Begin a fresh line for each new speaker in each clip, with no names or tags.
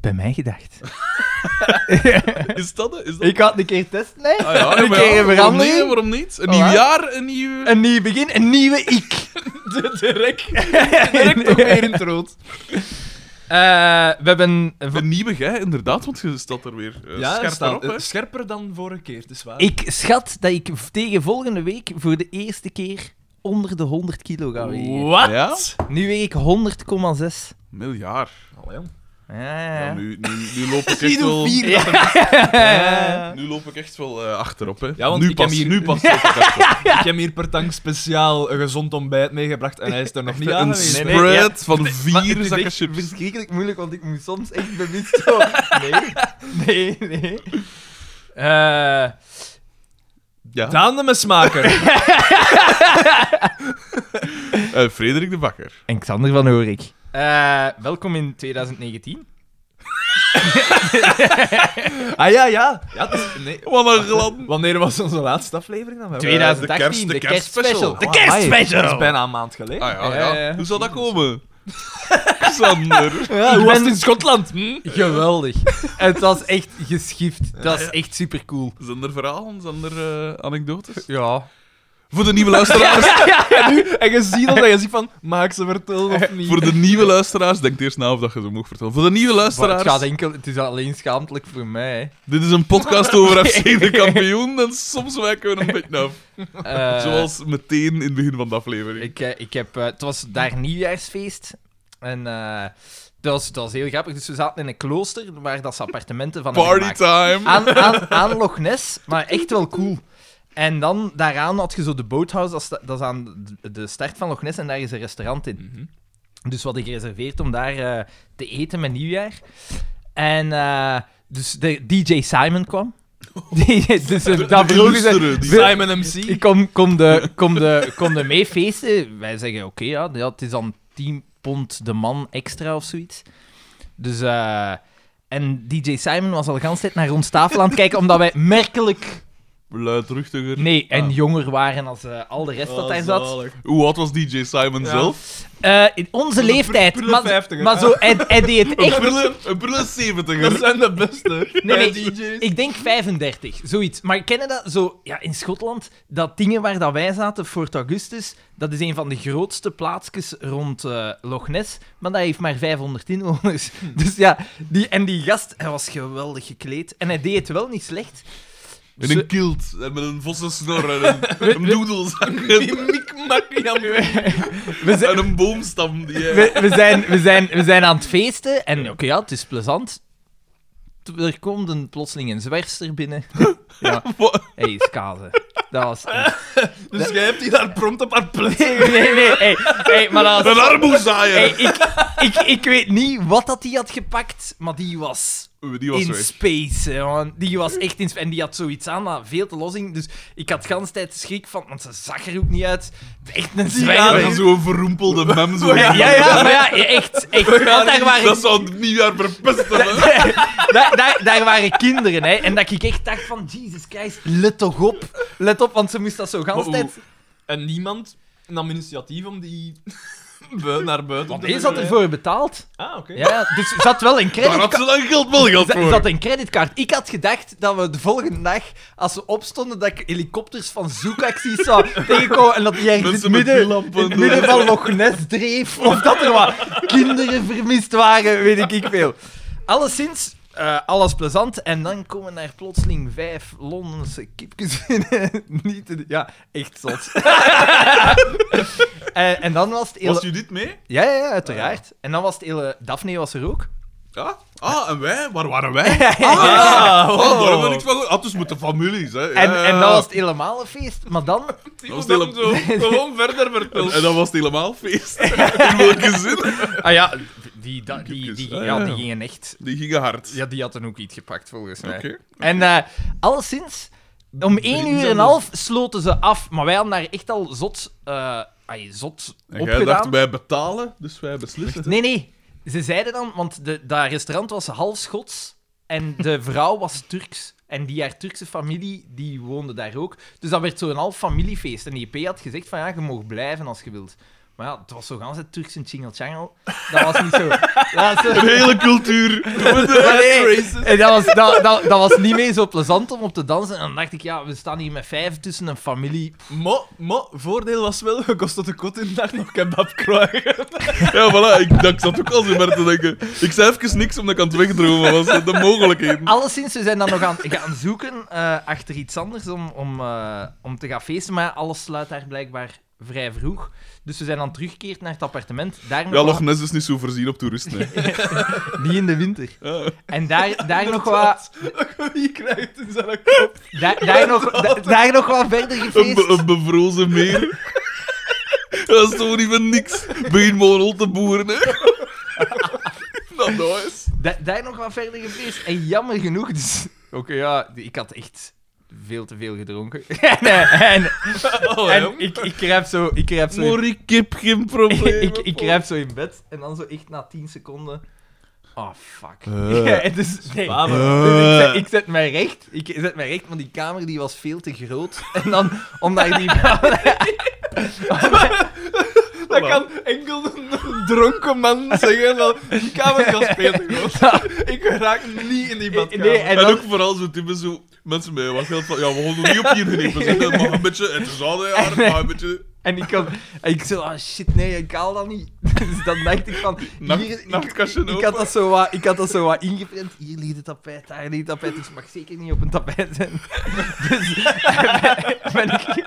bij mij gedacht.
Is dat het? Is dat...
ik had een keer testen, hè?
Ah, ja,
Een
maar
keer een
waarom
verandering.
niet? Waarom niet? Een
Voilà.
nieuw jaar, een nieuw...
Een nieuw begin, een nieuwe ik.
direct.
Direct ook weer in het rood. Eh, we hebben...
Een nieuwe jij, inderdaad, want je staat er weer eh,
Ja,
scherp
staat,
op. Hè.
eh, scherper dan vorige keer, het is waar.
Ik schat dat ik v- tegen volgende week voor de eerste keer onder de 100 kilo ga wegen.
Wat?
Ja?
Nu weeg ik 100,6.
Miljard.
Allee, jong.
Ja, ja.
Ja, nu, nu, nu loop ik
Niet
echt
hoe
wel...
vier
Ja.
Nu loop ik echt wel eh, achterop, hè.
Ja, want
nu
ik
pas,
heb hier-
Nu pas loop ik achterop.
Ik heb hier per tank speciaal een gezond ontbijt meegebracht en hij is er nog niet aan
Een
geweest.
spread
nee, ja.
van
Maar het
vier
is
zakken
echt
chips.
verschrikkelijk moeilijk, want ik moet soms echt bewust zo... Nee, nee, nee. Eh,
Ja.
Daan de mesmaker.
Eh, Frederik de Bakker.
en Xander van Horik. Eh, welkom in 2019.
ah ja, ja. ja het is- nee.
Wat een glad...
Wanneer was onze laatste aflevering dan?
Twee-
2018,
kerst- de
de
kerstspecial.
kerstspecial. De
Oh, amai. Dat is
kerstspecial!
bijna een maand geleden.
Ah ja,
Ja,
ja.
ja.
Hoe zou dat komen? Xander.
Ja, Eh, hoe
Ik
was
ben-
het in Schotland? Hm?
Geweldig. Het was echt geschift. Het was echt supercool.
Zijn er verhalen? Zijn er eh, anekdotes?
Ja.
Voor de nieuwe luisteraars.
En, nu, en je ziet dat en je ziet van, maak ze vertel of niet.
Voor de nieuwe luisteraars. Denk eerst na of dat je ze mag vertellen. Voor de nieuwe
Maar het, gaat
luisteraars.
enkel, het is alleen schaamtelijk voor mij.
Dit is een podcast over FC de kampioen. En soms wijken we een beetje af.
hè. Eh,
Zoals meteen in het begin van de aflevering.
Ik, eh, ik heb, eh, het was daar nieuwjaarsfeest. En eh, dat, was, dat was heel grappig. Dus we zaten in een klooster waar dat ze appartementen van hebben
Party
gemaakt.
time.
aan, aan, aan Loch Ness, maar echt wel cool. En dan daaraan had je zo de boathouse, dat is, dat is aan de- de start van Loch Ness en daar is een restaurant in.
Mhm.
Dus wat ik gereserveerd om daar eh, te eten met nieuwjaar. En eh, dus de DJ Simon kwam. Die- dus eh, dat
de
vroegen ze,
roestere, die
wil-
Simon MC.
ik kom, kom, de, kom, de, kom de mee feesten. Wij zeggen, oké, ja, ja, het is dan 10 pond de man extra of zoiets. Dus, eh, en DJ Simon was al de hele tijd naar ons tafel aan het kijken, omdat wij merkelijk...
Luidruchtiger.
Ah. Nee, en
Ah.
jonger waren als eh, al de rest
Oh,
dat daar zat.
Hoe oud was DJ Simon
Ja.
zelf?
Eh, in onze
Een
leeftijd.
prullen
Maar,
vijftiger,
maar
hè?
zo, hij, hij deed het
Een
echt...
prullen, een prullen
Dat
70er.
zijn de beste.
Nee, nee,
DJ's.
Ik denk 35, zoiets. Maar kennen dat zo... Ja, in Schotland, dat dingen waar dat wij zaten, Fort Augustus, dat is een van de grootste plaatsjes rond eh, Loch Ness, maar dat heeft maar 500 inwoners. Dus ja, die, en die gast, hij was geweldig gekleed. En hij deed het wel niet slecht.
In
Ze-
een kilt. En met een vossensnor. En een, een doedelzak. En,
we, zijn,
en een boomstam. Die, eh,
we, we zijn, we, zijn, we zijn aan het feesten en oké, ja, het is plezant. Toen- Er komt een, plotseling een zwerfster binnen. Ja, hij is kazen. Dat was... echt-
Dus jij hebt die daar prompt op haar plek.
Nee, nee, hey, hey, maar dat was
Een armoezaaier.
Hey, ik, ik, ik weet niet wat dat die had gepakt, maar die was,
Oeh, Oh, Die was
in
weg.
space. hè, man. Die was echt in space. En die had zoiets aan dat veel te los ging. Dus ik had de hele tijd schrik van, want ze zag er ook niet uit. Echt een
gaan
We
zwijger.
gaan zo'n verroempelde mem zo.
Ja, ja, ja, maar ja, echt. echt want daar, waren,
Dat zou het nieuwjaar verpesten. hè.
daar, daar, daar waren kinderen, hè. En dat ik echt dacht van, Jesus Christ, let toch op. Let op, want ze moest dat zo gans
Maar
tijd...
En niemand nam initiatief om die bui- naar buiten
Want
te
deze had
brengen.
ervoor betaald.
Ah, oké.
Ja, dus ze had wel een
Daar
creditcard.
had ze dan geld wel geld
Er
voor.
zat een creditcard. Ik had gedacht dat we de volgende dag, als we opstonden, dat ik helikopters van zoekacties zou tegenkomen en dat die ergens in het
Mensen met
midden,
lampen.
in het midden van Loch Ness dreef. Of dat er wat kinderen vermist waren, weet ik ik veel. Alleszins, eh, alles plezant. En dan komen daar plotseling vijf Londense kipjes in. Niet te- ja, echt zot. Eh, en, en dan was het hele...
Was Ah, Judith mee?
Ja, ja, ja, uiteraard. En dan was het hele... Daphne was er ook.
Ja. Ah, en wij? Waar waren wij?
Ah,
Oh,
wow.
daar hebben we niks van gehoord. Ah, dus met de families. Hè. Ja,
En,
ja,
en
ja.
dat was het helemaal een feest. Maar dan,
Die
Dat was
moet hem
heel-
zo gewoon verder
En,
verteld.
en dat was het helemaal feest. In welke zin?
Ah ja, die, da- die,
Kipjes.
die,
Ah,
ja,
ja.
die gingen echt...
Die gingen hard.
Ja, die hadden ook iets gepakt, volgens mij.
Oké.
En eh alleszins, om één uur en een half sloten ze af. Maar wij hadden daar echt al zot... eh ai, zot
En jij
opgedaan.
dacht, wij betalen, dus wij beslissen.
Nee, nee. Ze zeiden dan... Want de, dat restaurant was half Schots. En de vrouw was Turks. En die haar Turkse familie, die woonde daar ook. Dus dat werd zo'n half familiefeest. En die EP had gezegd van, ja, je mag blijven als je wilt. Maar ja, het was zo gans het Turks en Tjingel Dat was niet zo... Dat was zo-
De hele cultuur.
Maar nee, En dat was, dat, dat, dat was niet meer zo plezant om op te dansen. En dan dacht ik, ja, we staan hier met vijf tussen een familie.
Mo, mo, voordeel was wel, je kost tot de kot in de dag nog kebab krijgen.
Ja, voilà. Ik, dat- ik zat ook al zo maar te denken. Ik zei even niks omdat ik aan het wegdromen was. De mogelijkheden.
Alleszins, we zijn dan nog aan gaan zoeken eh, achter iets anders om, om, eh, om te gaan feesten. Maar alles sluit daar blijkbaar vrij vroeg. Dus we zijn dan teruggekeerd naar het appartement. Daar
Ja,
nog
Loch
wat,
Ness is niet zo voorzien op toeristen. hè.
niet in de winter.
Ja.
En daar, daar nog wat...
Wie krijgt in zijn kop?
Daar, daar, nog, daar, daar nog wat verder
Een, be
gefeest.
een bevrozen meer. Dat is toch niet van niks. Begin Monol te boeren, hè. Dat nice.
Da- daar nog wat verder gefeest. En jammer genoeg, dus... Oké, ja, ik had echt veel te veel gedronken. en, eh, en,
Oh,
en ik, ik krijg zo... Ik krijg zo in,
Maar ik heb geen probleem.
ik, ik kruip zo in bed en dan zo echt na 10 seconden... Oh, fuck.
Eh.
Ja, dus, nee.
Waar,
Dus
man?
ik, zet,
Eh.
ik zet mij recht. Ik zet mij recht, want die kamer die was veel te groot. En dan, omdat je die...
Dat kan enkel een dronken man zeggen. Wel, die kamer kan spelen, Ik raak niet in die badkamer.
Nee, en
En,
dan,
ook vooral zo typen zo... Mensen met wat geld van... Ja, we honden niet op hier knippen. zeg, maar een beetje... Het is al een jaar, maar een beetje...
en ik, had, en ik zo, ah shit, nee, ik haal dat niet. Dus dan dacht ik van...
Nacht-
hier- ik-
nachtkastje
ik,
open.
had dat zo wat, ik had dat zo wat ingeprint. Hier ligt het tapijt, daar ligt het tapijt. Dus het mag zeker niet op een tapijt zijn. Dus ben ik...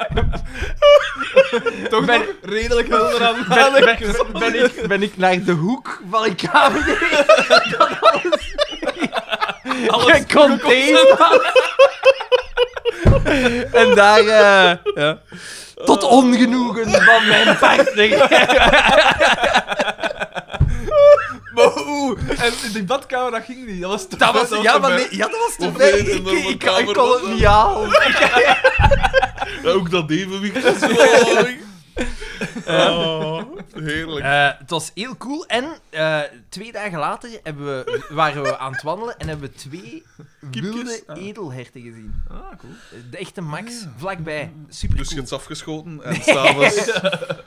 Toch
ben-
nog redelijk helder aan
ben,
de
ben- ben ik, ben ik naar de hoek van een kamer gereden. Dat alles
Alles
gecontained was. En daar... eh, ja. Tot ongenoegen van mijn partner.
Maar oeh, en die badkamer, dat ging niet. Dat was te
Dat was,
vet, dat
ja,
te
maar
vet.
nee, ja, dat was te
Of
ver.
nee,
Ik,
de
ik,
normaal
ik kan- ik kon
kamer
het
was
niet halen.
Ja, ook dat evenwicht is wel... Oh, heerlijk.
Eh, het was heel cool. En eh, twee dagen later hebben we, waren we aan het wandelen en hebben we twee
Kiepjes.
wilde
Ah.
edelherten gezien.
Ah, cool.
De echte Max, vlakbij. Super
Dus je hebt afgeschoten en s'avonds...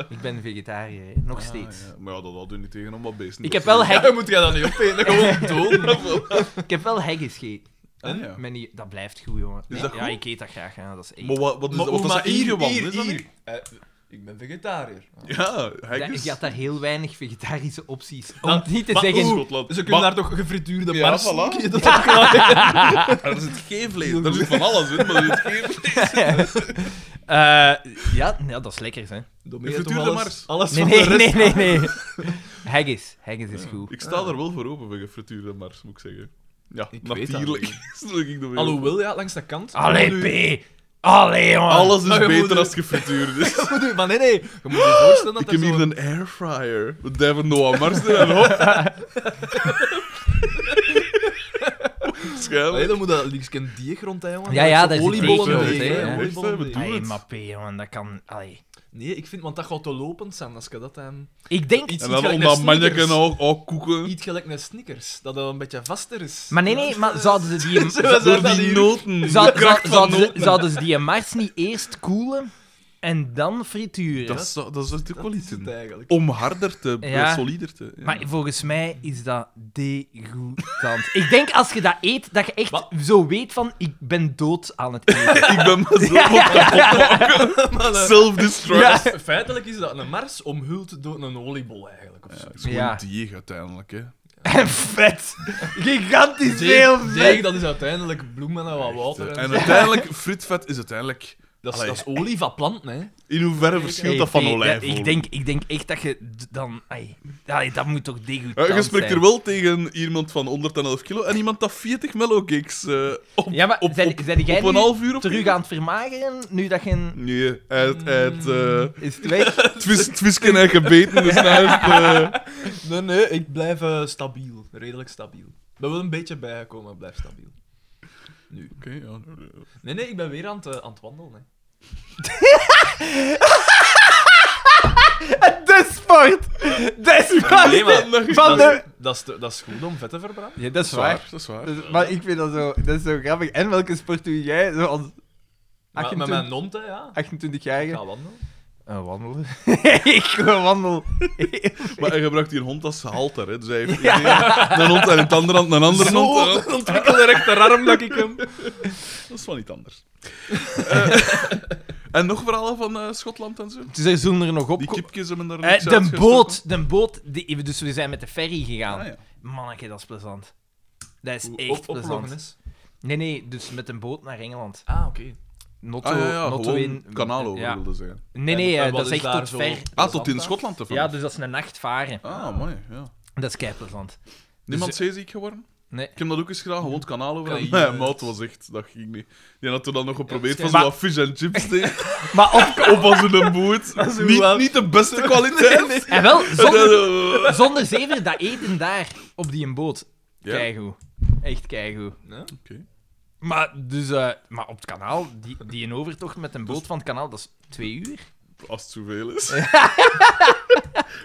Ik ben vegetariër, hè. nog steeds.
Ah, ja. Maar ja, dat had u niet tegen om wat beesten.
Ik heb wel hek-
Ja, dan moet jij dat niet opeten, gewoon doen.
Ik heb wel haggis gegeten.
Ah, ja.
Met die- Dat blijft goed, jongen.
Is
Ja,
dat
ja,
goed?
ik eet dat graag. Ja, dat is echt...
Maar wat, wat is
Maar-
dat? Of dat
maar
is
hier,
Ierjewand,
hier,
is dat
hier.
niet?
Eh, ik ben vegetariër.
Ja, hij
Ja,
is... Nou,
Je had daar heel weinig vegetarische opties. Om
Dat-
niet te
maar
zeggen...
Schotland.
Dus je kunt
Maar-
daar toch gefrituurde
Ja,
barsten...
voilà.
kun je dat ook wel-
Er Ah, zit geen vlees. Er zit van alles in, maar er zit geen vlees.
Eh, ja, ja, dat is lekker, hè.
Dan
Je
eet toch
frituurde
alles-
mars.
Alles
Nee,
van
nee,
de
nee,
rest.
nee, nee. Haggis. Haggis is goed.
Ik sta er wel voor open bij gefrituurde mars, moet ik zeggen. Ja,
Ik weet dat
natuurlijk. Snap ik de wereld.
Alhoewel, ja, langs de kant. Nu-
Allee, P. Allee, jongen.
Alles is
Ah, Maar je moet
beter
er-
als het gefrituurd is.
Moet u- Maar nee, nee. Je moet je
Ah.
voorstellen dat
Ik heb
er
hier
zo...
een airfryer. We duiven Noah Mars er en hop.
Allee,
Waarschijnlijk.
dan moet dat links een dieeg rond, hè, jongen.
Ja, ja,
Zo'n
daar zit
oliebollen
dieeg rond,
deeg,
hè,
hè,
ja.
oliebollen
Echt, hè,
deeg.
Doe
Hey,
het.
maar P, jongen, dat kan... Allee.
Nee, ik vind... Want dat gaat te lopend zijn als je dat dan...
Ik denk...
Iets-
En
iets
dan om
gelijk
dat nou-
naar
manneken
Snickers.
ook, ook koeken.
Iets gelijk naar Snickers. Dat dat een beetje vaster is.
Maar nee, nee, maar zouden ze die...
Zo- zo-
Door
dat
die
hier-
noten.
Zou-
de kracht
zou-
van
zouden, ze,
noten.
zouden ze die mars niet eerst koelen en dan frituren?
Dat is- dat is natuurlijk wel
Dat is
iets
het
in.
eigenlijk.
Om harder te,
Ja.
solider te. ja.
Maar volgens mij is dat degoutant. Ik denk als je dat eet, dat je echt
Wat?
zo weet van ik ben dood aan het eten.
Ik ben mezelf op
Maar, eh,
self-destruct.
Ja.
Feitelijk is dat een mars omhuld door een oliebol eigenlijk. Of zo.
Het is gewoon
Ja.
een dieeg uiteindelijk, hè.
En vet. Gigantisch
Deeg-
veel
deeg,
vet.
dat is uiteindelijk bloemen en wat water. En,
eh. En
zo.
uiteindelijk, fritvet is uiteindelijk...
dat, is,
Allee.
dat is olie van planten, hè?
In hoeverre verschilt dat van
Hey, P, ja,
olijfolie?
ik, denk, ik denk echt dat je d- dan... ai, ai, dat moet toch
Ja,
degoutant
je spreekt
zijn.
er wel tegen iemand van 111 kilo en iemand dat 40 mellowcakes eh op,
Ja, maar
op,
zijn,
op,
zijn jij
op een
nu
half uur op
terug aan het vermageren, nu dat je...
Nee, uit, uit, eh
Is het weg?
het vis- het visken en gebeten, dus nou is het, eh,
Nee, nee, ik blijf eh, stabiel. Redelijk stabiel. Ik ben wel een beetje bijgekomen, maar blijf stabiel.
Oké, ja.
Nee, nee, ik ben weer aan het, eh, aan het wandelen, hè.
De sport! De sport!
Nee, maar
dat is-
van
dat, is,
de...
dat, is, te- dat is goed om vet te verbranden.
Ja, dat is
Zwaar, dat is waar.
Dus- maar ik vind dat zo, dat is zo grappig. En welke sport doe jij? Zo als
Maar, met
28,
mijn nont, hè, ja. Ik
28 jarige
ga wandelen.
Een Eh, wandelen. ik wandel. Dus
Maar hij gebruikt die hond als halter, hè. Dus hij heeft een hond en in het andere hand een andere
Zo
hond.
een ontwikkelde rechterarm dat ik hem...
Dat is wel niet anders. Eh, en nog verhalen van eh, Schotland en zo?
Dus er zullen er nog op...
Die kipjes hebben daar
Eh,
niks
de
uitgestoken.
boot, de boot. Die, dus we zijn met de ferry gegaan.
Ah, ja.
Manneke, dat is plezant. Dat is
Hoe
echt
op-
plezant.
oploggen is.
Nee, nee, dus met een boot naar Engeland.
Ah, oké.
Notto,
Ah, ja, ja,
Notto
gewoon
in...
kanaal over
ja.
wilde zeggen.
Nee,
En-
nee,
en
eh,
wat
dat is
is
echt
daar
tot
zo-
ver.
Ah, tot
Plezant,
in
hè?
Schotland te vullen.
Ja, dus dat is een nacht varen.
Ah, mooi. Ja.
Dat is keiplezant.
Niemand
Dus-
zeeziek geworden?
Nee.
Ik heb dat ook eens gedaan, gewoon het kanaal over. En
Kan
mijn
je-
maat was echt, dat ging niet. Die had toen dan nog geprobeerd
Ja,
van
maar-
zo'n fish and chips te eten.
Maar op...
Op als een boot.
een
Niet,
wel-
niet de beste kwaliteit.
En wel,
En
zonder,
dan, eh,
zonder zeven, dat eten daar, op die boot.
Ja.
Keigoed. Echt keigoed.
Oké.
Maar, dus, eh, maar op het kanaal, die, die een overtocht met een
Dus
boot van het kanaal, dat is twee uur.
Als het zoveel is.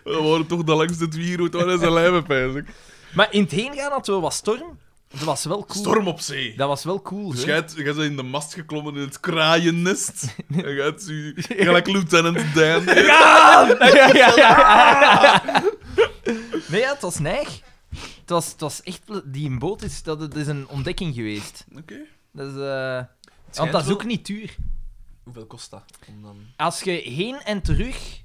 We waren toch dat langs de twieroet, waar zijn lijven pijnlijk.
Maar in het heengaan hadden we wat storm. Dat was wel cool.
Storm op zee.
Dat was wel cool.
Dus
hè?
jij hebt- jij bent in de mast geklommen in het kraaiennest. En jij hebt zo- gelijk Lieutenant Dan.
ja, ja, ja. Nee, ja, het was neig. Het was, het was echt... ple- Die boot is, dat, dat is een ontdekking geweest.
Oké.
Dat is, eh,
Het
want
schijnt
dat is
wel-
ook niet duur.
Hoeveel kost dat? Om dan...
Als je heen en terug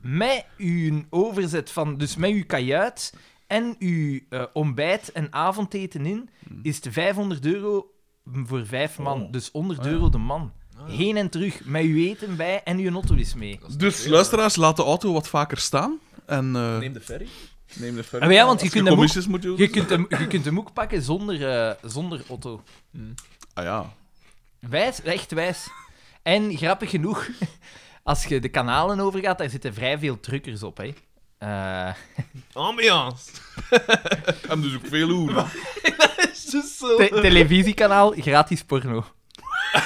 met je overzet van... Dus met je kajuit en je eh, ontbijt en avondeten in, is het 500 euro voor vijf man.
Oh.
Dus 100
Ah, ja.
euro de man.
Ah, ja.
Heen en terug, met je eten bij en je auto is mee.
Dat is niet
Dus
veel,
luisteraars, laat de auto wat vaker staan. En eh,
hè. Neem de ferry.
neem de
Ah, maar ja, want je
Als
kunt hem ook-
commissies moet doen.
Je kunt hem, je kunt hem ook pakken zonder, eh, zonder auto.
Ah ja.
Wijs, echt wijs. En grappig genoeg, als je de kanalen overgaat, daar zitten vrij veel truckers op. Hè. Eh,
Ambiance.
En dus ook veel hoeren.
Is dus zo...
te- televisiekanaal, gratis porno.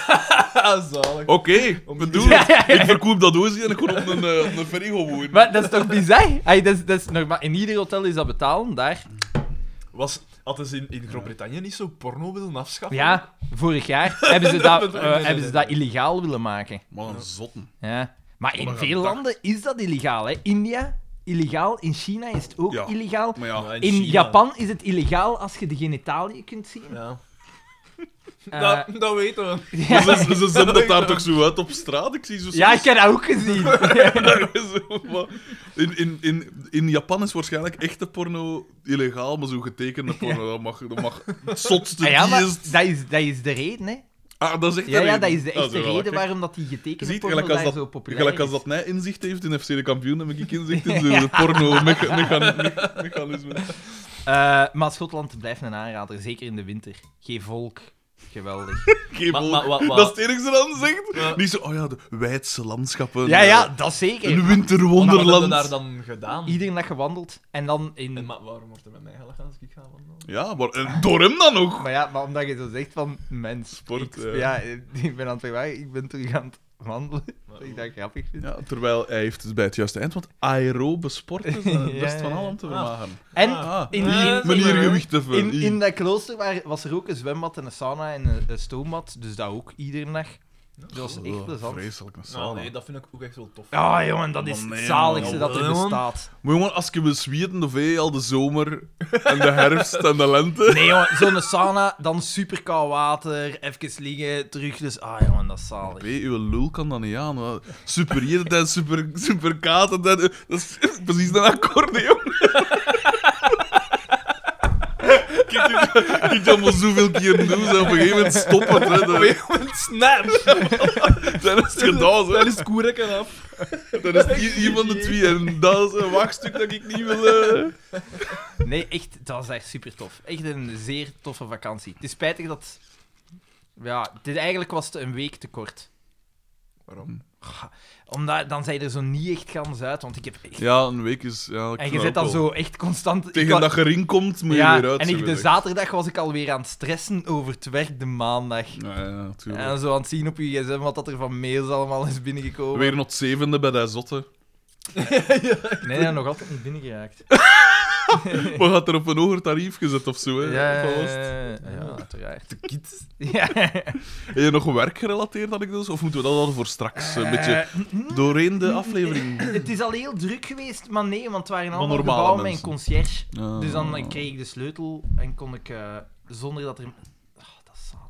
Ah, zalig.
Oké, we doen het. Ik verkoop dat doosje en ik kon op een, eh, op een ferry gewoon.
Maar dat is toch bizar? Ay, dat is, dat is normaal. In ieder hotel is dat betalen, daar.
Was, hadden ze in, in Groot-Brittannië niet zo porno willen afschaffen?
Ja, vorig jaar hebben ze dat, eh,
Nee, nee, nee,
hebben ze dat
nee.
illegaal willen maken.
Man, zotten.
Ja. Maar in
Maar
veel
dat-
landen is dat illegaal. Hè. India, illegaal. In China is het ook
Ja.
illegaal.
Maar ja,
in
In
China.
Japan is het illegaal als je de genitaliën kunt zien.
Ja.
Eh,
Nou,
dat, dat weten we.
ja.
Maar Dus ze, ze zetten dat daar toch zo uit op straat? Ik zie zo
Ja, ik heb dat ook gezien. Ah,
Daar is zo, maar in, in, in, in Japan is waarschijnlijk echte porno illegaal, maar zo getekende porno, dat mag, dat mag het zotste
Ah ja, maar
diest.
dat is, dat is de reden, hè.
Ah, dat is echt
Ja,
de
ja,
reden.
dat is de
Ah,
echte
zo, wel,
reden
kijk.
waarom dat die getekende
Ziet,
porno
gelijk als
daar zo
dat,
populair
gelijk als
is.
dat mij inzicht heeft in FC de kampioen, heb ik inzicht in zo'n porno-mechanisme.
Eh, maar Schotland blijft een aanrader, zeker in de winter. Geen volk. Geweldig.
Geen
Maar-
bol.
maar wat- wat-
Dat is het enige dat dan zegt.
Ja.
Niet zo, oh ja, de wijdse landschappen.
Ja,
eh,
ja, dat zeker.
Een
Wat hebben we
winterwonderland.
daar dan gedaan?
Iedere dag gewandeld en dan in...
En maar waarom wordt er met mij gelegd als ik ga wandelen?
Ja, maar en door hem dan nog.
Maar ja, maar omdat je zo zegt van mens.
Sport, eh.
ik,
ja.
ja. eh, ik ben aan het verwachten, ik ben terug aan het wandelen. Dat ik dat grappig vind.
Ja, terwijl hij heeft het bij het juiste eind, want aerobe sport is dan het
Ja,
best van
ja.
allen te
Ah.
vermagen.
En
Ah,
in,
Ja,
in,
dat is
Manier
waar, hè.
gewicht te vullen.
In, in dat klooster waar- was er ook een zwembad en een sauna en een, een stoommat, dus dat ook iedere dag. Dat was echt plezant.
Oh, Vreselijk, een sauna.
Nou, nee, dat vind ik ook echt wel tof.
Ja, jongen, dat is
Oh, nee,
het zaligste
man.
dat er
Jongen.
bestaat.
Maar jongen, als je bezwieten de vee al de zomer en de herfst en de lente...
Nee, jongen, zo'n sauna, dan super koud water, even liggen, terug. Dus, ah, jongen, dat is zalig.
Nee, uw lul kan dat niet aan. hoor. Super hier, tijd, super, super katen. tijd. Dat is precies een accordeon. Kijk, dit- dit allemaal zoveel keer doen, ze op een gegeven moment stoppen. Hè. Dan,
Snap!
dan is het gedaan.
Dat
hè.
is koereken af.
Dan is het i- iemand de twee. En dat is een wachtstuk dat ik niet wil... eh.
Nee, echt, dat was echt super tof. Echt een zeer toffe vakantie. Het is spijtig dat. Ja, dit eigenlijk was het een week te kort.
Waarom?
Omdat dan zijn er zo niet echt gans uit, want ik heb echt.
Ja, een week is... Ja, ik
en je
vind
zit
dat
dan
ook wel.
zo echt constant. ik
Tegen
wa-
dat je erin komt, moet je
ja,
weer uit.
en
zo
ik, de
weet ik.
zaterdag was ik alweer aan het stressen over het werk de maandag.
Ja, ja, natuurlijk.
En zo aan het zien op je gsm wat dat er van mails allemaal is binnengekomen.
Weer nog zevende bij dat zotte.
Nee, nee, nog altijd niet binnengeraakt.
Maar had er op een hoger tarief gezet of zo, hè? Of wat was het?
ja, uiteraard.
De kids.
Ja.
Heb je nog werkgerelateerd anekdotes? dus? Of moeten we dat al voor straks
Eh,
een beetje doorheen de aflevering?
Het is al heel druk geweest, maar nee, want het waren
Maar
allemaal
normale
gebouwen met een
mensen.
conciërge.
Ah.
Dus dan eh, kreeg ik de sleutel en kon ik eh, zonder dat er. Ah, dat is zalig.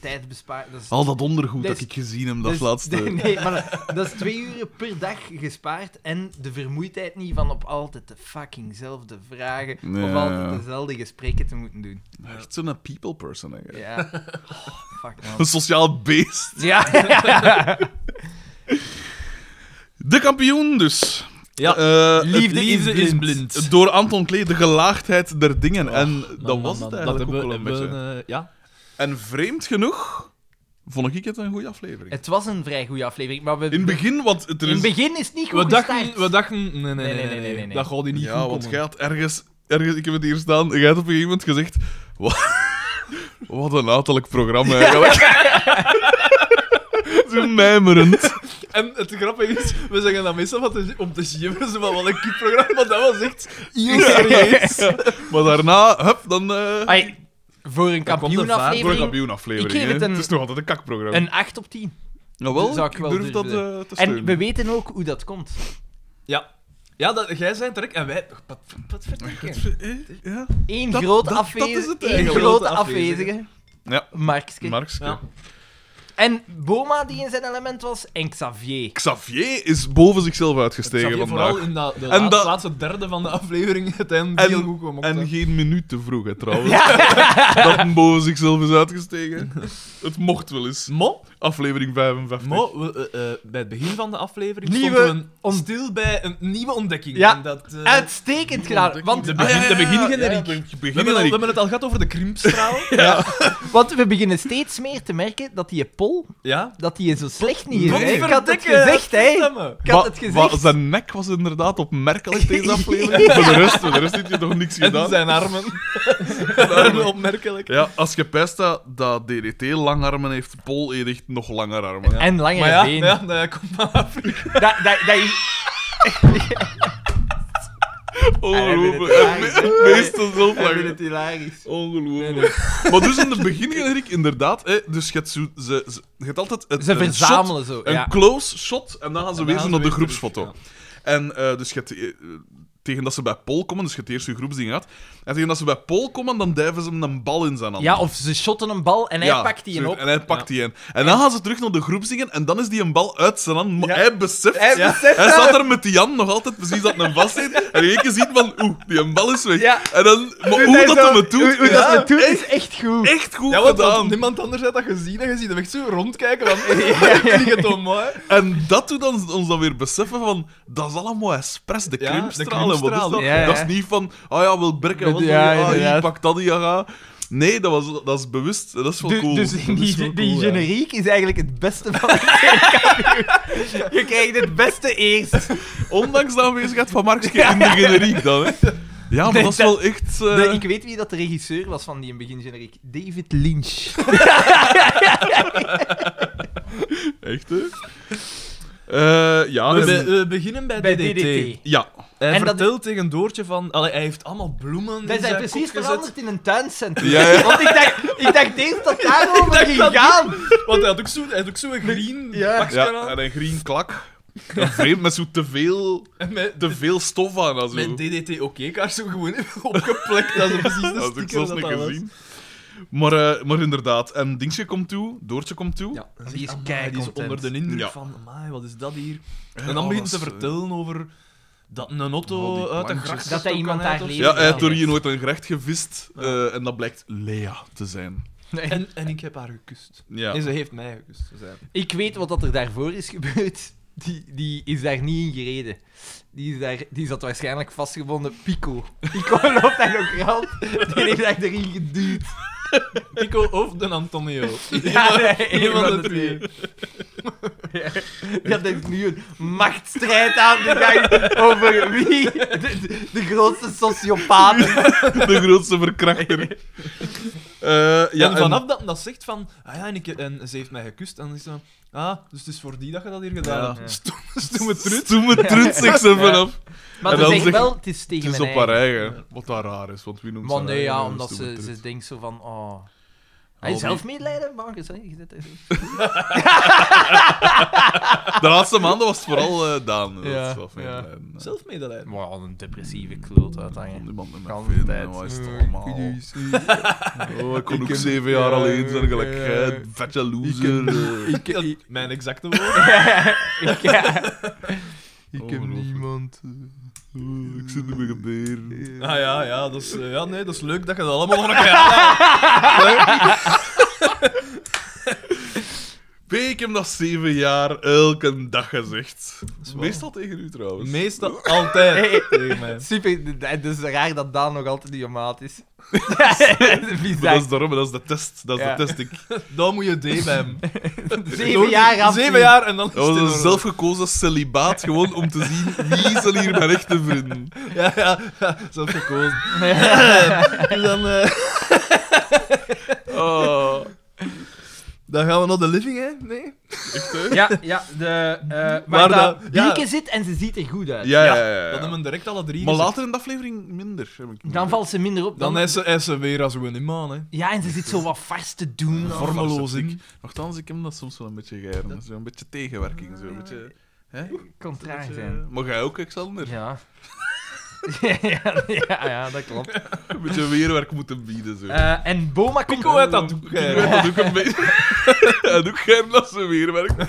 Tijd besparen. Dat is,
Al dat ondergoed
Dus-
dat ik gezien heb, dat
dus-
laatste.
Nee, maar dat is twee uren per dag gespaard en de vermoeidheid niet van op altijd de fuckingzelfde vragen of
Ja.
altijd dezelfde gesprekken te moeten doen.
Echt zo'n people person, eigenlijk.
Ja. Oh, fuck man.
Een sociaal beest.
Ja.
De kampioen dus.
Ja.
Eh,
Liefde
het-
is blind.
Door Anton Klee, de gelaagdheid der dingen.
Och,
en
Man,
dat
man,
was
man.
het eigenlijk
dat
ook wel een
hebben we-
beetje.
hebben we, eh, ja.
En vreemd genoeg vond ik het een goede aflevering.
Het was een vrij goede aflevering, maar we,
In het begin, want het er
in het
is...
begin is het niet goed
We dachten,
gestart.
we dachten... Nee, nee, nee, nee,
nee, nee, nee, nee.
Dat gaat u niet
ja,
goed
want
komen.
jij had ergens, ergens... Ik heb het hier staan. Jij had op een gegeven moment gezegd... Wat, wat een uiterlijk programma, eigenlijk. Zo mijmerend.
En het grappige is, we zeggen dat meestal van te- om te jibberen, zo van wat een kipprogramma, maar dat was echt heel serieus.
Maar daarna, hup, dan...
Ah,
eh,
Ai, voor een
komt de vaart.
voor een
kampioenaflevering
kampioenaflevering.
Ik geef het
hè.
een-
is nog altijd een kakprogramma.
een 8 op 10.
Jawel,
zou
ik,
ik wel
durf
dus,
dat
durven.
eh, te steunen.
En we weten ook hoe dat komt.
Ja. Ja, dat, jij zei direct en wij... Wat, wat verdikken?
Eh, Ja,
Eén
Dat-
groot
dat-
afwezige.
dat is het
één
eigenlijk.
grote
Grote afwezige.
afwezige.
ja
Markske.
Markske.
Ja.
en Boma die in zijn element was. En Xavier.
Xavier is boven zichzelf uitgestegen
Xavier
vandaag.
vooral in dat, de
En
laat-
dat-
laatste derde van de aflevering het einde
En-
heel goed kwam op.
En geen minuut te vroeg, hè, trouwens. Dat hem boven zichzelf is uitgestegen. Het mocht wel eens.
Mo,
Aflevering 55.
Mo we, eh, eh, bij het begin van de aflevering
Nieuwe
stonden we
ont-
stil bij een nieuwe ontdekking.
Ja.
En dat, eh,
Uitstekend gedaan. Want,
De begin- de begingeneriek.
de
we, hebben al- we
begingeneriek.
hebben het al gehad over de krimpstralen.
want we beginnen steeds meer te merken dat die Pol
ja.
dat die zo slecht niet is.
Wat
hè. Ik had het
verdikken,
gezegd, hè.
stemmen.
Ik had
Wa-
het
wa-
gezegd.
zijn nek was inderdaad opmerkelijk deze aflevering. Voor de rest, voor de rest heeft hij toch niks
En
gedaan.
zijn armen. zijn armen, opmerkelijk.
Ja, als je pijst dat, dat DDT langarmen heeft, Pol echt nog langer armen.
En langer
Maar ja,
been.
ja, nou ja, kom maar af.
Dat, dat, dat is-
Oh,
Ah,
Ongelooflijk.
Hij vindt het
Me- Meestal zelf
ik vind
langer.
het hilarisch.
Ongelooflijk. Maar dus in het begin, Henrik, inderdaad. Hè, dus je hebt, zo, ze, ze, je hebt altijd het,
Ze
een shot,
verzamelen zo.
een
Ja.
close shot en dan gaan ze
En dan
weer
gaan
naar
ze
de
weer
groepsfoto.
terug,
En eh, dus je hebt, eh, eh, tegen dat ze bij Pol komen, dus je hebt eerst je groepsding gehad. En tegen dat ze bij Pol komen, dan duiven ze hem een bal in zijn hand.
ja, of ze shotten een bal en hij
Ja,
pakt die
zo-
op.
En hij pakt die in. En dan gaan ze terug naar de groepsdingen en dan is die een bal uit zijn hand. Maar
Ja.
hij beseft...
Hij
Ja.
beseft
Hij
dat.
staat er met die hand nog altijd precies dat hem vast zit. En in één keer ziet van, oeh, die bal is weg.
Ja.
En dan, maar hoe dat hem het doet...
Hoe, hoe
ja,
dat het doet, is echt goed.
Echt goed
Ja, want
gedaan.
niemand anders had dat gezien. En je ziet hem echt zo rondkijken. Van, ja, vind ik het toch mooi?
En dat doet ons, ons dan weer beseffen van... Dat is allemaal expres, de
Ja, de
krimpstralen. wat is dat?
krimpstralen,
ja, ja.
dat is niet van... Ah ja, wil brekken, wat wil je?
Ja,
Ah, hier,
inderdaad.
pak dat, ja, ga. Nee, dat, was, dat is bewust. Dat is wel
Du-
cool.
Dus die,
is wel
die
cool, ja.
generiek is eigenlijk het beste van de kampioen. Je krijgt het beste eerst.
Ondanks de aanwezigheid van Markske in de generiek dan, hè. Ja, maar
Nee,
dat is
dat-
wel echt... eh,
De- ik weet wie dat de regisseur was van die in begin generiek. David Lynch.
Echt, hè? Eh, ja,
We,
en-
be- we beginnen bij,
Dus Bij
DDT.
DDT.
ja.
Hij
En dat-
vertelt tegen Doortje van... Allee, hij heeft allemaal bloemen
Wij zijn
in zijn
precies
kop gezet.
veranderd in een tuincentrum.
Ja, ja.
Want ik dacht, ik dacht eens dat daarover
dacht
ging
dat-
gaan.
Want hij had ook zo'n zo zo'n green
Ja.
pakje
ja,
aan.
en een green klak. Een vreemd met zo te veel,
En met,
te veel stof aan. en zo.
met DDT oké-kaars zo gewoon opgeplakt. Dat is precies de
Dat heb ik
sticker
zelfs
dat
niet
Dus dat was.
gezien. Maar, eh, maar inderdaad, en Dingsje komt toe, Doortje komt toe.
Ja,
Die is
amai,
kei
die is
content.
onder de indruk
Ja.
van, amai, wat is dat hier?
Ja,
En dan begint ze
dat
te
is,
vertellen over dat een
al
auto
Oh, die
uit de
plankjes.
gracht
Dat hij iemand daar
leeft.
leeft.
Ja, hij heeft
Ja.
door hier nooit een gerecht gevist. eh, en dat blijkt Lea te zijn.
En, en ik heb haar gekust.
Ja.
Nee, ze heeft mij gekust. ze zei.
Ik weet wat dat er daarvoor is gebeurd. Die, die is daar niet in gereden. Die, is daar, die zat waarschijnlijk vastgebonden. Pico. Pico loopt daar nog rond. Die heeft daar erin geduwd.
Pico of de Antonio.
Ja, nee,
Eén
een van de twee. Ja, dat is nu een machtsstrijd aan de gang over wie de, de- de grootste sociopaat is.
De grootste verkrachter. Eh, ja,
en vanaf dat dat zegt van, ah ja, en, ik, en ze heeft mij gekust, en dan is ze van, ah, dus het is voor die dat je dat hier gedaan
Ja.
hebt.
Ja.
Stomme, stomme trut.
Stoeme trut, zegt ze vanaf.
Maar
En
ze
dan
zegt
zeg-
wel, het is tegen
Het is
mijn
op haar
eigen.
eigen. Wat daar raar is, want wie noemt
Maar
zijn
nee,
eigen
ja,
een
omdat
stomme
ze,
trut?
ze denkt zo van... Oh. Hij
die-
zelf medelijden, Marcus. Hè? Je zit er zo-
De laatste maanden was het vooral eh, Daan. dat
Ja,
is wel fijn,
ja.
eh, nee.
Zelf medelijden.
Maar al een depressieve kloot
Om
uithangen.
die man met
Kan
mijn vrienden,
tijd.
wat is het allemaal? Oh, ik kon
Mm. Ik
ook
ken-
zeven jaar
ja,
alleen zijn,
ja,
gelijk
ja.
jij, vette loser. eh.
Ik, ik- mijn exacte woord.
Ik, ja.
Ik ken
niemand.
Eh, Oh, Ik zit niet meer geberen.
Ah ja, ja, dat is, eh, ja nee, dat is leuk dat je dat allemaal nog elkaar haalt.
B, ik heb dat zeven jaar elke dag gezegd. Meestal tegen u trouwens.
Meestal altijd
Hey.
tegen mij.
Super, het is raar dat Daan nog altijd die maat is.
Maar
Bizar.
dat is daarom, dat is de test. Dat is
Ja.
de test. Ik,
Dan moet je D bij hem.
Zeven jaar af.
Zeven jaar en dan is
dat was
het in
een
orde.
zelfgekozen celibaat, gewoon om te zien wie zijn hier mijn echte vrienden.
Ja, ja, ja, zelf gekozen. Dus dan, eh,
Oh.
dan gaan we naar de living, hè? Nee?
Echt, hè?
Ja, ja. De, eh waar
Waar
dat
dat- ja.
Bieke zit en ze ziet er goed uit.
Ja, ja, ja.
Dan
ja.
hebben we direct alle drie
Maar
gezet.
later in de aflevering minder. heb ik
Dan valt ze minder op. Dan,
Dan is ze, is ze weer als een man, hè?
Ja, en ze zit zo wat vast te doen.
Ja,
Vormeloos,
maar
ik.
Nochtans, ik heb dat soms wel een beetje geëren. Zo een beetje tegenwerking. Zo een beetje, hè? Een
Contraar
beetje-
zijn.
Maar jij ook, Alexander?
Ja. ja, ja, ja, dat klopt.
Een beetje weerwerk moeten bieden. Zo.
Eh, en Boma komt...
Pico uit dat doek,
Ik
hè.
weet dat ook een beetje. En ook geen dat ze weerwerk.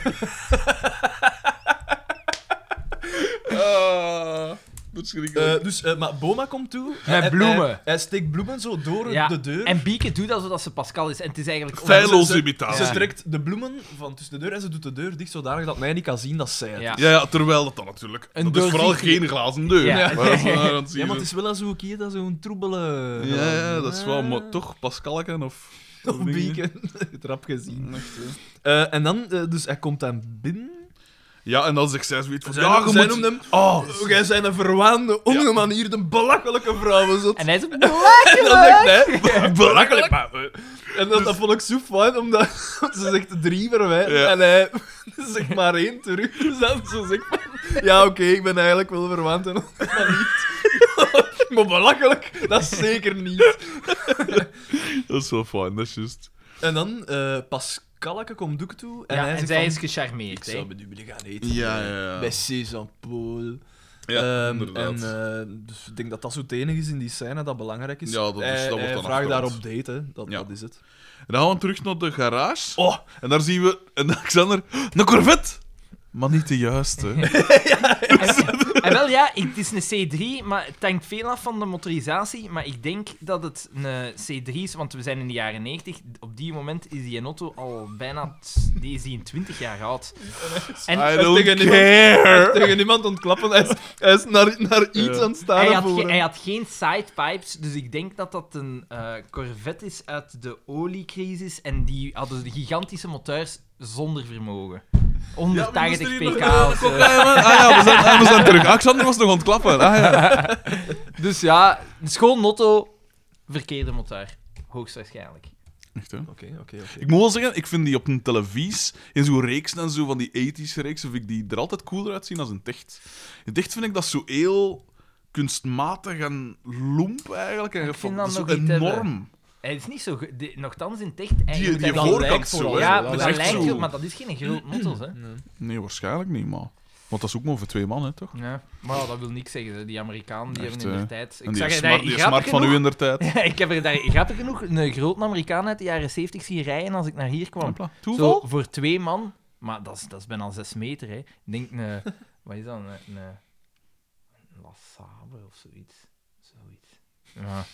Ah, verschrikkelijk.
Eh, dus, eh, maar Boma komt toe.
Met
Hij-
bloemen.
Hij, hij steekt bloemen zo door
Ja,
de deur.
En Bieke doet alsof ze Pascal is. En het is eigenlijk...
Feilloos
ze-
imitatie.
Ze trekt de bloemen van tussen de deur en ze doet de deur dicht zodanig dat mij niet kan zien dat zij het
Ja.
is.
Ja, ja, terwijl dat dan natuurlijk.
Een
dat is vooral
doorzichtige-
geen glazen deur.
Ja.
Maar dat is wel- dat zie
Ja,
je
maar het is wel als ook hier, dat zo'n troebele... Eh,
zo. ja, ja, dat is wel, maar toch Pascalken of.
Op
dingen.
beacon. Het rap gezien.
Mm, Echt, hè.
Eh, en dan, eh, dus hij komt dan binnen.
Ja, en dan zegt zij zoiets van.
Zij
ja,
noemt-
je
zij
moet-
noemt hem...
Oh,
Oh, jij zijn een verwaande, ongemanierde, belachelijke vrouw. is dat?
En hij is een blaadje,
En dan denk ik, nee,
belachelijk. Dus-
maar... eh, En dat, dat vond ik zo fijn, omdat ze zegt drie verwijderd
Ja.
en hij zegt maar één terug. Dus dan zo zegt van, ja oké, ik ben eigenlijk wel verwaand en ongemanierd. maar belachelijk, dat is zeker niet.
dat is wel fijn, dat is juist.
En dan, eh Pascalke komt ook toe en
Ja,
hij
en
zegt
zij
van,
is
ik
gecharmeerd. hè.
zou met u willen gaan eten. eh,
Ja, ja, ja.
Bij Cézanne Paul.
Ja,
Ehm, en
inderdaad.
eh, dus ik denk dat dat zo het enige is in die scène dat belangrijk is.
Ja, dat is-
Hij-
dat wordt
hij
dan
vraagt
afgerond.
daarop date, hè. Dat,
Ja.
dat is het.
En dan gaan we terug naar de garage.
Oh,
En daar zien we een Alexander. Een Corvette! Maar niet de juiste.
En wel ja, het is een C3, maar het hangt veel af van de motorisatie. Maar ik denk dat het een C3 is, want we zijn in de jaren 90. Op die moment is die auto al bijna t- die is die in 20 jaar oud. En
I
hij
don't
tegen iemand-
care!
tegen iemand ontklappen. Hij is, hij is naar, naar iets
Ja.
aan het staren
had,
voor
ge-
hem.
hij had geen sidepipes, dus ik denk dat dat een eh, Corvette is uit de oliecrisis. En die hadden de gigantische moteurs zonder vermogen. 180 pk. of zo.
Ah ja, we zijn, ah, we zijn terug. Alexander was nog aan het klappen. Ah ja.
Dus ja, een schoon notto, verkeerde motor. Hoogstwaarschijnlijk.
Echt, hè?
Oké, oké, oké.
Ik moet wel zeggen, ik vind die op een televisie, in zo'n reeks en zo, van die 80s reeks, vind ik die er altijd cooler uitzien als een ticht. In ticht vind ik dat zo heel kunstmatig en lomp eigenlijk. En
Ik
gefa-
vind dat
zo
nog iets
enorm.
Hij is niet zo... ge- De, nogthans in ticht... echt.
Die, die
dat
voorkant
lijkt
zo,
vooral,
hè.
ja,
dat
maar
is
dat
echt
lijkt
zo.
wel, maar dat is geen groot mottos, hè.
Nee, waarschijnlijk niet, maar... Want dat is ook maar voor twee mannen, toch?
Ja. Maar ja, dat wil niks zeggen, hè. die Amerikanen die
Echt,
hebben in
hè.
de tijd...
En
Ik
die
zag er
smart,
daar
die
grappig
smart van u
genoeg-
in der tijd.
Ik heb er daar grappig genoeg een grote Amerikaan uit de jaren 70 zien rijden als ik naar hier kwam.
Hopla.
Zo,
Toeval?
voor twee man, maar dat is, dat is bijna zes meter, hè. Ik denk een... eh, Wat is dat? Een... Een, een La Sabre of zoiets. Zoiets. Ja.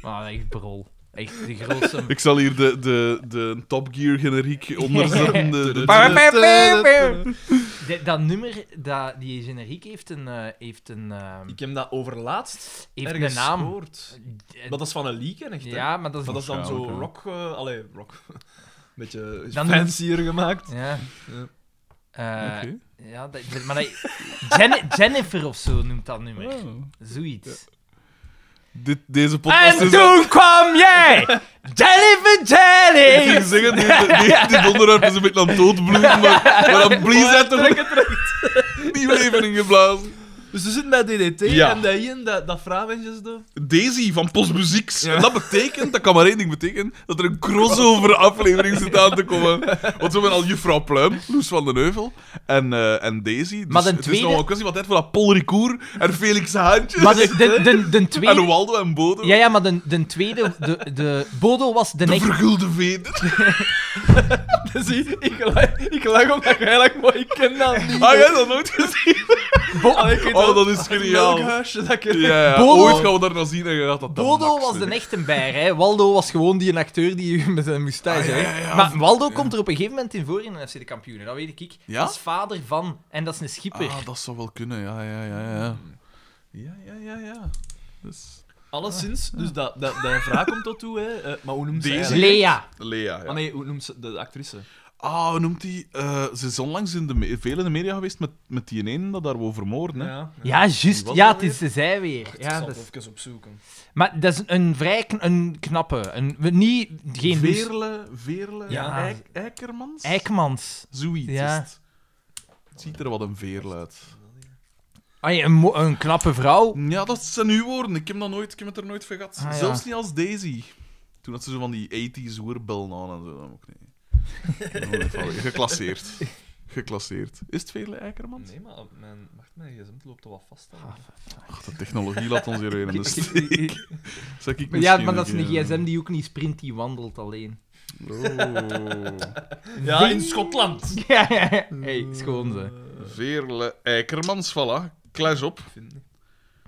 Maar echt brol. Echt de grootste...
Ik zal hier de, de, de Top Gear generiek onderzetten. De, de-
Pa, pa, pa, pa,
Eh,
pa. De- dat nummer, dat, die generiek heeft een, eh, heeft een, eh,
Ik heb dat overlaatst
heeft
ergens
een naam. Eh,
gehoord. Maar dat is van een leak, hè, echt. hè.
Ja, maar dat is...
Maar dat is dan zo
Waarschijnlijk, ja.
rock... eh allee, rock. Beetje
Dan-
fancier gemaakt.
Ja.
Ja.
Eh,
Oké.
ja, dat, dat- maar dat, Jen- Jennifer of zo noemt dat nummer.
Oh.
Zoiets.
Dit, deze podcast
En
is...
toen kwam jij! Jennifer
Ik ging
Jennings!
zeggen, dit, dit, dit onderwerp is een beetje aan het doodbloeden, maar, maar dat blies uit de
Trek het terug.
nieuwe leven ingeblazen.
Dus ze zitten bij DDT
Ja.
en dat Ian, dat, dat vrouwmensje is daar.
Daisy van Postmuzieks. En dat betekent, dat kan maar één ding betekenen, dat er een crossover aflevering zit aan te komen. Want we hebben al Juffrouw Pluim, Loes van den Heuvel, en, eh, en Daisy. Dus
Maar de
Het is
tweede-
nog wel een kwestie van tijd voor dat Paul Ricoeur en Felix Haantjes.
Maar de, de, de, de
En
tweede...
Waldo en Bodo.
Ja, ja, maar de, de tweede... De, de, Bodo was de
De
echte...
vergulde veder.
Zie, ik lach, ik lach omdat jij lacht, maar ik ken dat niet.
Ah, jij hebt dat nooit gezien?
Allee, ik weet
Oh,
wel-
dat is geniaal.
Welk huisje dat ik
Ja, ja.
Bodo-
ooit gaan we daar naar zien en je gaat dat dan
Bodo
max
was de
zijn.
echte bijer, hè. Waldo was gewoon die acteur die met zijn moustache.
Ah, ja,
hè.
ja, ja.
Maar Waldo komt er op een gegeven moment in voor in een FC de kampioenen, dat weet ik.
Ja?
Dat is vader van, en dat is een schipper.
Ah, dat zou wel kunnen, ja, ja, ja. Ja, ja, ja, ja. ja. Dus...
Alleszins, dus dat, dat, dat vraag komt tot toe, hè. Eh, maar hoe noemt ze
Deze?
eigenlijk?
Lea.
Lea, ja.
Ah nee, hoe noemt ze de actrice?
Ah, hoe noemt die? Eh, ze is onlangs in de me- veel in de media geweest met, met die ene dat daar wou vermoorden. Hè?
Ja.
Ja, juist.
was
Ja,
dat
het is ze zij weer.
Ik
Ja,
zal
dat
het
is-
even opzoeken.
Maar dat is een vrij kn- een knappe. Een, we- niet, geen Loes-
Veerle, Veerle
Ja.
Eik- Eikermans?
Eikmans.
Zoiets
Ja.
is het. Het ziet er wat een veerle uit.
Ai, een, mo- een knappe vrouw.
Ja, dat zijn uw woorden. Ik heb, dat nooit, ik heb het er nooit van gehad.
Ah, ja.
Zelfs niet als Daisy. Toen had ze zo van die 80s hoerbellen aan en zo. Dan ook nee. Geclasseerd. Geclasseerd. Is het Veerle Eikermans?
Nee, maar mijn, wacht, mijn gsm loopt al wat vast.
Ah,
aan.
Ach, de technologie laat ons hier weer in de steek. Zou ik
Ja,
misschien
maar dat is een
keer-
gsm die ook niet sprint, die wandelt alleen.
Oh.
Ja, in Schotland.
Ja, ja, ja. hey, schoon
Eh,
ze.
Veerle Eikermans, voilà. Clash op.
Ik vind het niet.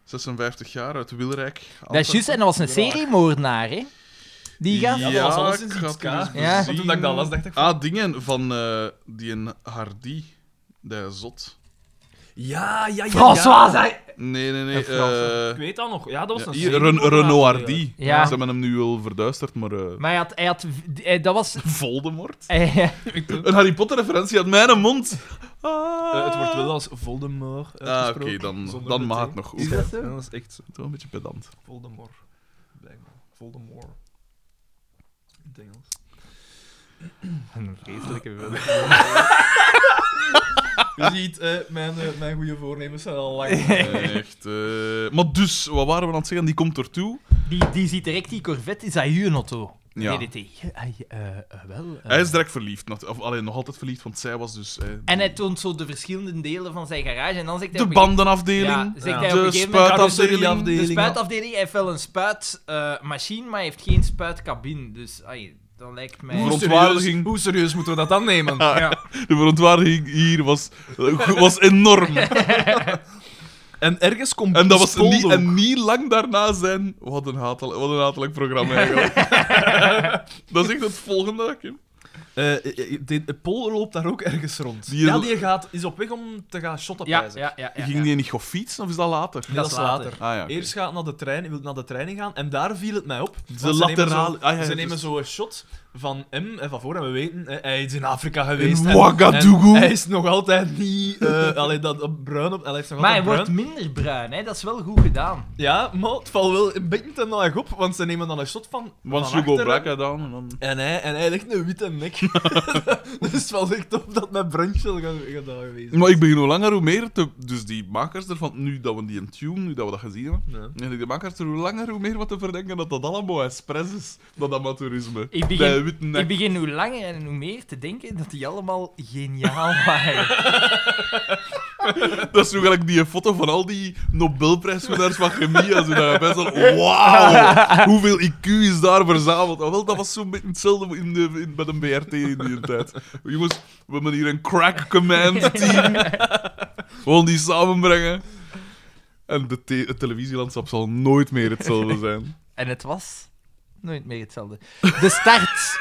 56 jaar uit Wilrijk.
Dat is juist, en dat was een seriemoordenaar, hè? Die gast.
Ja, dat was alleszins iets
ik had
K.
eens
Ja.
bezien.
Want toen dat ik dat las, dacht ik van-
Ah, dingen van eh, die een Hardy. Dat is zot.
Ja, ja, ja.
François,
ja.
zei-
Nee, nee,
Een
nee.
Franse.
eh,
Ik weet dat nog. Ja, dat was
ja,
een
hier,
serie-
Ren- Renault Hardy.
Ja.
Ze hebben hem nu wel verduisterd, maar... eh,
Maar hij had, hij had v- eh, dat was.
Voldemort?
eh,
Een Harry Potter-referentie uit mijn mond. Ah.
Eh, het wordt wel als Voldemort
Ah, oké,
uitgesproken.
dan,
zonder
dan
de
mag
T.
het nog. Oef,
Is dat zo?
ja, dat is echt zo. Het is wel een beetje pedant.
Voldemort. Blijkbaar. Voldemort. In het Engels.
Een vreselijke wil.
Ah. Je ziet, eh, mijn, eh, mijn goede voornemens zijn al lang.
Echt. eh, Maar dus, wat waren we aan het zeggen? Die komt ertoe.
Die, die ziet direct die Corvette, is dat uw auto?
Ja.
DDT. Hij, eh, eh, wel. eh.
Hij is direct verliefd. nat- Of alleen nog altijd verliefd, want zij was dus. eh,
En hij toont zo de verschillende delen van zijn garage en dan zegt hij.
de
op een gegeven-
bandenafdeling,
Ja, zegt
Ja.
hij op
de
een gegeven moment.
spuitafdeling.
Carrosserieafdeling.
De spuitafdeling, hij heeft wel een spuitmachine, maar hij heeft geen spuitkabine. Dus ai, dat lijkt mij.
Waarom?
Hoe
Verontwaardiging.
serieus, hoe serieus moeten we dat dan nemen?
Ja.
De verontwaardiging hier was, eh, was enorm.
En ergens komt
En dat was
Spold
niet,
ook.
en niet lang daarna zijn. Wat een, hatel, wat een hatelijk programma eigenlijk. dat is echt het volgende. dat ik heb.
Eh, eh, eh, de- eh, Paul loopt daar ook ergens rond.
Die is-
ja, die gaat, is op weg om te gaan shotten
Ja, ja,
prijzen.
ja. ja,
Ging
ja.
die niet gaan fietsen of is dat later?
Nee, dat is later.
Ah ja. oké.
Eerst gaat naar de trein, wil naar de training gaan en daar viel het mij op. want
laterale-
Nemen zo,
ah, ja, ja,
ze
dus-
nemen zo een shot van hem en van voor en we weten, eh, hij is in Afrika geweest.
In
en-
Ouagadougou.
en Hij is nog altijd niet. eh allee, dat, op bruin op. Hij is nog
Maar hij
altijd
wordt
bruin.
minder bruin, hè? dat is wel goed gedaan.
Ja, maar het valt wel een beetje te laag op, want ze nemen dan een shot van.
Want
van
you go
achteren.
black uit aan. En dan...
En hij, en hij legt een witte nek. dus het valt echt op dat mijn brandje gedaan geweest. is.
Maar ik begin hoe langer hoe meer. Te... Dus die makers ervan, nu dat we die in tune, nu dat we dat gezien hebben.
Nee.
Nee, de makers er hoe langer hoe meer wat te verdenken dat dat allemaal expres is, dat amateurisme.
Ik begin-
Dat witte nek.
Ik begin hoe langer en hoe meer te denken dat die allemaal geniaal waren.
Dat is zo gelijk die foto van al die Nobelprijswinnaars van chemie. En zo, dat je best wel, wauw, hoeveel IQ is daar verzameld. Ah, wel, dat was zo'n beetje hetzelfde in de, in, bij de BRT in die tijd. Jongens, we hebben hier een crack command team. Gewoon die samenbrengen. En de te- het televisielandschap zal nooit meer hetzelfde zijn.
En het was nooit meer hetzelfde. De start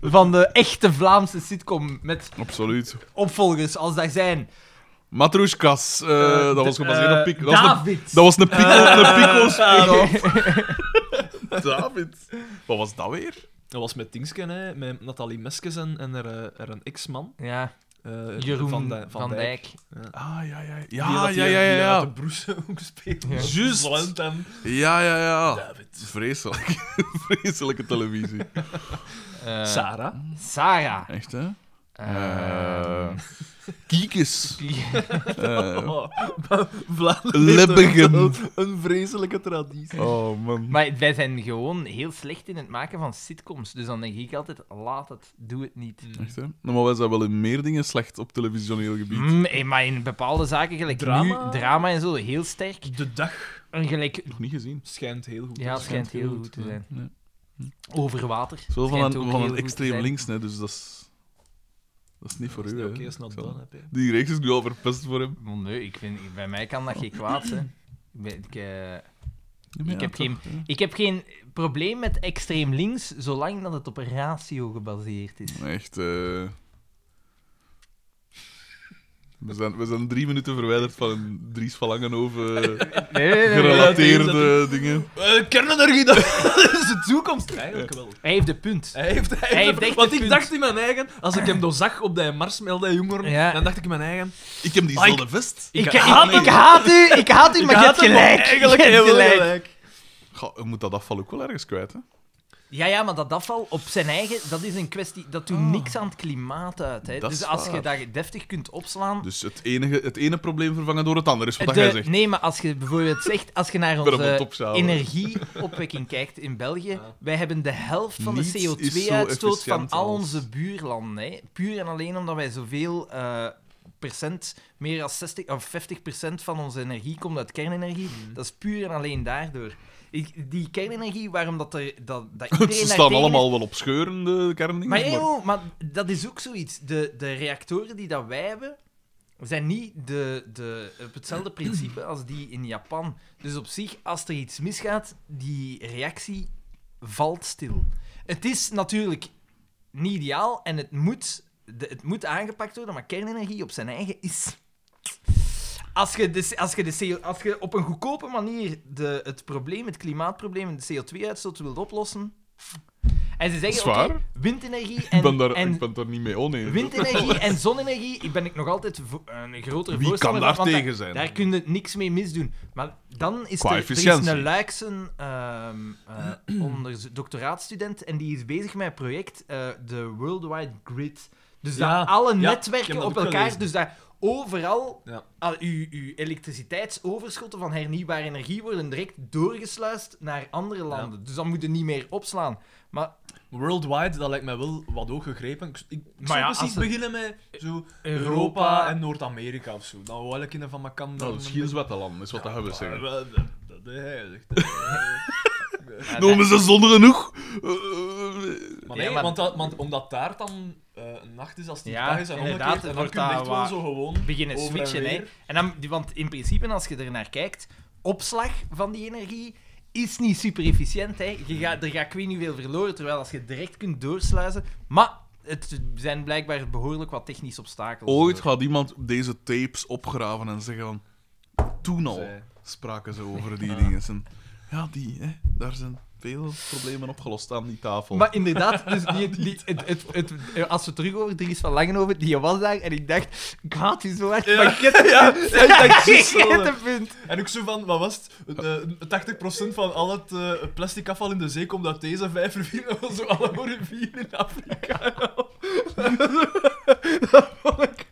van de echte Vlaamse sitcom met
Absoluut.
opvolgers als daar zijn.
Matroeskas, eh,
Eh,
dat was
de-
gebaseerd
eh,
op Pico. Dat was een-
David.
dat was een Pico, een Pico spin-off. David. Wat was dat weer?
Dat was met Tingsken, hè, met Nathalie Meskes en, en haar, eh, haar ex-man.
Ja,
eh,
Jeroen van,
Dij-
Dijk.
Ah, ja, ja.
Die
Ja,
dat
ja,
hier-
ja, ja.
die
Ja,
uit de broes ook speelt.
Ja.
Juist.
Zwaant en
ja, ja. ja.
David.
Vreselijk. Vreselijke televisie.
Eh,
Sarah.
mm.
Sarah.
Echt, hè? Eh, kiekes. Eh,
Oh, Vlaanderen heeft
Lebbigen.
wel Een vreselijke traditie.
oh man.
Maar wij zijn gewoon heel slecht in het maken van sitcoms. Dus dan denk ik altijd, laat het, doe het niet.
Mm.
Echt, hè? Nou, maar wij zijn wel in meer dingen slecht op televisioneel gebied.
Mm, eh, maar in bepaalde zaken, gelijk
Drama?
nu, drama en zo, heel sterk.
De dag
En gelijk,
Nog niet gezien.
schijnt heel goed
ja, het
te
schijnt heel goed te zijn. Over water.
Het is wel van
Schijnt
een,
ook
van
heel
een
goed te
extreem
zijn.
links, hè, dus dat is, dat is niet voor u.
Oké,
hè.
okay, is not
Ik zal-
done, heb je.
Die reeks is nu al verpest voor hem.
Maar nee, ik vind, bij mij kan dat geen kwaad zijn. Ik, ben- ik, eh,
maar
Ik heb
toch,
geen-
hè.
ik heb geen probleem met extreem links, zolang dat het op een ratio gebaseerd is.
Echt. eh. We, zijn, we zijn drie minuten verwijderd van een Dries van Langenhoven eh,
Nee, nee, nee, nee.
gerelateerde dingen.
Eh, kernenergie, dat is de toekomst. Eigenlijk wel.
Hij heeft de punt.
Hij heeft, hij
Hij heeft
heeft,
echt
want
een
ik
punt.
dacht in mijn eigen, als ik hem dan zag op die mars met al die jongeren,
Ja.
dan dacht ik in mijn eigen,
Ik heb diezelfde vest.
Ik, ik,
haat hem.
ik haat u, ik haat u, maar
ik
je hebt
had hem
gelijk.
eigenlijk
Je hebt
heel
gelijk.
gelijk.
Ga, je moet dat afval ook wel ergens kwijt, hè?
Ja, ja, maar dat afval op zijn eigen, dat is een kwestie, dat doet niks aan het klimaat uit. Hè.
Dat
Dus
is
als je
waar.
dat deftig kunt opslaan...
Dus het enige, het ene probleem vervangen door het andere is wat dat
De-
jij zegt.
nee, maar als je bijvoorbeeld zegt, als je naar
ben op een
onze
topzaal.
energieopwekking kijkt in België, wij hebben de helft van
Niets
de
is zo
CO2-uitstoot van
efficiënt
al
als-
onze buurlanden. Hè. Puur en alleen omdat wij zoveel eh, procent, meer dan 60 of 50 procent van onze energie komt uit kernenergie. Dat is puur en alleen daardoor. Ik- die kernenergie, waarom dat er... Dat, dat iedereen
Ze
daar
staan
tegen is-
allemaal wel op scheuren, de kerndingen.
maar, eeuw, maar dat is ook zoiets. De, de reactoren die dat wij hebben, zijn niet de, de, op hetzelfde principe als die in Japan. Dus op zich, als er iets misgaat, die reactie valt stil. Het is natuurlijk niet ideaal en het moet, de- het moet aangepakt worden, maar kernenergie op zijn eigen is... Als je, de, als, je de CO, als je op een goedkope manier de, het probleem, het klimaatprobleem en de CO2-uitstoot wilt oplossen... En ze zeggen,
Zwaar.
oké, windenergie
ik, ben
en,
daar, ik
en
ben daar niet mee Oh, oneens.
windenergie en zonne-energie ik ben ik nog altijd vo- een grotere
Wie kan
voorstander
daar
van, want
tegen zijn?
Daar kun je niks mee misdoen. Maar dan is
Qua
er, er is
efficiëntie.
een Luiksen ehm, eh, onderzo- doctoraatstudent en die is bezig met een project, eh, de Worldwide Grid. Dus
Ja,
dat alle
ja, ik
netwerken
heb dat
op
ook
elkaar,
gelezen.
dus dat overal
Ja.
al uw, uw elektriciteitsoverschotten van hernieuwbare energie worden direct doorgesluist naar andere landen. Dus dan moet je niet meer opslaan. Maar
Worldwide, dat lijkt mij wel wat ook gegrepen. Ik, ik
Maar
zou
ja, als
precies
het-
beginnen met zo Europa, en Noord-Amerika of zo. Dan wou ik in van mijn kant.
Nou, dat is geen zwette land, is wat dat hebben zeggen.
Dat, dat, dat, hij zegt, dat-
Ja,
Noemen Nou, ze zon genoeg? Eh,
Maar
Ja,
nee,
maar-
Want, dat, want omdat daar dan eh, een nacht is als die
Ja,
dag is en
inderdaad,
omgekeerd, en dan
wordt
kun je
dat
echt wel
waar-
zo gewoon
beginnen
over en
switchen. Hè.
weer.
En dan, die- want in principe, als je er naar kijkt, opslag van die energie is niet super efficiënt. Hè. Je gaat, er gaat ik weet niet veel verloren, terwijl als je direct kunt doorsluizen. Maar het zijn blijkbaar behoorlijk wat technische obstakels.
Ooit gaat iemand deze tapes opgraven en zeggen van... Toen al
Zij-
spraken ze over die dingen. En Ja, die, hè, daar zijn veel problemen opgelost aan die tafel.
Maar inderdaad, dus die, die, het, het, het, eh, als we terug over Dries van Langenhoven, die was daar en ik dacht, ik haat u zo hard,
Ja.
maar je hebt een
Ja,
punt.
ja, ik dacht
Je
juist wel.
hebt een punt.
En ook zo van, wat was het? Eh, 80% van al het eh, plastic afval in de zee komt uit deze vijf rivieren. Dat was zo allemaal rivieren in Afrika. Dat vond ik,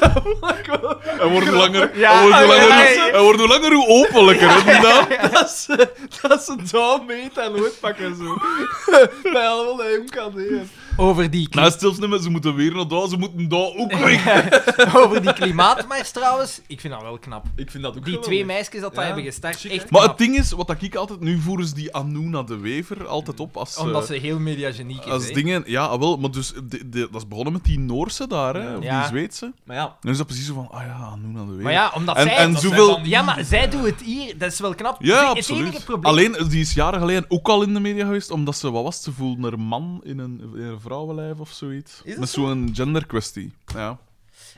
dat vond ik wel...
Hij wordt hoe langer,
Ja,
hij wordt hoe
ja,
langer,
ja,
hoe-
ja.
hij wordt hoe, langer hoe openlijker, hè, die naam.
Dat ze, dat ze daar mee aan nooit pakken, zo. Bij allemaal dat jong kan doen.
Over die
Nou, stil nummer, ze moeten weer naar daar, ze moeten daar ook
Nou,
weg.
Over die klimaatmars trouwens, ik vind dat wel knap.
Ik vind dat ook
Die twee meisjes dat dat
Ja,
hebben gestart,
chic,
echt
hè?
Maar
knap.
het ding is, wat dat ik altijd... Nu voeren ze die Anuna de Wever altijd op als... eh,
Omdat ze heel mediageniek is.
Als
hè.
dingen, ja, ah, wel, maar dus, de- de- dat is begonnen met die Noorse daar, hè,
Ja.
of
Ja.
die Zweedse.
Maar ja,
Dan is dat precies zo van, ah ja, noem aan de weer.
Maar ja, omdat
en,
zij...
en
dat zijn
zoveel...
dan die-
Ja, maar zij doet het hier. Dat is wel knap.
Ja,
het
absoluut.
enige probleem...
Alleen, die is jaren geleden ook al in de media geweest, omdat ze, wat was het, ze voelde een man in een, in een vrouwenlijf of zoiets.
dat
Met zo'n genderkwestie. Ja.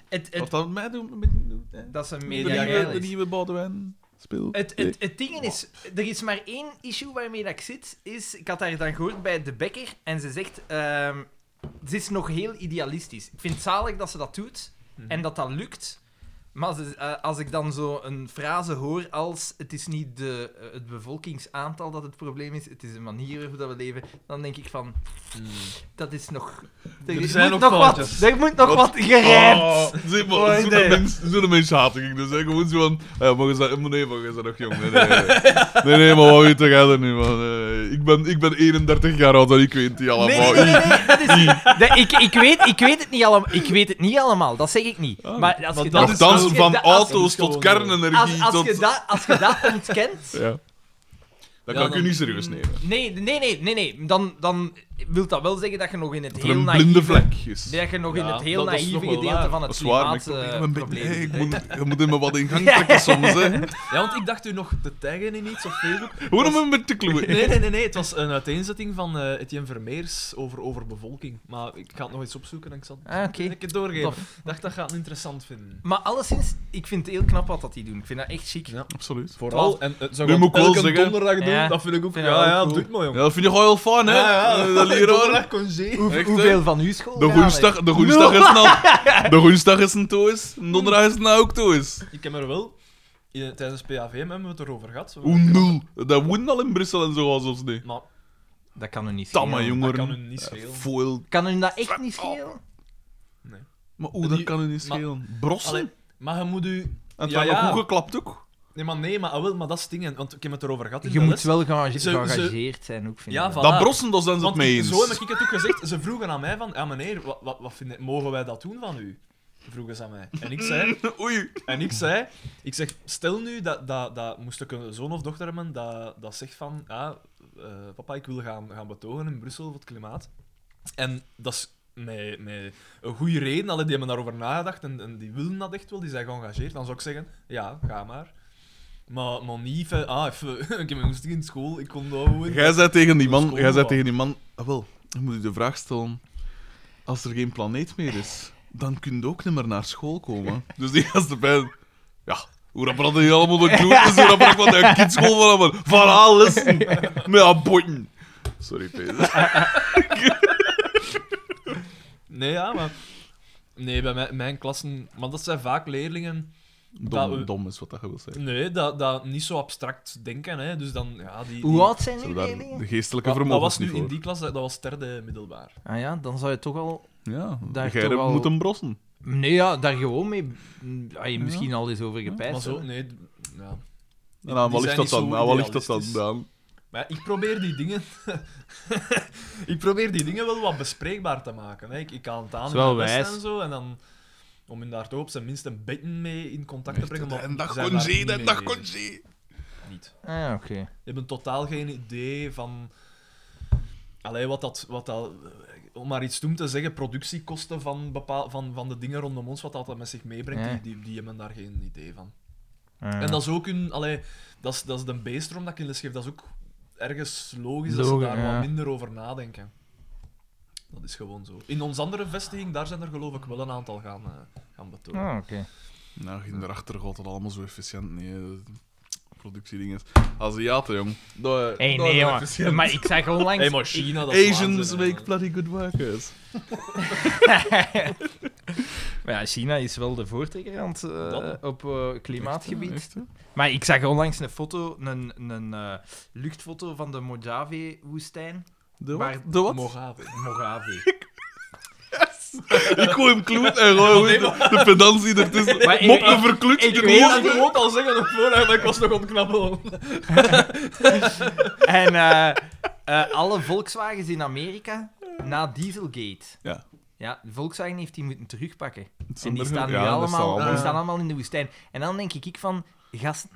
Het,
Wat
het,
dat mij doet, met, doet, hè.
dat is een
de,
media
nieuwe, de
geil is.
nieuwe Boudewijn speelt.
het, het, het ding is, er is maar één issue waarmee dat ik zit. Is, ik had haar dan gehoord bij de bekker en ze zegt, ehm, ze is nog heel idealistisch. Ik vind het zalig dat ze dat doet en dat dat lukt. Maar ze- eh, als ik dan zo een frase hoor als het is niet de, eh, het bevolkingsaantal dat het probleem is, het is de manier waarop dat we leven, dan denk ik van, dat is nog... Er,
zijn
moet
nog foutjes.
wat, er moet nog wat gerijmd.
Oh, zeg maar,
Oh,
zo'n
nee.
mens, zo'n mens haat ik dus. Hè. Gewoon zo van, ja, maar je bent, maar nee, maar je bent nog jong. Nee, nee, nee. nee, nee maar wat weet je er nu, man? Eh, ik, ben, ik ben 31 jaar oud en ik weet die allemaal.
Nee, nee, nee, nee, nee, dat is niet. Nee, ik, ik, weet, ik, weet het niet allemaal, ik weet het niet allemaal, dat zeg ik niet. Maar als je
Ah. Dat is
als
dansen
je
van
dat- als-
auto's
dat is
tot
gewoon-
kernenergie.
Als, als,
tot...
je dat, als je dat ontkent...
Ja. Dat
Ja,
kan ik
dan-
u niet serieus nemen.
Nee, nee, nee, nee, nee. Dan, dan wil dat wel zeggen dat je nog in het
Dat er
heel
een
naïeve...
blinde vlek is.
Dat je nog in
Ja,
het heel
dat is
naïeve
nog wel
gedeelte
waar.
van
Dat
het
is waar, maar ik probeer hem een beetje...
klimaatprobleem.
Hey, ik moet, je moet hem wat in gang trekken soms, hè.
Ja, want ik dacht u nog te taggen in iets op Facebook.
Hoor hem een beetje te kloeien.
Nee, nee, nee, nee. Het was een uiteenzetting van eh Etienne Vermeers over overbevolking. Maar ik ga het nog eens opzoeken en ik zal het
Ah, oké.
een keer doorgeven.
Tof.
Ik dacht, dat gaat het interessant vinden.
Maar alleszins, ik vind het heel knap wat dat die doen. Ik vind dat echt chic.
Ja.
Absoluut.
Vooral, en het zou
Nu
ik
moet ik
elke
wel zeggen-
donderdag doen,
Ja.
dat vind ik ook...
Vind
ja,
ik ook
ja,
cool.
doe het maar,
Ja,
jong.
dat vind ik wel heel fijn, hè. Eh, dat leraar.
donderdag congé.
Hoe-
Echt,
hoeveel van uw school?
De woensdag, de woensdag is nou, de woensdag is een toes, de donderdag is nou ook toes.
Ik heb er wel... eh, Tijdens PAVM hebben we het erover gehad. zo.
Hoe nul, dat woont al in Brussel en zo als ons nee.
Maar
Dat kan u niet schelen.
Tamme
dat
jongeren.
kan hun niet schelen.
Foil.
Kan u dat echt niet schelen?
Maar hoe dat
Die-
kan u niet
maar-
schelen? Brossen.
Allee, maar je moet u...
en
ja,
dan
ja.
nog goed geklapt ook.
Nee, maar nee, maar, ah, wel, maar dat is dingen. Want ik heb het erover gehad in
Je
de
moet
les.
wel geënga-
Ze- ze-
geëngageerd zijn, ook vind
Ja,
ik.
van-
Dat
Voilà.
brossen, daar zijn ze het
Want
mee
ik-
eens.
zo heb ik het ook gezegd. Ze vroegen aan mij van, ja meneer, wat, wat, wat vinden, mogen wij dat doen van u? Vroegen ze aan mij. En ik zei,
Oei.
en ik zei, ik zeg, stel nu dat, dat, dat moest ik een zoon of dochter hebben dat, dat zegt van, ja, eh, papa, ik wil gaan, gaan betogen in Brussel voor het klimaat. En dat is met, met een goede reden, allee, die hebben daarover nagedacht en, en die willen dat echt wel, die zijn geëngageerd. Dan zou ik zeggen, ja, ga maar. Maar, maar niet van, ah, even, ik heb mijn hoesting in school, ik kon dat gewoon.
Jij zei tegen die man,
Dat is
jij zei
cool,
tegen die man, ah, wel, dan moet u de vraag stellen, als er geen planeet meer is, dan kun je ook niet meer naar school komen. Dus die gast erbij, ja, hoe dat brandde je allemaal de klootjes, hoe dat brak wat een kindschool van allemaal, van alles, met abotten. Sorry, Peter.
Nee, ja, maar... Nee, bij mijn, mijn klassen... Want dat zijn vaak leerlingen...
Dom, dom is wat dat je wil zeggen.
Nee, dat, dat niet zo abstract denken, hè. Dus dan, ja, die... die-
Hoe oud zijn
Ze
die
hebben daar
leerlingen?
de geestelijke
dat, dat
vermogens
was
niet
nu in
voor.
die klas, dat, dat was derde middelbaar.
Ah ja, dan zou je toch al...
Ja,
daar
jij
toch
hebt
al-
moeten brossen.
Nee, ja, daar gewoon mee... Mm, ah, je misschien al eens over
Maar
gepijst.
zo,
hoor.
nee... d- Ja.
En aan
die
wat ligt dat
zijn niet zo
dan? Aan wat ligt dat dan?
idealistisch.
Daan?
Maar ja, ik probeer die dingen... ik probeer die dingen wel wat bespreekbaar te maken, hè. Ik, ik haal het aan
Is
in
wel
mijn lessen
wijs.
en zo, en dan... Om hen daar toch op zijn minst een beetje mee in contact te
Echt,
brengen. maar
En dag
zij waren
congé,
niet
en
mee
dag
bezig.
congé.
Niet.
Ah, ja, oké.
Je hebben totaal geen idee van. Allee, wat dat, wat dat. Om maar iets toen te zeggen, productiekosten van, bepaal, van, van de dingen rondom ons, wat dat dan met zich meebrengt,
Ja.
die, die, die hebben daar geen idee van.
Ah.
En dat is ook een. Allee, dat, is, dat is de beestrom dat ik in les geef, dat is ook ergens logisch, dat
Logisch,
ze daar
ja.
wat minder over nadenken. Dat is gewoon zo. In onze andere vestiging, daar zijn er geloof ik wel een aantal gaan, eh, gaan betogen.
Ah, oké.
Nou, ging erachter gaat dat allemaal zo efficiënt. Nee, eh, productiedingen. Aziaten, jong. Dat-
Hey,
dat
nee,
is
jongen.
efficiënt.
Maar ik zag onlangs...
Hey, maar China, dat is
Asians
waanzin, hè,
make
man.
bloody good workers.
Maar ja, China is wel de voortrekker aan het, eh,
Dat.
op eh, klimaatgebied.
Echt, hè?
Maar ik zag onlangs een foto, een, een eh, luchtfoto van de Mojave-woestijn.
De wat?
Maar-
De wat?
Mojave.
Mojave.
Ik gooi hem kloot en gooi de, de pedantie ertussen.
Maar ik-
Mop de
ik-
verklut.
ik
de
weet
moer.
dat-
Ik moet al zeggen op voorhand, maar ik was nog ontknappen.
en eh, eh, alle Volkswagens in Amerika na Dieselgate.
Ja.
Ja, Volkswagen heeft die moeten terugpakken.
Het zijn
En die
er-
staan nu
ja, dat
allemaal,
staan
die
allemaal.
staan allemaal in de woestijn. En dan denk ik van, gasten,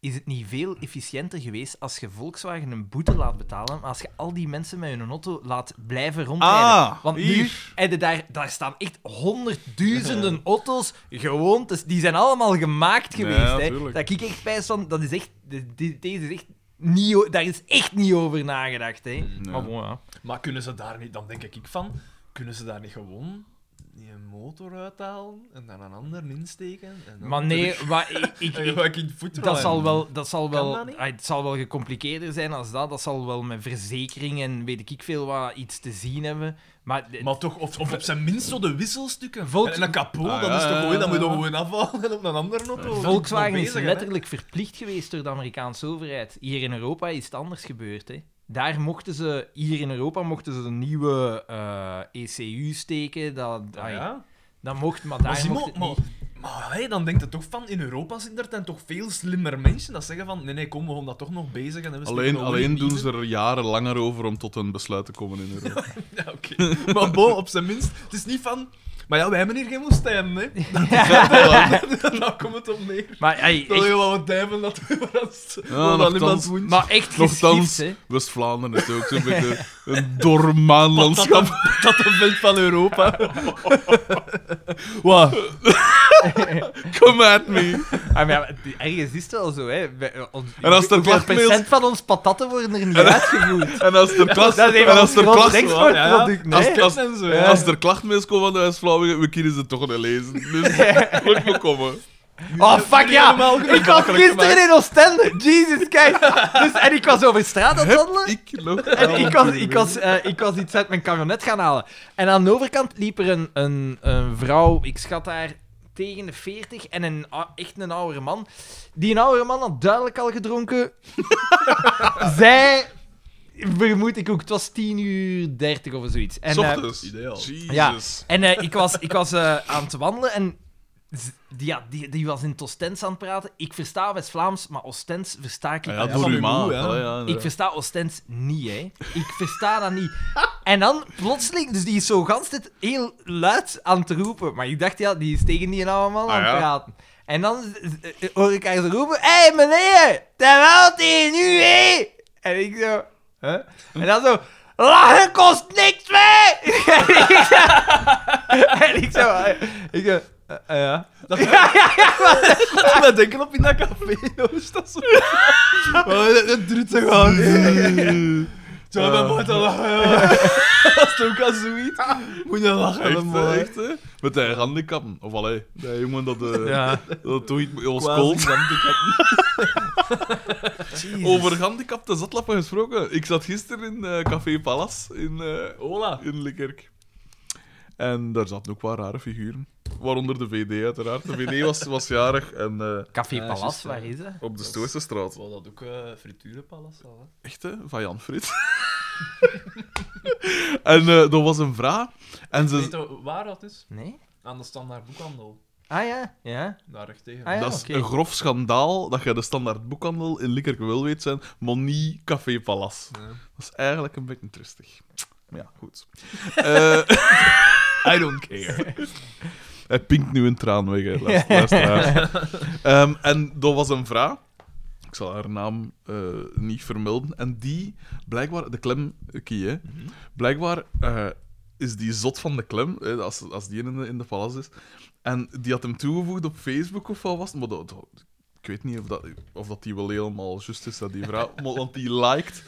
is het niet veel efficiënter geweest als je Volkswagen een boete laat betalen, maar als je al die mensen met hun auto laat blijven rondrijden?
Ah,
Want nu,
hier.
en de- daar, daar staan echt honderdduizenden auto's gewoon. te- die zijn allemaal gemaakt
Ja,
geweest. hè.
tuurlijk.
Dat ik echt spijs van, dat is echt, de- die- deze is echt niet, o- daar is echt niet over nagedacht. Hè.
Ja.
Maar Ah, bon, ja.
Maar kunnen ze daar niet, dan denk ik van, kunnen ze daar niet gewoon die motor uithalen en daar een ander insteken. En dan
Maar nee,
terug.
maar ik, ik,
En je
ik-
maakt in het voetrol
dat
en-
zal wel, dat zal wel,
dat niet?
ah, het zal wel gecompliceerder zijn als dat. Dat zal wel met verzekering en weet ik veel wat iets te zien hebben. Maar, d-
Maar toch, of, of op zijn minst zo de wisselstukken.
Volks-
En een kapot,
Ah,
dat
ja,
is toch
ja,
mooi, dat
ja,
moet je dan
ja.
gewoon afhalen en op een andere auto.
Volkswagen
Nog
is
bezig, hè.
letterlijk verplicht geweest door de Amerikaanse overheid. Hier in Europa is het anders gebeurd. Hè. Daar mochten ze, hier in Europa mochten ze een nieuwe eh, ECU steken. Dat,
Ah,
ai,
ja.
dat mocht, maar daar
Maar, Simon,
mocht het
maar,
niet.
maar hey, dan denkt het toch van, in Europa zijn er dan toch veel slimmer mensen dat zeggen van, nee, nee, kom, we gaan dat toch nog bezig. En we steken
Alleen,
nog
alleen
niet
doen
in.
ze er jaren langer over om tot een besluit te komen in Europa.
Ja, oké. Maar bon, op zijn minst, het is niet van... Maar ja, wij hebben hier geen woestijn, hè. Daar komt Nou, het op neer.
Maar, ai,
Dan wil
echt,
je wel wat duiven dat we dat
Ja,
dat
nochtans-
niemand woont.
maar echt geschift,
Nochtans,
hè.
West-Vlaanderen is ook zo'n beetje een dormaan landschap.
Dat de vent van Europa. Wat?
Come at me.
Ah, maar ja, het- ergens is het wel zo, hè. Wij- ons-
En als er
hoeveel
klachtmails-
procent van ons patatten worden er niet uitgevoerd?
En als er klas...
Dat is een
en
van
als
ons
er
grote
klas...
exportproducten,
Als-
hè.
als-
en zo,
Ja. Als er klachtmails komen van de West-Vlamingen, we kunnen ze toch niet lezen. Dus moet me komen. Ah,
Oh, fuck ja! Ik was gisteren in Oostende! Jesus, kijk! Dus, en ik was over straat aan het wandelen.
Ik Oh, nog.
En ik was, ik, was, eh, ik was iets uit mijn camionet gaan halen. En aan de overkant liep er een, een, een vrouw, ik schat haar tegen de 40, en een, ou- echt een oudere man. Die een oudere man had duidelijk al gedronken. Zij, vermoed ik ook, het was 10 uur 30 of zoiets. En,
En,
eh,
Ochtends.
ideaal.
Jezus.
en eh, ik was, ik was eh, aan het wandelen en z- die, ja, die, die was in het Oostens aan het praten. Ik versta West-Vlaams, maar Oostens versta ik
Ja,
niet.
Ah ja,
Ja,
door
van
uw
uw
ma.
moe, hè.
Allee, Oh, ja,
Ik versta Oostens niet, hè. Ik versta dat niet. En dan plotseling, dus die is zo gans dit heel luid aan het roepen. Maar ik dacht, ja, die is tegen die oude man
Ah,
aan het
ja.
praten. En dan z- z- eh, hoor ik haar zo roepen, hé hey, meneer, terwijl tegen nu, hé. En ik zo, huh? En dan zo, lachen kost niks meer. en ik zo, en ik zo, eh, ik zo, eh, eh, ja.
Dat-
ja, ja, ja, maar-
We denken op in dat café, jongens. Dat is zo...
Oh, dat doet ze gewoon.
Ja,
Eh.
dan moet je lachen. Dat is toch ook al zoiets. Moet je lachen,
Echt,
dan
hè,
moet je-
echt, hè? Met de handikappen. Of allee, nee, jongen, dat, eh
ja.
dat doe ik met ons
Quasi
cold.
handicap.
Over gehandicapte zatlappen gesproken. Ik zat gisteren in eh, Café Palace in, eh,
Hola.
in Likkerk. En daar zaten ook wat rare figuren. Waaronder de VD, uiteraard. De VD was, was jarig en eh,
Café
Ja, juist,
Palace,
ja.
waar is dat?
op de Stoerse straat.
Zou dat ook uh, friturenpalas al, hè?
Echt, hè? Van Jan Frit. en eh dat was een vraag. En ze...
Weet je waar dat is?
Nee?
Aan de standaard boekhandel.
Ah ja, ja.
Daar recht tegen.
Ah, ja.
dat is
oké.
een grof schandaal dat je de standaard boekhandel in Likkerk wel weet zijn, maar niet Café Palace.
Ja.
Dat is eigenlijk een beetje tristig. Maar ja, goed. Eh,
I don't care.
hij pinkt nu een traan weg, hè, luister- luisteraars. Ehm, en dat was een vrouw. Ik zal haar naam eh, niet vermelden. En die, blijkbaar, de klem, eh, kie, hè. Blijkbaar eh, is die zot van de klem, hè, als, als die in de, in de palace is. En die had hem toegevoegd op Facebook of wat was het, maar dat, dat- ik weet niet of dat, of dat die wel helemaal juist is, dat die vrouw. maar- want die liked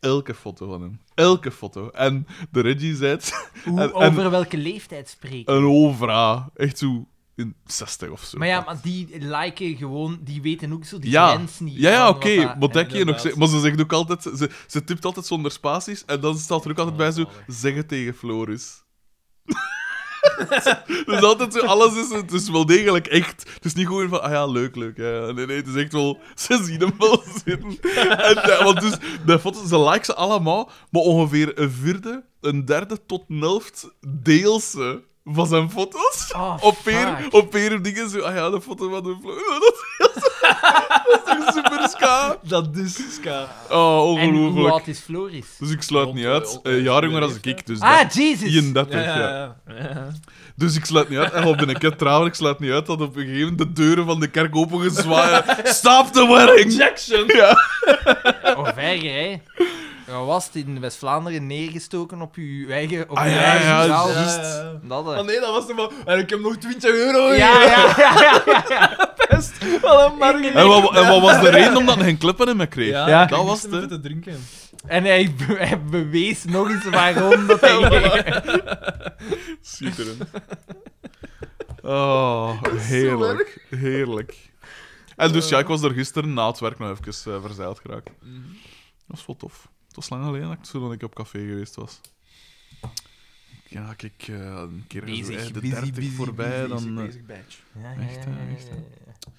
elke foto van hem. Elke foto. En de Reggie zei het,
Hoe,
En- en-
over welke leeftijd spreken?
een ovra. Echt zo in 60 of zo.
maar ja, maar die liken gewoon, die weten ook zo die
Ja.
grens niet.
Ja, ja
van
oké.
wat dat-
maar dat kan je nog
inderdaad.
zeggen. Maar ze zegt ook altijd... Ze, ze tipt altijd zonder spaties. En dan staat er ook altijd bij zo...
zalig.
Zeg het tegen Floris. dus altijd zo... Alles is, het is wel degelijk echt. Het is niet gewoon van... Ah ja, leuk, leuk. Ja. ja. Nee, nee, het is echt wel... Ze zien hem wel zitten. En, eh, want dus... De foto's, ze liken ze allemaal. Maar ongeveer een vierde, een derde tot een helft deelt ze van zijn foto's.
Oh,
op peer,
fuck.
op peer dingen zo... Ah ja, de foto van de Floris. Dat dat is super ska.
Dat is ska.
Oh,
En hoe
ongelooflijk.
oud is Floris?
Dus ik sluit
Rond,
niet
eh,
uit.
on-
Eh jaar jonger als
leeftijd.
ik, dus dat-
Ah, Jesus!
31,
Ja,
ja.
ja, ja.
Dus ik sluit niet uit. En al ben ik het trouwens, ik sluit niet uit dat op een gegeven moment de deuren van de kerk opengezwaaien. Stop the wedding!
Jackson!
Ja.
Of erger, Oh, hè? Je was het in West-Vlaanderen neergestoken op je eigen... Op
Ah,
uw
ja,
eigen
ja,
zaal.
ja. Ah,
Dat, hè.
Oh nee, dat was toch wel... En ik heb nog 20 euro
Ja, ja, ja, ja, ja, ja.
gegeven. Wat een marginaal.
En wat, en wat was de reden omdat hij geen klippen in me kreeg?
Ja.
ik
Dat
heb
was
niks meer
het,
te drinken.
En hij, be- hij bewees nog eens waarom dat hij...
Schitterend. Oh, heerlijk. Heerlijk. En dus ja, ik was er gisteren na het werk nog even eh, verzeild geraakt. Dat was wel tof. Het was lang geleden dat ik, toen ik op café geweest was. Ja, kijk, eh, een keer
Bezig,
zo, eh, de
busy,
30
busy,
voorbij.
busy,
dan, eh.
Ja, ja,
Echt, hè,
ja, ja,
echt, hè.
ja.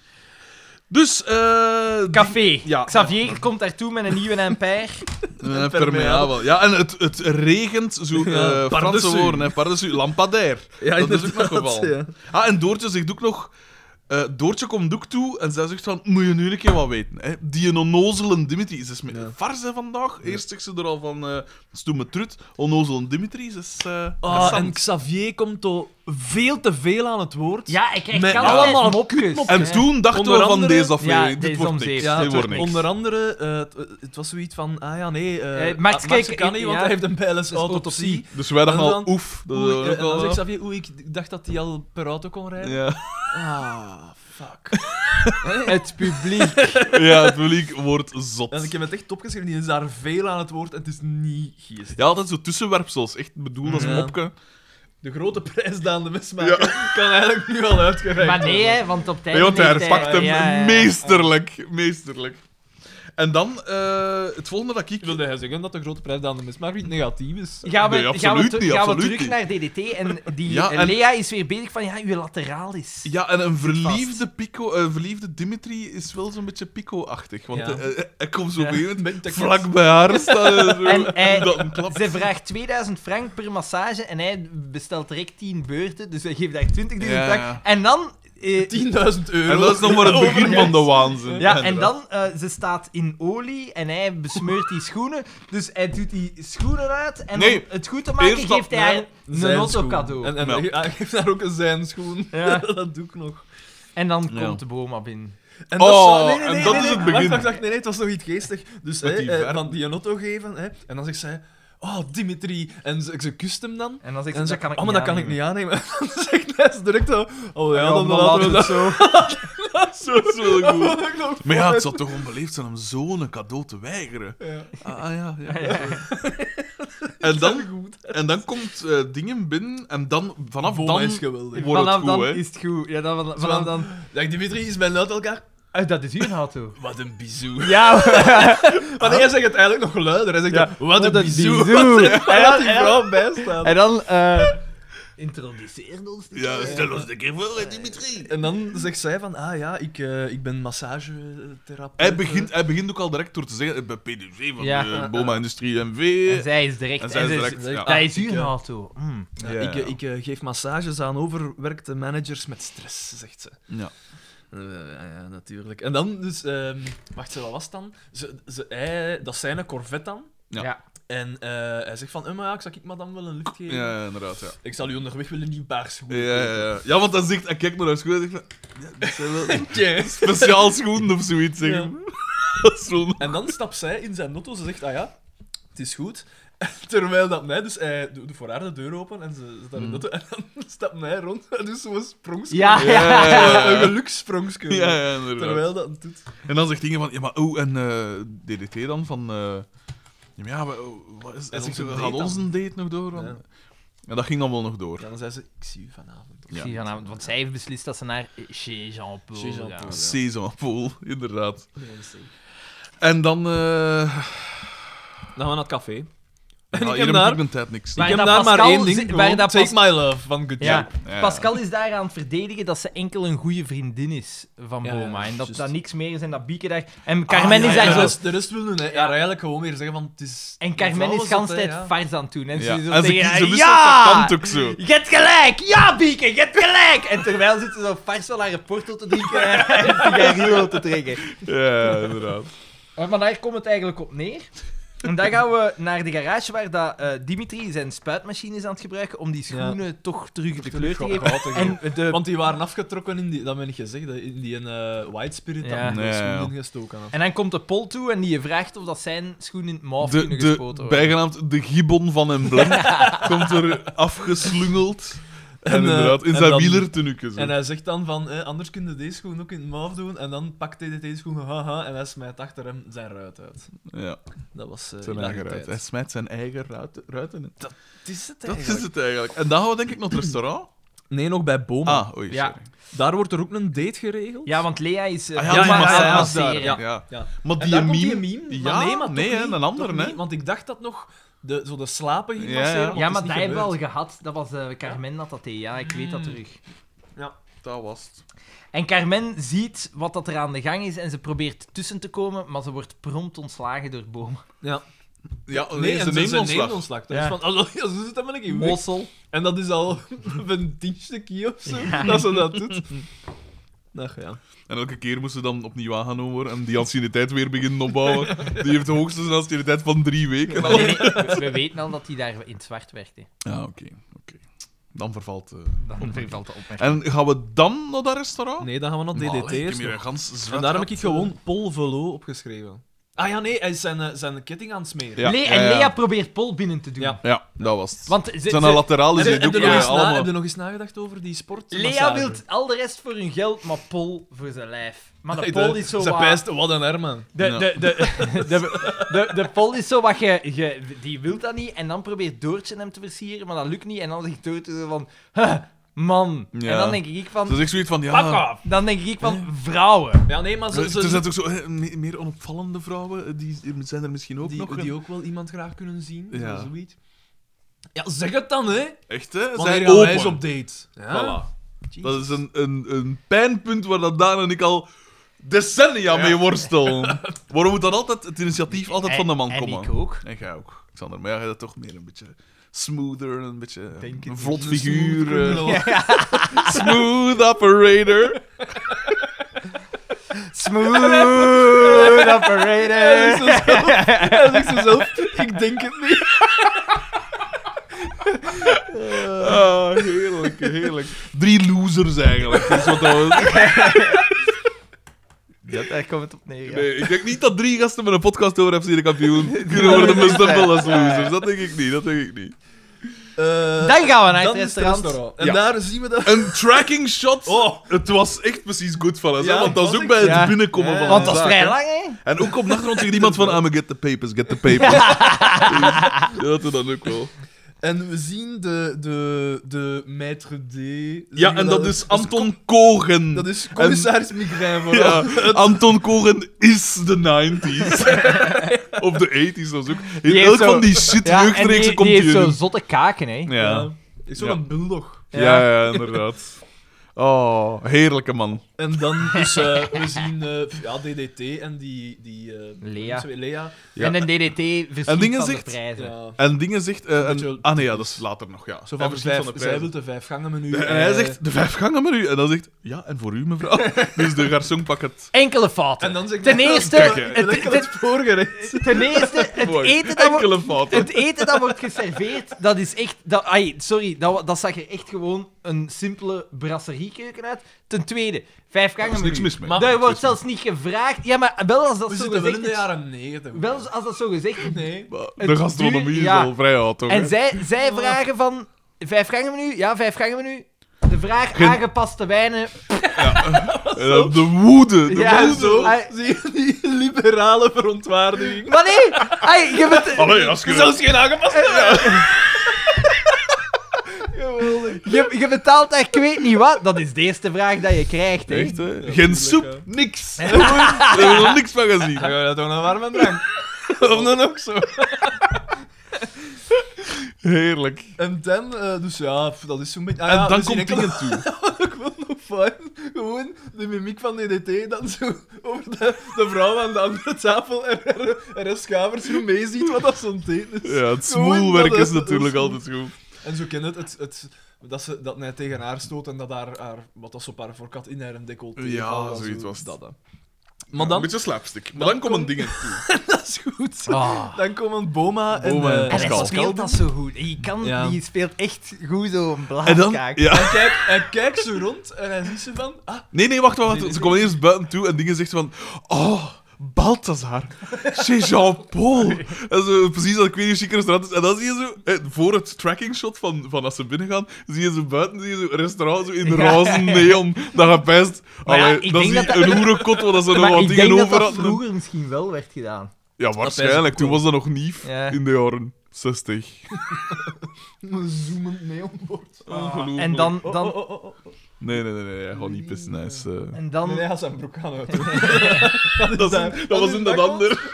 Dus, eh
Café.
Ja.
Xavier komt daartoe met een nieuwe empire.
Eh,
En
permeabel.
permeabel.
Ja, en het, het regent, zo eh
Ja,
Franse
pardessus.
woorden, hè, pardessus, lampadair.
Ja,
dat is ook nog
inderdaad,
geval.
ja.
Ah, en Doortje zegt ook nog... eh, Doortje komt ook toe en zij zegt van, moet je nu een keer wat weten. Hè? Die een onnozele Dimitri, ze is met
Ja.
vars hè, vandaag. Eerst zegt ze er al van, eh stoeme trut, onnozele Dimitri, ze is... eh,
Ah,
interessant.
en Xavier komt toch veel te veel aan het woord.
Ja, ik krijg
Met
altijd
allemaal
mopjes.
en
hè.
toen dachten we
Onder
van
andere-
deze aflevering,
Ja,
dit
deze
wordt
om
niks.
zeep.
dit
het-
wordt niks.
onder andere, eh, het, het was zoiets van, ah ja, nee, eh
Eh, Max
ah,
keek-
kan niet, want
ja.
hij heeft een bijles
Dat is autopsie.
autopsie.
Dus wij dachten
En
al,
dan-
oef. Dat
Oei,
is ook
eh, en
al-
dan zegt Xavier, oei, ik dacht dat hij al per auto kon rijden.
ja.
Ah, fuck.
Het publiek.
ja, het publiek wordt zot.
en dus ik heb het echt opgeschreven, die is daar veel aan het woord en het is niet geest.
Ja, altijd zo tussenwerpsels. Echt bedoeld als
Ja.
mopke.
De grote prijs die aan de mesmaker kan eigenlijk nu al uitgereikt
Maar nee,
worden.
hè, want op tijd.
Nee, want hij herpakt hem meesterlijk. Meesterlijk. En dan eh, het volgende dat ik...
Wilde hij zeggen dat de grote prijs die aan de mesmaker niet negatief is?
Gaan we,
Nee,
gaan we,
absoluut
ter-
niet,
gaan we
absoluut
terug naar DDT en die
Ja,
eh,
en-
Lea is weer bezig van ja, uw lateraal is.
Ja, en een
vast.
verliefde, Pico, eh, verliefde Dimitri is wel zo'n beetje Pico-achtig. Want
Ja.
eh, eh, hij komt zo
Ja.
op een gegeven moment
Met de
vlak bij haar staan. En, zo,
En eh, hij-
dat een klap.
Zij vraagt 2000 frank per massage en hij bestelt direct 10 beurten, dus hij geeft daar 20.000
Ja,
frank.
ja.
En dan... eh,
10.000 euro.
En dat is nog maar het begin van de waanzin.
ja, en
Inderdaad.
dan, eh, ze staat in olie en hij besmeurt die schoenen. Dus hij doet die schoenen uit en
Nee,
om het goed te maken
eerst dat-
geeft hij haar
Zijn
een auto
schoen.
cadeau.
En, en
Ja.
hij- hij geeft daar ook een zijn schoen.
Ja.
dat doe ik nog.
En dan
Ja.
komt de boma binnen.
En
Oh,
dat, zou- nee, nee,
en
nee,
dat
nee,
is
nee.
het begin.
Wacht, wacht, wacht, nee, nee, het was nog iets geestig. Dus
Met
hè,
die
eh,
verf.
van die een auto geven, hè, en dan zegt zij, oh, Dimitri. En ze, ze kust hem dan.
En dan zegt ze,
En ze
dat kan ik
oh,
niet
maar dat kan ik
aannemen.
niet aannemen. En dan zegt hij ze direct zo, oh ja,
Ja,
dan
maar
laten we dat.
zo.
Zo, zo
dat
goed.
wil ik nog
Maar ja,
voor-
het zou toch onbeleefd zijn om zo'n cadeau te weigeren.
Ja.
Ah, ah, ja, ja.
Ja.
En
Dat
dan
is goed.
En dan komt eh, dingen binnen en dan vanaf
Boma
dan
is geweldig.
wordt
Vanaf
het goed,
dan
hè?
is het goed. Ja, dan, vanaf,
Zowel-
dan...
Dag Dimitri, is mijn luid elkaar?
"Eh,
Ah, dat is uw auto.
Wat een bizou.
Ja,
Maar nee, hij zegt het eigenlijk nog luider. Hij zegt
Ja,
dan, wat,
wat
een
een
bizou.
bizou.
Hij had die
Ja, ja.
vrouw bijstaan.
en dan... eh Introduceer ons. die
Ja,
Eh,
keer.
stel ons een keer voor, hè, Dimitri.
En dan zegt zij van, ah ja, ik, eh, ik ben massagetherapeut.
Hij begint, hij begint ook al direct door te zeggen, eh, bij PDV van
Ja.
de Boma Industrie MV.
En zij is direct...
En zij
en
is
ze
direct,
ze-
ja.
Dat is uw
Ik, eh,
auto. Mm.
Ja,
Ja,
ik, eh,
ja.
ik eh, geef massages aan overwerkte managers met stress, zegt ze.
Ja.
Eh, ja, ja, natuurlijk. En dan dus... ehm, wacht, ze, wat was het dan? Ze, ze, hij, dat is zijn corvette dan.
Ja.
En eh, hij zegt van, eh, maar ja, ik zal ik madame wel een lift geven.
ja, inderdaad, ja.
Ik zal u onderweg wel een nieuw paar schoenen
Ja, ja, ja. ja, want dan zegt hij, kijk naar haar schoen en zegt van, ja, dat zijn wel
Yes.
speciaal schoenen of zoiets, zeg.
Ja.
Dat is wel-
En dan stapt zij in zijn auto. Ze zegt, ah ja, het is goed. Terwijl dat mij, dus hij doet voor haar de deur open en ze zit daar in de auto. En dan stapt mij rond en dus zo'n sprongske.
Ja.
Ja, ja, ja, ja.
Een gelukssprongske.
Ja, ja, inderdaad.
Terwijl dat het doet.
En dan zegt dingen van, ja, maar oh, en eh, DDT dan van. eh, ja, maar ja, wa- wat is,
En
en
onze date
gaat
dan?
ons een date nog door? Want...
Ja.
En dat ging dan wel nog door.
Ja, dan zei ze, ik zie u vanavond.
Ja.
Zie je vanavond, want zij heeft beslist dat ze naar chez Jean-Paul
Chez
gaat.
Jean-Paul.
Sesampool, inderdaad.
Ja, dat is zeker.
En dan. eh
Dan gaan we naar het café.
ja,
En ik
hier
heb
heb
daar,
ik mijn tijd niks.
Maar
ik heb
dat
daar maar
Pascal
één ding.
zi- waar
gewoon,
dat
Take
Pas-
my love van Good
Ja.
Job.
Ja, ja.
Pascal is daar aan het verdedigen dat ze enkel een goede vriendin is van
Ja,
Boma.
ja,
en dat
juist.
dat niks meer is en dat Bieke daar... En Carmen
Ah, ja,
is daar
ja, ja.
zo...
de, rest, de rest wil doen, hè. Ja, eigenlijk gewoon weer zeggen van, het is...
En Carmen
vrouw
is de hele tijd
hè, ja.
vars aan het doen. En ze
Ja.
is zo
En ze,
tegen haar,
ze wist dat
ja!
dat kant ook zo.
Je hebt gelijk! Ja, Bieke, je hebt gelijk! En terwijl zit ze zo vars wel haar porto te drinken eh, en een sigarillo te drinken.
Ja, inderdaad.
Eh, Maar daar komt het eigenlijk op neer. En dan gaan we naar de garage waar dat, eh, Dimitri zijn spuitmachine is aan het gebruiken om die schoenen toch terug de kleur te
Goh,
geven.
goh, te geven.
En de
Want die waren afgetrokken in die, dat ben ik gezegd, hè, in die eh, White Spirit
Ja.
dat
Ja,
nee,
ja, ja.
schoen ingestoken had.
En dan komt de pol toe en die vraagt of dat zijn schoen in het mouw
De,
kunnen gespoten
de,
worden.
bijgenaamd de gibbon van Emblem komt er afgeslungeld. En,
eh,
inderdaad, in
en
zijn
dan-
wielertenukje. zo.
En hij zegt dan van, eh, anders kun je deze schoen ook in de mouw doen. En dan pakt hij deze schoen, haha, en hij smijt achter hem zijn ruit uit.
Ja,
Dat was
zijn
eh,
eigen
hilariteit.
ruiten. Hij smijt zijn eigen ruiten. ruiten in.
Het is het
Dat
eigenlijk.
is het eigenlijk. En dan gaan we denk ik naar het restaurant.
Nee, nog bij Boma.
Ah, oei,
Ja.
sorry.
Daar wordt er ook een date geregeld.
Ja, want Lea is... eh,
Ah,
aan
ja,
het
die
masseren.
massages daar.
Ja.
Ja.
Ja.
Maar
En
die
daar
meme...
komt die
Ja,
meme, maar nee, maar toch
nee, hè,
niet,
een
toch
ander, hè.
niet, Want ik dacht dat nog de, zo de slapen ging
Ja, ja.
passeren,
Ja,
Oh, het
maar
is
dat
niet
hebben we al
gebeurd. Hmm.
gehad. Dat was eh, Carmen dat dat deed. Ja, ik weet dat terug.
Dat was het.
En Carmen ziet wat dat er aan de gang is en ze probeert tussen te komen, maar ze wordt prompt ontslagen door bomen.
Ja, nee,
Nee,
ze
en ze
neemt
ze
ons
neemt
slag.
ons slag. Dat
Ja.
is dus van, allo, ja, ze zit hem in een weg.
Mossel.
En dat is al een tientje keer of zo, dat ze dat doet. Nou ja.
En elke keer moest ze dan opnieuw aangenomen worden en die anciëniteit weer beginnen opbouwen. Die heeft de hoogste zijn anciëniteit van drie weken. al.
Nee, nee, we weten al dat hij daar in het zwart werkte.
Ja, oké. oké. Dan vervalt... eh.
Dan valt de opmerking.
En gaan we dan naar dat restaurant?
Nee, dan gaan we
Maar,
naar
allee, ik heb
DDT'ers.
hier
nog.
een gans zwart
En daarom heb ik
gat,
gewoon Paul Velo opgeschreven. Ah ja, nee, hij is zijn, eh, zijn ketting aan het smeren.
Ja,
Le-
ja,
en
ja.
Lea probeert Pol binnen te doen.
Ja.
eh, Ja, dat was het.
Want ze,
Zijn
ze-
laterale
Heb je-
zit
heb
ook
je nog
eh,
eens na-
allemaal...
heb je nog eens nagedacht over die sport?
Lea wil al de rest voor hun geld, maar Pol voor zijn lijf. Maar de Pol is zo
Ze
wat...
pijst, wat een herman.
De, de, de, de, de, de Pol is zo wat... Je, je, die wil dat niet. En dan probeert Doortje hem te versieren, maar dat lukt niet. En dan zegt Doortje zo van... "Huh, man.
Ja.
En dan denk ik
Ze "Ah."
van...
zegt Dus zoiets van,
Pak
ja...
af!
Dan denk ik van... Vrouwen.
Ja, nee, maar ze,
Er
ze,
zijn ook zo eh, me- meer onopvallende vrouwen, eh, die zijn er misschien ook
die,
nog.
die ook wel iemand graag kunnen zien.
Ja.
Ja. Zoiets. Ja, zeg het dan, hè.
Echt, hè?
Wanneer
Zijn
gaan wij eens
open.
op date? Ja.
Voilà. Dat is een, een, een pijnpunt waar dat Daan en ik al decennia mee worstelen. Waarom moet dat altijd, het initiatief altijd van de man
En-
komen?
En ik ook.
En jij ook, Xander. Maar jij hebt toch meer een beetje smoother, een beetje
Denk
een
het
vlot
Een smooth
figuur. eh,
criminal.
Smooth operator.
Smooth operator.
Hij zegt zo zelf- hij zegt zo zelf, ik denk het niet.
Ah, heerlijk, heerlijk. Drie losers eigenlijk. is wat dat was.
Ja, daar komt het op neer. ja.
Nee, ik denk niet dat drie gasten met een podcast over FC de kampioen kunnen worden bestempeld als losers. Dat denk ik niet, dat denk ik niet.
Eh,
Dan gaan we naar
dan
het
is het
restaurant.
restaurant. En
Ja.
daar zien we dat...
Een tracking shot.
Oh.
Het was echt precies Goodfellas,
Ja,
hè? want dat is
was
ook
ik-
bij het
Ja.
binnenkomen
Ja,
van
ja.
Want
de
dat is
eh, zaak,
vrij
hè.
lang, hè?
En ook op de achtergrond zegt iemand van, I'm get the papers, get the papers. Ja. dat doet dan ook wel.
En we zien de, de, de maître D.
Ja, en dat is Anton Kogen.
Dat is commissaris Migrain vooral.
Ja, Anton Kogen is de 90s. of de 80s, dat is ook.
Die
In
heeft
elk
zo-
van die shit
Ja, en
rechtstreeks
die,
komt
die
hij
heeft zo
in.
zotte kaken, hè?
Ja.
Is zo'n
Ja.
een bulldog.
Ja. Ja, inderdaad. Oh, heerlijke man.
En dan dus, eh, we zien eh, ja, DDT en die... die eh,
Lea.
twee- Lea.
Ja.
En een DDT
En
verschiet
dingen
van
zegt-
de prijzen.
Ja.
En dingen zegt... eh, en-
Beetje-
ah nee, ja, dat is later nog, ja.
Zo
Hij
van, de
verschiet
vijf,
de
zij
prijzen.
wil de vijf gangen menu.
En hij
eh,
zegt, de vijf gangen menu. En dan zegt, ja, en voor u, mevrouw. Dus de garçon pakt het.
Enkele fouten.
En dan zegt
ten,
hij- eh,
eerste,
Kijk, eh, hè.
het, het-
Het voorgerecht.
ten eerste, het
Mooi.
eten dat wordt...
Enkele fouten.
Het eten dat wordt geserveerd, dat is echt... Dat, ai, sorry, dat, wa- dat zag er echt gewoon een simpele brasseriekeuken uit. Ten tweede, vijf
Er is
gangen
niks
menu.
mis mee.
Maar-
Daar wordt zelfs niet gevraagd. Ja, maar wel als dat
We
zo
zitten wel in
gezegd
de
is...
jaren negentig.
Wel als dat zo gezegd is.
Nee.
De gastronomie
duur-
is
ja.
al vrij oud, toch?
En
hè?
zij, zij vragen van... Vijf gangen menu? Ja, vijf gangen menu. De vraag
Geen-
aangepaste wijnen.
En dan Eh, de woede. De
Ja,
woede.
zo. Ai.
Zie je die liberale verontwaardiging?
Maar nee! ai, je bent...
Allee, als je...
Zelfs geen aangepast.
Je, je betaalt echt, ik weet niet wat. Dat is de eerste vraag dat je krijgt. Hè.
Echt, hè? Geen
tuurlijk,
soep,
ja.
niks. Daar hebben we nog niks van gezien.
Dan gaan we dat toch naar warme drank. Of dan ook zo.
Heerlijk.
En dan, eh, dus ja, pff, dat is zo'n beetje... Ah,
En
ja,
dan
we zien
komt
enkele-
dingen toe.
Ik vond nog fijn. Gewoon de mimiek van DDT dan zo over de, de vrouw aan de andere tafel en er, er is Schavers zo meeziet wat dat zo'n teken is.
Ja, het
Gewoon
smoelwerk
dat
is
het-
natuurlijk
dat-
altijd goed.
En zo ken het, het, het dat, ze, dat hij tegen haar stoot en dat haar, haar wat dat op haar voorkat in haar decolleté.
Ja,
valt, dat
zoiets
zo,
was het.
dat. hè.
Ja,
Maar
Een
dan,
beetje slapstick. Maar dan
dan
komen
komt-
dingen toe.
dat is goed.
Ah.
Dan komen Boma en,
Boma en
eh,
En hij
Pascal.
speelt dat zo goed. Je kan,
Ja.
Die speelt echt goed zo'n
En dan...
blaaskaak.
Ja.
Hij kijkt, hij kijkt zo rond en hij ziet ze van... Ah,
Nee, nee, wacht, wacht.
Nee,
Ze
nee.
komen eerst buiten toe en dingen zegt van... Oh, Balthazar, chez Jean-Paul. En zo, precies dat ik weet niet chique restaurant is. En dan zie je zo, eh, voor het tracking shot van, van als ze binnengaan, zie je ze buiten, zie je zo een restaurant zo in
Ja.
roze neon. Dat gepijst.
Maar ja,
Allee,
ik
dan
denk
zie
dat
je
dat-
een hoerenkot waar dat ze nog
maar
wat
ik denk
dingen
dat
over
dat
hadden.
vroeger misschien wel werd gedaan.
Ja, waarschijnlijk. Toen was dat nog niet
Ja.
in de jaren 60.
Een zoemend neonbord.
Ah,
Ongelooflijk.
En dan,
Oh,
dan,
oh, oh, oh, oh.
Nee, nee, nee, nee. Hij gaat niet pissen. Hij is... eh,
en dan,
Nee, hij had zijn broek aan uit.
Dat, is- dat was in dat ander.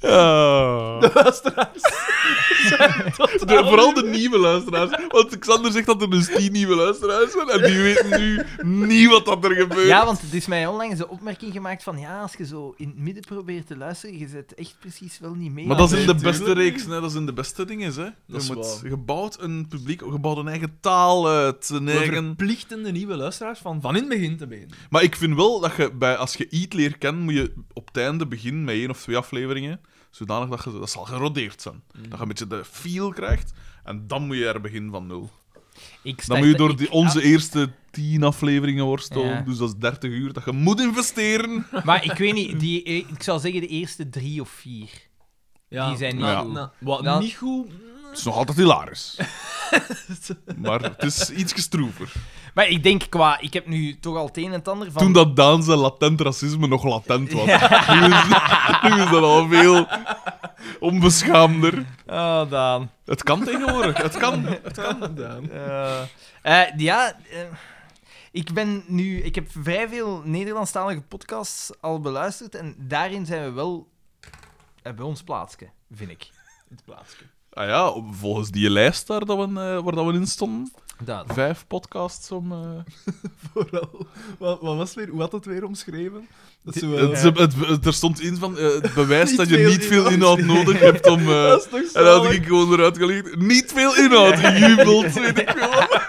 Ja. De luisteraars. vooral de nieuwe luisteraars. Want Xander zegt dat er dus tien nieuwe luisteraars zijn. En die weten nu niet wat dat er gebeurt.
Ja, want het is mij onlangs de opmerking gemaakt van ja, als je zo in het midden probeert te luisteren, je zet echt precies wel niet mee.
maar dat is in de
natuurlijk.
beste reeks, hè. dat is in de beste dingen. Hè.
Dat is
je, moet,
waar.
je bouwt een publiek, je bouwt een eigen taal eh, uit. Een
We
eigen...
verplichten de nieuwe luisteraars van van in het begin te beginnen.
Maar ik vind wel dat je bij, als je iets leert kennen, moet je op het einde beginnen met één of twee afleveringen. Zodanig dat je dat zal gerodeerd zijn.
Mm.
Dat je een beetje de feel krijgt. En dan moet je er beginnen van nul.
Ik
Dan
startte-
moet je door
ik-
die, onze eerste tien afleveringen worstelen.
Ja.
Dus dat is 30 uur dat je moet investeren.
ah, maar ik weet niet, die, eh, ik zou zeggen de eerste drie of vier. Die zijn
niet
goed.
wat
Nou-
niet goed.
Het is nog altijd hilarisch. maar het is iets gestroever.
Maar ik denk qua, ik heb nu toch al het een en het ander van.
Toen dat Daanse latent racisme nog latent was. Nu, is, nu is dat al veel onbeschaamder.
Oh, Daan.
Het kan tegenwoordig. Het kan.
Het kan, Daan.
Eh, eh, ja, eh, ik ben nu. Ik heb vrij veel Nederlandstalige podcasts al beluisterd. En daarin zijn we wel eh, bij ons plaatsje, vind ik.
Het plaatsje.
Ah ja, volgens die lijst daar dat we, eh, waar dat we in stonden.
Dat.
Vijf podcasts om... eh,
Vooral. Wat, wat was het weer? Hoe had het weer omschreven? Dat zo, eh,
Het, ze- het, het- er stond in van eh, het bewijs
Niet
dat je
veel
niet veel
inhoud.
inhoud nodig hebt om. eh,
Dat is toch
en dan had
zalig?
ik gewoon eruit gelegd. Niet veel inhoud, gejubeld, weet ik veel. wat.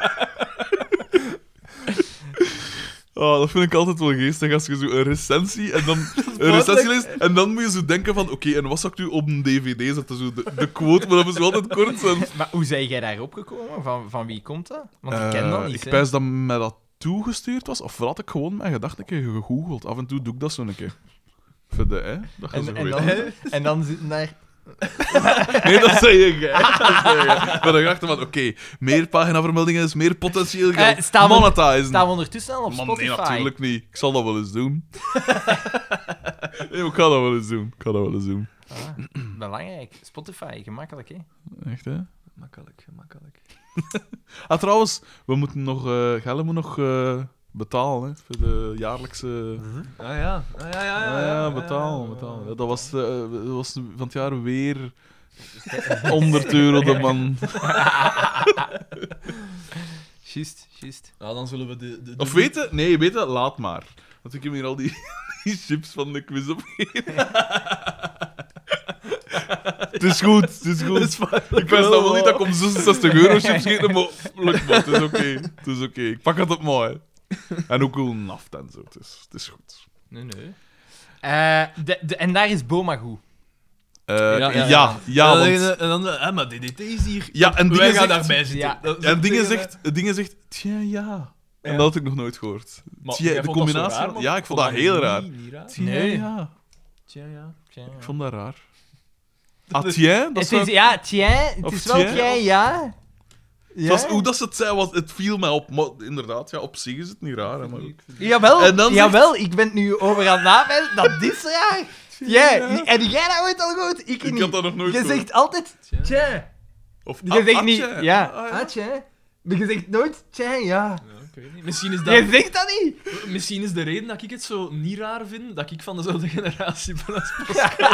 Oh, dat vind ik altijd wel geestig als je zo een recensie en dan een recensie leest en dan moet je zo denken van oké en wat zou ik nu op een DVD zetten zo de, de quote maar dat moet zo altijd kort zijn.
Maar hoe zijn jij daarop gekomen? Van, van wie komt dat? Want ik
Eh,
ken dat niet.
Ik
hè.
pijs dat mij dat toegestuurd was of had ik gewoon mijn gedachten een keer gegoogeld. Af en toe doe ik dat zo een keer. Voor de, hè? Dat je zo
En, en,
weet.
dan, en dan zitten daar.
Nee, dat zei je. gij. Dat zei je. Maar dan dacht ik van, oké, meer paginavermeldingen is meer potentieel geld.
Eh, staan we-
Monetizen.
Staan we ondertussen al op
Man,
Spotify?
nee, natuurlijk niet. Ik zal dat wel eens doen. nee, maar ik ga dat wel eens doen. Ik ga dat wel eens doen.
Ah, belangrijk. Spotify, gemakkelijk, hè?
Echt, hè?
Makkelijk, gemakkelijk.
Ah, trouwens, we moeten nog... eh Gelle moet nog eh, betalen, hè. Voor de jaarlijkse...
Ah ja, ah, ja, ja,
Ah,
ja.
ja, betaal, betaal. Ja, dat, was, eh, dat was van het jaar weer... 100 euro de man.
Juist, juist.
Ja, dan zullen we de... de, de
Of weet je? Nee, weet je? Laat maar. Want ik heb hier al die, die chips van de quiz opgegeven. het is goed, het is goed. ik wens dan wel niet dat ik om 66 euro chips geef, maar lukt maar. Het is oké, het is oké. Ik pak het op mooi. En ook wel naft en zo. Het is, het is goed.
Nee, nee. Eh, de, de, en daar is Boma goed.
Eh,
ja,
ja,
ja.
ja, ja,
Ja, en,
want...
en dan... eh, maar DDT is hier.
Ja, en
Wij
dingen zegt...
gaan daarbij zitten.
Ja.
Dat is
En
het
dingen
tegen-
zegt, dingen zegt... Tja, ja. En
Ja.
dat had ik nog nooit gehoord.
Maar
Tja,
jij
de
vond dat zo
combinatie...
raar, man?
ja, ik vond dat heel
niet-
raar.
niet raar.
Tja,
Nee.
ja.
Tja, ja.
Ik vond dat raar. Ah, tien? Dat
Het
zou-
is, ja, tien. Het
Of
is wel
tien,
tien, ja.
het
ja.
was, hoe dat ze het zei, was, het viel mij op. Maar inderdaad, ja, op zich is het niet raar. Hè, maar... goed.
Jawel,
En dan zegt-
jawel, ik ben het nu over aan het namen. Dat is raar. Jij, en jij dat ooit al goed? Ik,
Ik
niet.
had dat nog nooit
Je
gehoord.
zegt altijd
Tja.
tje.
Of,
Je
ah,
zegt
ah,
niet,
tja.
ja,
Ah,
ah, tje. Maar je zegt nooit tje, ja.
Ja, ik weet het niet. Misschien is, dat,
Je zegt dat niet.
misschien is de reden dat ik het zo niet raar vind, dat ik van dezelfde generatie ben als Pascal.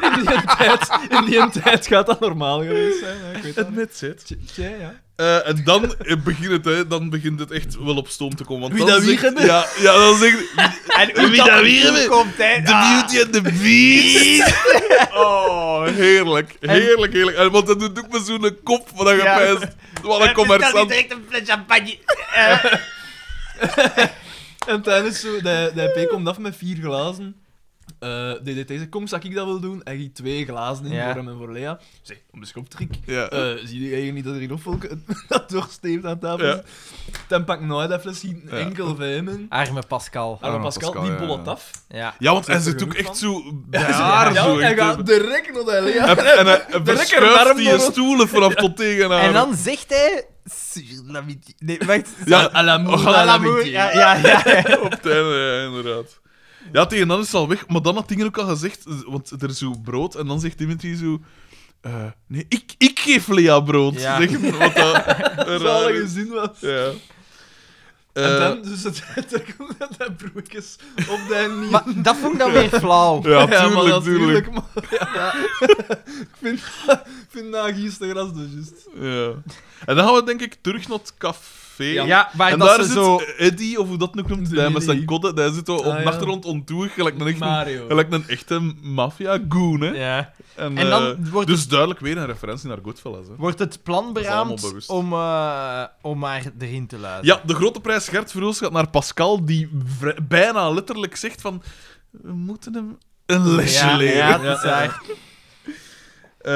in, die tijd, in die tijd gaat dat normaal geweest zijn. hè, Ik weet dat
Het
niet.
net zit.
Tja, tja, ja.
Eh, en dan eh, begint, het, hè, dan begint het echt wel op stoom te komen. Want
Wie
dan
dat
zegt-
wiegen?
Ja, ja, dan zegt
En hoe
Wie dat weer
er
weet.
komt, hè.
The
Ah.
Beauty and the Beast. oh, heerlijk. Heerlijk, heerlijk. En, want dat doet ook me zo'n kop van dat
Ja.
gepijst. Wat
Eh, bestel
een
niet
commerçant.
direct een fles champagne.
En tijdens zo, de, de IP komt af met vier glazen. Eh, eh, DDT zegt, kom, zag ik dat wel doen? Hij giet twee glazen in
Ja.
voor hem en voor Lea. Zeg, om de schoptrik.
Ja.
Eh, zie je hier niet dat er in opvolk dat doorsteemt aan tafel?
Ja.
zit? Dan pakt nooit dat fles geen
Ja.
enkel vijm in.
Arme Pascal.
Arno
Arno
Pascal,
Pascal,
die
ja, ja.
bollet af.
Ja.
ja, want hij
Ik heb
zit
er
ook
genoeg
echt
van.
zo bij haar.
Ja,
zo,
hij
echt,
gaat
eh,
direct naar de Lea.
En, en hij- hij
De
verschuift
rechterarm
die
door-
stoelen vanaf tot tegen haar.
En dan zegt hij... Nee, wacht.
Ja,
à la
Oh,
moe,
à
à
la
la
moe,
moe.
Ja, ja, ja.
Op het einde, ja, inderdaad. Ja, tegen dan is het al weg. Maar dan had Dingen ook al gezegd, want er is zo brood. En dan zegt Dimitri zo... eh, nee, ik, ik geef Lea brood.
Ja.
Zeg, wat dat raar
Zalige
is.
zin was.
Ja.
en
Eh,
dan, dus het, er komt dat hij broekjes op de niet.
Maar dat vond ik dan weer flauw.
ja,
maar
tuurlijk, tuurlijk.
maar- ja. ik vind, ik vind dat gisteren als dus juist.
Ja. En dan gaan we denk ik terug naar het café.
Ja, maar
en
dat
daar
ze
zit
zo...
eh, Eddie, of hoe dat nu komt,
Eddie.
hij met zijn kodden, daar zit zo op
Ah,
de
ja.
achtergrond ontoeig, gelijk een echte,
Mario.
gelijk een echte maffia-goon. hè.
Ja.
En,
En dan
eh,
wordt-
dus duidelijk weer een referentie naar Goodfellas. Hè.
Wordt het plan
is allemaal
beraamd
bewust.
om, eh, om haar erin te luiden?
Ja, de grote prijs Gert Verhulst gaat naar Pascal, die vri- bijna letterlijk zegt van... We moeten hem een lesje
ja,
leren.
Ja, dat is waar.
Eh,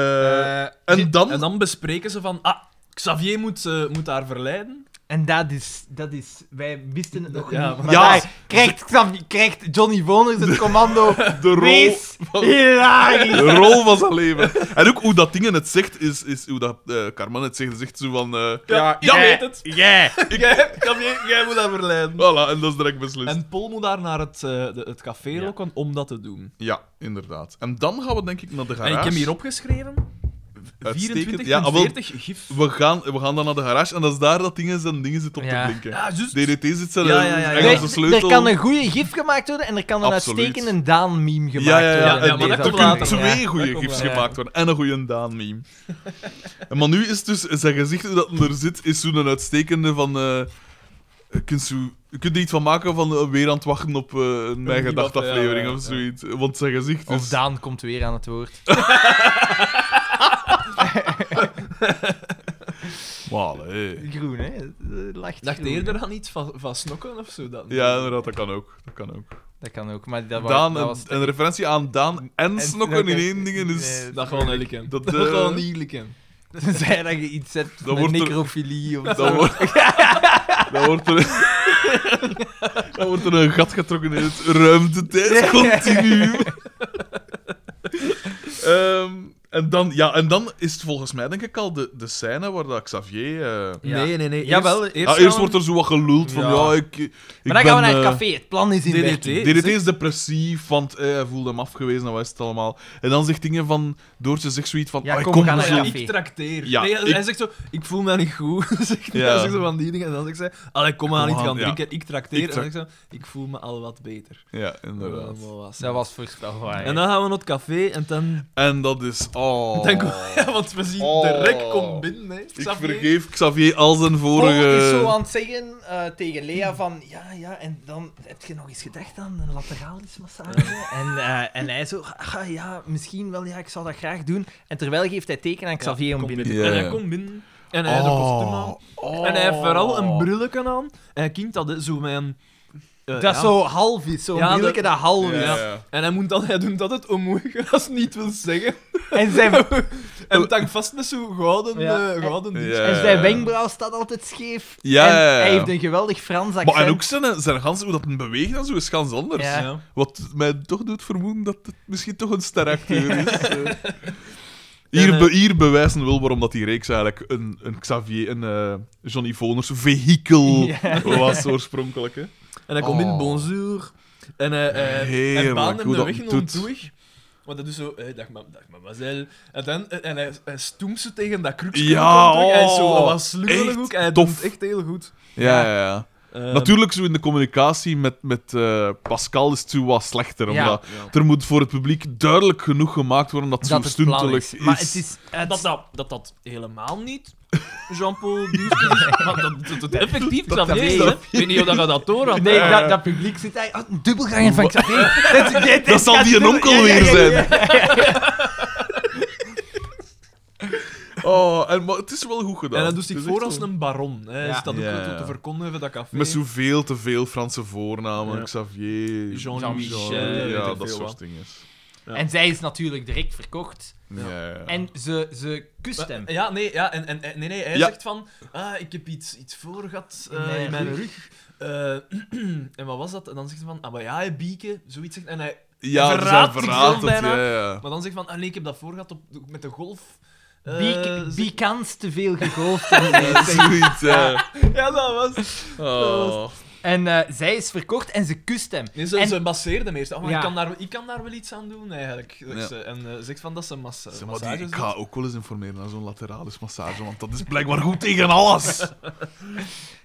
Eh,
en dan...
En dan bespreken ze van, ah, Xavier moet, eh, moet haar verleiden.
En dat is, dat is... Wij wisten het nog
Ja,
niet.
maar-
Maar
Ja.
daar krijgt, Xavi- krijgt Johnny Voners het commando.
de rol...
Wees
van-
hilarisch.
De rol van zijn leven. En ook hoe dat dingen het zegt, is, is hoe dat eh Carmen het zegt, zegt zo van... eh,
Ja,
ik
jij-
weet het.
jij.
Jij, Xavier, jij moet haar verleiden.
voilà, en dat is direct beslist.
En Paul moet daar naar het, eh, de- het café lokken om dat te doen.
Ja, inderdaad. En dan gaan we denk ik naar de garage.
En ik heb hier opgeschreven
Uitstekend.
24
Ja, ah, wel,
40 gif.
we, gaan, we gaan dan naar de garage en dat is daar dat dingen zijn dingen zit op
Ja.
te blinken.
Ja, juist.
DDT zit zijn
Ja, ja, ja, ja.
Nee,
Engelse sleutel.
er kan een goede gif gemaakt worden en er kan een
Absoluut.
uitstekende Daan-meme gemaakt
ja, ja, ja.
worden.
en
Ja, maar
er
dat
Deze
komt
kunnen
aflevering,
later.
twee
ja.
goede
dat komt
gifs
later.
gemaakt worden en een goede Daan-meme. En maar nu is het dus zijn gezicht hoe dat er zit, is zo'n uitstekende van. eh kunt u, kunt er iets van maken van eh, weer aan het wachten op eh, een mijn
iemand,
gedacht aflevering
ja, ja,
of
ja.
zoiets. Want zijn gezicht is.
Of Daan komt weer aan het woord.
Wauw, hé.
Groen, hè? Eh, Lacht
Dacht
groen.
eerder aan iets van, van snokken of zo dan?
Ja, inderdaad, dat kan ook. Dat kan ook.
Dat kan ook, maar dat, wa-
Daan,
dat
een-
was...
een, referentie aan Daan en, snokken in
Snokken.
één ding dus is.
Nee,
Dat gewoon niet likken.
Dat,
Dat,
eh,
gewoon niet likken.
Zij dat je iets hebt,
Dat
dat
wordt er-
necrofilie of
Dan
zo.
wordt, dan wordt er, dan wordt er een gat getrokken in het ruimte-tijd continu. Ehm, en, dan, ja, en dan is het volgens mij denk ik al de, de scène waar dat Xavier... eh
Ja.
Nee, nee, nee.
Jawel,
eerst,
ja, Ah, eerst wordt er zo wat geluld van, ja,
Ja.
ik, ik
Maar dan gaan we
ben,
naar het
eh,
café. Het plan is in
DDT.
werking.
DDT is depressief, want eh, hij voelde hem afgewezen en wat is het allemaal. En dan zegt dingen van... Doortje zegt zoiets van...
Ah, Ja,
"Ai,
kom,
kom,
we gaan
zo."
naar
Ja,
café.
ik trakteer.
Ja,
nee, hij
ik-
hij zegt zo, ik voel me niet goed. zegt,
Ja.
Hij zegt zo van die dingen. En dan zegt zij, allee, kom maar aan,
Kom
niet gaan
aan, ja.
drinken. Ik trakteer.
Ik
en dan zegt ze, ik voel me al wat beter.
Ja, inderdaad.
Dat was-
Dat was voorspelbaar.
En dan gaan we naar het café en dan...
En dat is... Oh.
dan kom- ja, want we zien,
Oh.
de rek komt binnen. Hè.
Ik
Xavier. Oh,
vergeef Xavier al zijn
Paul is zo
vorige.
aan het zeggen eh, tegen Lea van ja, ja, en dan heb je nog eens gedacht aan een lateralis massage. En, eh, en hij zo, ah, ja, misschien wel, ja, ik zou dat graag doen. En terwijl geeft hij teken aan Xavier om
Kom
binnen te
binnen. Ja,
En
ja.
hij komt binnen. En hij heeft een kostuum aan.
Oh.
En hij heeft vooral een brilletje aan. En hij kind dat hè, zo met een... eh,
Dat
ja.
zo half is, zo'n
Ja, dat-
brilletje dat half is.
Ja, ja.
En hij, moet dan, hij doet altijd onmoeilijk als hij niet wil zeggen.
En zijn,
Eh.
En tank vast met zo'n gouden,
Ja.
eh, gouden ding.
Ja.
en zijn wenkbrauw staat altijd scheef.
Ja,
en
ja, ja.
hij heeft een geweldig Frans accent.
Maar en ook zijn, zijn gans, hoe dat hem beweegt en zo is gans anders.
Ja.
Wat mij toch doet vermoeden dat het misschien toch een steracteur is. eh.
En,
Hier,
eh,
be- hier bewijzen wel waarom dat die reeks eigenlijk een, een Xavier, een eh, Johnny Voners vehikel
Ja.
was oorspronkelijk. Hè?
En hij komt
Oh.
in, bonjour. En hij, eh, hij, hij
Heerlijk,
baant hem
hoe
de
dat
weg
doet.
ontoeg. Want dat is zo, eh, dag, ma dag mademoiselle. En, dan, eh, en hij, hij stoemt ze tegen dat krukje.
Ja,
ontoeg. Hij is zo
oh,
wat slungelig
echt
ook. Hij doet
tof.
het echt heel goed.
Ja, ja, ja.
Ehm,
Natuurlijk, zo in de communicatie met, met eh, Pascal is het zo wat slechter.
Ja.
Omdat er moet voor het publiek duidelijk genoeg gemaakt worden dat het
dat
zo
het plan
stuntelijk
is.
is.
Maar het is... het-
Dat dat, dat dat helemaal niet Jean-Paul Duurste is. Maar dat, dat het effectief
dat
Xavier is,
weet
hè.
ik.
Ik weet niet of dat je dat door had.
Nee,
Ja, ja.
dat, dat publiek zit daar. Oh, een dubbelganger van Xavier. Dat, dit- dit
Dat zal
gaat
die een
dubbel-
onkel
Ja, ja,
weer
ja, ja,
zijn.
ja.
Oh, en, maar het is wel goed gedaan.
En dat doet zich
Het is echt
voor als
wel-
een baron. Hè.
Ja.
Is dat ook
Ja,
te
ja.
verkondigen dat café?
Met zoveel te veel Franse voornamen.
Ja.
Xavier,
Jean-Michel,
weet ik
ja, dat
veel wat.
soort dingen.
Ja.
En zij is natuurlijk direct verkocht.
Ja. ja.
En ze, ze kust hem.
eh, Ja, nee, ja, en, en, en- nee, nee hij
Ja.
zegt van, ah, ik heb iets, iets voor gehad eh,
Nee,
in mijn rug. Eh, en wat was dat? En dan zegt hij van, ah, maar ja, hè, bieke, zoiets zegt en hij.
ja, dus hij
verraadt zichzelf
verraadt het.
bijna.
Ja, ja.
Maar dan zegt hij van, ah, nee, ik heb dat voor gehad op, met de golf. eh,
Biek-
zeg-
Biekans te veel gekocht.
Ja, Zoiets, ja.
Ja, dat was het.
Oh.
en eh, zij is verkocht en ze kust hem.
Nee, ze,
En-
ze masseerde hem eerst. Ah, maar
Ja.
ik, kan daar, ik kan daar wel iets aan doen, eigenlijk. zegt
Ja.
ze. En eh, zegt van, dat ze massa
Zeg maar, die,
massages
ik
doet.
ga ook wel eens informeren naar zo'n lateralis massage, want dat is blijkbaar goed tegen alles. Ik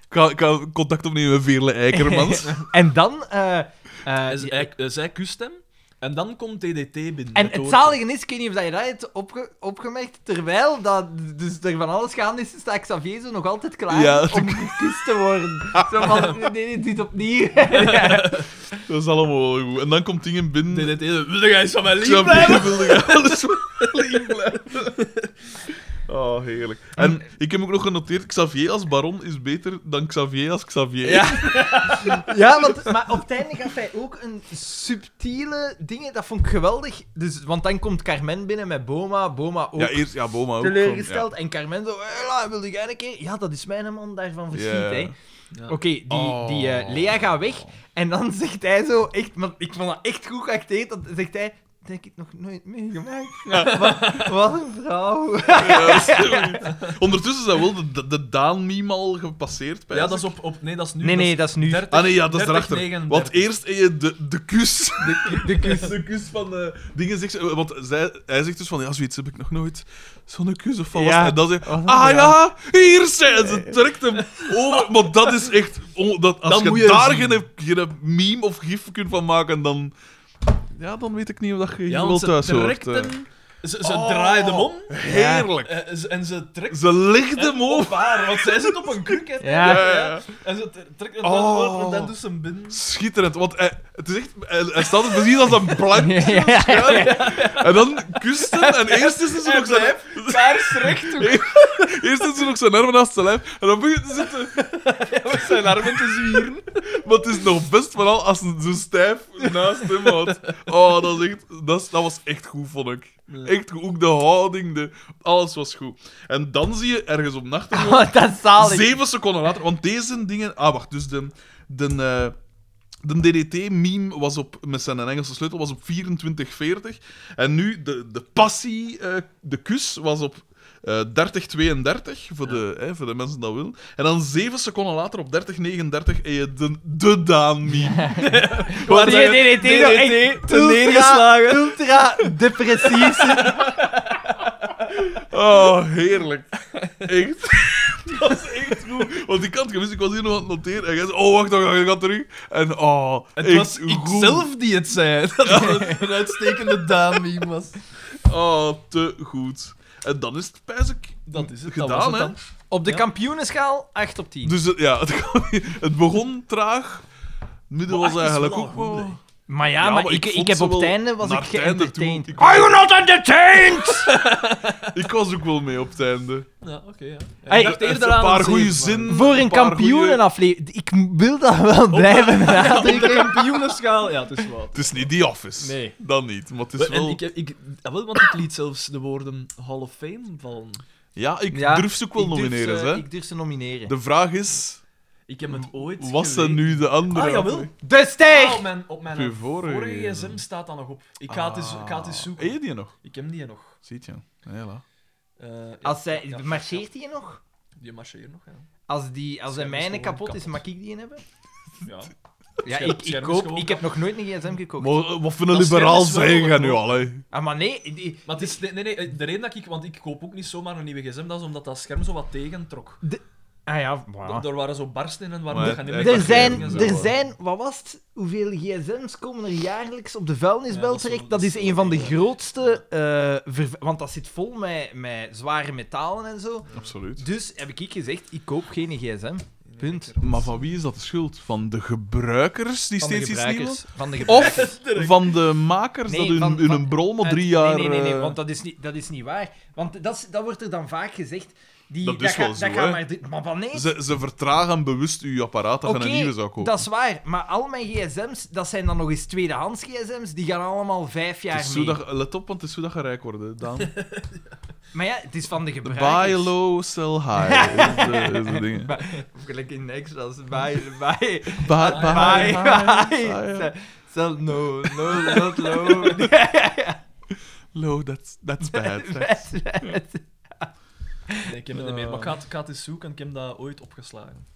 ga, ik ga contact opnemen met Veerle Eikermans.
En dan... eh, eh,
En
die-
ze- hij- eh, zij kust hem. En dan komt TDT binnen.
En
met
het
Doortje.
zalige is, ik weet niet of dat je dat hebt opge- opgemerkt, terwijl dat, dus er van alles gaande is, staat Xavier zo nog altijd klaar
Ja, dat
om gekust te worden. Zo van, nee, nee, dit opnieuw. Ja.
Dat is allemaal wel goed. En dan komt dingen binnen.
TDT, wil jij eens van mijn
Ik zou
lief blijven?
wilde alles lief blijven. Oh, heerlijk. En ik heb ook nog genoteerd, Xavier als baron is beter dan Xavier als Xavier.
Ja.
ja, want, maar op het einde gaf hij ook een subtiele dingen, dat vond ik geweldig. Dus, want dan komt Carmen binnen met Boma, Boma ook
Ja, eerst, ja, Boma ook.
teleurgesteld. En Carmen zo, hela, wilde jij een keer? Ja, dat is mijn man daarvan
Ja.
verschiet, hè.
Ja.
Oké, die,
Oh.
die eh, Lea gaat weg. En dan zegt hij zo, echt, maar ik vond dat echt goed geacteerd, dat zegt hij, denk ik nog nooit meegemaakt. Wat, wat een vrouw.
Ja, zoiets. Ondertussen is dat wel de, de, de Daan-meme al gepasseerd. bij
Ja, dat is op, op... Nee, dat is nu.
Nee,
dat is-
nee, dat is nu.
30,
Ah nee, ja, dat is
30,
erachter.
39.
Want eerst heb je de, de kus. De, kus. De kus van... eh, dingen zegt ze- Want zij, hij zegt dus van, ja, zoiets heb ik nog nooit. Zo'n kus of wat was
Ja.
het? En dan zegt
Oh,
ah
ja.
ja, hier zijn ze. Trekt hem over. Maar dat is echt... on- dat, als
Dan
je,
moet je
daar
zien.
geen, geen meme of gif kunt van maken, dan... Ja, dan weet ik niet of dat je
Ja,
hier
want
wel
ze
thuis hoort. eh.
trekt hem. Ze, ze
Oh.
draait hem om.
eh. Heerlijk.
eh, ze- en ze trekt
Ze legt hem
hem op
over.
haar, want zij zit op een kruk. hè.
Ja.
Ja, ja, ja.
En ze t- trekt hem
Oh.
oh. en dan doet ze hem binnen.
Schitterend, want hij, het is echt, hij, hij staat er precies als een plank. En dan kust hem, en eerst is ze
En
nog zijn,
blijft paars recht toe.
eerst is ze nog zijn armen naast zijn lijf, en dan begint ze zitten
Met zijn armen te zwieren.
Maar het is nog best vooral als ze zo stijf naast hem houdt. Oh, dat, is echt, dat, is- dat was echt goed, vond ik. Echt goed, ook de houding, de, alles was goed. En dan zie je ergens op nacht...
Oh, dat is zalig.
Zeven seconden later, want deze dingen. Ah, wacht, dus de. de eh, de DDT-meme was op, met zijn Engelse sleutel was op 2440. En nu de, de passie, eh, de kus, was op eh 3032, voor, de, hè, voor de mensen dat willen. En dan zeven seconden later, op 3039, heb je de, de Daan-meme.
Waar
Want
die
hij-
DDT nog echt
te neergeslagen.
ultra depressief zit.
Oh, heerlijk. Echt. Dat is echt goed. Want ik had het gemist, ik was hier nog aan het noteren. En jij zei, oh, wacht, dan ga ik dat terug. En oh,
Het
echt
was ik
goed.
zelf die het zei. Dat het een uitstekende dame was.
Oh, te goed. En dan is het pijs ik
Dat is het.
gedaan,
dat was het
hè?
dan.
Op de
Ja.
kampioenenschaal 8 op 10.
Dus het- ja, het, het begon traag. Het midden
Maar
was
ach, is
eigenlijk
wel
ook
goed,
wel...
hè.
maar ja,
Ja,
maar,
maar
ik,
ik
ik,
vond
heb
ze
op het
wel-
einde was
naar
ik
het einde toe,
geëntertained.
ik-
Are you not entertained?
Ik was ook wel mee op het einde.
Ja, oké, ja. ja.
Hey,
ik dacht
Echt
eerder aan
een paar
het
goede
zeven, maar-
zinnen.
Voor een
paar goeie-
kampioenenaflevering. Ik wil dat wel blijven
Op de
benadrukken.
kampioenenschaal, ja, het is wat.
Het is niet The Office.
Nee.
Dan niet, maar het is
En
wel...
ik, ik, ah, wel, want ik liet zelfs de woorden Hall of Fame vallen.
Ja, ik
Ja,
durf ze ook wel
Ik durf ze-
nomineren, hè.
Ik durf ze nomineren.
De vraag is,
Ik heb het ooit.
was dat
gelezen.
nu de andere?
Ah, jawel.
De
Ah,
stijg!
op mijn, op mijn
Op je vorige
vorige
gsm.
gsm staat dat nog op. Ik ga het eens, ik ga het eens zoeken.
Ah. Eet je die nog?
Ik heb die nog.
Ziet je. Hela.
Eh, ja,
Als zij,
ja, ja.
marcheert hij nog?
Die marcheert nog, ja.
Als, die, als zijn
Scherm is
mijne
gewoon
kapot, is,
kapot.
mag ik die hebben?
ja.
Ja,
Scherm-
ik, ik,
scherm is
koop,
gewoon
ik heb nog nooit een gsm gekocht.
Maar eh, wat voor een
Dat is-
liberaal
dat is wel
zijn jij
wel
nu
goed.
al, hè?
Ah, maar nee, die-
Maar het is, nee, nee, nee, de reden dat ik... Want ik koop ook niet zomaar een nieuwe gsm, dat is omdat dat scherm zo wat tegentrok.
ah eh, ja,
Er
voilà.
daar waren zo barsten in, waar
Maar
we
het-
gaan
het-
Er
dat
zijn,
is
er
wel-
zijn, wat was het? Hoeveel gsm's komen er jaarlijks op de vuilnisbel
Ja, dat is
terecht?
wel-
Dat
dat
is
is wel
een van de
heel erg.
grootste, eh, verv- want dat zit vol met, met zware metalen en zo.
Absoluut.
Dus heb ik gezegd, ik koop geen gsm. Punt.
Maar van wie is dat de schuld? Van de gebruikers die
Van de
steeds iets nieuws
gebruikers. Van de gebruikers.
Of van de makers
Nee,
dat hun,
van-
hun
van-
brol maar
Uit-
drie jaar...
Nee, nee, nee, nee
eh,
want dat is, niet, dat is niet waar. Want dat, is- dat wordt er dan vaak gezegd. Die,
Dat is
ga-
wel zo,
dat gaan
hè.
maar, drie- maar wanneer?
Ze, ze vertragen bewust uw apparaat dat
Oké,
er een nieuwe zou komen.
dat is waar. Maar al mijn gsm's, dat zijn dan nog eens tweedehands gsm's, die gaan allemaal vijf jaar
Het is zo
mee.
dat, let op, want het is zo dat je rijk wordt, hè, Daan.
Maar ja, het is van de gebruikers.
Buy low, sell high. is de, is de dingen.
Ba- of gelijk in extras. Buy, buy,
Buy,
buy, buy.
high.
Sell no, no, not low.
Low, that's, that's bad.
Nee, ik heb het niet meer.
Eh.
Maar Kat, Kat is zoek en ik heb dat ooit opgeslagen.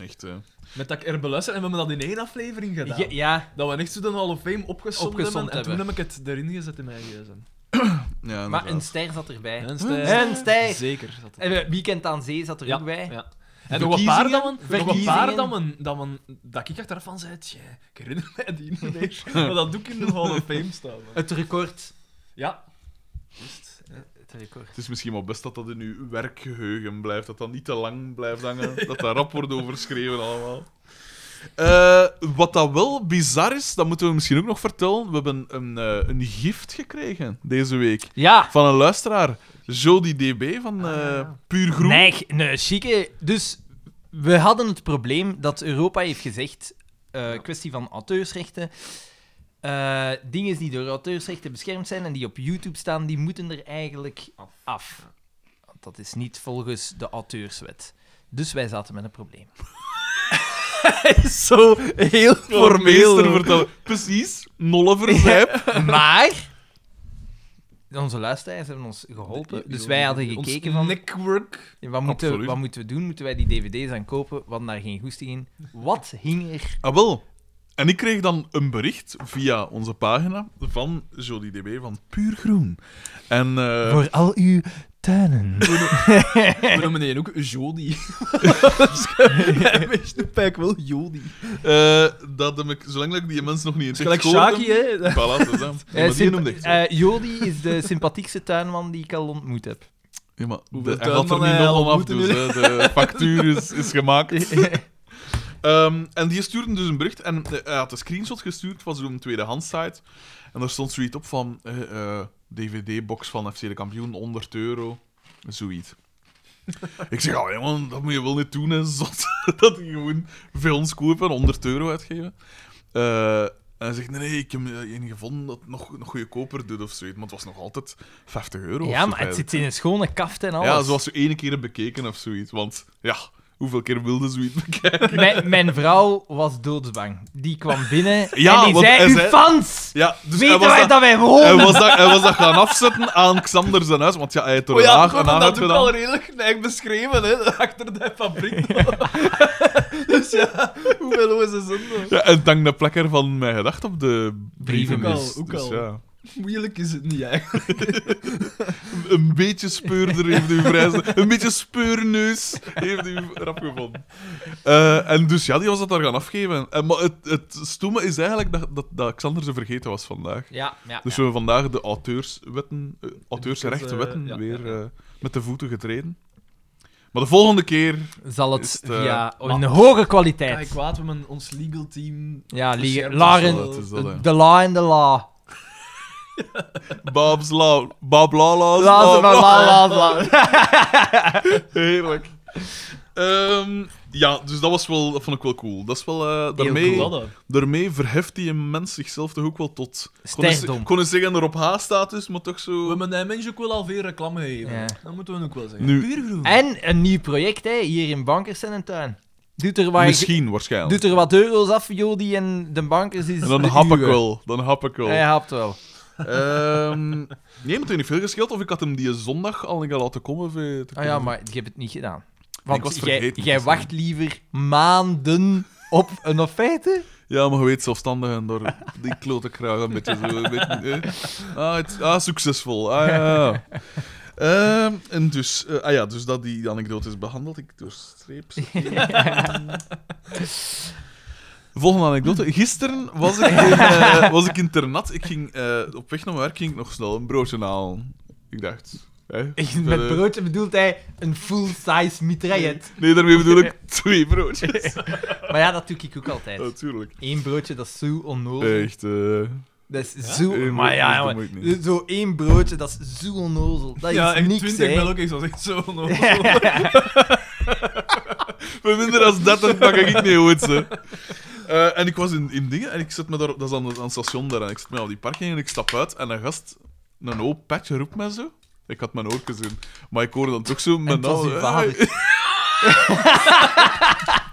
Echt, eh. hè.
Met dat ik er beluisterd en we hebben dat in één aflevering gedaan.
Ja, ja,
Dat we echt zo de Hall of Fame opgesomd,
Opgesomd
hebben, en toen
hebben.
heb ik het erin gezet in mijn gsm.
Ja,
maar een
inderdaad.
ster zat erbij.
En Stijl.
En Stijl.
Zeker. Zat het.
Eh. En eh, Weekend aan Zee zat er
Ja,
ook bij.
ja. En nog een paar
Verkiezingen?
dammen, nog een paar
Verkiezingen?
dammen, dammen dat ik achteraf van zei, tjie, ik herinner mij die niet meer. maar dat doe ik in de Hall of Fame staan. man.
Het record.
Ja. Juist, ja.
Het record.
Het is misschien wel best dat dat in uw werkgeheugen blijft, dat dat niet te lang blijft hangen, dat daar rap wordt overschreven allemaal. Eh, wat dat wel bizar is, dat moeten we misschien ook nog vertellen. We hebben een, eh, een gift gekregen deze week
Ja.
van een luisteraar, Jody DB van eh, Puur Groen.
Nee, nee, chique. Dus we hadden het probleem dat Europa heeft gezegd, eh, kwestie van auteursrechten, eh, dingen die door auteursrechten beschermd zijn en die op YouTube staan, die moeten er eigenlijk
Af.
af. Want dat is niet volgens de auteurswet. Dus wij zaten met een probleem. Zo heel
Voor meester
formeel.
vertellen. Precies, nolle verzijp.
Maar onze luisteraars hebben ons geholpen. Dus wij hadden
Ons
gekeken van...
network.
Ja, Wat moeten, we,
Absoluut.
wat moeten we doen? Moeten wij die dvd's aan kopen? We hadden daar geen goesting in. Wat hing er?
Ah, wel. En ik kreeg dan een bericht via onze pagina van Jody DB van Puur Groen. En, eh,
Voor al uw tuinen.
We noemen die ook Jody. Hij is de pijk wel Jody.
Eh, dat heb ik, zolang dat ik die mensen nog niet in het
Het is
echt
gelijk
gehoord
Shaki, hè.
heb- Voilà, zo zijn.
Eh,
Maar die
symp-
noemde echt zo.
eh, Jody is de sympathiekste tuinman die ik al ontmoet heb.
Oh, Ja, maar de,
hoeveel
hij gaat er
tuinmannen
niet
hij al
nog af,
ontmoeten
dus hè. de factuur is, is gemaakt. Ehm, en die stuurde dus een bericht en eh, hij had een screenshot gestuurd van zo'n tweedehands site. En daar stond zoiets op van eh, eh, DVD-box van FC de Kampioen, 100 euro, zoiets. Ik zeg, oh, man, dat moet je wel niet doen, hè, zot. dat je gewoon films kopen, 100 euro uitgeven. Eh, en hij zegt, nee, nee, ik heb eh, een gevonden dat nog, nog goedkoper doet of zoiets. Maar het was nog altijd 50 euro. of
ja,
zo
maar het
bij-
zit in een schone kaft en alles.
ja, zoals ze ene keer hebben bekeken of zoiets. Want ja, hoeveel keer wilde zoiets bekijken?
mijn, mijn vrouw was doodsbang. Die kwam binnen
Ja,
en die
want
zei,
hij
uw
zei-
fans!
Ja, dus hij
weten
was,
wij
dat,
dat wij
hij,
wonen?
was dat, hij was dat gaan afzetten aan Xander zijn huis. Want ja, hij heeft er
Oh
een
ja,
aag-
dat,
een aag
dat doe ik al
gedaan.
redelijk neig beschreven, hè. Achter de fabriek. dus ja, hoeveel is ze zin?
Ja, en dank de plekker van mijn gedacht op de brievenbus.
Ook al, ook
Dus
al.
ja.
Moeilijk is het niet, eigenlijk.
Een- Een beetje speurder heeft uw prijzen. Een beetje speurneus heeft u rap gevonden. Eh, en dus ja, die was dat daar gaan afgeven. En, maar het, het stomme is eigenlijk dat, dat, dat Xander ze vergeten was vandaag.
Ja, ja.
Dus we hebben vandaag de auteurswetten, eh, auteursrechtenwetten
eh, ja,
weer
ja, ja.
eh, met de voeten getreden. Maar de volgende keer...
Zal
is
het
het, eh,
via
maar-
een hoge
Kijk,
kwaliteit.
kwaad, we hebben ons legal team...
Dus Ja, li-
beschermd.
Lauren,
dat is dat, hè.
de la en de la.
Babs la... Bab la la...
Laat
la-
ze maar, la,
la-
la, la.
Heerlijk. Ehm, ja, dus dat, was wel, dat vond ik wel cool. Dat is wel... eh, daarmee,
Hey.
Wat dan?
daarmee verheft die mens zichzelf toch ook wel tot... Kon eens-
Sterkdom.
Kon eens zeggen erop H-status, maar toch
We
zo...
hebben die mensen ook wel alweer reclame gegeven.
Ja.
Dat moeten we ook wel zeggen.
Nu-
Puur groen.
En een nieuw project, hè, hier in Bankers en een tuin. Doet er, wat,
Misschien, waarschijnlijk.
doet er wat euro's af, Jody, en de Bankers is
En dan
de
hap ik
uwe.
wel. Dan hap ik wel.
Hij hapt wel. Ah
Ehm, nee, maar het heeft niet veel gescheeld. Of ik had hem die zondag al een keer laten komen. of, eh, te
Ah ja,
komen.
maar je hebt het niet gedaan. Want
was het
jij,
vergeten,
jij
dus, hè.
wacht liever maanden op een offerte.
Ja, maar je weet, zelfstandig en door die klote kraag een beetje zo. Een beetje, eh. ah, het, ah, succesvol. Ah, ja, ja. Ehm, en dus, eh, ah ja, dus dat die anekdote is behandeld. Ik doorstreep ze. Volgende anekdote. Gisteren was ik in, eh, was ik in Ternat. Ik ging, eh, op weg naar mijn werk ging ik nog snel een broodje halen. Ik dacht, Hè?
Echt,
Eh,
Met broodje bedoelt hij een full-size mitraillet.
Nee, daarmee bedoel ik twee broodjes.
Maar ja, dat doe ik ook altijd.
Natuurlijk.
Eén broodje, dat is zo onnodig.
Echt, eh...
Dat is zo...
Eh,
maar ja,
dat
jongen.
moet niet.
Zo één broodje, dat is zo onnozel. Dat is
ja, en
niks,
20
hè.
melk is dat echt zo onnodig.
Voor minder dan dat, dan pak ik niet goed, ze. Eh, en ik was in, in dingen en ik zet me daar, dat is aan, het- aan het station daar, en ik zet me op die parking en ik stap uit en een gast, een hoop petje, roept mij zo. Ik had mijn oortjes in, maar ik hoorde dan toch zo
En
mijn
het was
naam,
uw
eh,
vader.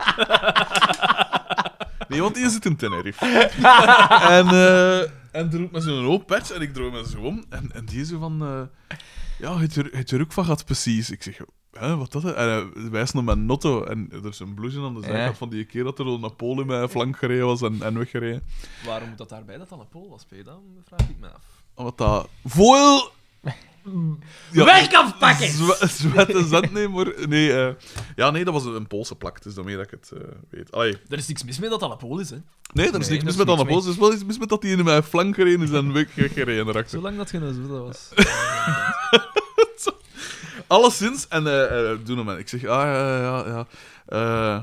Nee, want die zit in Tenerife. en, eh, en er roept me zo'n hoop petje en ik draai me zo om en, en die zo van, eh, ja, het je, het je er ook van gehad precies? Ik zeg, hè, wat dat? hè? En eh, hij wijst naar mijn notto en er is een blouse aan de zijkant
Ja.
van die keer dat er een Napoleon met flank gereden was en, en weggereden.
Waarom moet dat daarbij dat dat een Pool was, P? Dat vraag ik me af.
Oh, Wat dat... Voil... Ja,
Werk afpakken!
zwa- Zwette zand, nee, maar... Nee, eh, ja, nee, dat was een Poolse plak, dus dan meer dat ik het eh, weet. Allee.
Er is niks mis mee dat dat een Pool is, hè.
Nee, er
Nee,
is niks
er
mis
is
met
niks
Anna Poos, er is wel iets mis met dat hij in mijn flank gereden is en weg- weggereden erachter.
Zolang dat geen zwarte was.
Alleszins, en eh eh doen hem. aan. Ik zeg, ah, ja, ja, ja. Eh,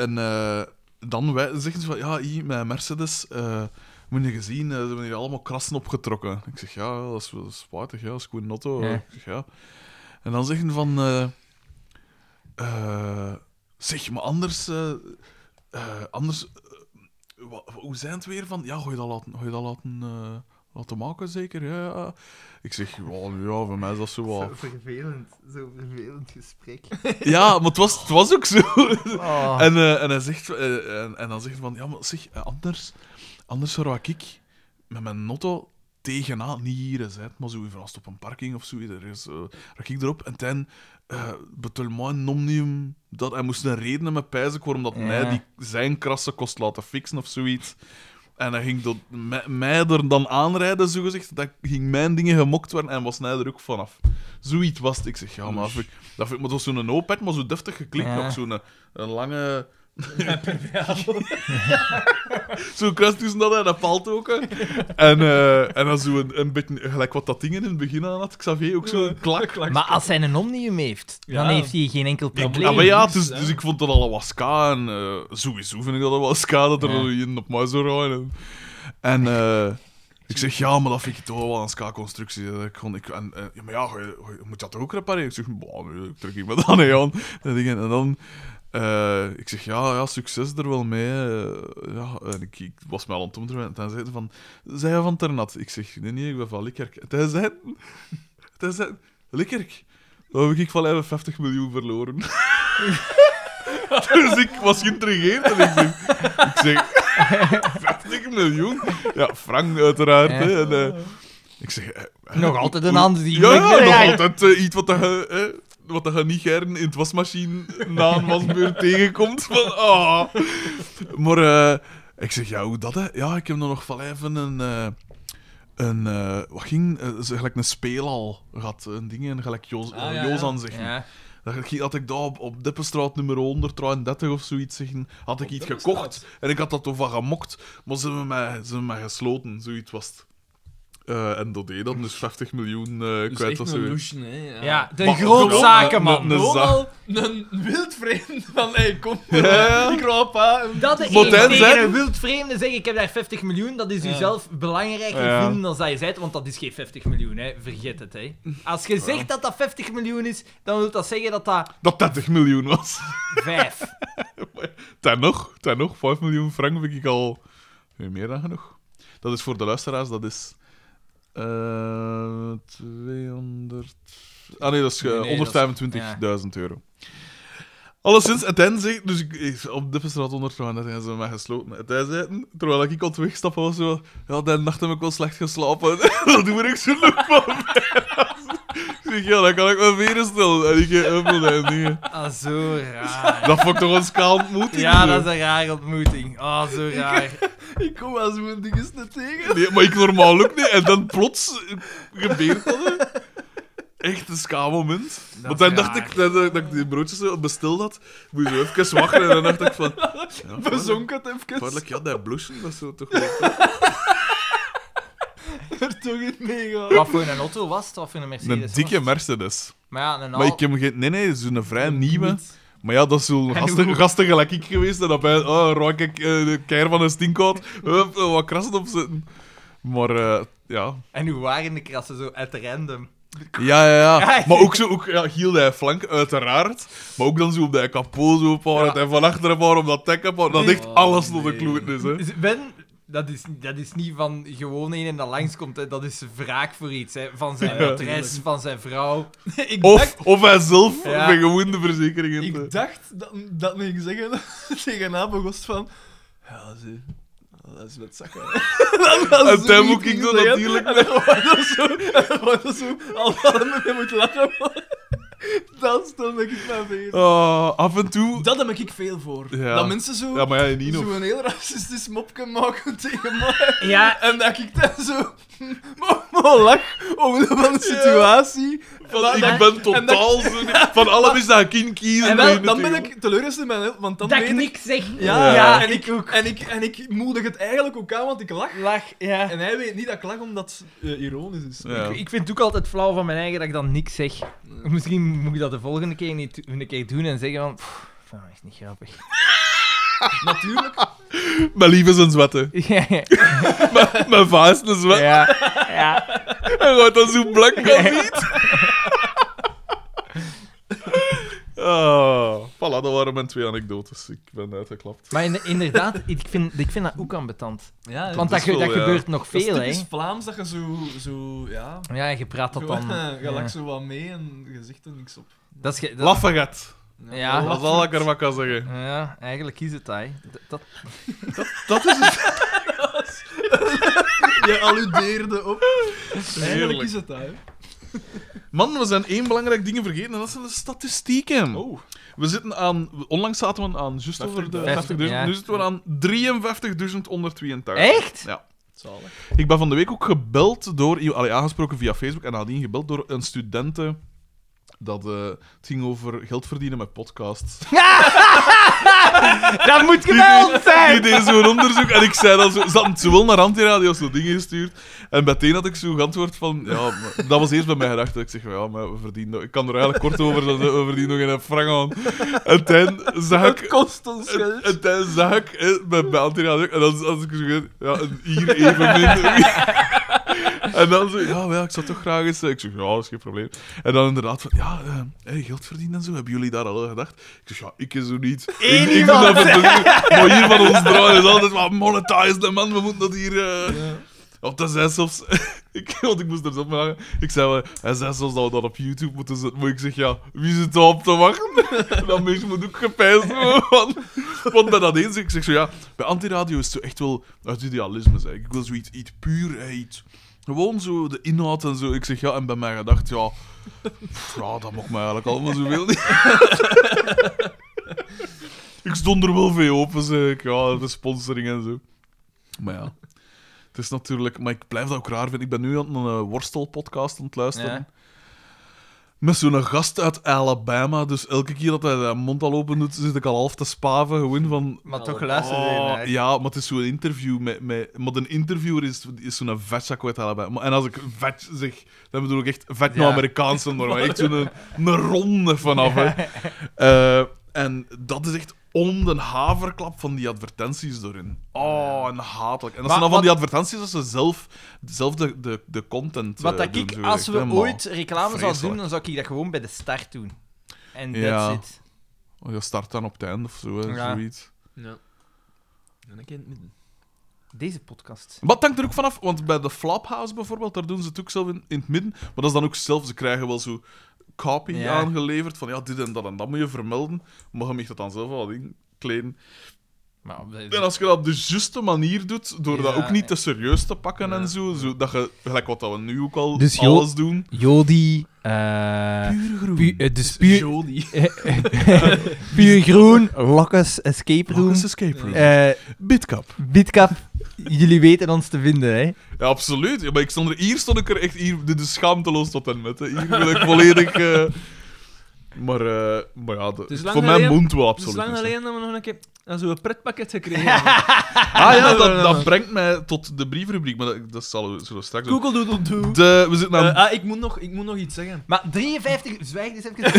en eh, dan wij, zeggen ze van, ja, hier, mijn Mercedes, eh, moet je gezien, eh, ze hebben hier allemaal krassen opgetrokken. Ik zeg, ja, dat is wel spijtig, ja, dat is goed notto.
Ja.
Ik zeg, ja. En dan zeggen van, eh, eh, zeg, maar anders, eh, eh, anders, eh, wa- hoe zijn het weer van, ja, ga je dat laten, ga je dat laten, eh, laten maken, zeker, ja, ja. Ik zeg, ja, ja, voor mij is dat zo wat...
Zo vervelend. Zo vervelend gesprek.
Ja, maar het was, het was ook zo.
Oh.
En, eh, en, hij zegt, eh, en, en dan zegt hij van, ja, maar zeg, eh, anders, anders zou ik met mijn notto tegenaan, niet hier is, hè, maar zo even als het op een parking of zo, er is, eh, raak ik erop. En ten eh betel mij een omnium, dat hij moest een reden hebben pijzen waarom dat
Ja.
mij die, zijn krassen kost laten fixen of zoiets. En hij ging dat, mij, mij er dan aanrijden, zogezegd. Dat ging mijn dingen gemokt worden en was hij er ook vanaf. Zoiets was het. Ik zeg, ja, maar dat vind ik... Dat vind ik maar dat was zo'n opet, maar zo deftig geklikt
Ja.
nog. Zo'n eh, een lange... Zo'n kruis tussen dat en dat palt ook. hè. En, eh, en dan zo een, een beetje... Gelijk wat dat ding in het begin aan had. Xavier ook zo'n klak. klak.
Maar als hij een omnium heeft, dan
Ja.
heeft hij geen enkel probleem.
Ah, maar ja,
links,
dus,
hè.
dus ik vond dat al een waska. En eh, sowieso vind ik dat een waska, dat er
Ja.
een op mij zou rijden. En, en eh, ik zeg, ja, maar dat vind ik toch wel een ska-constructie. Dat ik gewoon- ik, en, eh, ja, maar ja, ga je- ga je- moet je dat ook repareren? Ik zeg, "Bah, nee, ik trek ik me dan niet aan. Dat ding. En dan... eh, ik zeg, ja, ja, succes er wel mee. eh, ja, en ik, ik was me al aan het omdraaien. En dan zei hij van, zij je van Ternat? Ik zeg, nee, nee, ik ben van Likkerk. En hij zei, hij zei, Likkerk? Dan heb ik van 55 miljoen verloren. Dus ik was geïntrigeerd en ik zeg, ik zeg 50 miljoen? Ja, Frank uiteraard.
Ja.
Hè, en, eh, ik zeg... eh, eh,
Nog altijd een hand die
Ja, ja,
Ja, ja.
nog altijd eh, iets wat dat je... eh, wat dat je niet gern in het wasmachine na een wasbeurt tegenkomt. Van, ah. Maar eh, ik zeg, ja, hoe dat? Hè? Ja, ik heb er nog van even een... eh, een eh, wat ging? eh, zo gelijk een speelal gehad. Een ding, en gelijk Joos,
Ah, ja, ja.
Jozan zegt. Dat ik- had ik daar op, op Deppenstraat nummer 133 of zoiets zeggen, had ik iets
Deppenstraat?
gekocht en ik had dat toch van gemokt, maar ze hebben mij, ze hebben mij gesloten, zoiets was het. Eh, en dat deed dat, dus 50 miljoen eh
Dus
kwijt
echt
was
een
ze.
loesje, hè. Ja.
Ja, de
Maar-
grootzakenman.
Een za-
Gewoon al een wild vreemde van, hey, kom,
Ja.
ik roep pa.
Dat is
Moet hij
tegen
zeggen?
een wild vreemde zeggen, ik heb daar 50 miljoen, dat is
Ja.
u zelf belangrijker
Ja.
vinden dan dat je zegt, want dat is geen 50 miljoen, hè. vergeet het. Hè. Als je zegt dat dat 50 miljoen is, dan wil dat zeggen dat dat
Dat 30 miljoen was.
5.
Ten nog, ten nog, 5 miljoen frank vind ik al nee, meer dan genoeg. Dat is voor de luisteraars, dat is eh 200. Ah nee, dat is eh,
Nee, nee, dat is-
125.000 euro. Alleszins, het hen zegt, dus ik, ik- op de straat onder dat zijn ze mij gesloten. Het hen zei, terwijl ik al het wegstappen was, zo, ja, die nacht heb ik wel slecht geslapen. dat doe ik zo nog van mij. Ik zeg, ja, dan kan ik mijn veren stellen. En ik eh, huppelde en dingen.
Ah, zo raar.
Dat vond ik toch een skaal ontmoeting.
Ja,
zo.
dat is een rare ontmoeting. Ah, zo raar.
Ik kom wel zo'n dinges net tegen.
Nee, maar ik normaal ook niet. En dan plots gebeurt dat. hè. Echt een ska-moment. Want dan
is
dacht
raar.
ik dat, dat ik die broodjes zo besteld had. Moet je zo even wachten. En dan dacht ik van...
Bezonk het even.
Duidelijk, ja, dat blushen, dat is zo toch wel...
toch niet meegaan.
Wat voor een auto was het? Wat voor een Mercedes?
Een dikke Mercedes.
Maar ja, een
Maar
al-
ik heb geen... Nee, nee, het is een vrij nieuwe. Maar ja, dat is zo'n
En
gasten,
hoe-
gasten gelijk ik geweest. En dat bij... Oh, raak ik eh, de keer van een stinkhout. Hup, eh, wat krassen opzetten. Maar eh, ja...
En hoe waren de krassen zo uit random?
Ja, ja, ja.
Ja.
Maar ook zo, ook, ja, heel die flank, uiteraard. Maar ook dan zo op die kapot zo ophouden en van achteren maar op dat dek ophouden. Dat echt
Oh,
alles tot de
nee.
kloot is, hè.
Dus Ben, dat is, dat is niet van gewoon een en dat langskomt. Hè. Dat is wraak voor iets. Hè. Van zijn
Ja.
adres, van zijn vrouw.
ik,
Of,
dacht,
of hij zelf,
Ja.
met gewoon de verzekering. in te-
ik dacht dat, dat men ging zeggen tegen Abegost van... Ja, zie. Dat is met zakken. dat was
En
zoiets
Tim ook, ik
gezegd.
doe natuurlijk-
En dan was dat zo... En dan was dat zo... Al hadden we moeten lachen, maar... Dat stelde ik mij weer.
Ah, af en toe...
Dat heb ik veel voor.
Ja.
Dat mensen zo...
Ja, maar ja, niet
zo
nog.
een heel racistisch mopje maken tegen mij.
Ja.
En dat ik dan zo... Maar, maar lach omwille van de situatie.
Van,
Nou, dat-
ik ben totaal zo niet- Van alles is dat ik in kiezen.
En
nee,
wel,
niet
dan ben
tegen-
ik teleurgesteld in mijn want dan
dat
weet
ik
ik...
niks zeg.
Ja,
Ja,
en ik, En ik, en ik moedig het eigenlijk ook aan, want ik lach.
Lach, ja.
En hij weet niet dat ik lach omdat het eh, ironisch is.
Ja.
Ik, ik vind het ook altijd flauw van mijn eigen dat ik dan niks zeg. Misschien moet ik dat de volgende keer niet een keer doen en zeggen van... "Pff, Dat is niet grappig.
Natuurlijk,
Mijn lief is een zwette.
Ja, ja,
Mijn- Mijn vaas is een zwette.
ja, ja.
Hij gaat dan zo blank als niet. Ah, voilà, dat waren mijn twee anekdotes. Ik ben uitgeklapt.
Maar in- inderdaad, ik vind, ik vind dat ook ambetant.
ja,
Want
dat
dat,
is
ge-
wel,
dat
ja.
gebeurt nog
dat is
veel,
typisch
hè.
Vlaams dat je zo, zo ja...
Ja, je praat dat
zo-
dan...
je
ja.
lacht zo wat mee en je zegt er niks op.
Dat is ge- dat-
Laffagat.
Ja.
Dat is al wat ik ervan kan zeggen.
Ja, eigenlijk is het dat, hè. Dat- dat-
Dat is het.
Je alludeerde op. Eigenlijk
Heerlijk.
is het dat, hè.
Man, we zijn één belangrijk ding vergeten en dat zijn de statistieken.
Oh.
We zitten aan, onlangs zaten we aan just over de
50.000,
50.000.
ja.
Nu zitten we aan 53.182.
Echt?
Ja.
Zalig.
Ik ben van de week ook gebeld door, allee, aangesproken via Facebook en nadien gebeld door een studenten. Dat eh, het ging over geld verdienen met podcasts.
Dat moet geweld
Die
zijn!
deed zo'n onderzoek en ik zei dan zo, ze hadden zowel naar Antiradio als zo dingen gestuurd. En meteen had ik zo geantwoord van, ja, maar- dat was eerst bij mijn gedachte. Ik zeg, ja, maar we verdienen, nog- ik kan er eigenlijk kort over, dat we verdienen nog geen frank aan. En toen zag
Het
ik,
kost ons
en,
geld.
en toen zag ik eh, bij, bij Antiradio, en dan als ik zo, ge- ja, een hier even minder. En dan zo, ja, maar ja, ik zou toch graag eens... eh, Ik zeg, ja, dat is geen probleem. En dan inderdaad van, ja, eh, hey, geld verdienen en zo, hebben jullie daar al aan gedacht? Ik zeg, ja, ik is zo niet.
Eén
Ik- ik
iemand.
doe dat voor plezier. Maar hier van ons draaien is altijd wat monetize, de man, we moeten dat hier... eh,
Ja.
Of dat zei zelfs... ik, want ik moest er zelf maar aan. Ik zei, wel, hij zei zelfs dat we dat op YouTube moeten zetten. Maar ik zeg, ja, wie zit daar op te wachten? dat mens moet ook gepijst worden. Want, want bij dat eens, ik zeg zo, ja, bij Antiradio is het zo echt wel uit idealisme, zeg ik. Ik wil zoiets iets puur, eh, iets... Gewoon zo, de inhoud en zo. Ik zeg, ja, en bij mij gedacht, ja... pff, ja, dat mocht mij eigenlijk allemaal zoveel niet. ik stond er wel veel open, zeg ik. Ja, de sponsoring en zo. Maar ja... Het is natuurlijk... Maar ik blijf dat ook raar vinden. Ik ben nu aan een eh, worstelpodcast aan het luisteren.
Ja.
Met zo'n gast uit Alabama. Dus elke keer dat hij zijn mond al open doet, zit ik al half te spaven. Gewoon van...
Maar toch luister
Oh,
je naar.
ja, maar het is zo'n interview met, met... Maar een interviewer is, is zo'n vetzak uit Alabama. Maar- En als ik vet zeg, dan bedoel ik echt vet
Ja.
naar Amerikaanse norm. Echt zo'n een ronde vanaf, hè. Eh, en dat is echt om de haverklap van die advertenties doorin. Oh, en hatelijk. En dat
Maar
zijn dan van
wat-
die advertenties dat ze zelf, zelf de, de, de content eh,
Wat dat
doen,
ik,
zo
als
echt, hè,
we
maar-
ooit reclame zouden
vreselijk.
doen, dan zou ik dat gewoon bij de start doen. En
Ja.
that's it.
Oh, je start dan op het einde of zo, hè,
Ja.
zoiets.
Ja. En ik in het midden.
Deze podcast.
Maar het hangt er ook vanaf, want bij de Flaphouse bijvoorbeeld, daar doen ze het ook zelf in, in het midden. Maar dat is dan ook zelf, ze krijgen wel zo copy
Ja.
aangeleverd van ja, dit en dat en dat moet je vermelden. Maar je mag dat dan zelf wel wat inkleden.
Maar, we-
dus-
En als je dat op de juiste manier doet, door dat
Ja,
ook niet
ja.
te serieus te pakken
Ja.
en zo, zo, dat je, gelijk wat dat we nu ook al
Dus joh-
alles doen.
Jody, eh, pu- eh, dus puur,
Jodie.
puur groen, Lockers Escape Room,
Lockers Escape Room.
eh
Bitcap.
Bitcap. Jullie weten ons te vinden, hè?
Ja, absoluut. Ja, maar ik stond er, hier stond ik er echt... Hier, dit is schaamteloos tot en met. Hè. Hier wil ik volledig... eh, Maar, eh, maar ja, de-
is lang
voor mijn
geleden-
mond wel
Het is
absoluut.
lang
niet, hè.
geleden dat we nog een keer En zo een pretpakket gekregen.
Ah ja, dat, dat brengt mij tot de briefrubriek, maar dat, dat zal we, zullen we straks doen.
Google Doodle Doo.
De, we zitten aan...
Eh, ah, ik moet, nog, ik moet nog iets zeggen.
Maar 53... Zwijg eens even.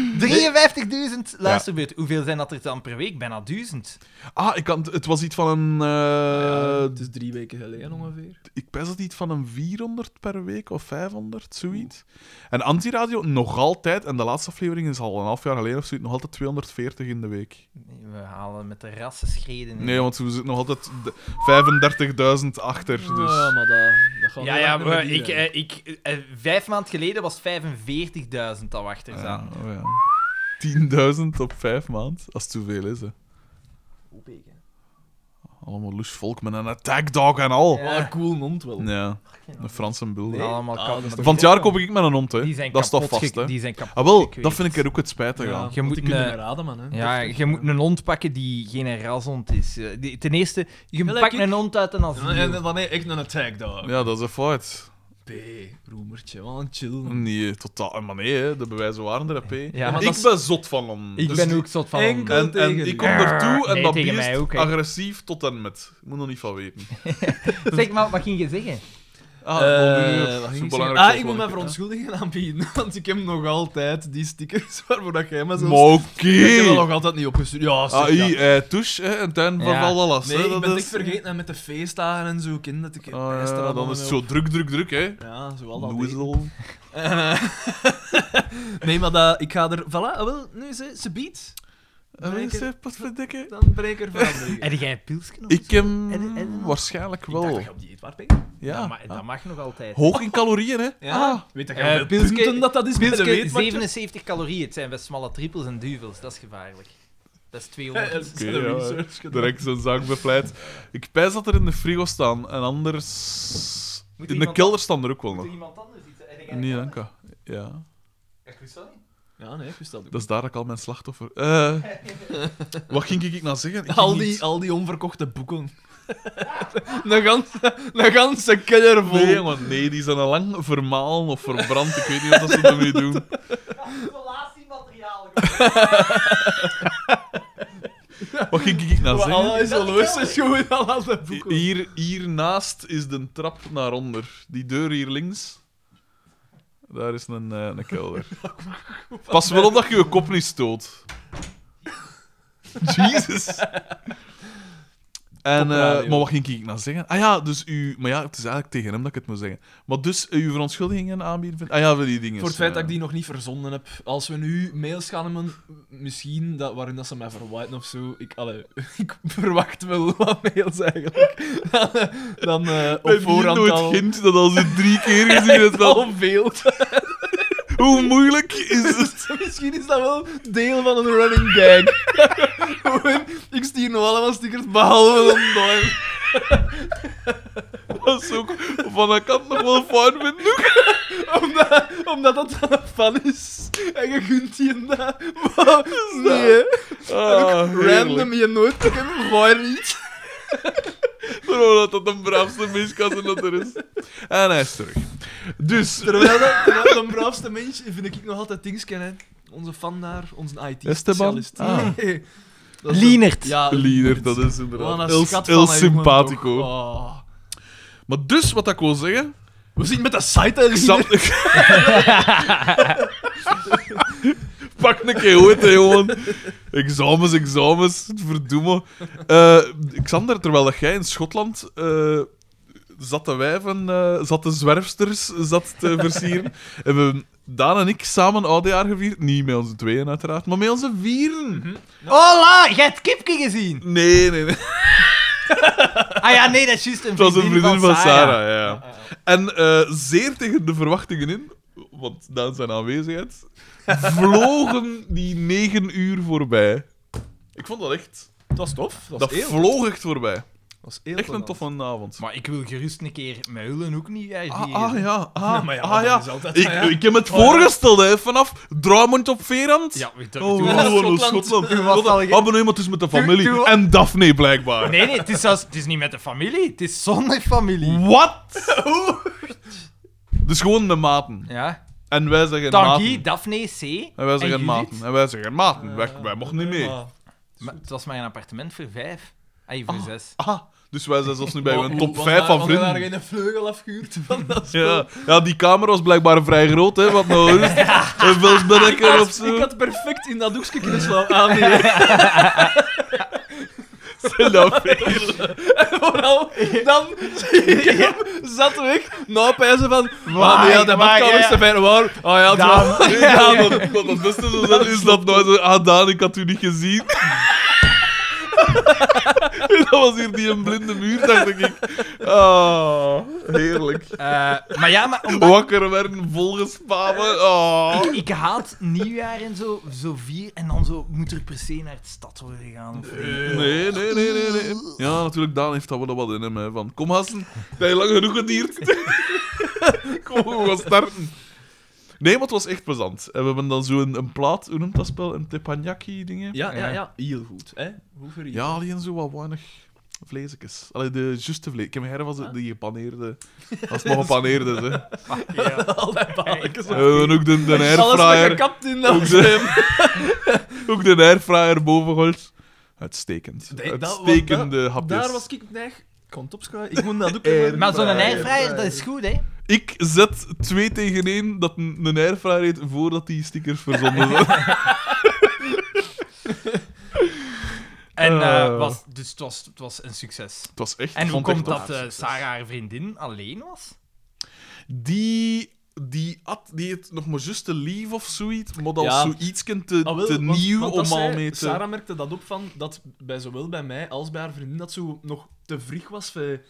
53.000 luisterbeurt. Hoeveel zijn dat er dan per week? Bijna 1000.
Ah, ik had, het was iets van een... eh,
Eh, het is drie weken geleden ongeveer.
ik pijs dat iets van een 400 per week of 500, zoiets. En Antiradio nog altijd, en de laatste aflevering is al een half jaar geleden of zoiets, nog altijd 240 in de week.
We halen met de rassen schreden.
Nee, want we zitten nog altijd de- 35.000 achter.
Ja,
Dus.
maar dat, dat gaat
Ja,
heel
ja,
lang
maar
duren.
ik, eh, ik, eh, vijf maanden geleden was 45.000 dat we achter
Ja,
zaten.
oh ja. 10.000 op vijf maanden, als het zoveel is. Hè. Allemaal loes volk met een attack dog en al.
Ja.
Ja,
Wat een Oh, cool hond wel.
een Franse bulder.
Nee, allemaal
Ah,
koud.
dat is toch
Van het jaar koop ik met een hond, hè.
Die zijn
dat is toch
kapot
vast,
ge-
hè.
Die zijn kapot
Ah, wel,
gekweekt.
dat vind ik er ook het spijtig
Ja,
aan.
want
Je moet
die
een-
kunnen mij raden, man. Hè.
Ja,
Heftig.
je moet een hond pakken die geen rashond is. Eh, die- ten eerste, je
Gelijk
pakt
ik.
een hond uit een asiel.
Ja, en Wanneer echt een attack dog.
Ja, dat is een fout.
P, roemertje, man, chill.
Nee, totaal. Maar nee, hè, de bewijzen waren er, hè, P.
Ja, maar
ik
dat is-
ben zot van hem.
Ik
Dus
ben
die-
ook zot van
enkel-
honden.
En, en ik kom
Ja.
ertoe en
Nee,
dat
tegen
biest
mij ook, hè.
agressief tot en met. Ik moet nog niet van weten.
Zeg maar, wat ging je zeggen?
Ah,
Eh,
wel, nu,
wat
zo
ging ik zeggen?
belangrijk
ah,
zoals
ik
wel een
moet mijn
keer.
verontschuldigingen aanbieden, want ik heb nog altijd die stickers waarvoor dat jij me zo...
Maar
Ik heb dat
oké.
nog altijd niet opgestuurd. Ja, zeg
AI,
dat.
eh, touche, hè, en tuin van
Ja.
Valdalas.
Nee,
hè,
ik
dat
ben
is-
echt vergeten en met de feestdagen en zo, kind, dat ik het
Ah,
beste
ja,
wat
dan
nog
is het
wel-
zo druk, druk, druk, hè.
Ja, zo wel dat deed.
Noezel.
En, eh, nee, maar dat, ik ga er... Voilà, ah, wel, nu ze, ze biedt.
En
Breken.
mensen, potverdikke.
Dan breek ik er verandering. in.
Heb jij een pilsje nog?
Ik hem
En- en-
waarschijnlijk
Ik dacht
wel.
dat je op dieet waard bent.
Dat,
Ja. Ah.
ma- dat mag nog altijd.
Hoog in calorieën, hè?
Ja,
Ah.
weet dat
Eh,
je
Pilske-
uh, punten dat dat is, maar
Pilsje,
dat weet wat je-
77 calorieën. Het zijn best smalle trippels en duvels. Dat is gevaarlijk. Dat is
Eh,
200.
eh,
Oké,
ze hebben
ja,
research gedaan.
Direct zijn zaak bepleit. Ik pijs dat er in de frigo staan en anders.
Moet er
in de
iemand-
kelder staan er ook wel
Moet er
nog.
iemand anders iets Heb jij-
Nee, dank je. Ja,
Ik wist dat niet.
Ja, nee, ik wist dat ook.
dat is daar dat ik al mijn slachtoffer. Eh, wat ging ik nou zeggen? Ik ging
Al die,
iets-
al die onverkochte boeken. een, ganse, een ganse keller vol.
Nee, jongen, nee, die zijn al lang vermalen of verbrand. Ik weet niet wat dat ze ermee doen.
Isolatiemateriaal.
Wat ging ik nou
Maar
zeggen?
Allah is
Dat
al is
geldt.
gewoon al de boeken.
Hier, hiernaast is de trap naar onder. Die deur hier links. Daar is een, eh, een kelder. Pas wel op dat je je kop niet stoot. Jesus. En, eh,
Topradio.
maar wat ging ik nou zeggen? Ah ja, dus u... Maar ja, het is eigenlijk tegen hem dat ik het moet zeggen. Maar dus eh, uw verontschuldigingen aanbieden vindt... Ah ja, voor die dingen.
Voor het feit dat ik
ja.
die nog niet verzonden heb. Als we nu mails gaan hebben, misschien dat, waarin dat ze mij verwijten of zo. Ik, allee, ik verwacht wel wat mails eigenlijk. Dan, eh, dan eh,
Ik
op
ben hier
voorhand
nooit
al,
kind dat al ze drie keer gezien het wel.
al veel.
Hoe moeilijk is het?
misschien is dat wel deel van een running gag. Gewoon, ik stuur nog allemaal stickers, behalve een doim.
Dat is ook van een kant nog wel fijn vinden.
Omdat, omdat dat dan een fan is. En je gunt je hem dat. Maar nee.
Ah, heerlijk.
Random je nooit. Ik heb hem gewoon niet.
Terwijl dat dat de braafste mens kan zijn dat er is. En hij is terug. Dus...
Terwijl dat, terwijl dat de braafste mens vind ik nog altijd things kennen. Onze fan daar, onze IT-specialist.
Esteban? Ah.
Lienert.
Ja,
Leader, dat is
Wat
inderdaad
een
heel,
schat
heel
van een jongen,
sympathico.
toch. Oh.
Maar dus, wat ik wil zeggen...
We zien met de site
Ik
erin.
zat... Pak een keer uit, hè, jongen. Examens, examens. Verdoemen. Eh Xander, terwijl dat jij in Schotland... eh, Zat de wijven, eh, zat de zwerfsters, zat te versieren. Hebben Daan en ik samen oudejaar gevierd. Niet met onze tweeën, uiteraard, maar met onze vieren.
Hola, jij hebt Kipke gezien.
Nee, nee, nee.
Ah ja, nee, dat is juist een
Het was een vriendin van Sarah,
Ah,
ja.
ah, ah.
En eh, zeer tegen de verwachtingen in, want na zijn aanwezigheid, vlogen die negen uur voorbij. Ik vond dat echt...
Dat was tof. Dat
Dat
was heel.
vloog echt voorbij.
dat was heel
Echt een
plezant.
toffe avond.
Maar ik wil gerust een keer mijn huilen ook niet
Ah,
uitvieren.
ah, ja, ah,
Ja, maar ja,
ah,
dat
ja.
is altijd-
Ik,
ah, ja.
ik heb het
Oh, ja.
voorgesteld, hè, vanaf Druimond op Verand.
Ja, we-
Oh,
doe-
was
gewoon
Schotland.
Schotland.
Toen was al ge-
Ah, maar nee, maar het is met de familie.
toen-
En Daphne, blijkbaar.
Nee, nee, het is, zelfs- het is niet met de familie. Het is zonder familie.
Wat? Dus gewoon de maten.
Ja.
En wij zeggen
Tanguy,
maten.
Daphne, C.
En wij zeggen
en
maten.
Judith?
En wij zeggen maten. Weg,
Eh,
wij mochten niet
nee,
mee.
maar-
Maar het was maar een appartement voor vijf. Ah, voor zes.
Ah, dus wij zijn zelfs nu bij
Maar
een
hoe-
top
was
5
Oh, daar-
van
was daar
vrienden.
geen vleugel afgehuurd van dat spel?
Ja. ja, die kamer was blijkbaar vrij groot, hè? Wat nou is het? Een Velsbedekker of
Ik,
zo.
ik had perfect in dat hoekje kunnen slaan. Ah, nee.
Ja,
Vooral dan zie ik hem zat weg. Nou, pijzen van. Ah,
Waar,
nee, ja, dat
waar,
badkamer is
ja.
te ver. Waar? Oh ja, het was-
Ja, wat, wat het beste zou zijn, is dat nou zo... Ah, Daan, ik had u niet gezien. dat was hier die een blinde muur, dacht ik. Ah, heerlijk.
Eh, maar ja, maar omdat-
Wakker werden, volgespamen. Ah.
ik, ik haat nieuwjaar en zo, zo vier. En dan zo moet er per se naar het stad worden gaan. Of
Nee, nee, nee, nee, nee. Ja, natuurlijk, Daan heeft dat wel wat in hem. Hè, van, kom, hassen, dat je lang genoeg gedierd. kom, we gaan starten. Nee, maar het was echt plezant. En we hebben dan zo een, een plaat, hoe noemt dat spel? Een teppanyaki-dingen.
Ja, ja, ja. Heel goed. Hè? Hoeveel hier?
Ja, alleen zo wat weinig vleesjes. Allee, de juiste vlees. Ik heb her was het die gepaneerde. Als het maar gepaneerde, hè. En
Allerlei balletjes.
we hebben ook de, de
Alles
airfryer.
gekapt in dat
Ook de, ook de airfryer bovengehaald. Uitstekend.
Nee, dat- want
Uitstekende
dat-
hapjes.
Daar was ik neig. Ik kon het opschrijven. Ik moet dat ook
Eh,
Maar zo'n
Airfryer,
airfryer, dat is goed, hè?
Ik zet 2 tegen 1 dat een, een airfryer heet voordat die stickers verzonden zijn.
En eh,
Eh.
was, dus het was, het was een succes.
het was echt
En hoe
vond echt
komt
tof.
dat eh, Sarah haar vriendin alleen was?
Die, die, had, die het nog maar juist te lief of zoiets, maar dat
Ja.
was zoiets te,
Ah, wel,
te
want-
nieuw
want dat
om al
zei-
mee te...
Sarah merkte dat op van dat bij zowel bij mij als bij haar vriendin dat zo nog te vroeg was voor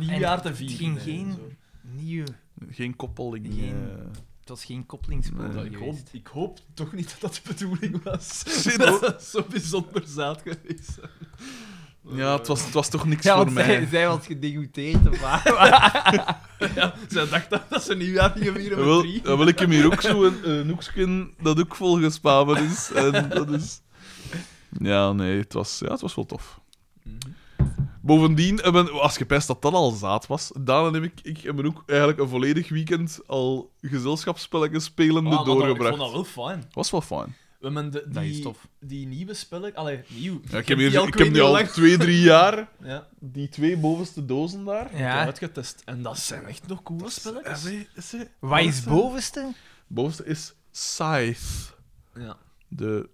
nieuwjaar Ah, te vieren.
Ah, ging
hè,
geen-
zo.
Nieuw.
Geen koppeling.
Geen-
eh.
Het was geen koppelingspool.
Nee.
Dat- ik, hoop, ik hoop toch niet dat dat de bedoeling was.
Shit,
dat
hoor.
dat zo bijzonder zaad geweest.
Ja, het was, het was toch niks
Ja,
voor
want
mij.
zij, zij was gedegoûteerd. of waar?
Ja, zij dacht dat, dat ze nieuwjaar gingen vieren met
Eh, Wel,
drie.
dan wil ik hem hier ook zo een, een hoekje dat ook volgespaven is. En dat is... Ja, nee, het was, ja, het was wel tof.
Mhm.
Bovendien, hebben- als je pest dat dat al zaad was, Daan en ik, ik hebben ook eigenlijk een volledig weekend al gezelschapsspelletjes
Ah,
spelende
maar dat-
doorgebracht.
Ik vond dat wel fijn.
was wel fijn.
We hebben de,
Dat
die,
is tof.
die nieuwe spellen... Allee, nieuw.
Ja, ik
heb
heb,
die
hier,
al
ik
ik weet
heb
niet
die
hoe
al
lang.
twee, drie jaar.
Ja,
Die twee bovenste dozen daar. Eh,
ja.
Ja.
uitgetest. En dat zijn echt nog coole spelletjes.
Wat is bovenste?
Bovenste is Scythe.
Ja.
De,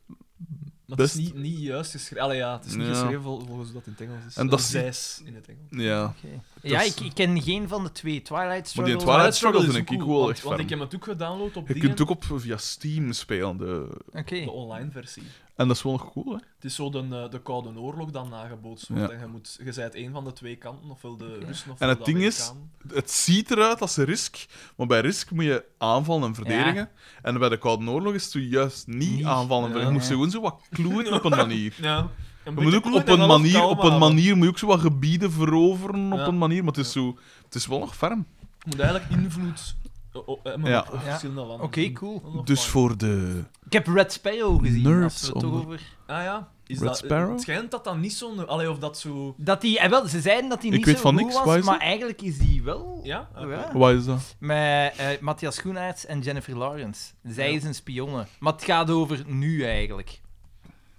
Maar
Best-
het is niet, niet juist geschreven. Allee, ja, het is niet
Ja.
geschreven vol- volgens hoe dat in het Engels is.
En dat is-
Zes in het Engels.
ja.
Ja,
is-
ik, ik ken geen van de twee. Twilight
Maar die
Struggle.
Twilight- Ah, Struggle
is
vind ik
ook
ook
cool,
wel
want,
echt
want
fijn.
ik heb het ook gedownload op
Je
dingen,
kunt ook op, via Steam spelen. De,
Oké.
de online versie.
en dat is wel nog cool, hè?
Het is zo de, eh, de Koude Oorlog dan nagebootst wordt.
Ja.
En je, moet, je bent een van de twee kanten, ofwel de Russen of
En
de
het ding is-
Amerikanen.
Het ziet eruit als een risk, maar bij risk moet je aanvallen en verdedigen. En bij de Koude Oorlog is het juist niet
Niet.
aanvallen en verdedigen. Je moet
Ja.
gewoon zo wat kloen op een manier.
Ja.
Je moet ook op een manier, op een manier moet je ook zo wat gebieden veroveren op
Ja.
een manier, maar het is zo... Het is wel nog ferm.
Je moet eigenlijk invloed op, op, eh, maar
Ja.
op- op
Ja.
verschillende landen.
Oké, cool.
Dat is nog
Dus
fijn.
voor de...
Ik heb Red Sparrow gezien.
Nerds
als we het toch
onder-
over...
Ah ja. Is
Red
dat,
Sparrow?
Het schijnt dat dat niet zo... Allee, of dat zo...
Dat die, eh, wel, ze zeiden dat die
Ik
niet
weet
zo
van
goed
niks, wat
was,
is
maar
het?
eigenlijk is die wel. Oh,
Ja? Oké.
Ja.
Wat is dat?
Met eh, Matthias Schoenaerts en Jennifer Lawrence. Zij
Ja.
is een spionne. Maar het gaat over nu eigenlijk.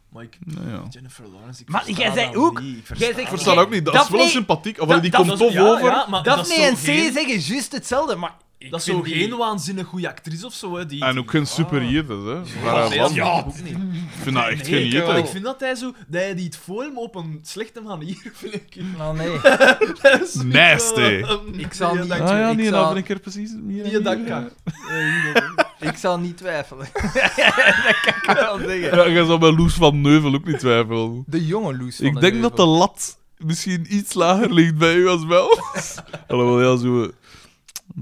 Maar ik...
Nou ja.
Jennifer Lawrence, ik
Maar
versta
jij zei
dat
ook-
niet. Ik
jij
versta
zegt-
dat
Ik versta dat ook niet. Dat, is wel
Daphne-
sympathiek. Of
Dat-
die
dat
komt
Dat is-
tof
ja,
over.
ja, maar dat is
Daphne
zo
en C
geen-
zeggen juist hetzelfde, maar... ik
Dat is
vind
zo
die-
geen waanzinnig goede actrice of zo, hè? Die,
En
die-
ook geen super
Ah.
jeeters, hè.
Ja,
Waar-
nee,
wat?
dat
Ja,
ook niet.
ik vind dat echt
Nee,
geen
ik wel. Ik
jeter.
vind dat hij zo... Dat hij die het film op een slechte manier, vind ik.
Maar nee.
Dat is niet
Nasty.
wel, ehm,
Ik zal
die
niet-
dat-
Ah ja,
Ik
nee,
zou-
nou ben ik er precies... hier-
Die dat
hier-
kan.
ik zal niet twijfelen. dat kan ik wel zeggen.
Ja, jij zou bij Loes van Neuvel ook niet twijfelen.
De jonge Loes van
Ik denk dat de
Heuvel.
lat misschien iets lager ligt bij u als wel. Alhoewel, ja, zo... eh, Een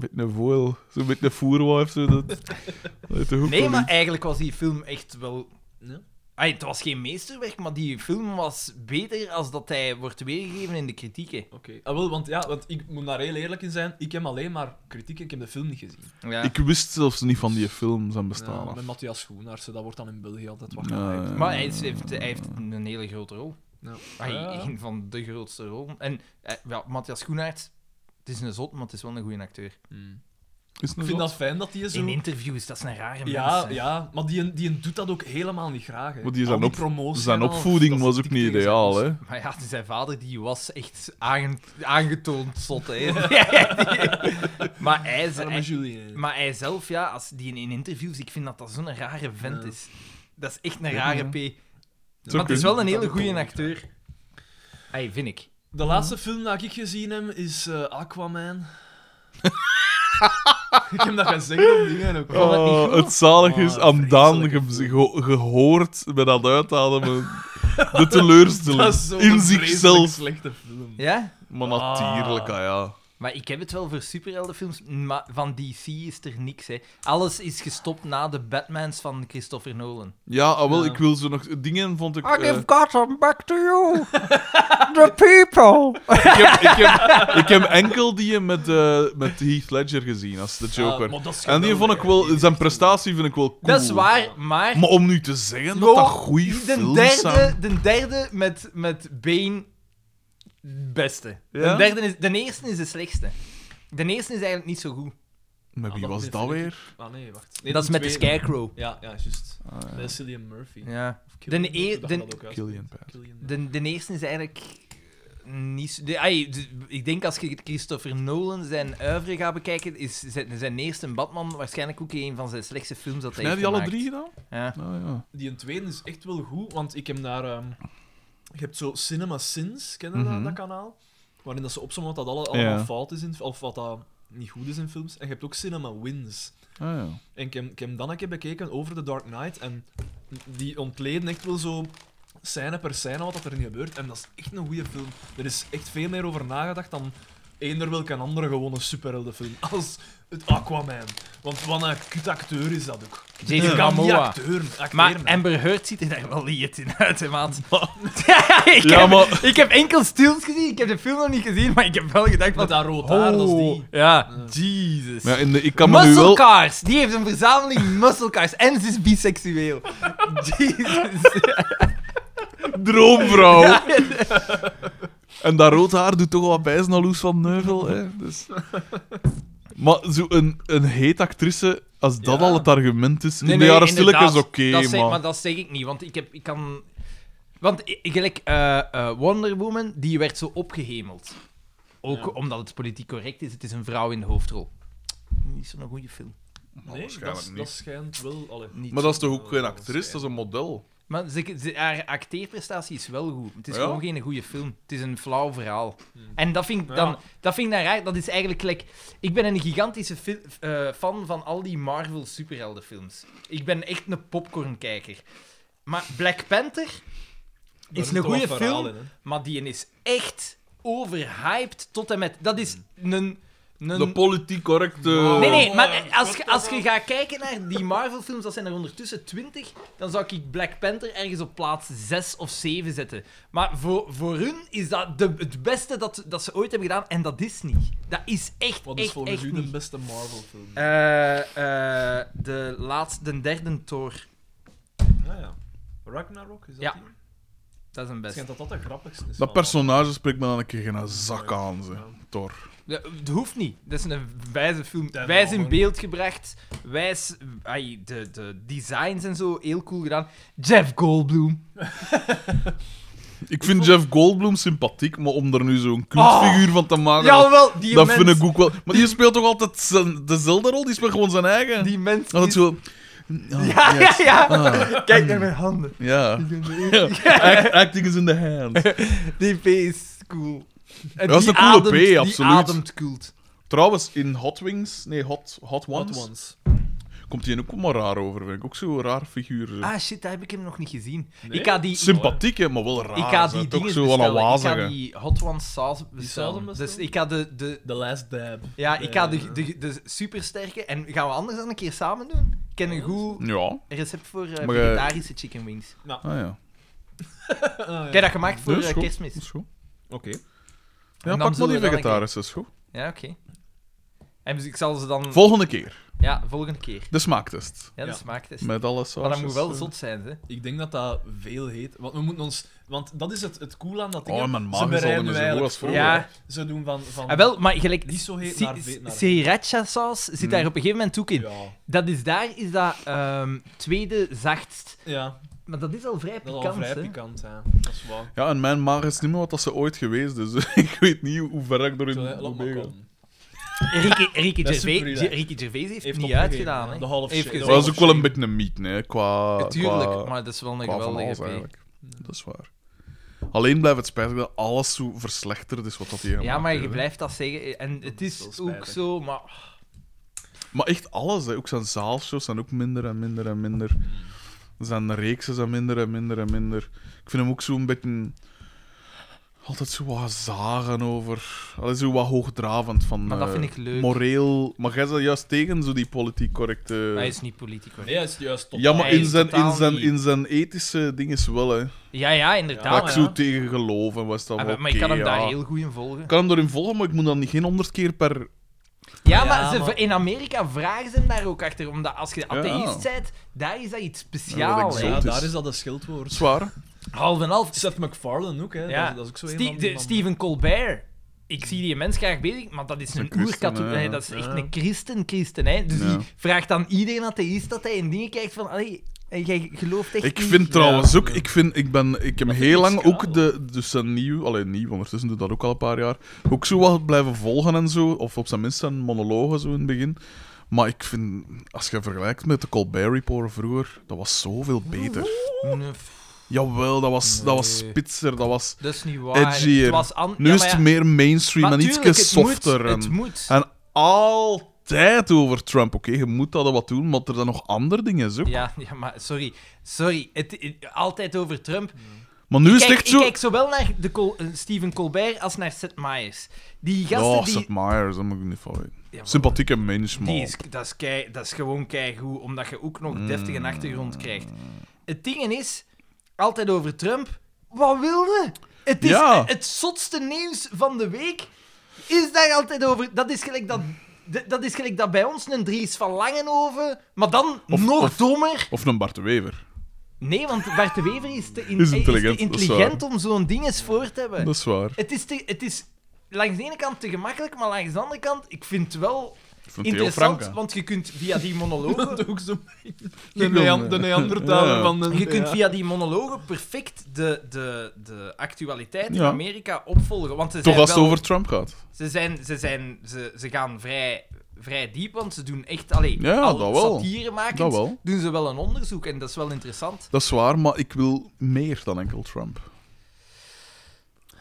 beetje een voil. Zo'n beetje een voerwaar of zo. Dat, dat is toch ook
Nee,
wel
maar
iets.
eigenlijk was die film echt wel...
Ja.
Ay, het was geen meesterwerk, maar die film was beter als dat hij wordt weergegeven in de kritieken.
Oké. Ah, wel, want, ja, want ik moet daar heel eerlijk in zijn. Ik heb alleen maar kritiek en ik heb de film niet gezien.
Ja.
Ik wist zelfs niet van die film zijn
Ja,
bestaan. af.
met Matthias Schoenaerts, dat wordt dan in België altijd wat
Ja,
gehyped.
ja.
Maar hij is- heeft, hij heeft een hele grote rol.
Ja.
Ay,
Ja, ja.
Een van de grootste rollen. En eh, ja, Matthias Schoenaerts, het is een zot, maar het is wel een goede acteur.
Hmm.
Is het
Ik
nou
vind
zo?
dat fijn dat die zo...
In interviews, dat zijn rare
Ja,
mensen.
ja, maar die, die doet dat ook helemaal niet graag. Hè.
Want die
Al
zijn op-
promotie
Dus Zijn
en al, dat
opvoeding
is
was ook
dik
niet
tegen zijn
ideaal,
ons.
hè?
Maar ja, zijn vader die was echt aange- aangetoond zot, hè. Die- maar, hij, is-
Arme
hij-
Julien.
maar hij zelf, ja, als die in interviews... Ik vind dat dat zo'n rare vent
Ja.
is. Dat is echt een rare P. Maar
Zou
het is
kunnen.
wel een hele
Dat
goede
ook wel.
acteur. Hey, vind ik.
De laatste film dat ik gezien heb is eh, Aquaman. ik heb dat gezegd op dingen ook.
vond het niet
Oh,
goed.
het zalig is
Oh,
aan Daan
vreselijke
ge- ge- gehoord bij dat uitademen. De teleurstelling
Dat is zo'n
in
vreselijk
zichzelf.
slechte film.
Ja?
Maar natuurlijk, ah, ja.
Maar ik heb het wel voor superheldenfilms, maar van DC is er niks, hè. Alles is gestopt na de Batmans van Christopher Nolan.
Ja, ah, wel,
Ja. Ah,
ik wil zo nog... Dingen vond ik... eh,
Gotham back to you, the people.
ik, heb, ik, heb, ik heb enkel die met, eh, met Heath Ledger gezien, als de Joker.
Ah,
en die vond ik wel... Zijn prestatie vind ik wel cool.
Dat is waar, maar...
Maar om nu te zeggen dat dat goede
de
films zijn...
derde, de derde met, met Bane, beste. De,
Ja?
derde is, de eerste is de slechtste. De eerste is eigenlijk niet zo goed.
Maar wie
Ah, dat
was
vind
dat
ik-
weer?
Ah nee, wacht.
dat is met de
tweede.
Scarecrow.
Ja, ja, juist.
Ah, ja.
Dat is Cillian Murphy.
Ja.
Of Cillian
De
Murphy,
eer-
dat
de-
gaat dat ook uit.
Cillian Murphy.
Cillian Murphy.
De, de eerste is eigenlijk niet zo... de- ai, de- ik denk als je Christopher Nolan zijn oeuvre gaat bekijken, is zijn, zijn eerste Batman waarschijnlijk ook een van zijn slechtste films dat hij
Nee,
heeft
die alle
gemaakt.
drie gedaan?
Ja.
Ah, ja.
Die een tweede is echt wel goed, want ik heb daar... ehm, je hebt zo Cinema Sins, ken je
Mhm.
dat, dat kanaal? Waarin dat ze opzommen wat dat alle,
Ja.
allemaal fout is, in, of wat dat niet goed is in films. En je hebt ook Cinema Wins.
Ah, ja.
En ik heb, ik heb dan een keer bekeken over The Dark Knight en die ontleden echt wel zo scène per scène wat dat er in gebeurt. En dat is echt een goede film. Er is echt veel meer over nagedacht dan eender welke andere gewone superheldenfilm als het Aquaman. Want wat een kut acteur is dat ook.
Jason
Je kan die
Momoa.
acteur, acteren,
Maar
hè.
Amber Heard ziet er daar wel liet in uit, hè, maat. ik,
Ja,
heb,
maar-
ik heb enkel stills gezien, ik heb de film nog niet gezien, maar ik heb wel gedacht van...
Met dat rood haar, dat is die.
Ja,
Ja.
Jesus.
Maar Oh. ja, in de, ik kan me nu
Muscle
wel...
cars! Die heeft een verzameling muscle cars. En ze is biseksueel. Jesus.
Droomvrouw! En dat rood haar doet toch wel wat bijzen aan Loes van Neuvel, hè? Dus... Maar zo'n een heet actrice, als dat
Ja.
al het argument is,
Nee,
in de
nee,
jaren stilletjes is
inderdaad.
oké,
dat zeg,
maar...
maar dat zeg ik niet, want ik, heb, ik kan... Want i- gelijk eh, eh, Wonder Woman, die werd zo opgehemeld. Ook
Ja.
omdat het politiek correct is, het is een vrouw in de hoofdrol. Niet zo'n goede film.
Nee,
Nou, waarschijnlijk
dat,
niet.
dat schijnt wel... Allee,
Niet
Maar dat is toch ook
Oh,
eh,
geen
dat
actrice, dat is een model.
Maar ze, ze- haar acteerprestatie is wel goed. Het is
Ja?
gewoon geen goede film. Het is een flauw verhaal.
Hmm.
En dat vind ik
Ja.
dan... Dat vind ik dan raar. Dat is eigenlijk... like, ik ben een gigantische fil- eh, fan van al die Marvel superheldenfilms. Ik ben echt een popcornkijker. Maar Black Panther
daar
is
zit
een
wel
goede
wat verhaal
film,
in, hè.
maar die is echt overhyped tot en met... Dat is een...
De
een...
politiek correcte...
Nee, nee,
Oh,
maar als,
wat
je-
dan
als je
wel?
gaat kijken naar die Marvel-films, dat zijn er ondertussen 20, dan zou ik Black Panther ergens op plaats 6 of 7 zetten. Maar voor, voor hun is dat de, het beste dat, dat ze ooit hebben gedaan, en dat is niet. Dat is echt,
Wat is
echt,
volgens
echt
u
niet.
de beste Marvel-film?
Eh, eh, de laatste, de derde Thor,
Ja, ja. Ragnarok, is dat
Ja.
die?
dat is een
Het
beste.
schijnt dat dat de grappigste is.
Dat
van
personage spreekt me dan een keer geen zak aan, ze.
Ja.
Thor.
Ja, Het hoeft niet. Dat is een wijze film.
Ja,
wijs
nou,
in
hoor.
beeld gebracht. Wijs... ai, de, de designs en zo, heel cool gedaan. Jeff Goldblum.
Ik vind Jeff Goldblum sympathiek, maar om er nu zo'n kunstfiguur van te maken,
Oh. Ja, wel, die
dat
mens...
vind ik ook wel... Maar die speelt toch altijd zijn- dezelfde rol? Die speelt gewoon zijn eigen.
Die mens
Dat het
is-
zo... Oh,
Ja,
yes.
ja, ja.
Ah,
Kijk naar mijn handen.
ja. Ja. Act- acting is in the hands.
Die P is cool. En
Dat is
die
een coole P,
die
absoluut.
ademt cult.
Trouwens, in Hot Wings, nee, Hot, Hot
Hot
Ones,
Ones.
komt hij ook maar raar over, vind ik. Ook zo'n raar figuur. zo.
Ah shit, daar heb ik hem nog niet gezien.
Nee?
Ik ga die...
Sympathiek, hè, maar wel raar.
Ik ga
zo.
die
Ah, toch
dingen
zo wel een
bestellen. Ik ga
wazige.
die Hot Ones saus
zouden
bestellen. Dus
bestellen?
ik ga de, de,
The Last Dab.
Ja, ik ga de,
Eh,
de, de supersterke. En gaan we anders dan een keer samen doen? Ik ken een goed
Ja.
recept voor eh,
Maar, eh,
vegetarische chicken wings.
Ah ja.
Ah, ja.
Ik heb dat gemaakt voor
Dus
eh,
goed.
kerstmis.
Dat is goed.
Oké.
Ja,
dan
pak maar
zullen
die
we dat een
vegetarische, is goed.
Ja, oké. En dus ik zal ze dan...
Volgende keer,
ja, volgende keer.
de smaaktest.
Ja, de
Ja.
smaaktest.
Met eh. alles
Maar
sausjes.
dat moet wel zot zijn, hè.
Ik denk dat dat veel heet. Want we moeten ons... we- Want dat is het, het cool aan dat ding.
Oh, mijn maag
ze
is al
bereiden
niet zo goed
nu eigenlijk
als
voor.
vroeger.
Ja.
Ze doen van... van
Ah, wel, maar gelijk,
Niet zo heet
si-
naar- weet naar-
sriracha-saus zit
Mm.
daar op een gegeven moment ook in.
Ja,
Dat is daar, is dat ehm, tweede zachtst.
ja,
Maar dat is al vrij
dat is
pikant,
al vrij
hè.
pikant. Ja. Dat is waar.
Ja, en mijn maag is niet meer wat dat ze ooit geweest is. Dus ik weet niet hoe ver ik
Zo, hè,
erin
Laat maar komen.
Ricky, Ricky,
Dat is
Gervais,
super relaxed.
Ricky Gervais heeft,
Heeft
niet
opgegeven,
uitgedaan,
ja.
hè.
De half
Heeft
shit.
gezegd-
Dat was ook wel een beetje een meet, hè, qua...
Tuurlijk,
qua-
maar dat is wel een
qua van
geweldige
alles
play.
eigenlijk. Dat is waar. Alleen blijft het spijtig dat alles zo verslechterd is wat dat hier
Ja, maar je blijft dat zeggen. En het
Dat is
is,
wel spijtig.
ook zo, maar...
Maar echt alles, hè. ook zijn zaalshows zijn ook minder en minder en minder. Zijn reeksen zijn minder en minder en minder. Ik vind hem ook zo'n beetje... Altijd zo wat zagen over... Allee, zo wat hoogdravend van...
Maar dat
eh,
vind ik leuk.
Moreel... Maar jij bent juist tegen zo die politiek correcte...
Hij is niet politico.
Nee, dat is juist top.
ja, maar
hij
in
is
zijn, in,
totaal
zijn,
niet.
in zijn ethische ding is wel, hè.
Ja, ja,
Ja,
dat
inderdaad.
ik
Ja,
maar
zo tegen geloof en was dat
Ah,
wel
maar- maar ik kan hem
oké, ja.
daar heel goed in volgen.
Ik kan hem erin volgen, maar ik moet dan niet geen honderd keer per...
Ja,
Ja,
maar, ze-
maar-
in Amerika vragen ze hem daar ook achter. Omdat als je atheïst bent, daar is dat iets
Ja, dat
speciaals.
is
hè.
Ja,
exotisch.
daar is dat een schildwoord.
Zwaar.
half en half.
Seth MacFarlane ook, hè.
Ja.
Dat, is- dat is ook zo een
Ste-
van
de-
die man-
Stephen Colbert. Ik zie die mens graag bezig, maar dat is
een
een,
christen,
oerkatholiek.
hè, ja.
Dat is echt
Ja.
een christen-christen. hè. Dus
Ja.
die vraagt aan iedereen atheïst dat hij in dingen kijkt van... Allee, eh, jij gelooft echt
Ik
niet."
vind trouwens
ja.
ook, ik, vind, ik, ben, ik heb
Dat
heel
vind ik
lang
schaal.
ook de, dus zijn nieuw, alleen nieuw, ondertussen doe ik dat ook al een paar jaar, ook zo wat blijven volgen en zo, of op zijn minst zijn monologen zo in het begin. Maar ik vind, als je vergelijkt met de Colbert Report vroeger, dat was zoveel beter.
Nee, pff,
Jawel, dat was, dat was
Nee.
spitser, dat was...
dat is niet waar.
Edgier.
Het was an-
Nu
Ja,
is
maar
het
ja,
meer mainstream
maar
en
tuurlijk,
ietsje
het moet,
softer. en-
het moet.
En altijd over Trump. Oké, je moet dat wat doen, maar er zijn nog andere dingen zo.
Ja, ja, maar sorry. Sorry. Het, het- altijd over Trump.
Maar nu is het
Kijk,
echt zo.
Ik kijk zowel naar de Col- eh, Stephen Colbert als naar Seth Meyers. Die gasten
oh,
die...
Seth Meyers, dat moet ik niet van weten.
Ja, maar-
Sympathieke mens, man.
Die is, dat, is kei, dat is gewoon keigoed, omdat je ook
Mm.
nog deftig een achtergrond krijgt. Het ding is, altijd over Trump, wat wilde? Het is
Ja.
het zotste nieuws van de week. Is daar altijd over... Dat is gelijk dat... d- Dat is gelijk dat bij ons een Dries van Langenhoven, maar dan
Of-
nog
of-
dommer.
Of een Bart de Wever.
Nee, want Bart de Wever is te, in-
Is intelligent,
te
dat is
intelligent om zo'n ding eens voor te hebben.
Dat is waar.
Het, is te- het is langs de ene kant te gemakkelijk, maar langs de andere kant, ik vind het wel
Ik vind Theo
interessant,
Frank, hè.
want je kunt via die monologen,
ook zo
wil
de, Nean-
me.
de Neandertaler
Ja.
van de...
je kunt
Ja.
via die monologen perfect de, de, de actualiteit in
Ja.
Amerika opvolgen. Want ze
Toch
zijn,
als het
wel-
over Trump gaat.
ze, zijn, ze, zijn ze, ze gaan vrij, vrij diep, want ze doen echt alleen
Ja, dat wel.
satire maken.
Dat wel.
Doen ze wel een onderzoek en dat is wel interessant.
Dat is waar, maar ik wil meer dan enkel Trump.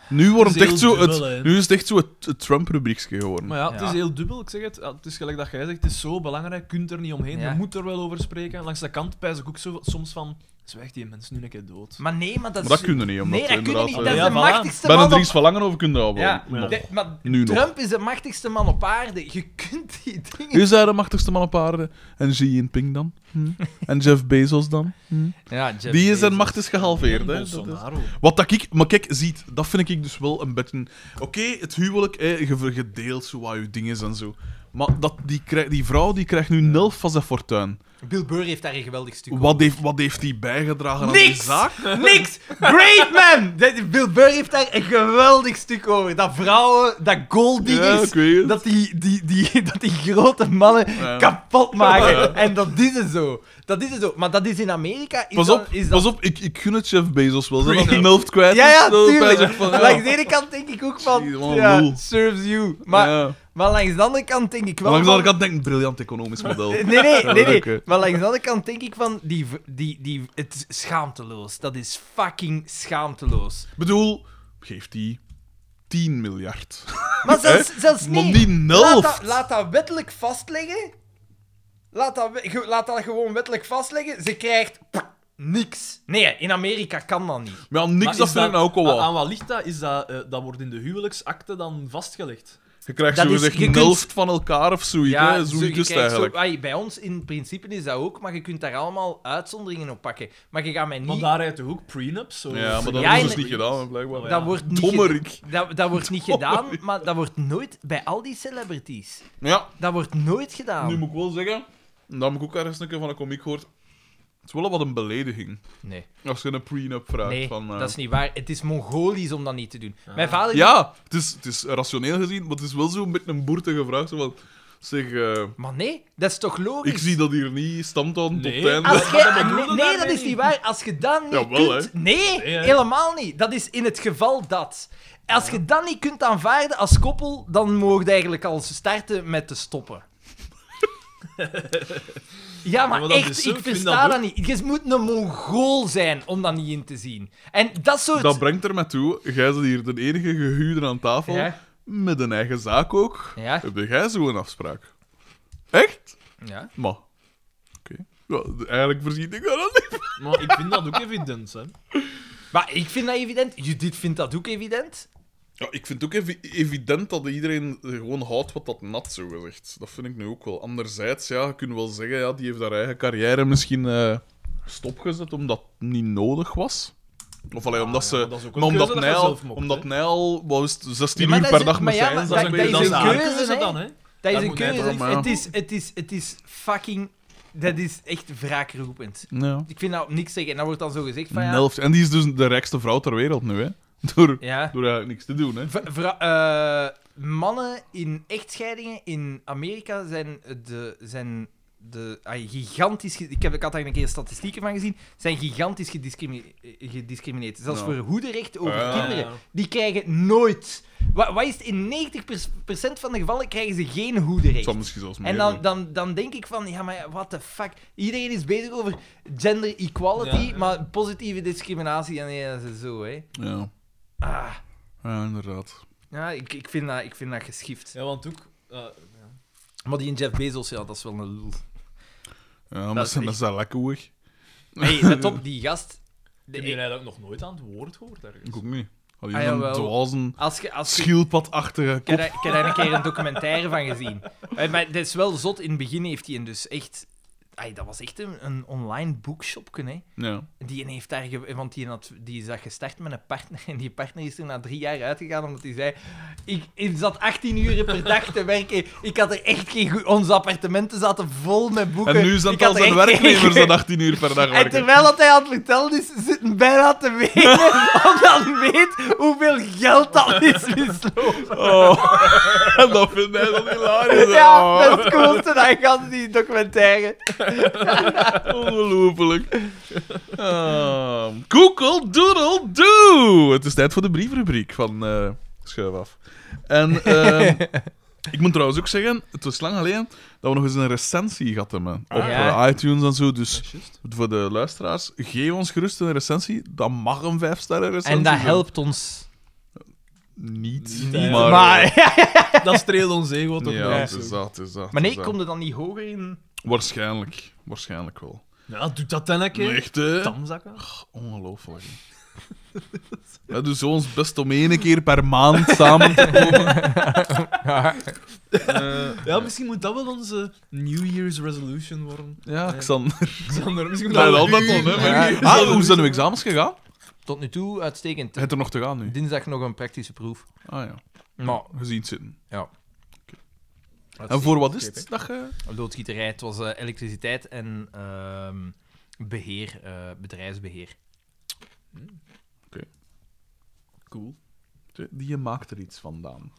Nu, wordt
is
het echt
heel
zo
dubbel, hè.
het, nu is het echt zo het, het Trump-rubriekje geworden.
Maar ja, het
Ja.
is heel dubbel, ik zeg het. Ja, Het is gelijk dat jij zegt, het is zo belangrijk, je kunt er niet omheen,
Ja.
je moet er wel over spreken. Langs de kant pijs ik ook zo, soms van, zwijgt die mens nu een keer dood.
Maar nee, maar dat
Maar
is...
dat kunnen niet, omdat eh,
Nee, dat kunnen niet. Dat is
Ja,
de
voilà.
machtigste
Bij een
man op
Dries van Langenhoven kunnen dat wel.
Ja,
nog.
de- maar
Nu nog.
Trump is de machtigste man op aarde. Je kunt die dingen.
Is hij de machtigste man op aarde? En Xi Jinping dan? Hm? En Jeff Bezos dan? Hm?
Ja, Jeff
Die is
Bezos.
en macht is gehalveerd. Hè? Dat is-
Bolsonaro.
Wat dat ik... Maar kijk, ziet, dat vind ik dus wel een beetje... Oké, het huwelijk, hè, je ver- je deelt zo wat je dingen en zo. Maar dat, die, krij- die vrouw die krijgt nu een elf van zijn fortuin.
Bill Burr heeft daar een geweldig stuk
Wat heeft, wat heeft die bijgedragen aan die
Niks!
zaak?
Niks! Great man! Dat- Bill Burr heeft daar een geweldig stuk over. Dat vrouwen, dat
Ja,
golddiggers,
ik weet het.
dat, die, die, die, dat die grote mannen
Ja.
kapot maken. En dat is het zo. Dat is het zo. Maar dat is in Amerika... Is
Pas
dat-
op,
is dat...
pas op ik, ik gun het Jeff Bezos wel. Zijn dat
Prenup.
een helft kwijt
Ja,
is,
ja,
dat hij
tuurlijk.
zegt van, ja.
Langs de ene kant denk ik ook van...
Jeez, wat een
ja,
lul.
serves you. Maar,
Ja.
maar langs de andere kant denk ik wel
Langs de
van-
andere kant denk ik, briljant economisch model.
Nee, nee,
Ja,
nee, nee.
dat ook, hè.
Maar langs de andere kant denk ik van... Die, v- die, die, het is schaamteloos. Dat is fucking schaamteloos.
Ik bedoel, geeft die 10 miljard.
Maar zelfs, zelfs
Maar
niet.
niet een
laat,
helft.
dat, laat dat wettelijk vastleggen. Laat dat, we- ge- laat dat gewoon wettelijk vastleggen. Ze krijgt niks. Nee, in Amerika kan dat niet.
Maar ja, niks,
Maar
dat
is
vind ik nou ook al
aan- Aan
wel.
wat ligt dat? Is dat, eh, dat wordt in de huwelijksakte dan vastgelegd.
Je krijgt
Dat
zo
is-
gezegd
je
een
kunt-
helft van elkaar of zoiets. hè?
zo-
Zoiets
je
is
krijgt
het
zo-
eigenlijk.
ai, bij ons in principe is dat ook, maar je kunt daar allemaal uitzonderingen op pakken. Maar je gaat mij
Want
niet...
daar uit de hoek prenups. Zo.
Ja, maar dat
Ja,
is
in-
dus niet gedaan, hè, blijkbaar.
Oh,
Dat
ja.
wordt niet
Dommerik.
geda- Dat, dat wordt niet gedaan, maar dat wordt nooit bij al die celebrities.
Ja,
Dat wordt nooit gedaan.
nu moet ik wel zeggen, en dat heb ik ook ergens een keer van een komiek gehoord. Het is wel wat een belediging.
Nee,
Als je een prenup vraagt
nee
van... eh,
dat is niet waar. Het is Mongolisch om dat niet te doen.
Ah.
Mijn vader...
Ja, het is, het is rationeel gezien, maar het is wel zo met een boertige vraag. Zo van, zeg, eh,
Maar nee, dat is toch logisch?
ik zie dat hier niet, stamt dan tot
Nee.
het einde.
Als
Dat-
jij-
dat bedoelde
nee, nee,
daarmee
dat is
niet.
niet waar. Als je dat niet
Jawel,
kunt... Nee,
Nee, hè.
helemaal niet. Dat is in het geval dat. Als je dat niet kunt aanvaarden als koppel, dan mogen je eigenlijk al starten met te stoppen. Ja, maar,
maar dat is
echt,
zo.
ik
Ik vind
versta dat,
dat ook-
niet. Je moet een Mongool zijn om dat niet in te zien. En dat soort...
Dat brengt er mij toe, jij bent hier de enige gehuurde aan tafel,
Ja.
met een eigen zaak ook.
Ja.
Heb jij zo'n afspraak? Echt?
Ja.
Maar, oké. Ja, d- eigenlijk voorzien ik dat al niet.
Maar ik vind dat ook evident, hè.
Maar ik vind dat evident. Judith vindt dat ook evident.
Ja, ik vind het ook evi- evident dat iedereen eh, gewoon houdt wat dat nat, zo gezegd. Dat vind ik nu ook wel. Anderzijds, ja, je kunt wel zeggen, ja, die heeft haar eigen carrière misschien eh, stopgezet omdat het niet nodig was. Of alleen
Ah,
omdat
ja,
ze...
maar dat is ook een
maar omdat
keuze dat
hij
je
al,
zelf mocht,
omdat
hè?
hij al wat is het, 16
Ja, maar
uur
dat
per
is-
dag
maar
met
ja,
zijn
maar
zag
dat-
ik
dat
dan
is
aan.
een keuze. hè?
dan, hè.
Dat is
Daar
een
moet hij
keuze.
toch maar-
Het is, het, is, het is fucking... Dat is echt wraakroepend.
Ja.
Ik vind dat op niks zeggen. En dan wordt dan zo gezegd van ja...
Nelft. En die is dus de rijkste vrouw ter wereld nu, hè. Door,
Ja.
door eigenlijk niks te doen, hè.
V- vra- eh, mannen in echtscheidingen in Amerika zijn de... Zijn de ah, gigantisch... ge- Ik, heb, ik had daar een keer statistieken van gezien. Zijn gigantisch gediscrimi- eh, gediscrimineerd. Zelfs
Ja.
voor hoederecht over
Ja.
Ah.
kinderen. Die krijgen nooit... Wat, wat is het? In 90% van de gevallen krijgen ze geen
Het
hoederecht.
zal misschien zelfs meer
En dan,
zijn.
dan, dan denk ik van, ja, maar ja, what the fuck. Iedereen is bezig over gender equality,
Ja, ja.
maar positieve discriminatie, ja, nee, dat is zo, hè.
Ja.
Ah,
ja, inderdaad.
ja, ik, ik, vind dat, ik vind dat geschift.
Ja, want ook... eh, ja.
Maar die Jeff Bezos, ja, dat is wel een lul.
Ja,
Dat
maar
is
ze
echt-
met zijn lekker weg.
Nee, let op, die gast...
Ik heb die eigenlijk nog nooit aan het woord gehoord, ergens.
Ik ook niet. Had
Ah,
hij een
jawel.
dwazen,
als je... Als je
schildpadachtige
ik heb
kop.
daar- ik heb daar een keer een documentaire van gezien. Eh, Maar dat is wel zot. In het begin heeft hij een dus echt... Ai, dat was echt een, een online boekshopje, hè.
Ja.
Die heeft daar, ge- want die, had, die is daar gestart met een partner. En die partner is er na drie jaar uitgegaan omdat hij zei: ik, ik zat 18 uur per dag te werken. Ik had er echt geen goed. Onze appartementen zaten vol met boeken.
En nu zijn
Ik
het al
had er echt
zijn
geen-
werknemers dat 18 uur per dag
En
werken.
terwijl dat hij aan het vertellen is, zitten bijna te wenen. omdat hij weet hoeveel geld dat is mislopen.
Oh. En dat vindt hij dan hilarisch. Oh,
Ja,
Ja,
dat is het coolste. Dan gaat die documentaire.
Ongelooflijk. Ehm, Google Doodle Doo. Het is tijd voor de briefrubriek van eh Schuif af. En ehm, ik moet trouwens ook zeggen, het was lang geleden dat we nog eens een recensie gehad hebben op
Ah, ja.
eh, iTunes en zo. Dus
Ja, juist.
voor de luisteraars, geef ons gerust een recensie. Dat mag een 5 sterren recensie.
En dat
zijn.
helpt ons.
Niet,
Niet,
maar... eh,
Maar,
Dat streelt ons ego toch
ja,
wel.
het is dat, het is dat.
maar
het
nee,
is dat.
komt er dan niet hoger in?
Waarschijnlijk. Waarschijnlijk wel.
Ja, doet dat dan een keer.
Echt, hè?
Tamzakken.
Ongelooflijk. hè. Ja, dus zo ons best om één keer per maand samen te komen. Eh,
Ja, misschien moet dat wel onze New Year's resolution worden.
ja, Xander.
Xander, misschien moet
Dat
dat
is
wel.
altijd dan, hè. maar- Ah, hoe zijn uw examens gegaan?
Tot nu toe uitstekend.
Het er nog te gaan nu.
Dinsdag nog een praktische proef.
Ah ja,
Maar,
gezien zitten.
ja.
En voor wat is het dat je...
Loodgieterij, het was eh, elektriciteit en ehm, beheer, eh, bedrijfsbeheer.
Cool.
Die maakt er iets vandaan.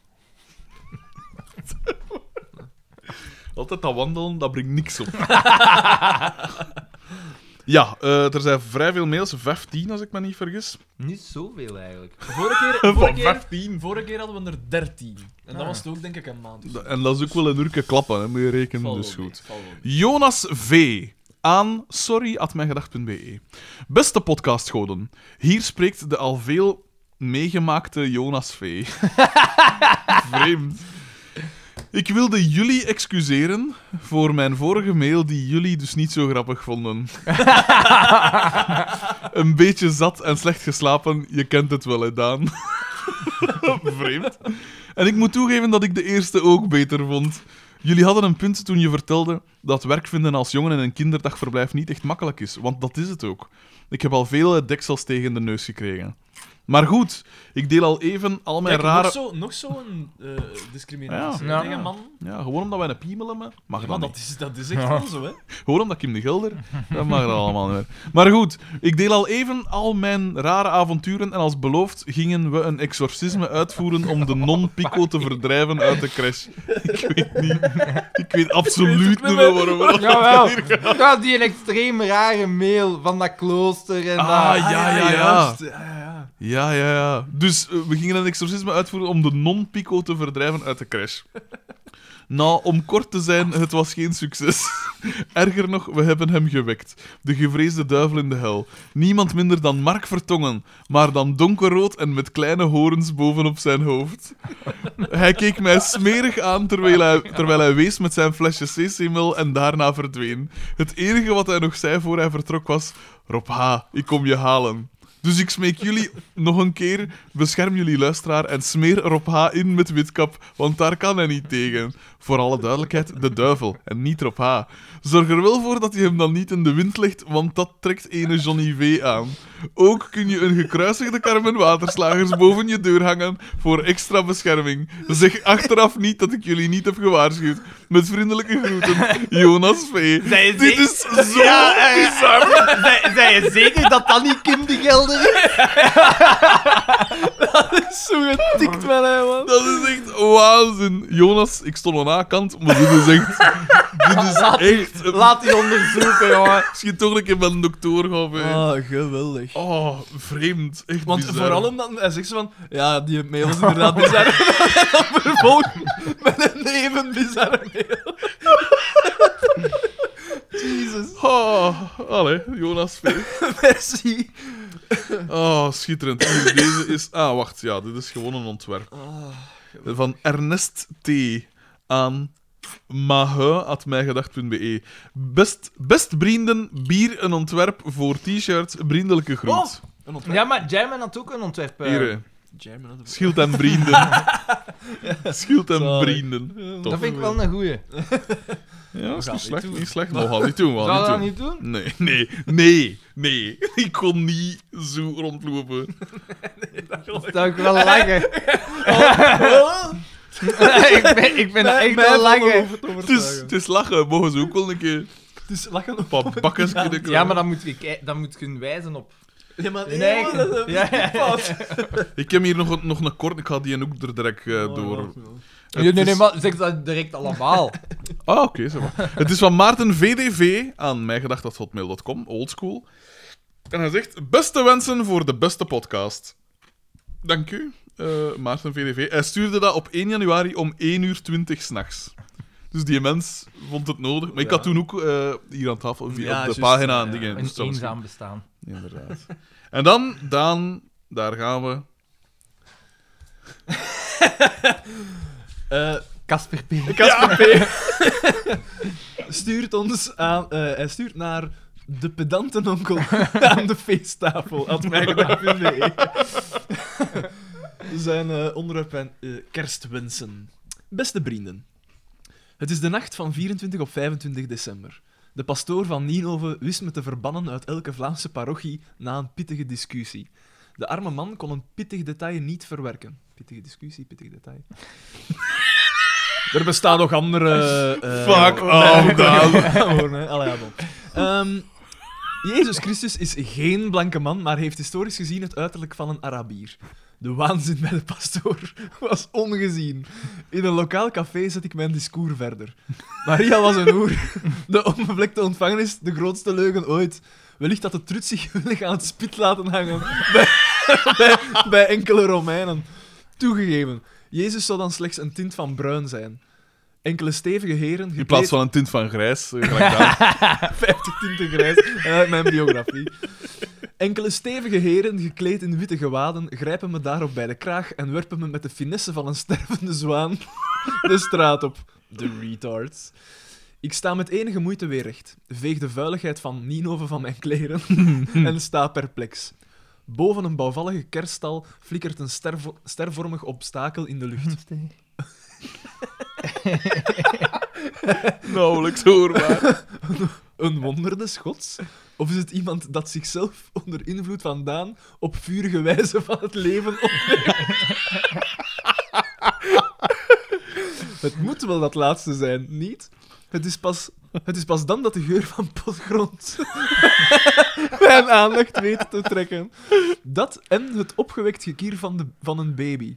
Altijd dat wandelen, dat brengt niks op. ja, eh, er zijn vrij veel mails. 15, als ik me niet vergis.
Niet zoveel eigenlijk.
Vorige keer, vorige
Van
keer,
15.
vorige keer hadden we er 13. En
Ah.
dat was het ook, denk ik, een maand.
Da- En dat is ook wel een urke klappen, hè. moet je rekenen.
Valt wel
Dus
mee,
goed.
valt wel mee.
Jonas V. Aan sorry.mijngedacht.be E. Beste podcastgoden, hier spreekt de al veel meegemaakte Jonas V. Vreemd. Ik wilde jullie excuseren voor mijn vorige mail die jullie dus niet zo grappig vonden. Een beetje zat en slecht geslapen, je kent het wel, hè, Daan. Vreemd. En ik moet toegeven dat ik de eerste ook beter vond. Jullie hadden een punt toen je vertelde dat werk vinden als jongen in een kinderdagverblijf niet echt makkelijk is, want dat is het ook. Ik heb al vele deksels tegen de neus gekregen. Maar goed, ik deel al even al mijn
Kijk,
rare...
nog zo'n nog zo een eh, discriminatie
Ja.
tegen
Ja.
man.
Ja, gewoon omdat wij een piemel hebben, mag
Ja,
dat niet.
dat, is, dat is echt
Ja.
wel zo, hè.
Gewoon omdat Kim de Gelder, dat mag er allemaal niet meer. Maar goed, ik deel al even al mijn rare avonturen en als beloofd gingen we een exorcisme uitvoeren om de non-pico te verdrijven uit de crash. Ik weet niet... Ik weet absoluut niet meer waarom we dat
Jawel. Dat die extreem rare mail van dat klooster en
Ah,
dat...
ja, ja, ja.
juist. Ja, ja, ja.
Ja, ja, ja. Dus eh, we gingen een exorcisme uitvoeren om de non-pico te verdrijven uit de crash. Nou, om kort te zijn, het was geen succes. Erger nog, we hebben hem gewekt. De gevreesde duivel in de hel. Niemand minder dan Mark Vertongen, maar dan donkerrood en met kleine horens bovenop zijn hoofd. Hij keek mij smerig aan terwijl hij, terwijl hij wees met zijn flesje cc-mil en daarna verdween. Het enige wat hij nog zei voor hij vertrok was... Rob H., ik kom je halen. Dus ik smeek jullie nog een keer, bescherm jullie luisteraar en smeer Rob H. in met witkap, want daar kan hij niet tegen. Voor alle duidelijkheid, de duivel en niet Rob H. Zorg er wel voor dat je hem dan niet in de wind legt, want dat trekt ene Johnny V. aan. Ook kun je een gekruisigde Carmen Waterslagers boven je deur hangen voor extra bescherming. Zeg achteraf niet dat ik jullie niet heb gewaarschuwd. Met vriendelijke groeten, Jonas V.
Zij is
Dit
niet-
is zo
Ja, eh,
bizar.
Zij, zij is zeker dat dat niet Kim de Gelder is?
Zo getikt wel, hè, man.
Dat is echt waanzin. Jonas, ik stond aan haar kant, maar dit is echt... dit is echt... een-
Laat die onderzoeken, jongen.
Misschien toch een keer bij een dokter gaan. hè.
Ah, geweldig.
Oh, vreemd. Echt
Want
bizar.
vooral omdat hij zegt zo van, ja, die mails inderdaad bizar. En dan vervolgens met een even bizarre mail. Jezus.
Oh, allee, Jonas Veer.
Merci.
Oh, schitterend. Hier, Deze is... Ah, wacht. Ja, dit is gewoon een ontwerp.
Ah,
Van Ernest T. aan mahe.mijgedacht.be. Best, best vrienden, bier een ontwerp voor t-shirts, vriendelijke groet.
Een ontwerp.
Ja, maar Jaiman had ook een ontwerp. eh.
Hier, hè.
Jeremy, dat is-
Schild en vrienden. Schild en
Zalig.
vrienden.
Dat
Tof.
vind ik wel een goeie.
Ja, is niet
gaan niet
slecht,
doen.
niet slecht. Maar we gaan niet doen, we
Zou je dat
gaan
niet
niet
doen?
doen. Nee, nee, nee, nee. Ik kon niet zo rondlopen.
Dat zou ik wel lachen.
Oh,
ik ben, ik ben
mij-
echt
mij
wel
valt wel
lachen.
over te
Het is,
overtuigen.
het is lachen. Mogen ze ook wel een keer
Het is lachen op...
een paar bakkers kunnen komen.
Ja, maar dan moet je, kei- dan moet je kunnen wijzen op.
Ja, maar nee,
Nee,
man, dat is
ja.
een fout.
Ik heb hier nog, een- nog een kort. Ik ga die ook er direct eh,
Oh,
door. Het
Oh, Nee, nee, nee,
is-
maar zeg dat direct allemaal.
Ah, oké. zeg maar. Het is van Maarten VDV aan mijgedacht.hotmail.com, oldschool. En hij zegt, beste wensen voor de beste podcast. Dank u, eh, Maarten VDV. Hij stuurde dat op 1 januari om 1 uur 20 s'nachts. Dus die mens vond het nodig. Maar ik had toen ook eh, hier aan tafel, via-
Ja,
op de
juist,
pagina en
ja.
dingen.
Een
dus dat was
eenzaam bestaan.
goed. Inderdaad. En dan, Daan, daar gaan we.
Eh,
Casper P.
Casper P. stuurt ons aan... eh, hij stuurt naar de pedantenonkel aan de feesttafel. At mijgedacht.be. E. Zijn eh, onderwerp en eh, kerstwensen. Beste vrienden. Het is de nacht van 24 op 25 december. De pastoor van Nienhoven wist me te verbannen uit elke Vlaamse parochie na een pittige discussie. De arme man kon een pittig detail niet verwerken. Pittige discussie, pittig detail. er bestaan nog andere... eh,
Fuck
eh,
off,
eh, horen, hè. Allee, ja, bon. Ehm, Jezus Christus is geen blanke man, maar heeft historisch gezien het uiterlijk van een Arabier. De waanzin bij de pastoor was ongezien. In een lokaal café zet ik mijn discours verder. Maria was een hoer. De onbevlekte ontvangenis, de grootste leugen ooit. Wellicht dat de trut zich willig aan het spit laten hangen bij, bij, bij enkele Romeinen. Toegegeven, Jezus zou dan slechts een tint van bruin zijn. Enkele stevige heren...
In plaats
gekleed-
van een tint van grijs. eh, gelijk Daan.
50 tinten grijs uit mijn biografie. Enkele stevige heren, gekleed in witte gewaden, grijpen me daarop bij de kraag en werpen me met de finesse van een stervende zwaan de straat op. De retards. Ik sta met enige moeite weer recht, veeg de vuiligheid van Nienhoven van mijn kleren en sta perplex. Boven een bouwvallige kerststal flikkert een stervo- stervormig obstakel in de lucht.
Nauwelijks hoorbaar.
een wonderde Schots? Of is het iemand dat zichzelf onder invloed van Daan op vurige wijze van het leven opneemt? het moet wel dat laatste zijn, niet? Het is pas, het is pas dan dat de geur van potgrond mijn aandacht weet te trekken. Dat en het opgewekt gekier van, de, van een baby.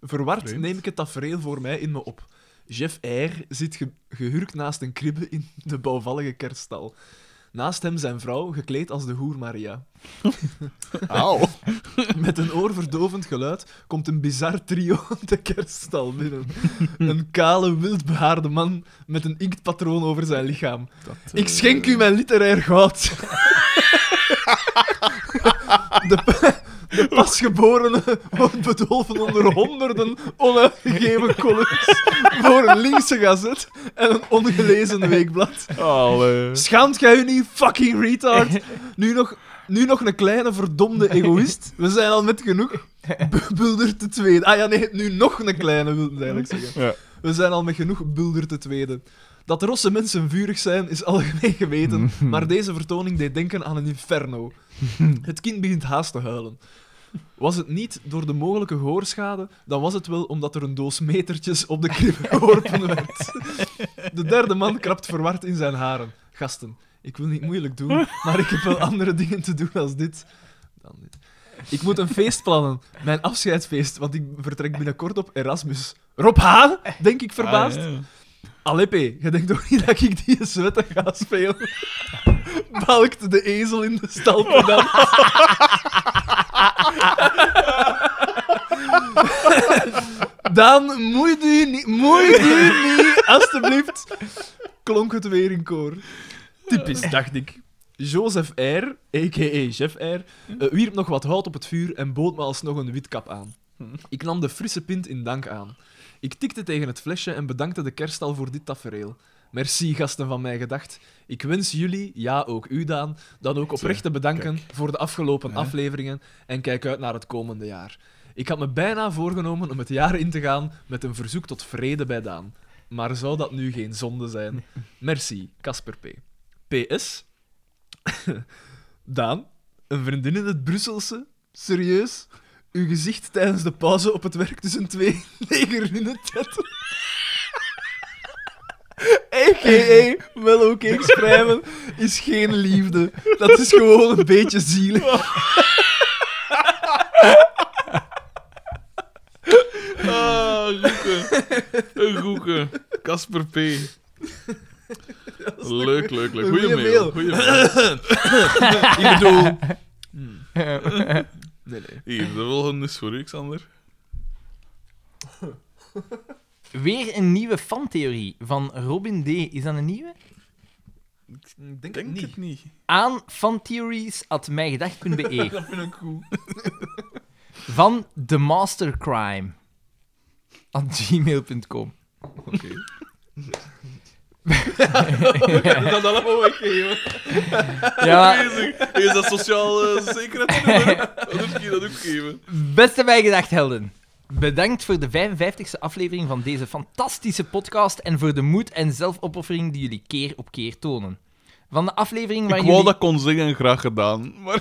Verward
Vreemd.
neem ik het tafereel voor mij in me op. Jeff Eyre zit ge- gehurkt naast een kribbe in de bouwvallige kerststal. Naast hem zijn vrouw, gekleed als de hoer Maria.
Auw.
Met een oorverdovend geluid komt een bizar trio de kerststal binnen. Een kale, wildbehaarde man met een inktpatroon over zijn lichaam. Ik schenk u mijn literair goud. De, pa- de pasgeborene wordt bedolven onder honderden onuitgegeven columns voor een linkse gazet en een ongelezen weekblad.
eh,
Schaamt jij u niet, fucking retard? Nu nog, nu nog een kleine verdomde egoïst? We zijn al met genoeg. B- Bulder te tweede. Ah ja, nee, nu nog een kleine, wil ik eigenlijk zeggen.
Ja.
We zijn al met genoeg Bulder te tweede. Dat rosse mensen vurig zijn is algemeen geweten, maar deze vertoning deed denken aan een inferno. Het kind begint haast te huilen. Was het niet door de mogelijke gehoorschade, dan was het wel omdat er een doos metertjes op de krib geworpen werd. De derde man krapt verward in zijn haren. Gasten, ik wil niet moeilijk doen, maar ik heb wel andere dingen te doen als dit. Dan dit. Ik moet een feest plannen. Mijn afscheidsfeest, want ik vertrek binnenkort op Erasmus. Rob Haan, denk ik verbaasd.
Ah,
Aleppe, je denkt toch niet dat ik die sweater ga spelen? Balkt de ezel in de stal dan. Dan moet u niet, moet u niet, alstublieft. Klonk het weer in koor. Typisch, dacht ik. Joseph R., a.k.a. Jeff R., eh, wierp nog wat hout op het vuur en bood me alsnog een witkap aan. Ik nam de frisse pint in dank aan. Ik tikte tegen het flesje en bedankte de kerstal voor dit tafereel. Merci, gasten van mijn gedacht. Ik wens jullie, ja ook u Daan, dan ook oprecht te bedanken voor de afgelopen afleveringen en kijk uit naar het komende jaar. Ik had me bijna voorgenomen om het jaar in te gaan met een verzoek tot vrede bij Daan. Maar zou dat nu geen zonde zijn? Merci, Casper P. PS. Daan, een vriendin in het Brusselse? Serieus? Uw gezicht tijdens de pauze op het werk tussen twee legerlinnen tetten. A.k.a. mellow cake sprijmen is geen liefde. Dat is gewoon een beetje zielig.
Ah, goeke. Een goeke. Casper P. Leuk, leuk, leuk.
Een
Goeie
goeie
mail.
mail.
Goeie mail.
Ik bedoel... Nee, nee.
Hier, de volgende is voor u, Xander.
Weer een nieuwe fantheorie van Robin D. Is dat een nieuwe?
Ik denk,
Ik denk het niet.
Aan fantheories.mijgedacht.be
Dat vind ik goed.
van The Master Crime. At gmail.com.
Oké.
Ik kan dat allemaal weggeven.
Ja,
Bezig. Is dat sociaal eh, zekerheidsnummer? Dat moet ik je dat ook geven.
Beste bijgedachthelden, bedankt voor de 55e aflevering van deze fantastische podcast en voor de moed en zelfopoffering die jullie keer op keer tonen. Van de aflevering waar
Ik
jullie,
wou dat kon zingen, graag gedaan. Maar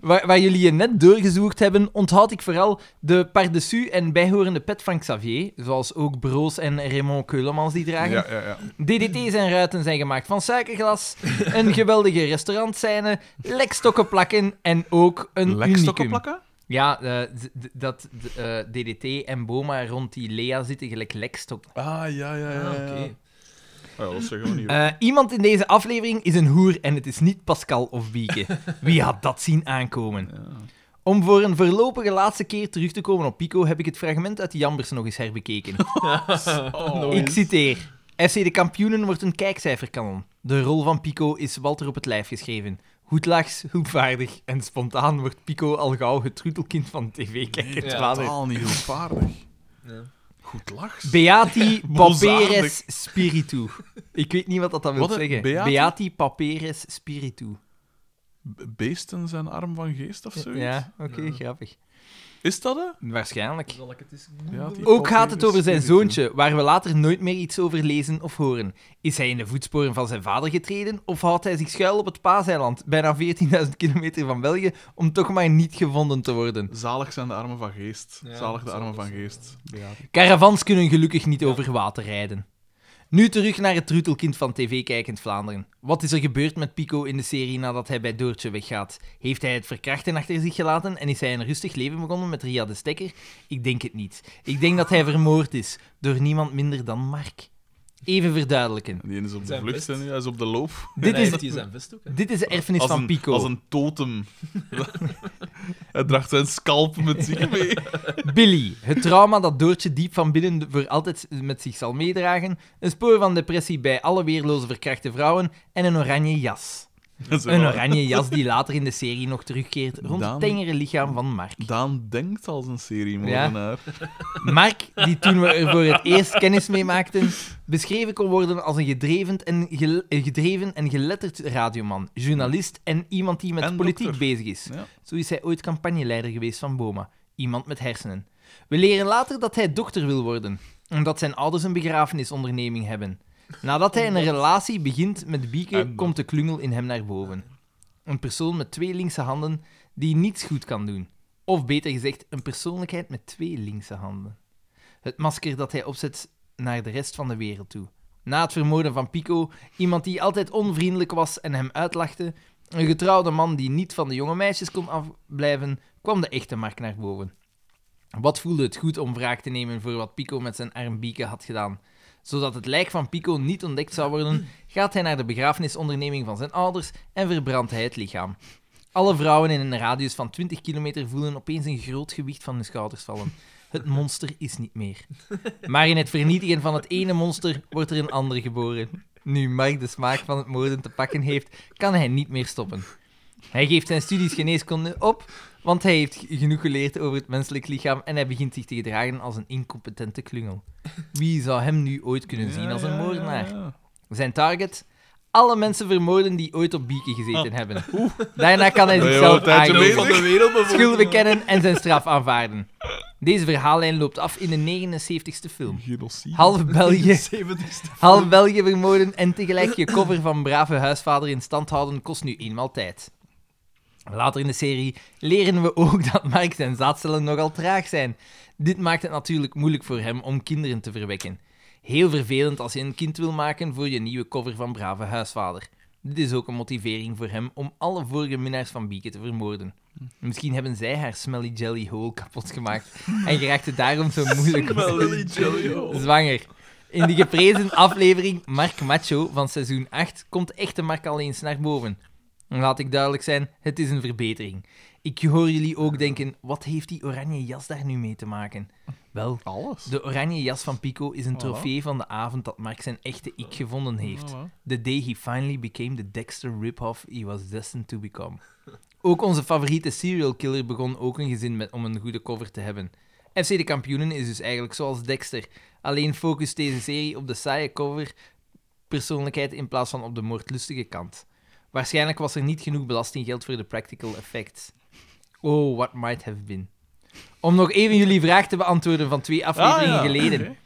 waar, waar jullie je net doorgezoekt hebben, onthoud ik vooral de par-dessus en bijhorende pet van Xavier, zoals ook Broos en Raymond Keulemans die dragen.
ja, ja, ja.
DDT's en ruiten zijn gemaakt van suikerglas, een geweldige restaurantscène, lekstokken plakken en ook een unicum.
plakken?
Ja, eh, d- d- dat d- eh, DDT en Boma rond die Lea zitten gelijk lekstok.
Ah, ja, ja, ja. ja.
Oké.
Ah, ja, dat zeggen we niet. hoor.
Eh, iemand in deze aflevering is een hoer en het is niet Pascal of Bieke. Wie had dat zien aankomen? Om voor een voorlopige laatste keer terug te komen op Pico heb ik het fragment uit de Jambers nog eens herbekeken.
Oh.
Ik citeer. FC De Kampioenen wordt een kijkcijferkanon. De rol van Pico is Walter op het lijf geschreven. Goedlachs, hulpvaardig en spontaan wordt Pico al gauw het troetelkind van tv-kijker
Ja,
Vlaanderen.
niet hulpvaardig.
Ja.
Goed lachs.
Beati
Bozzaardig.
Paperes Spiritu. Ik weet niet wat dat dan wil
Wat, eh,
zeggen.
Beati?
Beati? Paperes Spiritu.
Be- Beesten zijn arm van geest of zoiets?
Ja, oké, grappig.
Is dat hè?
Waarschijnlijk.
Zal ik het eens
Ja, die-
Ook gaat het
Oké,
over zijn
dus die doen.
zoontje, waar we later nooit meer iets over lezen of horen. Is hij in de voetsporen van zijn vader getreden of houdt hij zich schuil op het Paaseiland, bijna 14.000 kilometer van België, om toch maar niet gevonden te worden?
Zalig zijn de armen van geest.
Ja,
Zalig de
dat
armen
zal dus-
van
wel
geest. Ja.
Caravans kunnen gelukkig niet over water rijden. Nu terug naar het trutelkind van TV Kijkend Vlaanderen. Wat is er gebeurd met Pico in de serie nadat hij bij Doortje weggaat? Heeft hij het verkrachten achter zich gelaten en is hij een rustig leven begonnen met Ria de Stekker? Ik denk het niet. Ik denk dat hij vermoord is door niemand minder dan Mark. Even verduidelijken.
Die ene is op de
Zijn
vlucht,
best.
hè, nu. hij is op de loop.
Dit is,
hij zijn vest ook, hè.
dit is de erfenis
eh, als
van
een,
Pico.
Als een totem. hij draagt zijn scalp met zich mee.
Billy, het trauma dat Doortje diep van binnen voor altijd met zich zal meedragen, een spoor van depressie bij alle weerloze verkrachte vrouwen en een oranje jas.
Dat is
Een
wel-
oranje jas die later in de serie nog terugkeert rond
Dan-
het tengere lichaam van Mark.
Daan denkt als een seriemoordenaar.
Mark, die toen we er voor het eerst kennis mee maakten, beschreven kon worden als een gedreven en, gel- eh, gedreven en geletterd radioman, journalist en iemand die met
En
politiek
dokter.
bezig is.
Ja.
Zo is hij ooit campagneleider geweest van Boma. Iemand met hersenen. We leren later dat hij dokter wil worden, omdat zijn ouders een begrafenisonderneming hebben. Nadat hij een relatie begint met Bieke,
En-
komt de klungel in hem naar boven. Een persoon met twee linkse handen die niets goed kan doen. Of beter gezegd, een persoonlijkheid met twee linkse handen. Het masker dat hij opzet naar de rest van de wereld toe. Na het vermoorden van Pico, iemand die altijd onvriendelijk was en hem uitlachte, een getrouwde man die niet van de jonge meisjes kon afblijven, kwam de echte Mark naar boven. Wat voelde het goed om wraak te nemen voor wat Pico met zijn arm Bieke had gedaan? Zodat het lijk van Pico niet ontdekt zou worden, gaat hij naar de begrafenisonderneming van zijn ouders en verbrandt hij het lichaam. Alle vrouwen in een radius van 20 kilometer voelen opeens een groot gewicht van hun schouders vallen. Het monster is niet meer. Maar in het vernietigen van het ene monster wordt er een ander geboren. Nu Mark de smaak van het moorden te pakken heeft, kan hij niet meer stoppen. Hij geeft zijn studies geneeskunde op, want hij heeft genoeg geleerd over het menselijk lichaam en hij begint zich te gedragen als een incompetente klungel. Wie zou hem nu ooit kunnen zien
Ja,
als een
ja, ja,
moordenaar?
ja.
Zijn target? Alle mensen vermoorden die ooit op bieken gezeten hebben. Daarna kan hij zichzelf
Ben je al een tijdje
aangeven,
bezig?
de wereld
schuld bekennen en zijn straf aanvaarden. Deze verhaallijn loopt af in de 79ste film.
Genocide.
Half België,
70ste.
half België vermoorden en tegelijk je cover van brave huisvader in stand houden kost nu eenmaal tijd. Later in de serie leren we ook dat Mark zijn zaadcellen nogal traag zijn. Dit maakt het natuurlijk moeilijk voor hem om kinderen te verwekken. Heel vervelend als je een kind wil maken voor je nieuwe cover van Brave Huisvader. Dit is ook een motivering voor hem om alle vorige minnaars van Bieke te vermoorden. Misschien hebben zij haar Smelly Jelly Hole kapot gemaakt en geraakt het daarom zo moeilijk op
Smelly Jelly Hole.
zwanger. In de geprezen aflevering Mark Macho van seizoen 8 komt echte Mark al eens naar boven. Laat ik duidelijk zijn, het is een verbetering. Ik hoor jullie ook denken, wat heeft die oranje jas daar nu mee te maken? Wel,
Alles.
de oranje jas van Pico is een
Voilà.
trofee van de avond dat Mark zijn echte ik gevonden heeft.
Voilà.
The day he finally became the Dexter Ripoff he was destined to become. Ook onze favoriete serial killer begon ook een gezin met om een goede cover te hebben. FC de Kampioenen is dus eigenlijk zoals Dexter. Alleen focust deze serie op de saaie cover persoonlijkheid in plaats van op de moordlustige kant. Waarschijnlijk was er niet genoeg belastinggeld voor de practical effects. Oh, what might have been. Om nog even jullie vraag te beantwoorden van twee afleveringen
Ah, ja.
geleden.
Oké.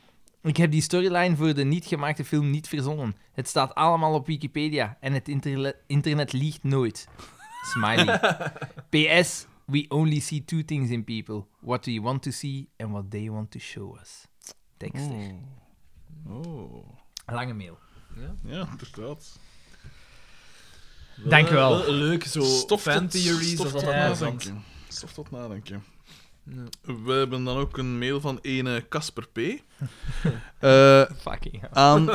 Ik heb die storyline voor de niet gemaakte film niet verzonnen. Het staat allemaal op Wikipedia en het interle- internet liegt nooit. Smiley. PS, we only see two things in people. What we want to see and what they want to show us. Tekst.
Hmm. Oh. Oh.
Lange mail.
Ja, inderdaad.
Dank je wel.
Leuk, zo
Stof tot-
fan theories,
stof
dat is
tot
altijd plezant.
nadenken. Stof tot nadenken.
Ja.
We hebben dan ook een mail van ene Casper P. Eh,
Fucking hell.
aan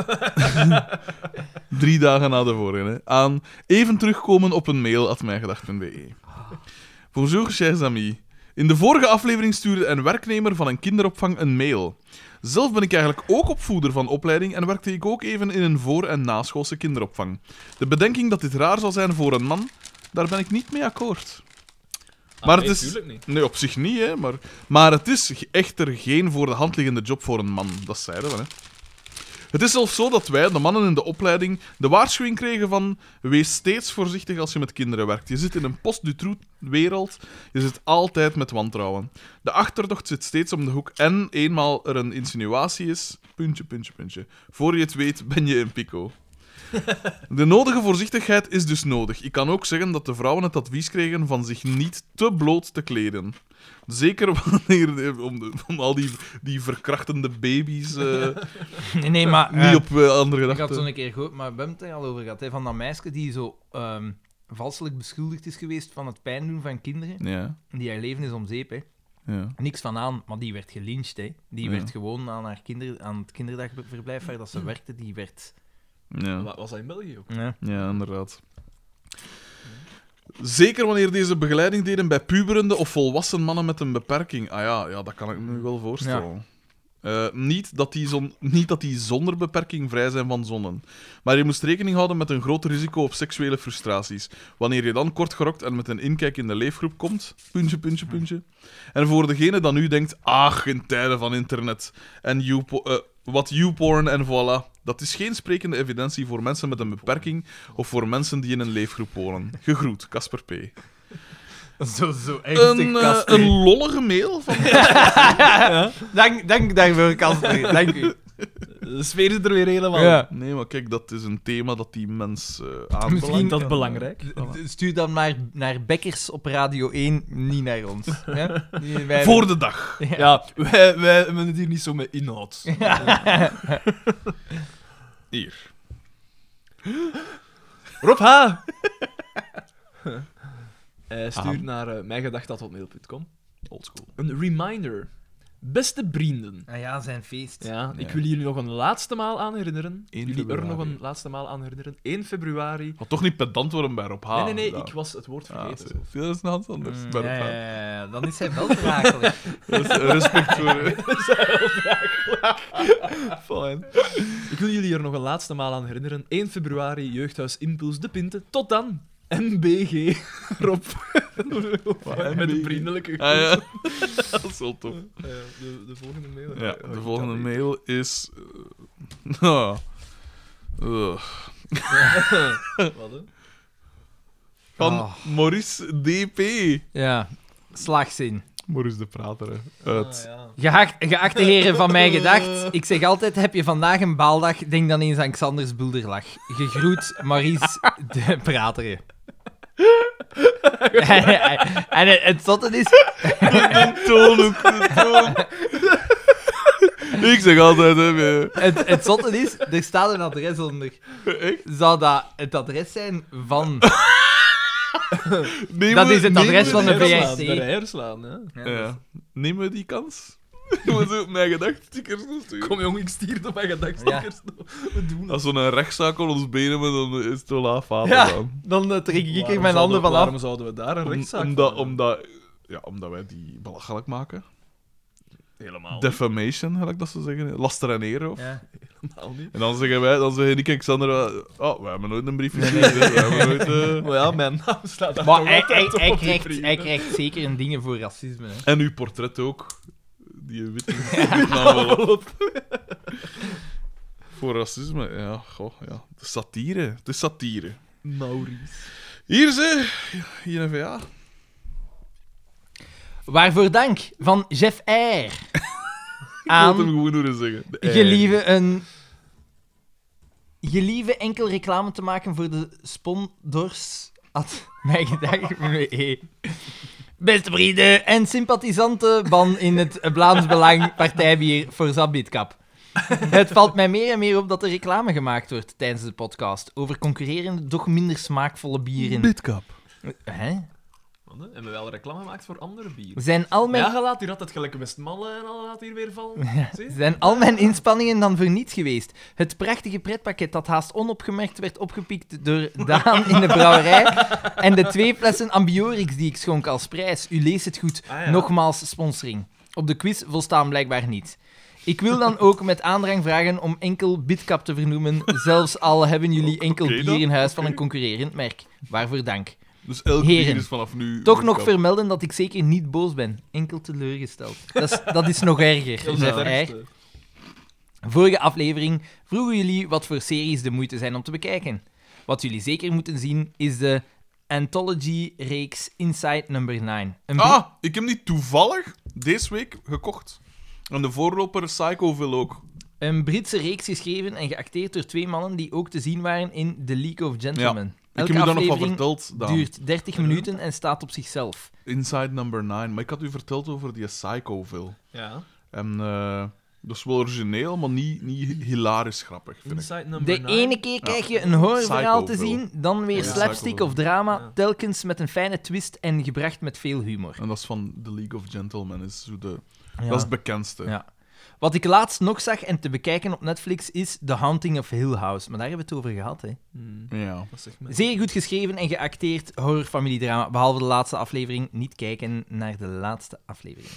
drie dagen na de vorige, hè, aan even terugkomen op een mail at mijgedacht.be. Bonjour, E. chers amis. In de vorige aflevering stuurde een werknemer van een kinderopvang een mail. Zelf ben ik eigenlijk ook opvoeder van opleiding en werkte ik ook even in een voor- en naschoolse kinderopvang. De bedenking dat dit raar zou zijn voor een man, daar ben ik niet mee akkoord. Maar
nee,
het is-
tuurlijk niet.
Nee, op zich niet, hè, maar, maar het is ge- echter geen voor de hand liggende job voor een man. Dat zeiden we, hè. Het is zelfs zo dat wij, de mannen in de opleiding, de waarschuwing kregen van wees steeds voorzichtig als je met kinderen werkt. Je zit in een post-Dutroux-wereld, je zit altijd met wantrouwen. De achterdocht zit steeds om de hoek en eenmaal er een insinuatie is, puntje, puntje, puntje. Voor je het weet ben je een pico. De nodige voorzichtigheid is dus nodig. Ik kan ook zeggen dat de vrouwen het advies kregen van zich niet te bloot te kleden. Zeker wanneer om, de- om al die, die verkrachtende baby's eh,
Nee, nee, maar...
niet
eh,
op eh, andere
Ik had
gedachten.
zo'n een keer gehoord, maar we hebben het er al over gehad, hè, van dat meisje die zo ehm, valselijk beschuldigd is geweest van het pijn doen van kinderen.
Ja,
Die haar leven is om zeep, hè.
ja.
Niks van aan, maar die werd gelyncht, hè. Die
Ja.
werd gewoon aan, haar kinder, aan het kinderdagverblijf waar dat ze werkte, die werd...
ja.
Wa- Was dat in België ook?
Ja.
Ja, inderdaad. Zeker wanneer deze begeleiding deden bij puberende of volwassen mannen met een beperking. Ah ja, ja dat kan ik me nu wel voorstellen. Eh, niet, dat die zon, niet dat die zonder beperking vrij zijn van zonnen. Maar je moest rekening houden met een groot risico op seksuele frustraties. Wanneer je dan kortgerokt en met een inkijk in de leefgroep komt. Puntje, puntje, puntje. En voor degene dat nu denkt, ach, in tijden van internet en youpo- eh, wat YouPorn en voilà. Dat is geen sprekende evidentie voor mensen met een beperking of voor mensen die in een leefgroep wonen. Gegroet, Casper P.
Zo, zo,
Een, eh, een lollige mail van...
Dank, dank daarvoor, Kasper. Dank u.
De sfeer zit er weer helemaal in.
Ja.
Nee, maar kijk, dat is een thema dat die mens eh aanbelangt.
Misschien-
Dat is belangrijk. Voilà.
Stuur dan maar naar Bekkers op Radio 1, niet naar ons. hè? Die- wij-
Voor de dag.
Ja, wij, wij hebben het hier niet zo met inhoud.
Hier.
Rob H. Eh, stuur naar eh, mijngedacht.hotmail.com.
Oldschool.
Een reminder. Beste vrienden.
Ah ja, zijn feest.
Ja,
Ja.
ik wil jullie nog een laatste maal aan herinneren.
1
jullie
februari.
er nog een laatste maal aan herinneren. 1 februari.
Had toch niet pedant worden bij Rob H.
nee, nee, nee,
daar.
ik was het woord
Ah,
vergeten.
zie, dat is nog iets anders.
Mm,
bij Rob
ja,
H.
ja, ja, dan is hij wel vermakelijk.
Dat is, eh, Respect voor...
Fijn. Ik wil jullie er nog een laatste maal aan herinneren. 1 februari, Jeugdhuis Impuls de Pinte. Tot dan, MBG. Rob. Met een vriendelijke groet.
Ah, ja. Dat is wel tof.
Eh, de, de volgende mail.
Ja,
Oh, ik
de
kan
volgende
niet.
mail is. eh, ah. Ugh.
Wat, hè?
Van
Ah.
Maurice DP.
ja, slagzin.
Maurice de Prater, hè. Uit.
Ah, ja.
Geacht, geachte heren van mij gedacht, ik zeg altijd, heb je vandaag een baaldag, denk dan eens aan Xanders Bulderlach. Gegroet, Maurice de Prateren. en het, het zotte is,
De toon ook, de toon. Ik zeg altijd, hè. we-
het, het zotte is, er staat een adres onder.
Echt?
Zou dat het adres zijn van...
Nemen
Dat
we-
is het
nemen
adres
we
van de
die kans?
VS.
Herslaan, de herslaan, hè.
Ja. Nemen we die kans? We zo op mijn gedacht stickers nog sturen.
Kom jong, ik stier op mijn gedachtstickers. We doen dat.
Als zo'n rechtszaak aan ons benen hebben, dan is het wel laag vaten
Ja,
dan.
dan eh, trek ik er
Waarom
mijn handen
zouden-
van af.
Waarom zouden we daar een
Om-
rechtszaak
omdat,
van hebben?
omdat, ja, omdat wij die belachelijk maken.
Helemaal,
Defamation, gelijk dat ze zeggen. Laster en eer, of?
Ja.
helemaal niet.
En dan zeggen wij, dan zeggen Nick en Xander, eh, oh, we hebben nooit een brief gekregen. hè. We hebben nooit... eh."
Maar ja, mijn naam staat daar
Maar
toch
hij, hij,
altijd
hij,
op die
krijgt,
brief.
hij krijgt zeker een dingen voor racisme. Hè.
eh, En uw portret ook. Die witte envelop. Voor racisme, ja, goh, ja. De satire, het is satire.
Maurice.
Hier ze, hier even, ja.
Waarvoor dank van Jeff Eyre.
Ik moet hem
Aan
gewoon horen zeggen. De ei.
gelieve Eh, een. Gelieve enkel reclame te maken voor de spondors. Had mij gedacht. nee. Beste vrienden en sympathisanten van in het Vlaams Belang Partijbier voor Zabitkap. Het valt mij meer en meer op dat er reclame gemaakt wordt tijdens de podcast over concurrerende, toch minder smaakvolle bieren.
Bitkap.
Hè?
Wat, hè? Hebben wij al reclame gemaakt voor andere bieren?
Zijn al mijn
Ja, je laat hier altijd gelijk Westmalle en al laat hier weer vallen. Zie?
Zijn al mijn inspanningen dan voor niets geweest? Het prachtige pretpakket dat haast onopgemerkt werd opgepikt door Daan in de brouwerij en de twee flessen Ambiorix die ik schonk als prijs. U leest het goed.
Ah, ja.
Nogmaals sponsoring. Op de quiz volstaan blijkbaar niet. Ik wil dan ook met aandrang vragen om enkel Bitcap te vernoemen, zelfs al hebben jullie enkel
Oh, Oké dan,
bier in huis van
oké.
een concurrerend merk. Waarvoor dank.
Dus elk
Heren.
bier is vanaf nu...
Toch nog
bitkap.
vermelden dat ik zeker niet boos ben. Enkel teleurgesteld. Dat is, dat is nog erger.
Dat is
Jeff
het
Eyre.
ergste.
Vorige aflevering vroegen jullie wat voor series de moeite zijn om te bekijken. Wat jullie zeker moeten zien is de Anthology-reeks Inside Number 9. Een Bri-
Ah, ik heb die toevallig deze week gekocht. En de voorloper Psychoville ook.
Een Britse reeks geschreven en geacteerd door twee mannen die ook te zien waren in The League of Gentlemen.
Ik
Elke
heb u daar nog
aflevering
van verteld, Daan.
duurt 30 minuten en staat op zichzelf.
Inside Number 9. Maar ik had u verteld over die Psychoville.
Ja.
En eh, dat is wel origineel, maar niet, niet hilarisch grappig, vind ik.
Inside number
De
nine.
ene keer krijg je een horrorverhaal te
Psycho
zien, dan weer
Ja.
slapstick
Psycho
of drama,
Ja.
telkens met een fijne twist en gebracht met veel humor.
En dat is van The League of Gentlemen. Is zo de,
Ja.
Dat is het bekendste.
Ja. Wat ik laatst nog zag en te bekijken op Netflix is The Haunting of Hill House. Maar daar hebben we het over gehad, hè.
Hmm,
Ja.
Wat zegt men?
Zeer goed geschreven en geacteerd horrorfamiliedrama. Behalve de laatste aflevering. Niet kijken naar de laatste aflevering.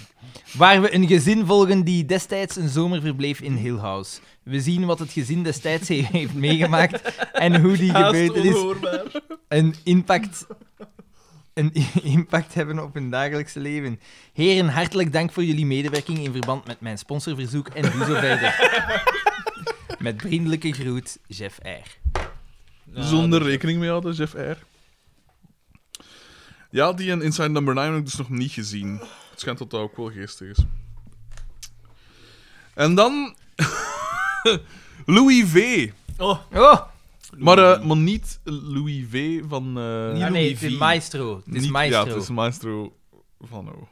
Waar we een gezin volgen die destijds een zomer verbleef in Hill House. We zien wat het gezin destijds he- heeft meegemaakt en hoe die
Haast
gebeurtenis
onhoorbaar.
een impact, een i- impact hebben op hun dagelijkse leven. Heren, hartelijk dank voor jullie medewerking in verband met mijn sponsorverzoek en hoe zo verder. Met vriendelijke groet, Jeff R.
Ja, dus,
Zonder
dat-
rekening mee hadden, Jeff R. Ja, die en Inside Number 9 heb ik dus nog niet gezien. Het schijnt dat dat ook wel geestig is. En dan... Louis V.
Oh,
Oh!
Maar, eh, maar niet Louis V van... eh,
Ah, nee, het is
Louis V.
Maestro. Het is
niet-
Maestro.
Ja, het is Maestro van O.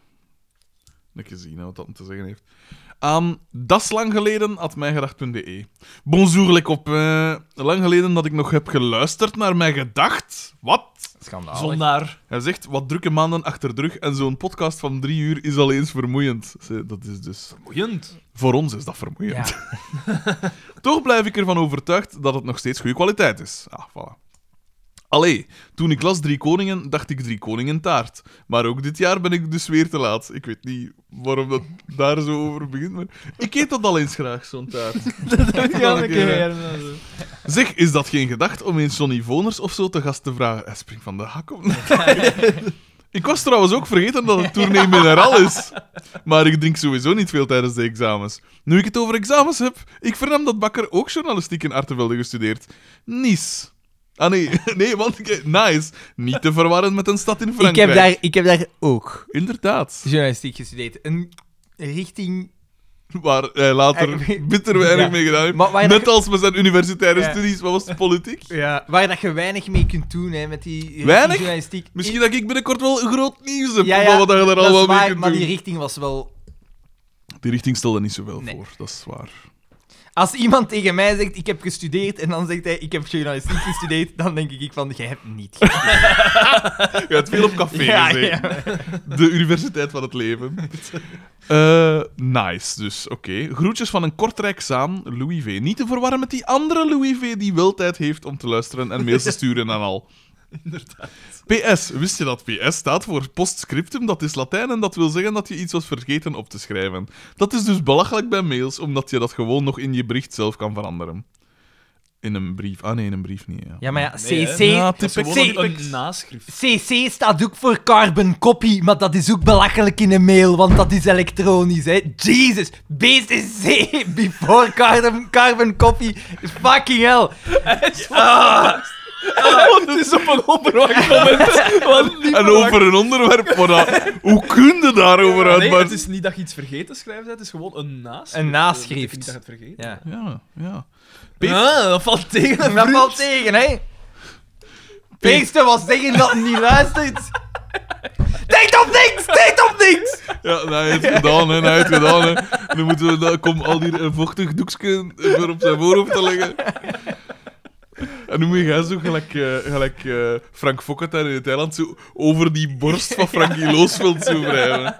Ik gezien hè, wat dat te zeggen heeft. Aan dat is lang geleden at mijngedacht.be. e. Bonjour, les copains. Lang geleden dat ik nog heb geluisterd naar mijn gedacht. Wat?
Schandalig.
zondaar.
Hij zegt, wat drukke maanden achter de rug en zo'n podcast van drie uur is al eens vermoeiend. Ze- Dat is dus...
Boeiend.
Voor ons is dat vermoeiend.
Ja.
Toch blijf ik ervan overtuigd dat het nog steeds goede kwaliteit is. Ah, voilà. Allee, toen ik las Drie Koningen, dacht ik Drie Koningen taart. Maar ook dit jaar ben ik dus weer te laat. Ik weet niet waarom dat daar zo over begint, maar ik eet dat al eens graag, zo'n taart.
Ja,
een keer. Zeg, is dat geen gedacht om eens Johnny Voners of zo te gast te vragen? Hij springt van de hak op. ik was trouwens ook vergeten dat het tournee mineral is. Maar ik drink sowieso niet veel tijdens de examens. Nu ik het over examens heb, ik vernam dat Bakker ook journalistiek in Artevelde gestudeerd. Nice. Ah nee, nee, want ik- nice. Niet te verwarren met een stad in
Ik
Frankrijk.
heb, daar, ik heb daar ook
Inderdaad.
journalistiek gestudeerd. Een richting...
Waar hij eh, later
Eigenlijk-
bitter weinig
Ja.
mee gedaan heeft.
Maar waar
Net
dat-
als met zijn universitaire
Ja.
studies, wat was het, politiek?
Ja. Waar dat je weinig mee kunt doen, hè, met die richting
Weinig?
journalistiek.
Misschien dat ik binnenkort wel groot nieuws heb.
Ja,
Ja,
ja,
wat je er
dat is
allemaal mee
waar,
kunt
maar
doen.
die
Die,
richting was wel...
richting stelde niet zoveel
Nee.
voor, dat is waar.
Als iemand tegen mij zegt, ik heb gestudeerd, en dan zegt hij, ik heb journalistiek gestudeerd, dan denk ik van, jij hebt niet. gestudeerd."
Je hebt veel op café
Ja,
gezeten. De universiteit van het leven. Eh, nice, dus oké. Groetjes van een Kortrijkzaam Louis V. Niet te verwarren met die andere Louis V. die wel tijd heeft om te luisteren en mails te sturen en al.
Inderdaad.
PS, wist je dat PS staat voor postscriptum? Dat is Latijn en dat wil zeggen dat je iets was vergeten op te schrijven. Dat is dus belachelijk bij mails, omdat je dat gewoon nog in je bericht zelf kan veranderen. In een brief. Ah nee, in een brief niet. Ja.
Ja, maar ja,
Nee,
CC...
hè.
Ja,
Dat is
typisch.
Zie-
gewoon een naschrift.
CC staat ook voor carbon copy, maar dat is ook belachelijk in een mail, want dat is elektronisch, hè. Jesus, BCC before carbon, carbon copy, fucking hell.
Het is op een opperwacht moment. Wat niet
En over een onderwerp, maar dat- hoe kun je daarover uit?
Nee,
maar-
het is niet dat je iets vergeten schrijft, het is gewoon een naschrift.
Een naschrift.
Dat betekent niet dat je het vergeten.
Ja.
Ja, ja.
Ah, dat valt tegen.
Dat valt tegen, hè? Beesten was zeggen dat hij niet luistert. Denkt op niks! Denkt op niks!
Ja, nou, hij heeft het gedaan, hè. Hij heeft het gedaan, hè. En dan moeten we... Dan komt al hier een vochtig doekje voor op zijn voorhoofd te leggen. En dan moet je gaan zo gelijk, eh, gelijk eh, Frank Fokkert daar in het eiland zo over die borst van Frankie Loosveld zo wrijven.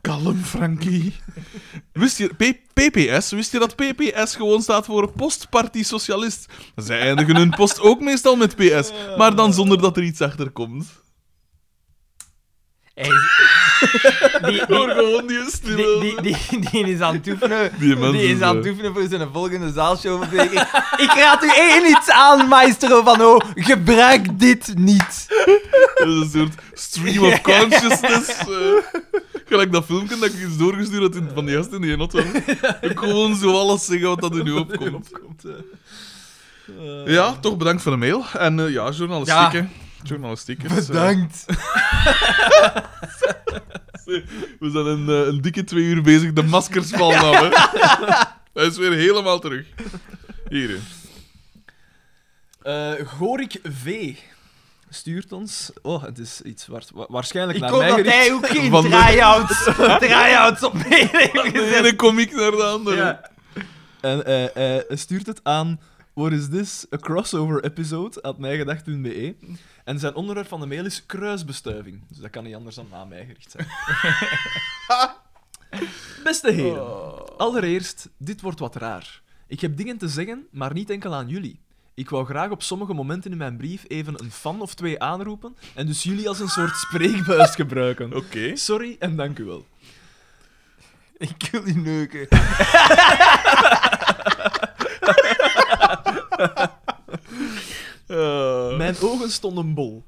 Kalm, Frankie. Wist je... P- PPS, wist je dat PPS gewoon staat voor Postparty Socialist? Zij eindigen hun post ook meestal met PS, maar dan zonder dat er iets achter komt.
Hey, die, die,
Door gewoon die stille...
die, die, die, die is aan het oefenen.
Die mens
is
is,
aan het
eh,
oefenen voor zijn volgende zaalshow. of weet Ik, ik raad u één iets aan, maestro Van O. Gebruik dit niet.
Dat is een soort stream of consciousness. eh. Gelijk dat filmpje dat ik eens doorgestuurd had in- van die gasten in die auto. Ik kon gewoon zo alles zeggen wat dat in u opkomt.
Opkomt, eh. Eh,
Ja, toch bedankt voor de mail. En eh, ja, journalistiek,
Ja.
hè. Journalistiek. is, eh,
Bedankt.
we zijn een, eh, een dikke twee uur bezig. De maskersval nam, hè. Hij is weer helemaal terug. Hier. hè.
eh, Gorik V. Stuurt ons. Oh, het is iets waar, wa- waarschijnlijk
Ik
naar
hoop
mij
dat
gericht.
hij ook geen
Van de-
try-outs, try-outs op mee
De ene komiek naar de andere.
Ja.
En eh, eh, hij stuurt het aan What is this? A crossover episode at mijgedacht.be. E. En zijn onderwerp van de mail is kruisbestuiving. Dus dat kan niet anders dan na mij gericht zijn. Beste heren, allereerst, dit wordt wat raar. Ik heb dingen te zeggen, maar niet enkel aan jullie. Ik wou graag op sommige momenten in mijn brief even een fan of twee aanroepen en dus jullie als een soort spreekbuis gebruiken.
Oké.
Sorry en dank u wel.
Ik wil die neuken.
Eh,
Mijn ogen stonden bol.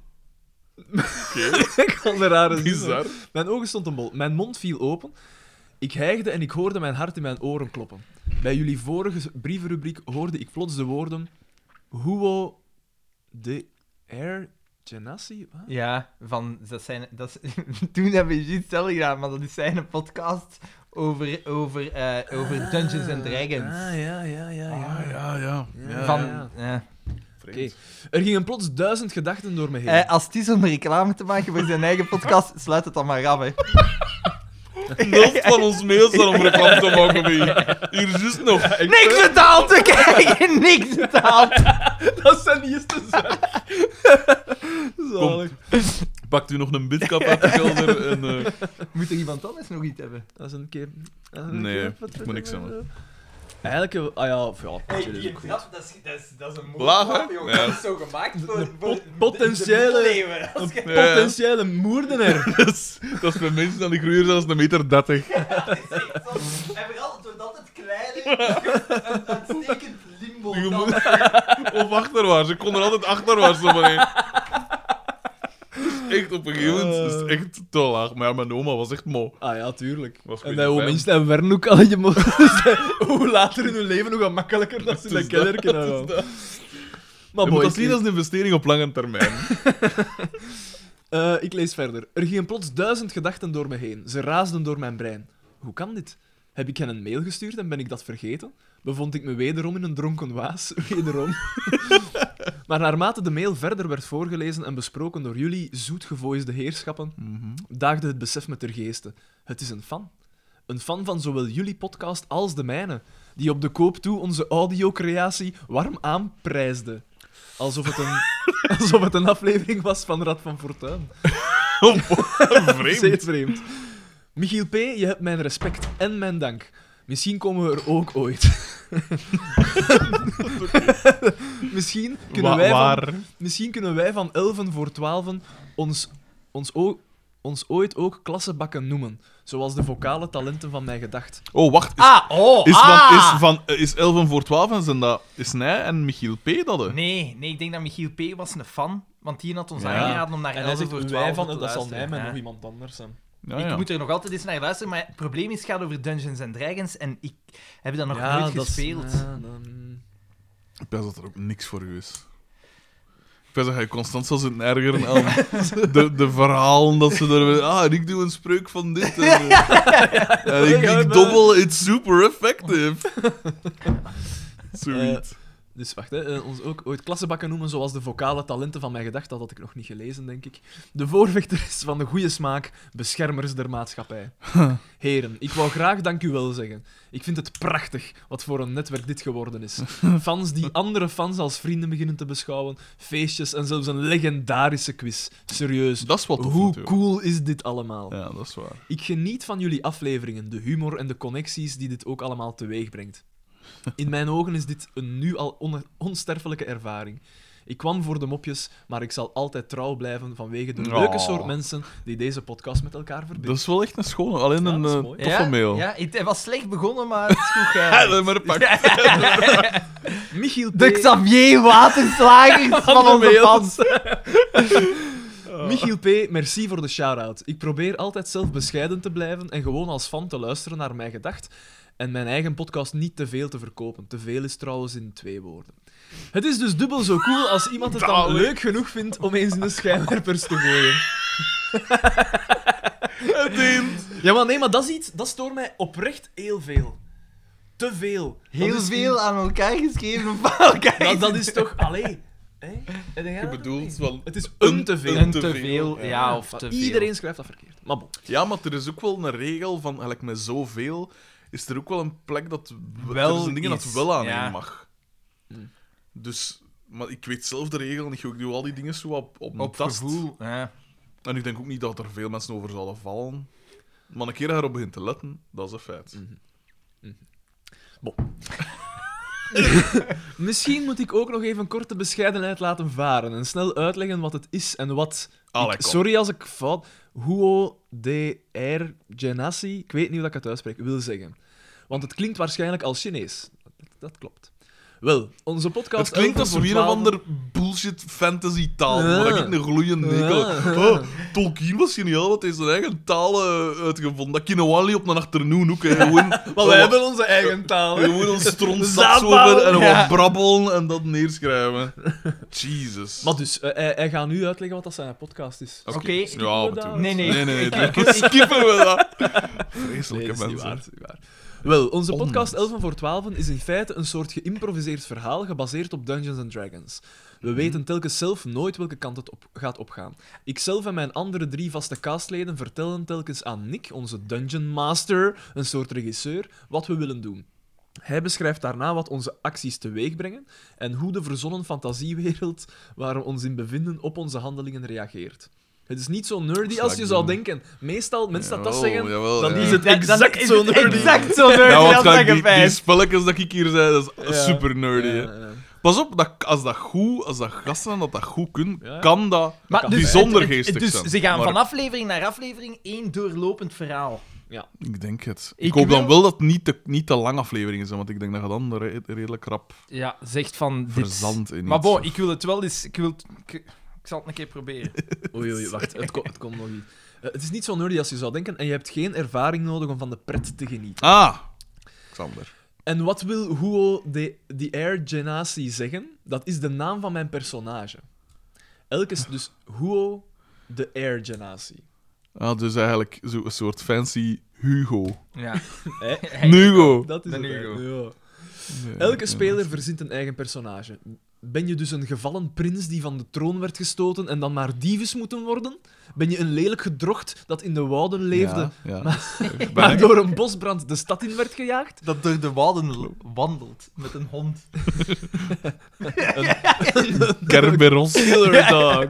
Oké.
Ik had een rare zin, hè.
Bizar.
Mijn ogen stonden bol. Mijn mond viel open. Ik hijgde en ik hoorde mijn hart in mijn oren kloppen. Bij jullie vorige brievenrubriek hoorde ik plots de woorden... Huo de air genasi? Wat?
Ja, van, dat zijn, dat is- toen hebben we juist zelf gedaan, maar dat is zijn podcast over, over, eh, over Dungeons and Dragons.
Ah, ja, ja, ja, ja.
Ah, ja, ja. ja.
van,
ja.
ja.
Oké. Er gingen plots duizend gedachten door me heen.
Eh, als het is om reclame te maken voor zijn eigen podcast, sluit het dan maar af, hè.
Nul van ons mails dan om reclame te maken bij hier. Hier juist nog.
Niks betaald, we krijgen niks betaald.
dat zijn niet eens te zeggen. Zalig.
Pakt u nog een bidkap uit de kelder en... eh,
Moet er iemand anders nog iets hebben?
Dat is een keer... dat is een
Nee,
keer- wat-
ik moet niks zeggen.
Eigenlijk... eh, Ah ja, of ja, dat is ook goed.
dat is, dat is, dat is een
Laag, hè? moordtrap, joh. Ja. Dat
is zo gemaakt voor...
pot- de- de potentiële-
ja.
Potentiële moordenaar.
dat, is, dat is bij mensen dan die groeien zelfs een meter dertig.
En vooral, het wordt altijd kleiner. Een uitstekend
Oh,
limbo.
Je moet- Of achterwaarts. Ik kon er altijd achterwaarts nog maar heen. Dus echt op een gegeven moment is het echt te laag. Maar ja, mijn oma was echt mooi.
Ah ja, tuurlijk.
Was
En
een
bij
beetje
hoe
fijn.
mensen werden ook al je mo- Dus, eh, Hoe later in hun leven, hoe gemakkelijker dat ze in
Dat
dat
is
kelder
dat,
kunnen
dat
gaan.
is dat.
Maar
Je moet
boy,
dat zien als een investering op lange termijn.
eh, ik lees verder. Er gingen plots duizend gedachten door me heen. Ze raasden door mijn brein. Hoe kan dit? Heb ik hen een mail gestuurd en ben ik dat vergeten? Bevond ik me wederom in een dronken waas? Wederom. maar naarmate de mail verder werd voorgelezen en besproken door jullie zoetgevoisde heerschappen, daagde het besef me ter geeste. Het is een fan. Een fan van zowel jullie podcast als de mijne, die op de koop toe onze audiocreatie warm aanprijsde. Alsof het een, alsof het een aflevering was van Rad van Fortuin.
Vreemd.
Zeer vreemd. Michiel P., je hebt mijn respect en mijn dank. Misschien komen we er ook ooit. Misschien kunnen
Wa-
wij van
waar?
Misschien kunnen wij van 11 voor 12 ons, ons, o- ons ooit ook klassenbakken noemen. Zoals de vocale talenten van mijn gedacht.
Oh, wacht. Is,
Ah, oh,
is, van,
ah.
is, van, eh, is 11 voor 12 en zijn dat... Is Nij en Michiel P. dat, hè?
Nee, nee, ik denk dat Michiel P. was een fan, want die had ons
Ja.
aangeraden om naar
En hij
11
zegt
Ah, voor
voor
12
wij
te
van, dat zal mij
luisteren.
met
Ja.
nog iemand anders zijn.
Ja,
ik
ja.
moet er nog altijd eens naar luisteren, maar het probleem is, het gaat over Dungeons and Dragons en ik heb dat nog nooit
dat is- eh,
gespeeld.
ja, dan-
Ik pens dat er ook niks voor u is. Ik pens dat je constant zal zitten ergeren aan de, de verhalen dat ze er... Ah, en ik doe een spreuk van dit. En, eh, en ik, ik dobbel, it's super effective. Zoiets.
Dus wacht, hè, eh, ons ook ooit klassenbakken noemen zoals de vocale talenten van mijn gedacht. Dat had ik nog niet gelezen, denk ik. De voorvechter is van de goede smaak, beschermers der maatschappij. Heren, ik wou graag dank u wel zeggen. Ik vind het prachtig wat voor een netwerk dit geworden is. Fans die andere fans als vrienden beginnen te beschouwen, feestjes en zelfs een legendarische quiz. Serieus,
dat is wat tof,
hoe
natuurlijk.
cool is dit allemaal?
Ja, dat is waar.
Ik geniet van jullie afleveringen, de humor en de connecties die dit ook allemaal teweeg brengt. In mijn ogen is dit een nu al on- onsterfelijke ervaring. Ik kwam voor de mopjes, maar ik zal altijd trouw blijven vanwege de
Oh. Dus
leuke soort mensen die deze podcast met elkaar verbinden.
Dat is wel echt een schone, alleen
Ja,
een
dat is
eh,
mooi.
toffe mail.
Ja, het hij was slecht begonnen, maar het eh, is goed
Ja,
geëindigd.
dat maar een pak.
Michiel P.
De Xavier Waterslagers van
Van de Oh.
onze
wereld.
fans.
Michiel P., merci voor de shout-out. Ik probeer altijd zelf bescheiden te blijven en gewoon als fan te luisteren naar mijn gedacht en mijn eigen podcast niet te veel te verkopen. Te veel is trouwens in twee woorden. Het is dus dubbel zo cool als iemand het dan leuk genoeg vindt om eens in de schijnwerpers te gooien. Ja, maar nee, maar dat is iets, dat stoort mij oprecht heel veel. Te veel.
Heel
dat is
veel aan elkaar geschreven van elkaar.
Dat, dat is toch... Allee. Hè? Heb jij
Je
dat
bedoelt
niet?
wel...
Het is een te veel.
Een te veel, ja, of te veel.
Iedereen schrijft dat verkeerd. Maar bon.
Ja, maar er is ook wel een regel van, gelijk met zoveel, is er ook wel een plek dat...
Wel
er zijn dingen
is,
dat wel aan
ja.
één mag.
Hm.
Dus... Maar ik weet zelf de regel niet. Ik doe al die dingen zo op, op, mijn
Op
tast.
gevoel. Ja.
En ik denk ook niet dat er veel mensen over zouden vallen. Maar een keer dat je erop begint te letten, dat is een feit.
Misschien moet ik ook nog even kort de bescheidenheid laten varen en snel uitleggen wat het is en wat...
Allee,
Ik-
kom.
sorry als ik fout... Huo de er genasi, ik weet niet hoe dat ik het uitspreek, wil zeggen. Want het klinkt waarschijnlijk als Chinees. Dat, dat klopt. Wel, onze podcast...
Het klinkt
Elfen
als
voor
weer een of
12
ander bullshit fantasy taal,
Ja.
waar ik een gloeiende nikkel.
Ja.
Oh, Tolkien was geniaal, dat hij zijn eigen taal eh, uitgevonden. Dat kunnen Wally op een achternoen ook. hè. Gewoon,
Maar wij hebben onze eigen taal.
gewoon een strontzak
Zaadbouw.
over en
Ja.
wat brabbelen en dat neerschrijven. Jesus.
Maar dus, eh, hij, hij gaat nu uitleggen wat dat zijn podcast is.
Oké.
Ja, af en toe.
Nee, nee.
Nee, nee,
Ik-
nee,
ik-
dit- skippen we dat.
Nee,
Vreselijke
dat is niet
mensen.
waar, dat is niet waar. Wel, onze
Onzin.
podcast 11 voor 12 is in feite een soort geïmproviseerd verhaal gebaseerd op Dungeons and Dragons. We
Mhm.
weten telkens zelf nooit welke kant het op gaat opgaan. Ikzelf en mijn andere drie vaste castleden vertellen telkens aan Nick, onze Dungeon Master, een soort regisseur, wat we willen doen. Hij beschrijft daarna wat onze acties teweeg brengen en hoe de verzonnen fantasiewereld waar we ons in bevinden op onze handelingen reageert. Het is niet zo nerdy als je
Slack doen.
zou denken. Meestal, mensen dat dat
Jawel,
zeggen,
jawel,
dan
ja.
is het
Dat- dat
exact
is
zo
het
nerdy.
Exact zo nerdy
Ja,
als
want
dat
kijk, die, die
gevijs.
spelletjes dat ik hier zei, dat is
Ja.
super nerdy. hè.
Ja, ja.
Pas op, dat, als dat goed, als dat gasten dat dat goed kunnen,
Ja.
kan dat
Maar
kan
dus
bijzonder
het- het-
geestig
Dus
zijn.
ze gaan
Maar
van aflevering naar aflevering één doorlopend verhaal.
Ik denk het. Ik,
Ik
hoop dan
wil-
wel dat het niet te, niet te lang afleveringen zijn, want ik denk dat je dan re- redelijk rap
Ja, zegt van dit...
verzandt in
Maar
iets.
bon, ik wil het wel eens... Ik, wil het- ik, ik zal het een keer proberen.
Oei, oei, wacht. Het, ko- het komt nog niet. Eh, het is niet zo nerdy als je zou denken en je hebt geen ervaring nodig om van de pret te genieten.
Ah! Xander.
En wat wil Huo de, de Air Genasi zeggen? Dat is de naam van mijn personage. Elke is dus Huo de Air Genasi.
Ah, dus eigenlijk zo een soort fancy Hugo.
Ja.
Hè?
Hugo!
Dat is
De
het. hè.
Nugo.
Ja.
Nee,
Elke
ja.
speler verzint een eigen personage. Ben je dus een gevallen prins die van de troon werd gestoten en dan maar dief moeten worden? Ben je een lelijk gedrocht dat in de wouden leefde,
Ja, ja. Ik ben
maar
echt-
door een bosbrand de stad in werd gejaagd?
Dat door de waden wandelt met een hond.
Kerberos.
Killer dog.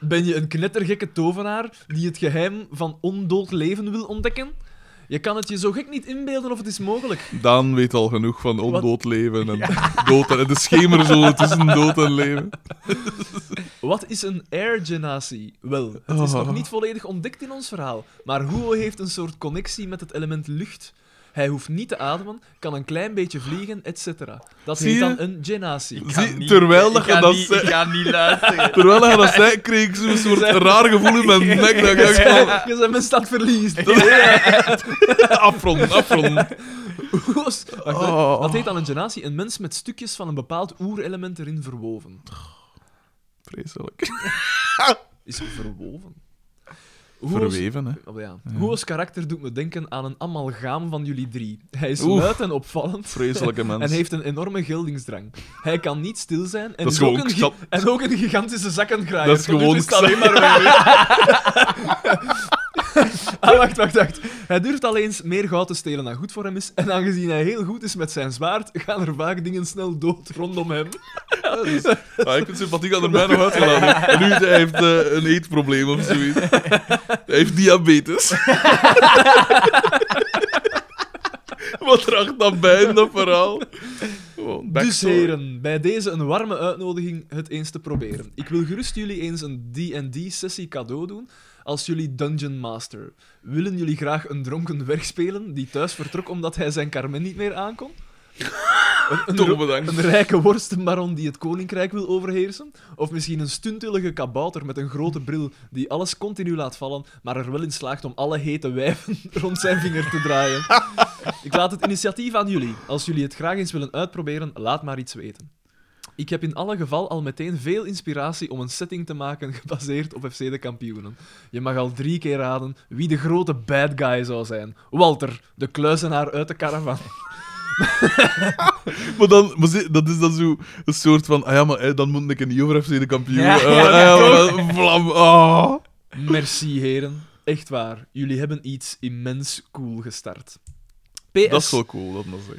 Ben je een knettergekke tovenaar die het geheim van ondood leven wil ontdekken? Je kan het je zo gek niet inbeelden of het is mogelijk.
Daan weet al genoeg van ondood leven en dood en de schemerzone tussen dood en leven.
Wat is een air genasi? Wel, het is nog
Oh.
niet volledig ontdekt in ons verhaal, maar Huo heeft een soort connectie met het element lucht. Hij hoeft niet te ademen, kan een klein beetje vliegen, etc. Dat
Zie
heet
je?
dan een genasi.
Ik Zie, terwijl dat je dat zei-
ga niet luisteren.
Terwijl dat je dat zei, kreeg ik zo'n soort raar gevoel in mijn nek. Dat ik dacht van,
Je bent mijn stad verliezen.
"Oh, afronden, afronden.
Oos. Wacht, hè.
Oh.
Wat heet dan een genatie? Een mens met stukjes van een bepaald oerelement erin verwoven.
Vreselijk.
Is verwoven? Hoe's
Verweven, hè.
oh, ja. Hoe's karakter doet me denken aan een amalgaam van jullie drie. Hij is
Oef.
luid en opvallend.
Vreselijke mens.
En heeft een enorme geldingsdrang. Hij kan niet stil zijn en,
Dat is
is ook,
gewoon
een gi-
knap.
en ook een gigantische zakkengraaier.
Dat is
Tot nu
gewoon
toe is het alleen maar weg. ah, wacht, wacht, wacht. Hij durft alleen eens meer goud te stelen dan goed voor hem is. En aangezien hij heel goed is met zijn zwaard, gaan er vaak dingen snel dood rondom hem. Dus-
Ah, ik vind sympathiek dat er mij nog uitgelaten. En nu hij heeft eh, een eetprobleem of zoiets. Hij heeft diabetes. Wat draagt dat bij in dat verhaal? Gewoon
Dus
backstory.
heren, bij deze een warme uitnodiging het eens te proberen. Ik wil gerust jullie eens een D&D-sessie cadeau doen als jullie Dungeon Master. Willen jullie graag een dronken werk spelen die thuis vertrok omdat hij zijn Carmen niet meer aankon? Een,
Toch
ro-
bedankt.
een rijke worstenbaron die het koninkrijk wil overheersen? Of misschien een stuntelige kabouter met een grote bril die alles continu laat vallen, maar er wel in slaagt om alle hete wijven rond zijn vinger te draaien? Ik laat het initiatief aan jullie. Als jullie het graag eens willen uitproberen, laat maar iets weten. Ik heb in alle geval al meteen veel inspiratie om een setting te maken gebaseerd op FC de kampioenen. Je mag al drie keer raden wie de grote bad guy zou zijn. Walter, de kluizenaar uit de caravan.
Maar dan, maar zie, dat is dan zo een soort van, ah ja, maar eh, dan moet ik niet over FC de kampioen. eh,
Ja,
Ja,
ja,
ja, maar, eh, vlam, ah.
Merci, heren. Echt waar. Jullie hebben iets immens cool gestart. PS,
Dat is wel cool, dat men dat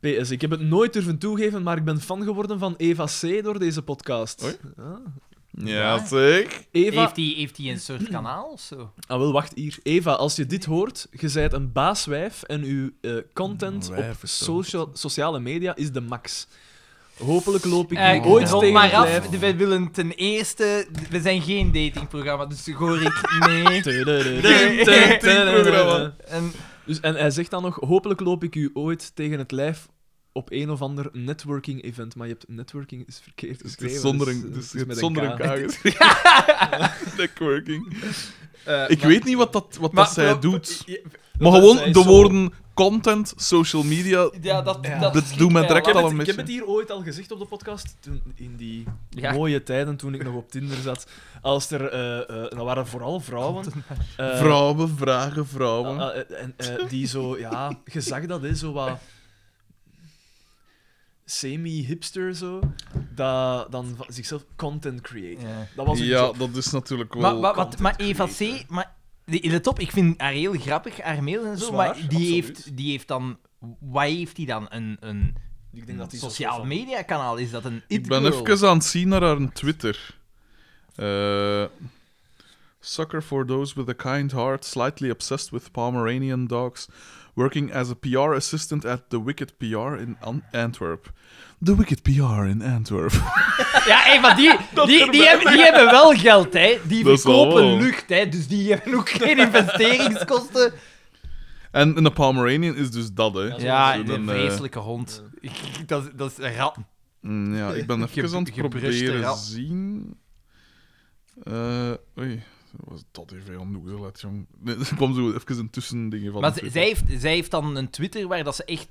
zegt.
PS, ik heb het nooit durven toegeven, maar ik ben fan geworden van Eva C. door deze podcast.
Oei.
Ah.
Ja, zeg.
Eva...
Heeft hij heeft die een soort kanaal of zo?
Ah, wel, wacht hier. Eva, als je dit hoort, je zijt een baaswijf en uw eh, content
Een wijf
op
is dat.
socia- sociale media is de max. Hopelijk loop ik
Eh,
nu ooit
rond
tegen
maar
het
af,
lijf.
we willen ten eerste... We zijn geen datingprogramma, dus hoor ik nee.
Datingprogramma.
En,
Dus, en hij zegt dan nog, hopelijk loop ik u ooit tegen het lijf op een of ander networking-event. Maar je hebt networking is verkeerd
Dus het
geschreven.
is zonder
dus,
een,
eh,
dus
het is
het
met
zonder een
K.
K geschreven. Networking.
eh,
Ik
maar-
weet niet wat dat, wat
maar-
dat zij
maar-
doet.
Ja,
Maar
dat
gewoon
zij
de
zo-
woorden content, social media.
Ja, dat,
Ja.
dat
Dat
schiet
doet mij
mij al
direct
Ik
af.
al
heb,
een
het, ik heb
beetje.
het hier ooit al gezegd op de podcast, toen, in die
Ja.
mooie tijden toen ik nog op Tinder zat. Als er, eh, eh, en dat waren vooral vrouwen. eh,
Vrouwen vragen vrouwen.
Ah, ah, eh, en, eh, die zo, ja, je zag dat, hè, zo wat semi-hipster zo, dat dan van zichzelf content creator.
Ja.
Dat was hun
ja,
job.
dat is natuurlijk wel.
Maar, maar, wat, maar
content
Eva
creator.
C, maar, die- let op, ik vind haar heel grappig, haar mails en zo,
Zwaar,
maar die
absoluut.
heeft, die heeft dan... Wat heeft die dan? Een, een
Ik denk dat die zo
sociaal
van-
media kanaal? Is dat een
ik ben
it-girl?
even aan het zien naar haar Twitter. Eh, Sucker for those with a kind heart, slightly obsessed with Pomeranian dogs, working as a PR assistant at the Wicked PR in An- Antwerp. The Wicked PR in Antwerp.
Ja, hé, maar die, die, die, hebben, die hebben wel geld, hè. Die
Dat is wel oh.
verkopen
wel.
lucht, hè. Dus die hebben ook geen investeringskosten.
en een Pomeranian is dus dat, hè?
is
Ja,
Zo
een
dan, eh,
vreselijke hond. Ik- Dat, is- dat is een rat.
Mm, Ja, ik ben
Ge-
even aan het
gebruste
proberen
rat.
zien. Eh oei, was dat even heel noezelet, jong. Nee, Er kwam zo even een tussending van.
Maar z-
Twitter.
zij heeft, zij heeft dan een Twitter waar dat ze echt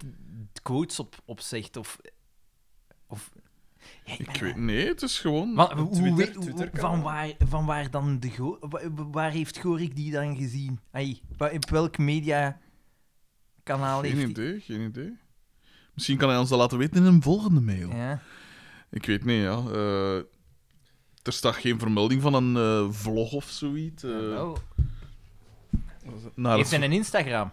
quotes op, op zegt. Of, of, Ja,
Ik
ben-
weet, nee, het is gewoon.
Maar hoe-
Twitter-
hoe- hoe-
Twitter kan
van,
wel.
waar, van waar dan de Go- wa- wa- Waar heeft Gorik die dan gezien? Ai, wa- op welk mediakanaal heeft
geen
hij?
idee, geen idee. Misschien kan hij ons dat laten weten in een volgende mail.
Ja.
Ik weet niet, ja. eh, er staat geen vermelding van een eh, vlog of zoiets. eh,
Wel,
naar
heeft hij
het-
een Instagram?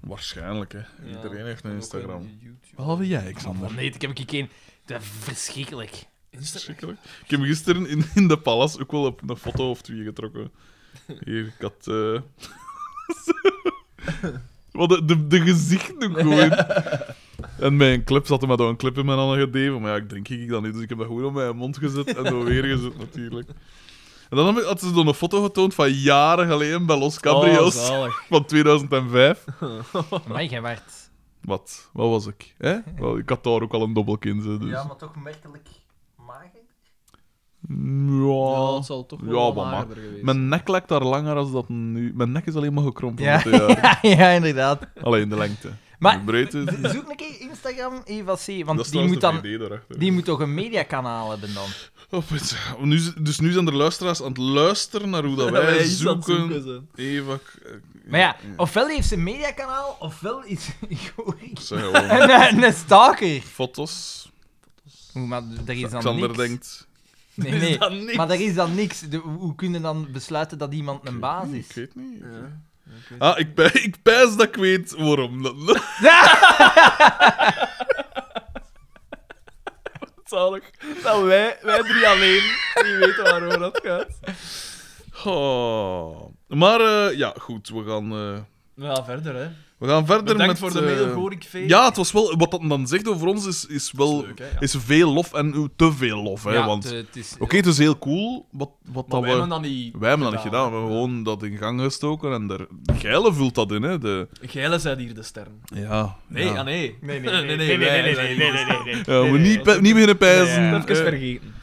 Waarschijnlijk, hè.
Ja,
Iedereen heeft
en
een
ook
Instagram.
een YouTube.
Behalve jij,
Oh,
Xander.
nee, ik heb ik geen. Dat is verschrikkelijk.
Instagram.
Verschrikkelijk. Ik heb gisteren in, in de Palace ook wel op een foto of twee getrokken. Hier, ik had. eh, Wat de, de, de gezichten ook gewoon. En mijn clip zat er maar door een clip in mijn handen gedeven. Maar ja, ik drink ik dan niet. Dus ik heb dat gewoon op mijn mond gezet en dan weer gezet, natuurlijk. En dan heb ik- had ze dan een foto getoond van jaren geleden bij Los Cabrios
Oh, zalig.
van 2005.
Maar jij werd.
Wat? Wat was ik? Hè? Wel, ik had daar ook al een dobbelkin in. Dus. Ja,
toch merkelijk mager.
Ja, het zal toch wel
Oh. Ja,
wat
maar ma-
magerder geweest
Mijn nek lijkt daar langer als dat nu. Mijn nek is alleen maar gekrompen.
Ja.
met de jaren.
ja, ja, inderdaad.
Alleen de lengte.
Maar-
de breedte.
Z- Zoek een keer Instagram Eva
dat
C. Want
is
die
trouwens
moet,
de
dan,
VD daarachter.
die moet toch een mediakanaal hebben dan?
Oh, put. nu, z- dus nu zijn de luisteraars aan het luisteren naar hoe dat wij,
Wij is dat
zoeken.
ze.
Eva. K- eh,
Maar ja, ofwel heeft ze een mediakanaal, ofwel is Gorik
dat zijn gewoon
een, eh, een, een stalker.
foto's.
Oeh, maar d- daar is dan
Xander
niks.
denkt.
Nee,
Is
nee.
dat niks?
Maar daar is dan niks. De- hoe kunnen dan besluiten dat iemand een baas
"Hm, Ik
is?
weet niet.
Ja. Oké.
Ah, ik, pij- ik pijs dat ik weet waarom. Dat,
Zalig. Dat wij, wij drie alleen niet weten waarover dat gaat.
Oh. Maar eh, ja, goed. We gaan. eh,
We gaan verder, hè.
We gaan verder
Bedankt
met...
voor de
eh,
mail, Gorik V.
Ja, het was wel... Wat dat dan zegt over ons is, is wel...
Is leuk, hè, ja.
is veel lof en eh, te veel lof, hè.
Ja,
want...
het, het is...
Oké, het is heel cool wat, wat
Maar
dat
wij
we...
hebben dat niet
Wij hebben dat niet gedaan. We hebben gewoon dat in gang gestoken en er... Geile vult dat in, hè. De...
Gijlen zijn hier de sterren.
Ja.
Nee,
ja.
ah nee.
Nee, nee, nee, nee,
Nee, nee,
nee,
wij
nee, nee,
zijn
nee, nee, nee, nee, nee.
Ja, we
nee,
niet,
nee, dat
pe- niet beginnen
Nee,
pijzen.
ja.
Eh,
Even vergeten.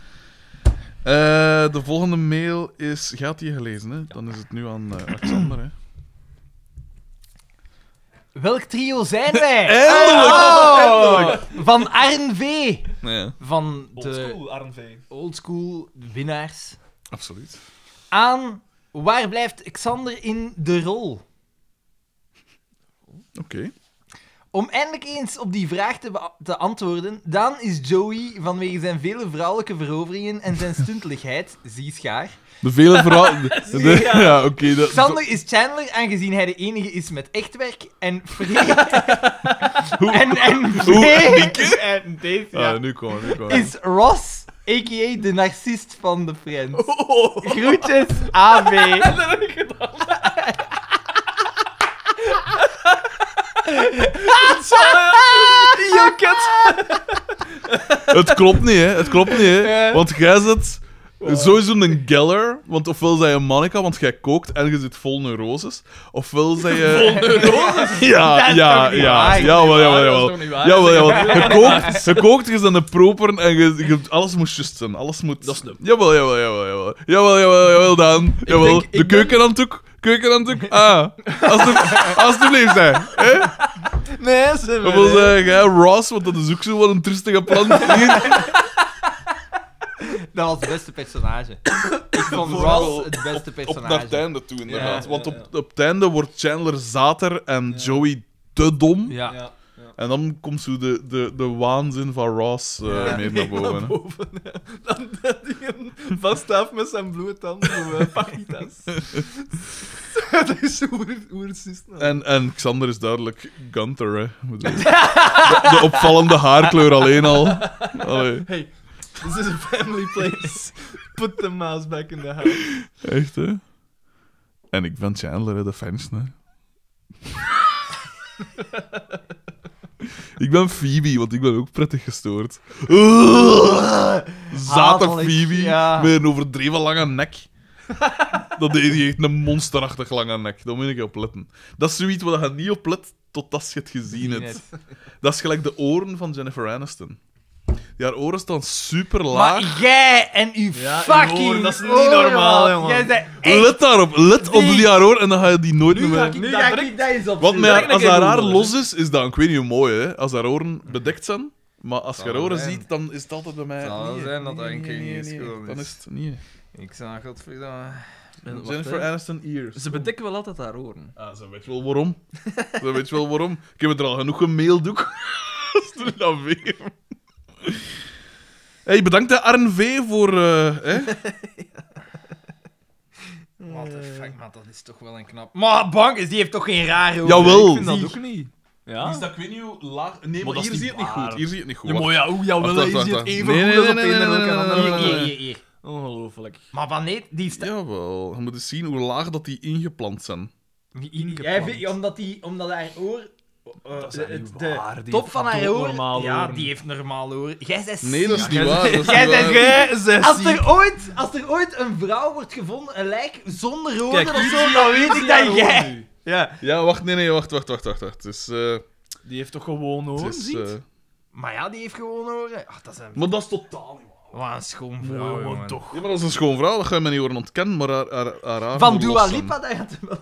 eh, de volgende mail is... Gaat die gelezen, hè? Dan is het nu aan eh, Alexander, hè.
Welk trio zijn wij?
Eindelijk!
Oh! Van Arn V.
Ja,
Van de
Oldschool, RNV.
oldschool winnaars.
absoluut.
Aan waar blijft Xander in de rol?
Oké.
Om eindelijk eens op die vraag te, bea- te antwoorden, Daan is Joey vanwege zijn vele vrouwelijke veroveringen en zijn stuntelijkheid, zie schaar.
De vele verhalen... de-
Ja.
Ja, oké. dat-
Xander is Chandler, aangezien hij de enige is met echt werk. En Freek... en, en Freek... En deze, ja.
Ah, nu komen, nu komen.
Is Ross, a.k.a. de narcist van de Friends.
Oh.
Groetjes, AB.
Het klopt niet, hè. Het klopt niet, hè. Want jij zit sowieso een geller, want ofwel zij een Monica, want jij kookt en je zit vol neuroses. Ofwel zij je... Vol neuroses?
Dat
Ja,
is
ja,
toch niet
ja.
waar?
Jawel, jawel, jawel.
Dat is toch niet waar?
Jawel, jawel. Je kookt, je kookt, je bent een proper en je, je- alles moet just zijn. Alles moet...
Dat is leuk.
Jawel, jawel, jawel, jawel. Jawel, jawel, jawel, Daan. Jawel.
denk- ik
De
ben-
keuken aan het doek. Keuken aan het doek. Ah. Alsjeblieft, alsjeblieft, hè. Hè?
Nee, ze
Dat wil zeggen, hè, Ross, want dat is ook zo wel een trustige plant.
Dat was het beste personage. Ik vond
Vooral
Ross het beste
op naar het
personage.
einde toe, inderdaad.
Ja,
Want
ja,
op, op het einde wordt Chandler zater en Joey te dom.
Ja.
Ja.
En dan komt zo de, de, de waanzin van Ross eh, meer naar boven. hè.
ja. Dan dat hij een vaststaaf met zijn bloed tanden. Zo, eh, Pachitas. dat is zo oer- oersist. nou.
En, en Xander is duidelijk Gunther, hè. Ik bedoel, de, de opvallende haarkleur alleen al. Allee,
Hey, this is a family place. Put the mouse back in the house.
echt, hè. En ik ben Chandler, hè, de fans, hè. ik ben Phoebe, want ik ben ook prettig gestoord.
Ah,
Zater
Hatelijk,
Phoebe,
ja.
met een overdreven lange nek. dat deed hij echt een monsterachtig lange nek. Daar moet ik op letten. Dat is zoiets waar je niet op let totdat je het gezien hebt. Dat is gelijk de oren van Jennifer Aniston. Die haar oren staan super laag.
Maar jij en uw
Ja, uw
fucking...
oren, dat is niet
oren,
normaal,
man.
jongen.
Jij zei echt...
Let daarop, let op
Die-
die haar oor en dan ga je die nooit
Nu
meer.
ga ik-
Nu
Dat
ga
drukt-
ik dat eens op.
Want met
dat
haar-
ik
als
een
haar
keer
haar
doen,
los is, is dat, ik weet niet hoe mooi, hè? Als haar oren bedekt zijn, maar als je haar oren
zijn.
ziet, dan is het altijd bij mij.
Zal
nee,
zijn dat
nee,
dat een
nee,
keer
nee,
niet
nee,
schoon
nee.
is.
Dan is het niet.
Ik zei, godverdomme. Wacht,
Jennifer
hè.
Aniston ears.
Ze bedekken wel altijd haar oren.
Ah, ze weet wel waarom. ze weet wel waarom. Ik heb het er al genoeg gemaildoek. Stuur dat weer. Hey, bedankt hè, Arn V voor. eh, hè?
What the fuck, man, dat is toch wel een knap... Maar Bankers, die heeft toch geen rare oren?
Jawel.
Ik vind dat
Zie.
ook niet.
Ja?
Is dat, ik weet niet hoe laag. Nee, maar,
dat is
hier
niet
zie je het niet
waar.
goed. Hier zie je het niet goed.
Ja, maar ja, oeh, jawel,
Wacht, wacht,
je ziet
wacht,
het
wacht.
even
Nee,
goed
nee,
als op
nee,
een en
nee,
elke
nee, nee,
Hier,
andere.
nee,
hier, hier, hier.
Ongelooflijk.
Maar wanneer... Die sta-
Jawel, je moet eens zien hoe laag dat die ingeplant zijn.
Jij vindt, omdat, die, omdat haar oor... eh,
Dat is
de-
niet
de
waar, die
top
heeft
van haar oor...
doodnormaal
Ja,
oren.
die heeft normaal oor. Jij zei
Nee, dat is
ziek.
niet waar. Dat is
Jij
niet
bent
waar.
Jij zegt
Als er, ooit, als er ooit een vrouw wordt gevonden, een lijk zonder oren
Kijk,
of
hier
zo, dan weet ik dat jij...
Ja.
Ja, wacht, nee, nee, wacht, wacht, wacht, wacht. wacht. Het is. eh,
Die heeft toch gewoon hoor,
het is
ziet?
eh,
Maar ja, die heeft gewoon oren. Ach, dat is een...
Maar dat is totaal niet waar.
Wat een schoon
Ja,
vrouw,
gewoon
jongen.
toch.
Ja, maar dat is een schoon verhaal, dat ga je me niet horen ontkennen, maar haar, haar, haar, haar
Van
moet los
Dua
zijn.
Lipa, daar gaat hem wel...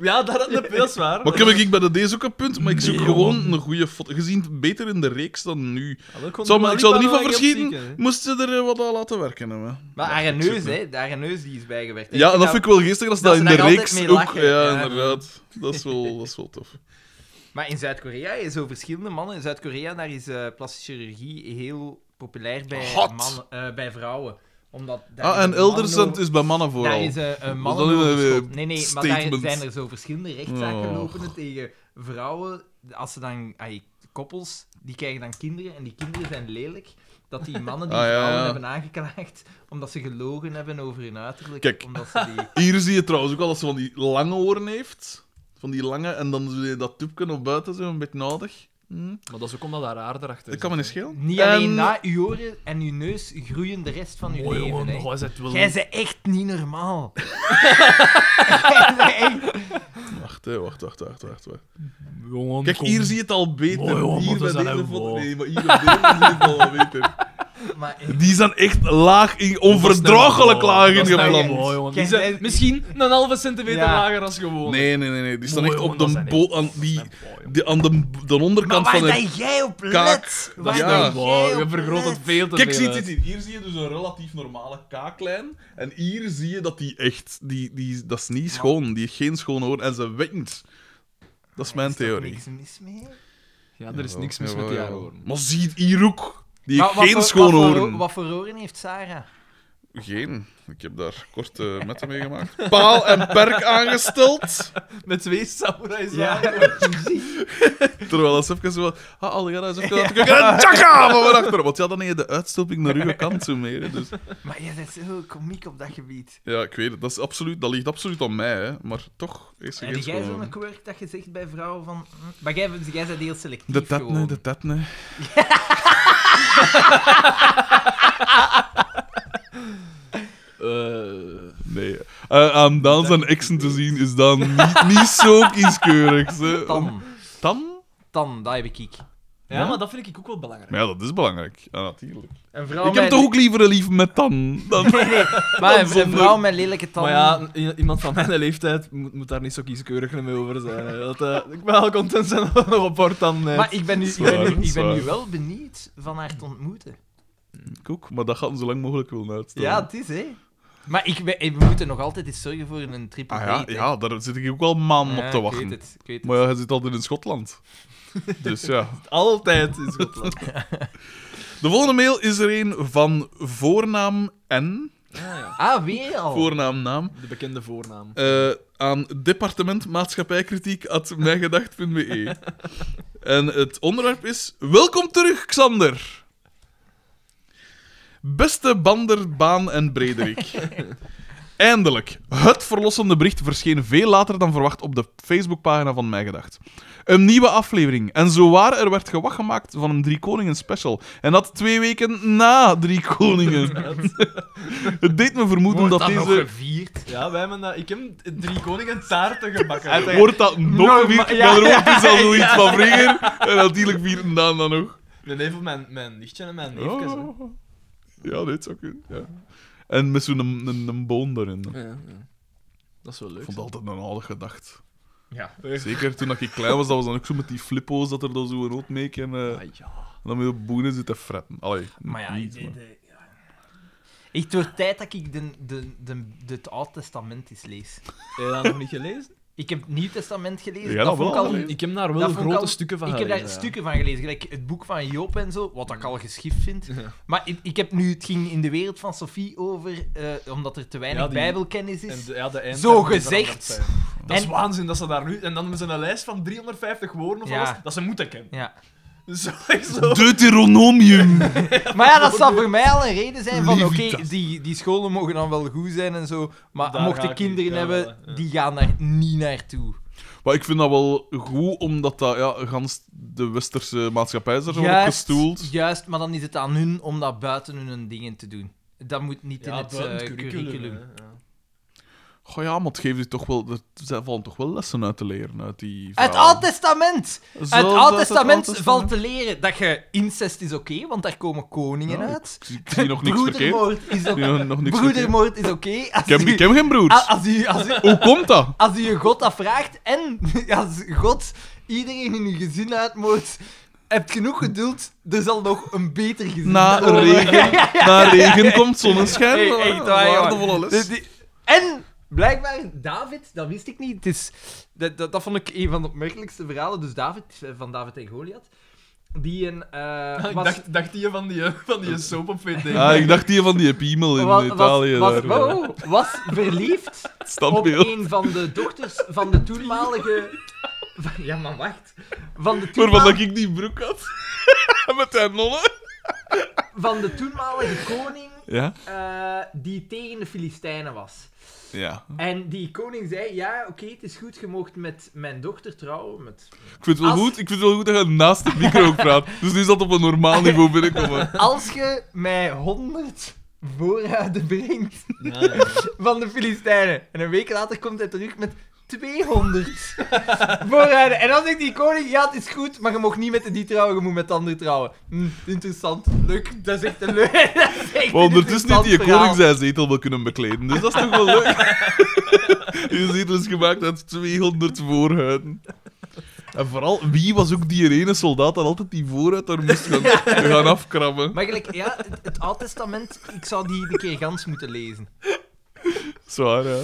Ja, dat, dat, dat is waar.
Maar ik heb ik bij de deze ook een punt, maar ik zoek
Nee,
gewoon
jongen.
een goede foto. Gezien beter in de reeks dan nu.
Allee, ik kon
Zou, maar, ik zou er niet
wel
van
een keer
verschieten,
Hm?
opzieken, hè.
moest ze er eh, wat aan laten werken hebben.
Maar
Wacht,
haar
ik zoek
neus,
nu.
hè. Haar neus die is bijgewerkt.
Ja, en dat vind ik wel geestig als
dat
dat,
ze
in de
daar altijd
reeks
mee
ook...
lachen.
Ja,
Ja.
inderdaad. Dat is wel, dat is wel tof.
Maar in Zuid-Korea is zo verschillende mannen. In Zuid-Korea daar is eh plastische chirurgie heel populair bij,
Hot.
mannen, eh, bij vrouwen. Omdat daar is
Ah, en
een mannen-
elders zijn het is bij mannen
Daar
vooral.
is eh, een
Dat is een,
mannen.
eh,
Nee, nee, maar daar
statement.
zijn er zo verschillende rechtszaken
Oh.
lopen tegen vrouwen. Als ze dan, ai, koppels, die krijgen dan kinderen en die kinderen zijn lelijk. Dat die mannen die
Ah, ja,
vrouwen
ja.
hebben aangeklaagd omdat ze gelogen hebben over hun uiterlijk.
Kijk.
Omdat ze die...
Hier zie je trouwens ook al dat ze van die lange oren heeft. Van die lange, en dan doe je dat tubje op buiten, zo een beetje nodig. Hm?
Maar dat is ook omdat daar aarde erachter
Dat kan me niet schelen.
Niet
En-
alleen na uw oren en uw neus groeien de rest van uw
Mooi,
leven.
jongen.
hè.
Oh, is het wel...
Jij bent echt niet normaal. Jij bent echt-
Wacht, hè, wacht, wacht, wacht, wacht. wacht.
Jongen,
Kijk,
kom.
hier zie je het al beter.
Mooi, hoor,
hier
maar
bij
dat is
deze
een
foto.
wow.
Nee, maar hier bij deze zie je het al beter.
Maar echt,
Die zijn echt laag, in, onverdraaglijk
Dat is
laag
nou
ingeplant.
mooi.
mooi, jongen. Die
Kijk,
zijn
wij-
misschien een halve centimeter
Ja.
lager als gewoon.
Nee, nee, nee, nee. Die staan
Mooi,
echt
jongen,
op
dat
de,
zijn
bo
echt-
aan, die,
Dat zijn mooi, jongen.
die, aan de, de
maar
onderkant
waar
van het
dat jij op
kaak.
let?
Dat
Waar
is
dat
nou
jij
Wow,
op
je vergroot het
let?
veel te
Kijk,
veel
zie,
uit.
zie, zie. hier zie je dus een relatief normale kaaklijn. En hier zie je dat die echt... Die, die, dat is niet schoon. Die heeft geen schoon oor. En ze wenkt. Dat is mijn
Is er
theorie.
niks mis mee?
Ja, er is
Jawel,
niks mis met
jawel,
die
jawel.
oren.
Maar zie het hier ook. Die
Maar
heeft
wat
geen
voor-
schoon
wat voor-
oren.
Wat voor oren heeft Sarah?
Geen. Ik heb daar korte metten mee gemaakt. Paal en perk aangesteld.
Met twee samurais
Ja.
aan.
Terwijl als even zo... wat- Ah, alle jaren is even aan het kijken. En tjaka! Van achter. Want ja, dan heb je de uitstulping naar uw kant zo meer. Dus...
Maar jij bent zo komiek op dat gebied.
Ja, ik weet het. Dat, is absoluut, dat ligt absoluut aan mij, hè. maar toch is er
Heb
geen
jij
schoon
zo'n
oor.
quirk dat je zegt bij vrouwen van... hm, Maar jij, jij bent heel selectief
De tetne,
gewoon.
de tetne. Nee. Eh, aan Daan zijn exen te zien is dan niet, niet zo kieskeurig. Hè.
Tan.
Tan?
Tan, dat heb ik. ik.
Ja, maar dat vind ik ook wel belangrijk.
Maar ja, dat is belangrijk. Ja, natuurlijk.
Een vrouw
ik heb
met-
toch ook liever een lief met Tan dan...
Nee, nee. Maar een, een
zonder-
vrouw met lelijke tanden.
Maar ja, i- iemand van mijn leeftijd moet, moet daar niet zo kieskeurig mee over zijn. hè. Dat, eh, ik ben al content zijn dat we nog op bord dan. eh,
Maar ik ben nu, ik
Zwaar,
ben nu, ik ben
zwaar.
nu wel benieuwd van haar te ontmoeten.
Ik ook, maar dat gaat hem zo lang mogelijk willen uitstellen.
Ja, het is, hè. Maar ik, ben- we moeten nog altijd eens zorgen voor een triple
Ah, ja,
date, hè.
ja, daar zit ik ook wel maanden
Ah Ja,
op te
Ik
wachten.
weet het, ik weet het.
Maar ja, hij zit altijd in Schotland. Dus ja.
Altijd in Schotland.
De volgende mail is er een van voornaam en
Ah, weer al?
voornaam naam
De bekende voornaam.
eh, aan departement maatschappijkritiek at mijngedacht.be. en het onderwerp is Welkom terug, Xander. Beste Bander, Baan en Brederik. Eindelijk. Het verlossende bericht verscheen veel later dan verwacht op de Facebookpagina van Mij Gedacht. Een nieuwe aflevering. En zowaar er werd gewacht gemaakt van een Drie Koningen special. En dat twee weken na Drie Koningen. Het deed me vermoeden
Wordt
dat,
dat nog
deze...
gevierd?
Ja, wij hebben dat... Ik heb drie koningen taarten gebakken.
Wordt dat nog
Nog
een
maar-
week?
ja.
Ja, er ook eens al zoiets van vroeger. En natuurlijk vierde Daan dan nog.
De neef van mijn, mijn nichtje en mijn neefjes. hè.
Ja, ja dit zou kunnen. Ja. En met zo'n een, een, een boon erin.
Ja, ja. Dat is wel
Ik
leuk.
vond
zeg.
dat altijd een aardig gedacht.
Ja.
Zeker toen ik klein was, dat was dan ook zo met die flippo's dat er dan zo een rood mee en, eh, en
Ah, ja.
dan met de boenen zitten fretten. Allee,
Maar ja,
niet,
de-
maar.
de- ja. Echt, het wordt tijd dat ik de, de, de, de- het Oud Testament eens lees.
Heb je dat nog niet gelezen?
Ik heb het Nieuw Testament gelezen.
Ja,
dat
dat
vond ik
wel,
al...
hè.
Ik heb daar wel
dat vond ik
grote
al-
stukken van
Ik heb
gelezen.
daar stukken van gelezen, gelijk het boek van Job en zo, wat ik al geschift vind. Maar ik, ik heb nu, het ging in de wereld van Sophie over, eh, omdat er te weinig
Ja, die-
bijbelkennis
ja. En
is.
de, ja, de eind-
Zo
en die
gezegd.
veranderd zijn. Dat is
En-
waanzin dat ze daar nu... En dan hebben ze een lijst van 350 woorden of
Ja.
alles dat ze moeten kennen.
Ja.
Dus zo, echt zo.
Deuteronomium!
Maar ja, dat zou voor mij al een reden zijn van, oké,
Leviticus.
die, die scholen mogen dan wel goed zijn en zo, maar
Daar ga
mochten
ik niet
kinderen
gaan,
hebben,
hè. Ja.
die gaan daar niet naartoe.
maar ik vind dat wel goed, omdat dat, ja, gans de westerse maatschappij is er zo op gestoeld.
juist, maar dan is het aan hun om dat buiten hun dingen te doen. Dat moet niet in
Ja,
het
buiten
eh, curriculum.
hè, ja.
Goh ja, maar het geeft je toch wel... Er zijn- vallen toch wel lessen uit te leren uit die
Het
verhalen.
Oud Testament!
Zelfs
Het
uit
Oud Testament
Oud
valt te leren dat je incest is oké, want daar komen koningen
Ja,
uit.
Ik zie- ik zie nog niks verkeerd.
Broedermoord is
Ik zie
oké.
nog, nog niks verkeerd.
Broedermoord is oké. Als
Ik heb,
u-
ik heb geen
a-
broers.
Als u, als, u,
Hoe komt dat?
als u je God afvraagt en als God iedereen in uw gezin uitmoordt, hebt genoeg geduld, er zal nog een beter gezin
Na
komen.
regen, na regen komt zonneschijn.
Nou, Hey, echt waar, jongen.
Waardevolle les.
Dus die- En blijkbaar, David, dat wist ik niet. Het is, dat, dat, dat vond ik een van de opmerkelijkste verhalen. Dus David, eh, van David en Goliath. Die een. eh,
Ja, ik
was,
dacht, dacht die van die, eh, van die soap op VT.
Ja, Ah, ik dacht die van die piemel in
was,
Italië.
was, was,
daar. eh,
wow, was verliefd
Het
op
standbeeld.
een van de dochters van de toenmalige. van- Ja, maar wacht. Van de,
Waarvan dat
toenmalige,
ik die broek had. Met haar nonnen.
van de toenmalige koning
Ja?
eh, die tegen de Filistijnen was.
Ja.
En die koning zei, ja, oké, het is goed, je moogt met mijn dochter trouwen. Met...
Ik vind het wel,
Als-
goed, ik vind het wel goed dat je naast de micro ook praat. Dus nu zal het op een normaal niveau binnenkomen.
Als je mij 100 voorraden brengt van de Filistijnen, en een week later komt hij terug met 200 voorraden. En dan zegt die koning, ja, het is goed, maar je mag niet met die trouwen, je moet met de ander trouwen. Hm, interessant, leuk, dat is echt een leuk... dat is echt
Maar
een
ondertussen niet
interessant
die
verhaal.
koning zijn zetel wel kunnen bekleden. Dus dat is toch wel leuk. Je zetel is gemaakt uit 200 voorhuiden. En vooral, wie was ook die ene soldaat dat altijd die vooruit daar moest gaan, gaan afkrabben?
Maar gelijk, ja, het, het Oude Testament, ik zou die een keer gans moeten lezen.
Zwaar, ja.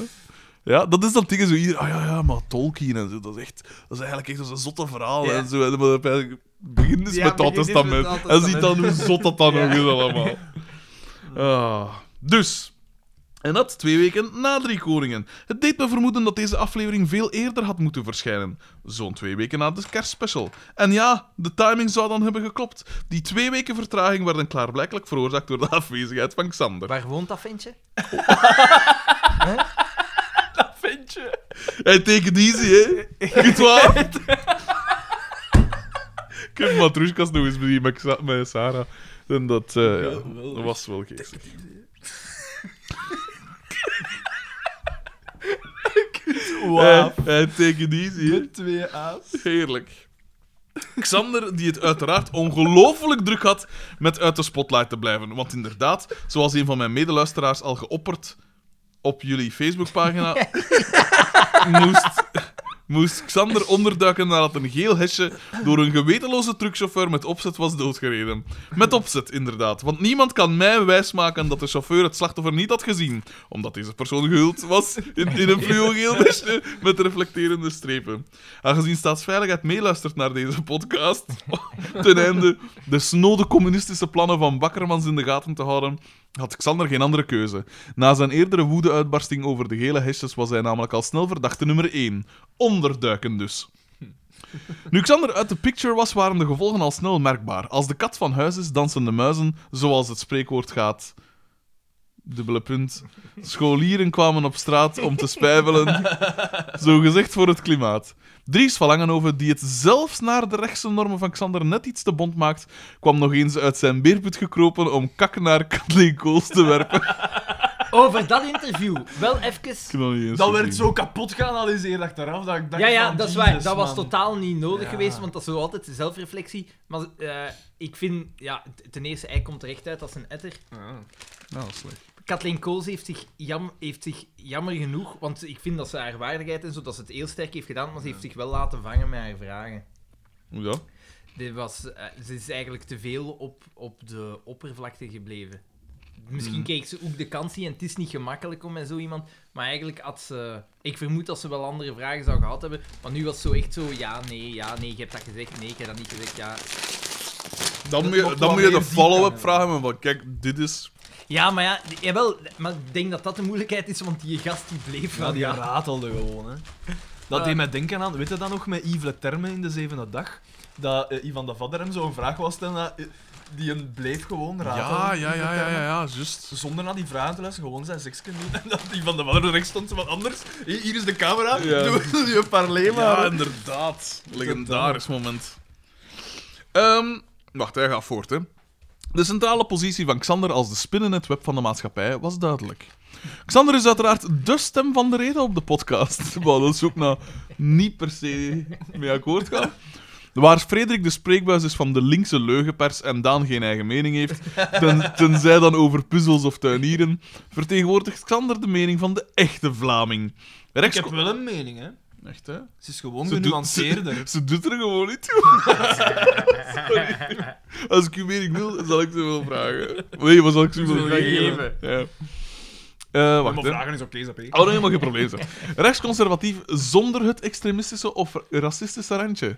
Ja, dat is dat ding zo hier. Ah ja, ja, maar Tolkien en zo. Dat is, echt, dat is eigenlijk echt zo'n zotte verhaal
Ja.
en zo. En dan heb je- begin eens
Ja,
met dat
begin eens met
testament.
het Oude
En ziet dan hoe zot dat dan nog is allemaal. Ah, dus. En dat twee weken na Drie Koningen. Het deed me vermoeden dat deze aflevering veel eerder had moeten verschijnen. Zo'n twee weken na de kerstspecial. En ja, de timing zou dan hebben geklopt. Die twee weken vertraging werden klaarblijkelijk veroorzaakt door de afwezigheid van Xander.
Waar woont dat ventje?
Vind je?
Hij tekent easy, hè? Goed waar? Ik heb Matrushkas nog eens bezien met, Xa- met Sarah. En dat, eh, ja,
Geweldig.
dat was wel geestig. Hij, hij tekent easy, hè?
Twee A's.
Heerlijk. Xander, die het uiteraard ongelooflijk druk had met uit de spotlight te blijven. Want inderdaad, zoals een van mijn medeluisteraars al geopperd op jullie Facebookpagina, moest, moest Xander onderduiken nadat een geel hesje door een gewetenloze truckchauffeur met opzet was doodgereden. Met opzet, inderdaad. Want niemand kan mij wijsmaken dat de chauffeur het slachtoffer niet had gezien, omdat deze persoon gehuld was in, in een fluogeel hesje met reflecterende strepen. Aangezien Staatsveiligheid meeluistert naar deze podcast, ten einde de snode communistische plannen van Bakkermans in de gaten te houden, had Xander geen andere keuze. Na zijn eerdere woede-uitbarsting over de gele hesjes was hij namelijk al snel verdachte nummer 1. Onderduiken dus. Nu Xander uit de picture was, waren de gevolgen al snel merkbaar. Als de kat van huis is, dansen de muizen, zoals het spreekwoord gaat. Dubbele punt. Scholieren kwamen op straat om te spijbelen. Zo gezegd voor het klimaat. Dries van Langenhoven, die het zelfs naar de rechtse normen van Xander net iets te bond maakt, kwam nog eens uit zijn beerput gekropen om kak naar Kathleen Kools te werpen.
Over dat interview, wel even...
Ik heb nog niet eens
Dat
gezien.
werd zo kapot geanalyseerd achteraf. Dat ik dacht
Ja, ja,
van,
dat is waar.
Jesus,
Dat was
man.
totaal niet nodig
Ja.
geweest, want dat is zo altijd zelfreflectie. Maar eh, ik vind, ja, t- ten eerste, hij komt terecht uit als een etter.
Ja.
Nou, slecht.
Kathleen Kools heeft zich, jam, heeft zich jammer genoeg, want ik vind dat ze haar waardigheid en zo, dat ze het heel sterk heeft gedaan, maar ze heeft zich wel laten vangen met haar vragen.
Ja.
Dit was, eh, ze is eigenlijk te veel op, op de oppervlakte gebleven. Misschien
Hmm.
keek ze ook de kans niet en het is niet gemakkelijk om met zo iemand. Maar eigenlijk had ze. Ik vermoed dat ze wel andere vragen zou gehad hebben. Maar nu was het zo echt zo: ja, nee, ja, nee, je hebt dat gezegd, nee, ik heb dat niet gezegd. Ja,
Dan moet
mocht
je,
wel
dan moet je de
meer diepgang
follow-up
hebben.
vragen van, kijk, dit is...
ja maar ja, d- jawel, maar ik denk dat dat de moeilijkheid is, want die gast die bleef
Ja,
wel.
die
Ja,
ratelde gewoon, hè.
Ah.
Dat
Eh.
deed mij denken aan, weet je dat nog, met Yves Le Terme in de zevende dag? Dat eh, Ivan de Vadder hem zo'n vraag was stellen, dat, eh, die hem bleef gewoon ratelen.
Ja, ja,
Yves Le
ja, ja,
Terme.
ja, ja, juist.
Zonder naar die vragen te luisteren, gewoon zijn seksken doen. En dat Ivan de Vadder rechts stond, zo wat anders. Hé, Hier is de camera,
Ja.
doe doe je parlé
Ja,
maar.
inderdaad. Legendarisch moment. Ehm, wacht, hij gaat voort, hè. De centrale positie van Xander als de spin in het web van de maatschappij was duidelijk. Xander is uiteraard dé stem van de reden op de podcast. Waar dat is ook nou niet per se mee akkoord gaan. Waar Frederik de spreekbuis is van de linkse leugenpers en Daan geen eigen mening heeft, ten- tenzij dan over puzzels of tuinieren, vertegenwoordigt Xander de mening van de echte Vlaming.
Ik
Rechts...
heb wel een mening, hè.
Echt, hè?
Ze is gewoon
doet- ze,
genuanceerder.
ze doet er gewoon niet toe. Sorry. Als ik uw mening wil, zal ik ze wel vragen. Nee, wat zal ik ze wel
Zullen we
geven? Ja. Eh,
Maar
wacht, hè.
vragen is oké, okay,
Oh, nee, helemaal geen probleem. zeg. Rechtsconservatief zonder het extremistische of racistische randje.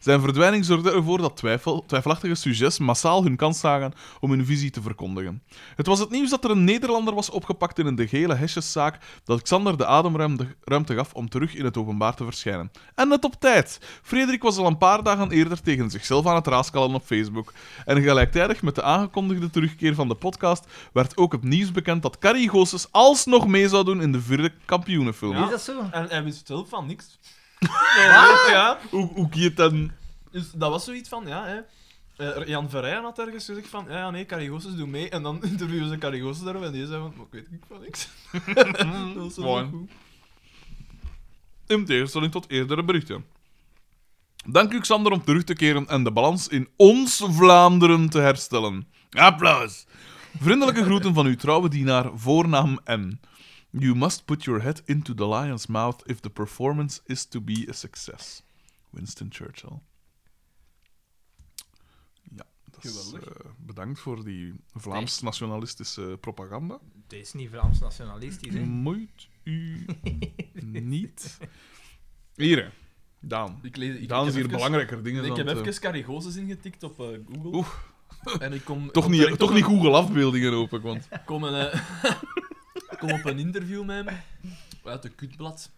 Zijn verdwijning zorgde ervoor dat twijfel, twijfelachtige sujets massaal hun kans zagen om hun visie te verkondigen. Het was het nieuws dat er een Nederlander was opgepakt in een de gele hesjeszaak dat Xander de ademruimte ruimte gaf om terug in het openbaar te verschijnen. En net op tijd. Frederik was al een paar dagen eerder tegen zichzelf aan het raaskallen op Facebook. En gelijktijdig met de aangekondigde terugkeer van de podcast werd ook het nieuws bekend dat Carrie Goossens alsnog mee zou doen in de vierde kampioenenfilm.
Ja.
Is dat zo?
En hij wist hulp van niks. Ja, ja.
Hoe, hoe kiet dan...
Dus dat was zoiets van, ja, hè. Eh, Jan Verrijen had ergens gezegd van, ja, ja nee, Carigoses doe mee. En dan interviewen ze Carigoses daarover en die zei van, maar ik weet ik van niks. dat is wel
mooi.
goed.
in tegenstelling tot eerdere berichten. Dank u, Xander, om terug te keren en de balans in ons Vlaanderen te herstellen. Applaus! Vriendelijke groeten van uw trouwe dienaar, voornaam M. You must put your head into the lion's mouth if the performance is to be a success. Winston Churchill. Ja, dat is,
Geweldig.
eh, bedankt voor die Vlaams-nationalistische propaganda.
Het is niet Vlaams nationalistisch, hè?
Moet u niet. Hier, hè. Daan.
Ik lees, ik,
Daan
ik
is
heb
hier
even-
belangrijker dingen
Ik
dan...
heb
te-
even Carigoses ingetikt op eh, Google.
Oeh.
En ik kom...
eh, Toch
kom
niet,
direct
toch
op
niet Google afbeeldingen open, want...
Ik kom, een, eh, ik kom op een interview met hem uit de kutblad.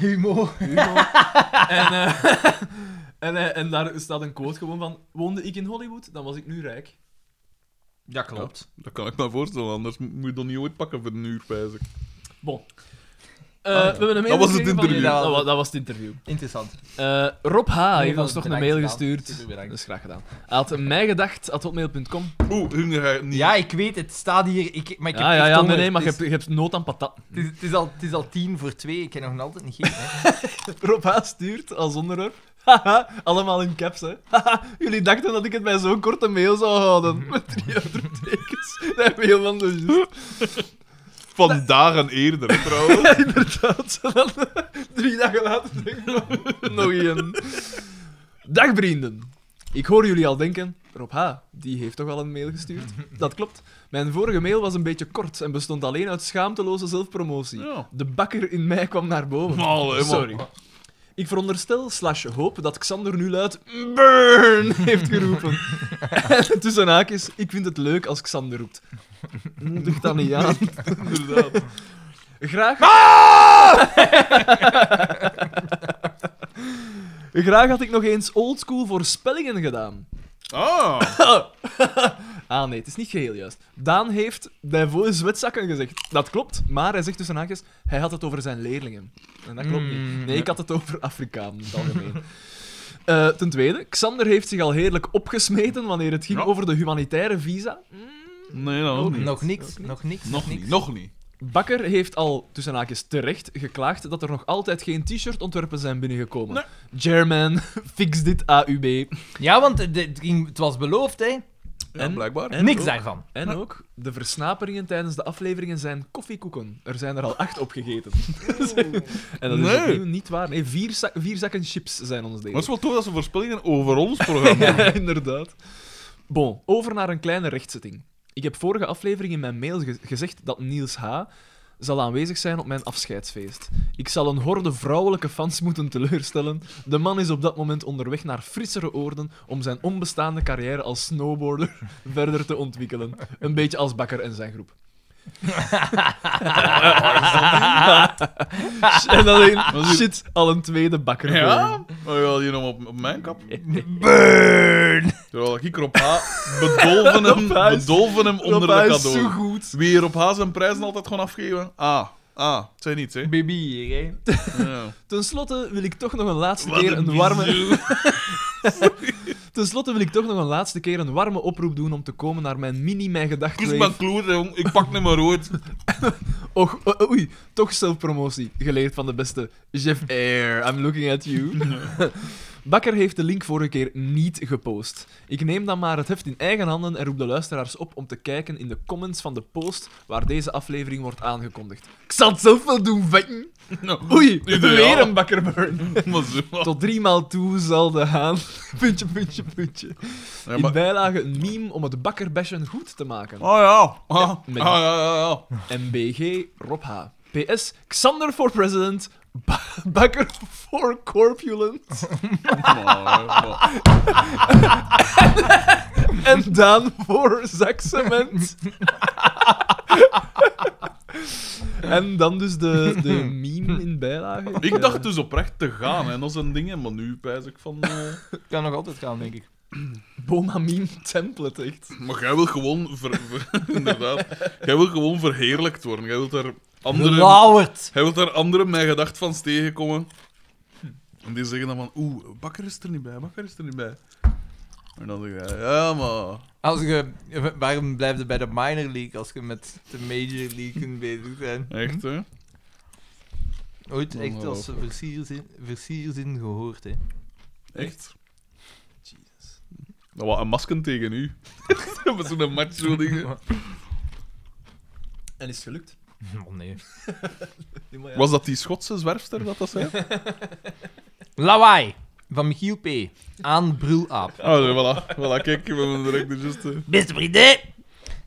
Humor.
Hugo. en, eh, en, eh, en daar staat een quote gewoon van: Woonde ik in Hollywood, dan was ik nu rijk.
Ja, klopt.
Dat kan ik me voorstellen, anders moet je dat niet ooit pakken voor een uur, pijs ik.
Bon. Eh,
Ah, ja.
we hebben een
Dat
mail
was het
gekregen van-
interview.
Ja, dat, was, dat was het interview.
Interessant.
Eh, Rob H.
Nee,
heeft
dat
ons nog een
bedankt
mail
gedaan.
gestuurd.
Super
Dat
bedankt.
is graag gedaan. Hij had mijgedacht.hotmail.com.
Oeh, hun ga je niet...
Ja, ik weet, het staat hier. Ik, maar ik heb
Ah, Ja, ja,
echt
ja, nee,
honger.
nee, maar je
Het
hebt, je hebt nood aan patat.
is- het, is, het, is al, het is al tien voor twee, ik kan nog altijd niet geven. hè.
Rob H. stuurt als onderwerp. Haha, allemaal in caps, hè. Haha, jullie dachten dat ik het bij zo'n korte mail zou houden. Met drie uitroeptekens. Dat mail van de juist.
Vandaag en eerder, hè, trouwens.
Inderdaad. En dan, drie dagen later denk ik nog- nog een. Dag vrienden. Ik hoor jullie al denken, Rob H., die heeft toch al een mail gestuurd? Dat klopt. Mijn vorige mail was een beetje kort en bestond alleen uit schaamteloze zelfpromotie.
Ja.
De bakker in mij kwam naar boven.
Maar, hè, maar-
Sorry. Ik veronderstel, slash hoop, dat Xander nu luid burn heeft geroepen. En tussen haakjes, ik vind het leuk als Xander roept. Moedig dat niet aan.
Inderdaad.
Graag. Graag had ik nog eens oldschool voorspellingen gedaan.
Ah,
Ah nee, het is niet geheel juist. Daan heeft Davos zwetzakken gezegd. Dat klopt, maar hij zegt tussen haakjes, hij had het over zijn leerlingen. En dat klopt
Mm,
niet. Nee, ik had het over Afrikaan in het algemeen. Eh, ten tweede, Xander heeft zich al heerlijk opgesmeten wanneer het ging
Ja.
over de humanitaire visa.
nee, nou, nog niet.
Nog niks, nog niks,
Nog niet, nog niet.
Bakker heeft al, tussen haakjes terecht, geklaagd dat er nog altijd geen t-shirt-ontwerpen zijn binnengekomen.
Nee.
German, fix dit AUB.
Ja, want het, het ging- het was beloofd, hè?
Ja,
En-
blijkbaar.
en-
Niks
ook-
daarvan.
En ook, de versnaperingen tijdens de afleveringen zijn koffiekoeken. Er zijn er al acht opgegeten. en dat is
Nee.
opnieuw niet waar. Nee, vier, zak- vier zakken chips zijn ons
Maar het
deel.
is wel tof dat ze voorspellingen over ons programma doen.
Ja, inderdaad. Bon, over naar een kleine rechtzetting. Ik heb vorige aflevering in mijn mail ge- gezegd dat Niels H. zal aanwezig zijn op mijn afscheidsfeest. Ik zal een horde vrouwelijke fans moeten teleurstellen. De man is op dat moment onderweg naar frissere oorden om zijn onbestaande carrière als snowboarder verder te ontwikkelen. Een beetje als Bakker en zijn groep. en dan een- shit, al een tweede bakker.
Oh, Ja? Maar je had hier nog op, op mijn kap.
Burn!
Terwijl ik Rob H. bedolven hem,
Rob H. is-
bedolven hem onder
Rob H.
de
is
cadeau.
zo goed.
Wie er op H. zijn prijzen altijd gewoon afgeven? Ah, ah, het zijn niets, hè.
Baby hier, hè?
Ja.
Ten slotte wil ik toch nog een laatste
Wat
keer
een
een warme. Ten slotte wil ik toch nog een laatste keer een warme oproep doen om te komen naar mijn mini mijn
Kus mijn
gedachten.
kloer, jong. Ik pak niet meer ooit.
Och, o- o- oei, toch zelfpromotie. Geleerd van de beste Jeff Air. I'm looking at you. Bakker heeft de link vorige keer niet gepost. Ik neem dan maar het heft in eigen handen en roep de luisteraars op om te kijken in de comments van de post waar deze aflevering wordt aangekondigd. Ik zal het zelf wel doen, vetten.
Nou,
Oei,
Ideaal.
weer een bakkerburn.
maar zo.
Tot drie maal toe zal de haan. puntje, puntje, puntje.
Ja,
In
maar...
bijlage een meme om het bakkerbashen goed te maken.
Oh ja. Ah, ah,
Met-
ja, ja, ja.
MBG Rob H. PS Xander for President. Bakker for corpulent.
eh, Maar,
En Daan voor zakcement. en dan dus de, de meme in bijlage.
Ik dacht dus oprecht te gaan en dat zijn dingen, maar nu pijs ik van. eh,
Kan nog altijd gaan, denk ik.
Boma meme template, echt.
Maar jij wil gewoon. Ver, ver- inderdaad. Jij wil gewoon verheerlijkt worden. Jij wilt daar andere.
Lauwert!
Hij wil daar anderen mijn gedacht van tegenkomen. En die zeggen dan van, oeh, Bakker is er niet bij, Bakker is er niet bij. En dan zeg je, ja, maar...
Als je, waarom blijf je bij de minor league als je met de major league kunt bezig zijn?
Echt, hè?
Ooit echt als
Ongelooflijk.
versierzin, versierzin gehoord, hè?
Echt. Nou, wat een masken tegen u. Met zo'n macho dingen.
En is het gelukt?
Oh nee.
Nee, maar ja.
Was dat die Schotse zwerfster dat dat zei?
Lawaai! Van Michiel P. Aan Brulaap.
Oh, nee, voilà. voilà. Kijk, we hebben direct de juiste...
Beste vrienden! Er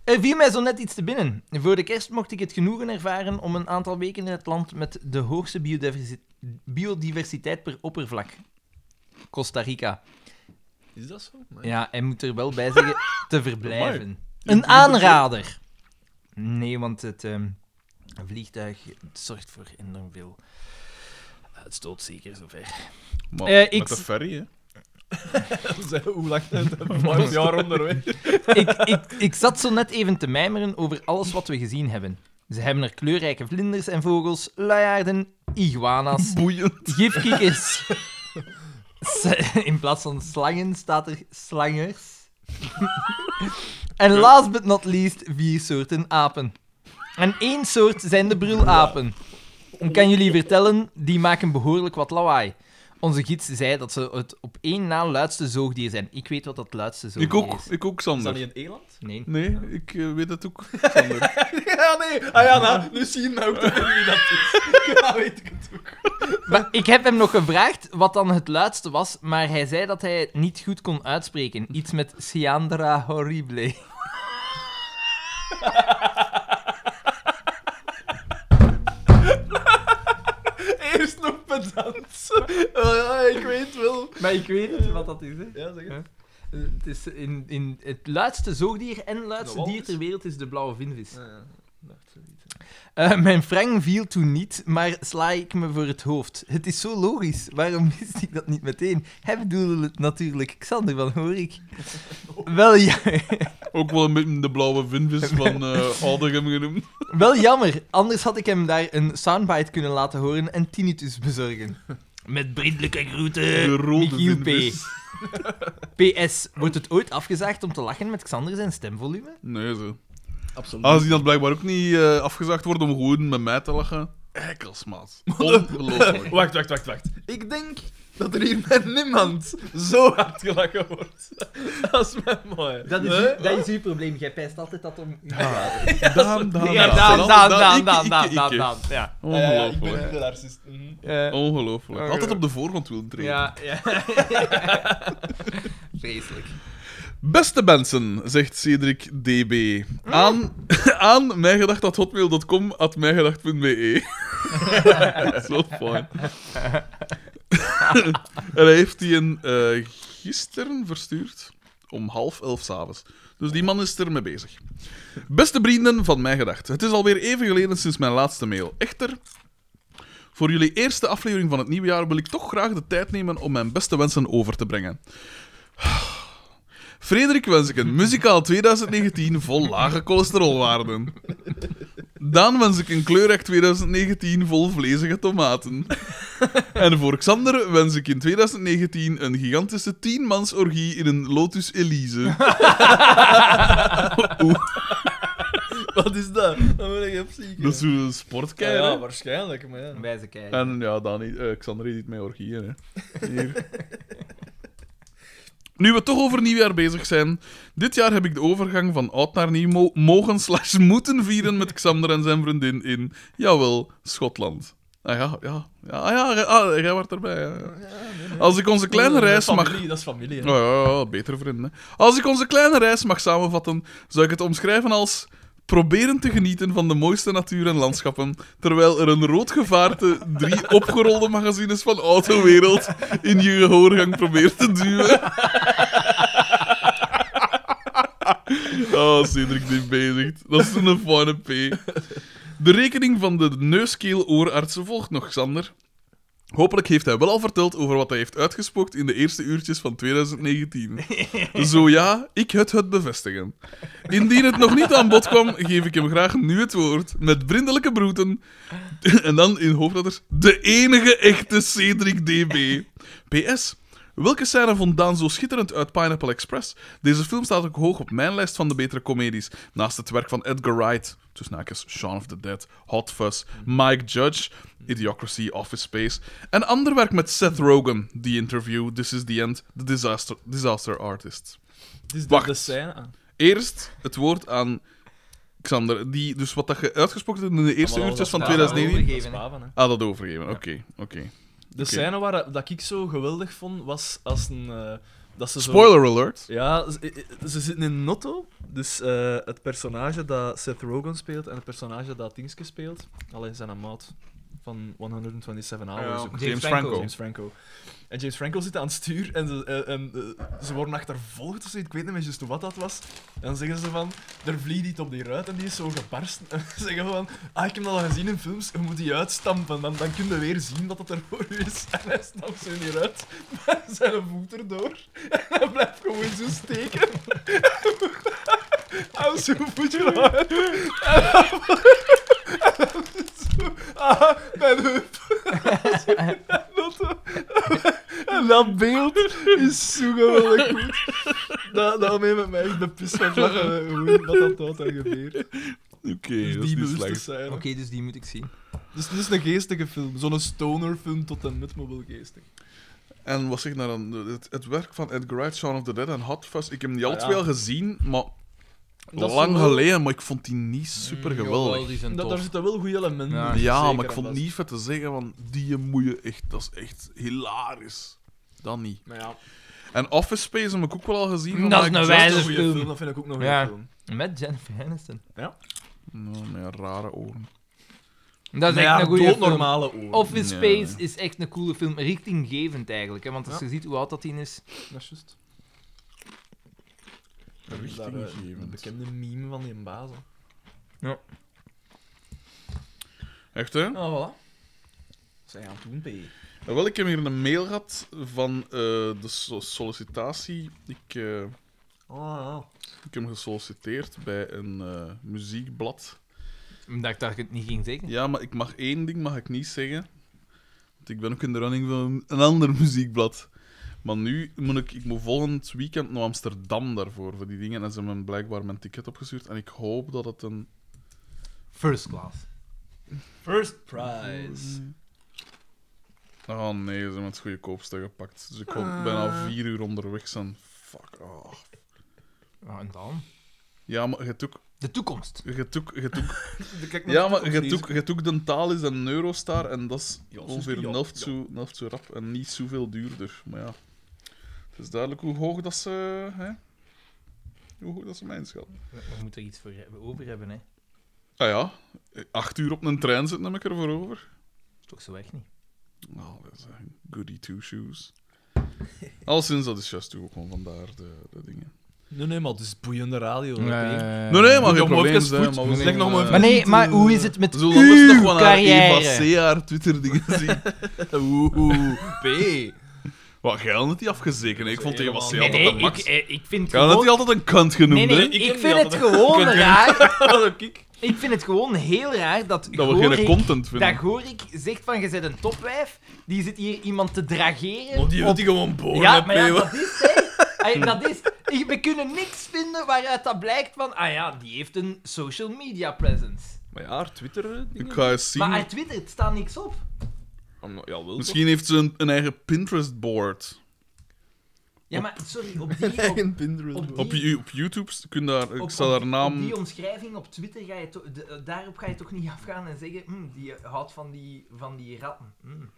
Eh, viel mij zo net iets te binnen. Voor de kerst mocht ik het genoegen ervaren om een aantal weken in het land met de hoogste biodiversi- biodiversiteit per oppervlak. Costa Rica.
Is dat zo? Maar-
Ja, hij moet er wel bij zeggen te verblijven. Een aanrader. Nee, want het ehm, vliegtuig zorgt voor enorm veel uitstoot, zeker zover.
Maar
Eh, ik-
met de ferry, hè?
Zeg, Hoe lang zijn we? Vijf jaar onderweg.
ik, ik, ik zat zo net even te mijmeren over alles wat we gezien hebben. Ze hebben er kleurrijke vlinders en vogels, luiaarden, iguana's,
Boeiend.
gifkikkers. S- In plaats van slangen staat er slangers. en last but not least, vier soorten apen. En één soort zijn de brulapen. Ik kan jullie vertellen, die maken behoorlijk wat lawaai. Onze gids zei dat ze het op één na luidste zoogdier zijn. Ik weet wat dat luidste zoogdier
Ik ook,
is.
ik ook,
Is dat
Sander.
niet een eland?
Nee.
Nee, ik eh, weet het ook, Sander.
Ja, nee. Ah ja, nou, nu zie je nou ook wie dat is. Ja, weet ik het ook.
Maar ik heb hem nog gevraagd wat dan het luidste was, maar hij zei dat hij het niet goed kon uitspreken. Iets met Siandra Horrible.
Eerst nog pedant. Oh, ja, ik weet wel.
Maar ik weet niet wat dat is, hè.
Ja, zeg het.
Eh, Het, is in, in het luidste zoogdier en luidste
De walvis?
dier ter wereld is de blauwe vinvis.
Ja, ja. Dacht zoiets.
Eh, mijn frang viel toen niet, maar sla ik me voor het hoofd. Het is zo logisch, waarom wist ik dat niet meteen? Hij bedoelde het natuurlijk Xander van Horik. Wel, ja,
Ook wel een beetje de blauwe vinvis van eh Aldegem genoemd.
Wel jammer, anders had ik hem daar een soundbite kunnen laten horen en tinnitus bezorgen. Met vriendelijke
De
groeten,
rode
Eh, Michiel P.
vinvis.
PS, wordt het ooit afgezaagd om te lachen met Xander zijn stemvolume?
Nee, zo.
Absoluut.
Als die dat blijkbaar ook niet eh, afgezaagd wordt om gewoon met mij te lachen. Ekkels, maat. Ongelooflijk.
Oh, Wacht, wacht, wacht, wacht. Ik denk dat er hier met niemand zo hard gelachen wordt. Dat is mij mooi. Hè?
dat is uw probleem, jij pijst altijd dat om...
Daan, Daan, Daan.
Ja, Daan,
Daan,
Daan,
Daan,
Daan, Daan,
ik,
Daan,
ik,
Daan, Daan,
ik.
ja.
Ja, ja, ja, ik
Ongelooflijk.
ben de narcist. Mhm.
Eh,
Ongelooflijk. Altijd op de voorgrond willen treden.
Ja, ja. Vreselijk.
Beste mensen, zegt Cedric DB. Aan, aan mijgedacht.hotmail.com at mijgedacht.be. E. Zo fijn. en hij heeft die een eh, gisteren verstuurd om half elf s'avonds. Dus die man is ermee bezig. Beste vrienden van Mijn Gedacht, het is alweer even geleden sinds mijn laatste mail. Echter, voor jullie eerste aflevering van het nieuwe jaar wil ik toch graag de tijd nemen om mijn beste wensen over te brengen. Frederik wens ik een muzikaal 2019 vol lage cholesterolwaarden. Daan wens ik een kleurrijk 2019 vol vlezige tomaten. En voor Xander wens ik in 2019 een gigantische 10-mans orgie in een Lotus Elise.
Wat is dat? Dat ben ik op ziek.
Dat is een sportkeier.
Dus- ja,
hè?
waarschijnlijk, maar ja.
Wijze kijken.
En ja, Dani, eh, Xander is niet met orgieën. Hè. Hier. Nu we toch over nieuwjaar bezig zijn. Dit jaar heb ik de overgang van oud naar nieuw mo- mogen slash moeten vieren met Xander en zijn vriendin in, jawel, Schotland. Ah ja, ja. ja, ah, ja, jij- ah, jij wordt erbij. ja, ja. Als ik onze kleine reis mag...
Familie, Dat is familie, hè.
Oh, ja, ja, ja, betere vrienden. hè. Als ik onze kleine reis mag samenvatten, zou ik het omschrijven als proberen te genieten van de mooiste natuur en landschappen, terwijl er een rood gevaarte drie opgerolde magazines van Autowereld in je gehoorgang probeert te duwen. Oh, Cedric die bezig. Dat is een fijne P. De rekening van de neuskeel-oorartsen volgt nog, Xander. Hopelijk heeft hij wel al verteld over wat hij heeft uitgespookt in de eerste uurtjes van 2019. Zo ja, ik het het bevestigen. Indien het nog niet aan bod kwam, geef ik hem graag nu het woord. Met vriendelijke broeten. En dan in hoofdletters, de enige echte Cedric DB. PS. Welke scène vond Daan zo schitterend uit Pineapple Express? Deze film staat ook hoog op mijn lijst van de betere comedies. Naast het werk van Edgar Wright, tussen haakjes Shaun of the Dead, Hot Fuzz, Mike Judge, Idiocracy, Office Space. En ander werk met Seth Rogen, The Interview, This is the End, The Disaster, Disaster Artist.
Het is de,
Wacht.
de scène. Ah,
Eerst het woord aan Xander, die dus wat dat je uitgesproken hebt in de eerste
maar
uurtjes
dat
van
is
Ja, dat
Paven,
2019.
hè. Dat is
overgeven, hè.
Paven, hè.
Ah, dat overgeven. Oké, oké.
De scène waar, dat ik zo geweldig vond, was als een... eh, dat ze zo-
Spoiler alert.
Ja, ze, eh, ze zitten in een auto. Dus eh, het personage dat Seth Rogen speelt en het personage dat Dingske speelt. Alleen zijn een maat van 127 Hours.
Ja,
ook.
James,
James
Franco.
Franco.
James Franco. En James Franco zit aan het stuur en ze, eh, en, eh, ze worden achtervolgd of zoiets. Ik weet niet meer juist hoe wat dat was. En dan zeggen ze van, er vliegt iets op die ruit en die is zo gebarsten. En ze zeggen van, ah, ik heb dat al gezien in films, je moet die uitstampen. Dan, dan kun je weer zien dat het er voor u is. En hij stampt ze niet uit, maar zijn voet erdoor. En hij blijft gewoon zo steken. Hou zo voetje lang. En dan zo, ah, mijn heup. En dat beeld is zo geweldig goed. Dat, dat mee met mij echt de pis van lachen. eh, Hoe dat dat altijd al gebeurt.
Oké,
Dus
dat is
die
niet
bewuste
slecht.
scène.
Oké, dus die moet ik zien.
Dus dit is een geestige film. Zo'n stonerfilm tot en met mobiel geestig.
En wat zeg ik nou dan? Het, het werk van Edgar Wright, Shaun of the Dead en Hot Fuzz. Ik heb die
Ah,
al
ja.
twee al gezien, maar
Dat is
lang
wel-
geleden. Maar ik vond die niet super geweldig.
die zijn
Dat, daar zitten wel goede elementen
Ja.
in.
ja,
zeker
maar ik
en
vond het
vast.
niet vet te zeggen, want die moet je echt... Dat is echt hilarisch. Dat niet.
Maar ja,
En Office Space heb ik ook wel al
Dat
gezien. maar
is een
ik-
dat is
wijze
een goede
film.
film. Dat vind ik ook nog een
Ja.
goede film.
Met Jennifer Aniston.
Nou, met rare oren.
Dat is
Maar
echt
ja,
een goede film. Oh.
doodnormale oren.
Nou Office
Ja.
Space is echt een coole film. Richtinggevend eigenlijk. Hè? Want als
Ja.
je ziet hoe oud dat die is.
Dat is juist. Daar, eh, De
Richtinggevend.
bekende meme van die baas. hè.
Echt, hè?
Ah, voilà. Wat zijn je aan het doen, P?
Nou, Wel, ik heb hier een mail gehad van eh, de so- sollicitatie. Ik... eh,
Oh,
Ik heb gesolliciteerd bij een eh, muziekblad.
Ik dacht dat ik het niet ging zeggen.
Ja, maar ik mag één ding mag ik niet zeggen. Want ik ben ook in de running van een ander muziekblad. Maar nu moet ik, ik moet volgend weekend naar Amsterdam daarvoor, voor die dingen. En ze hebben me blijkbaar mijn ticket opgestuurd. En ik hoop dat het een...
First class.
First prize.
Oh nee, ze hebben het goede koopste gepakt. Dus ik hoop ben al vier uur onderweg zijn. Fuck off.
Ja, Oh, en dan?
Ja, maar je hebt ook...
De toekomst.
Je hebt ook, je hebt ook-
Kijk naar
ja,
de
maar je hebt
toekomst,
ook, je hebt ook Dentalis en Neurostar en dat is
Ja,
ongeveer
zo- ja,
een helft
ja.
zo, een helft zo rap en niet zoveel duurder. Maar ja, het is duidelijk hoe hoog dat ze... Hè? Hoe hoog dat ze mijn schatten.
We moeten er iets voor hebben- over hebben. Hè?
Ah ja, acht uur op een trein zit nam ik ervoor over.
Is toch zo echt niet?
Nou, dat is een goody two-shoes. Al sinds dat is juist ook gewoon vandaar de, de dingen.
Nee, nee, maar het is boeiende radio. hè, P.
Eh,
nee, nee, maar
doe
geen
hem ook
probleem.
eens
Zijn,
goed.
maar we
Leg
zijn,
nog maar
eh,
even-
Maar nee, maar
eh,
hoe is het met
We zullen anders nog
uw
wel naar Eva
carrière?
C. haar Twitter-dingen zien.
Oeh, P.
Wat, jij had het niet afgezekerd. hè? Ik vond Eva C.
Nee,
Nee,
altijd
nee,
de
ik,
max.
eh, ik vind
Jij had het
gewoon...
niet altijd een kant genoemd,
Nee, nee,
hè?
Ik
ik
heb
vind
niet
het
altijd-
gewoon raar.
Dat heb ik.
Ik vind het gewoon heel raar dat
Dat we geen
Gorik-
content
Dat
vinden.
Gorik zegt van, je bent een topwijf, die zit hier iemand te drageren.
Want Oh, die
op-
heeft die gewoon boren,
Ja,
hè,
maar ja,
P,
dat is, hè. Ay, dat is, ik- we kunnen niks vinden waaruit dat blijkt van, ah ja, die heeft een social media presence.
Maar ja, haar Twitter eh,
Ik ga eens zien.
Maar haar Twitter het staat niks op.
Ja, wel.
Misschien heeft ze een, een eigen Pinterest-board.
Ja, maar sorry, op die, op,
Pinterest.
op
Op,
die-
je- op YouTube st- kun je daar, ik
op-
zal
op-
haar
op
naam...
die omschrijving op Twitter ga je to- de- eh, daarop ga je toch niet "Hmm, afgaan en zeggen, "Hm, die houdt van die, van die ratten. Hm. Nice.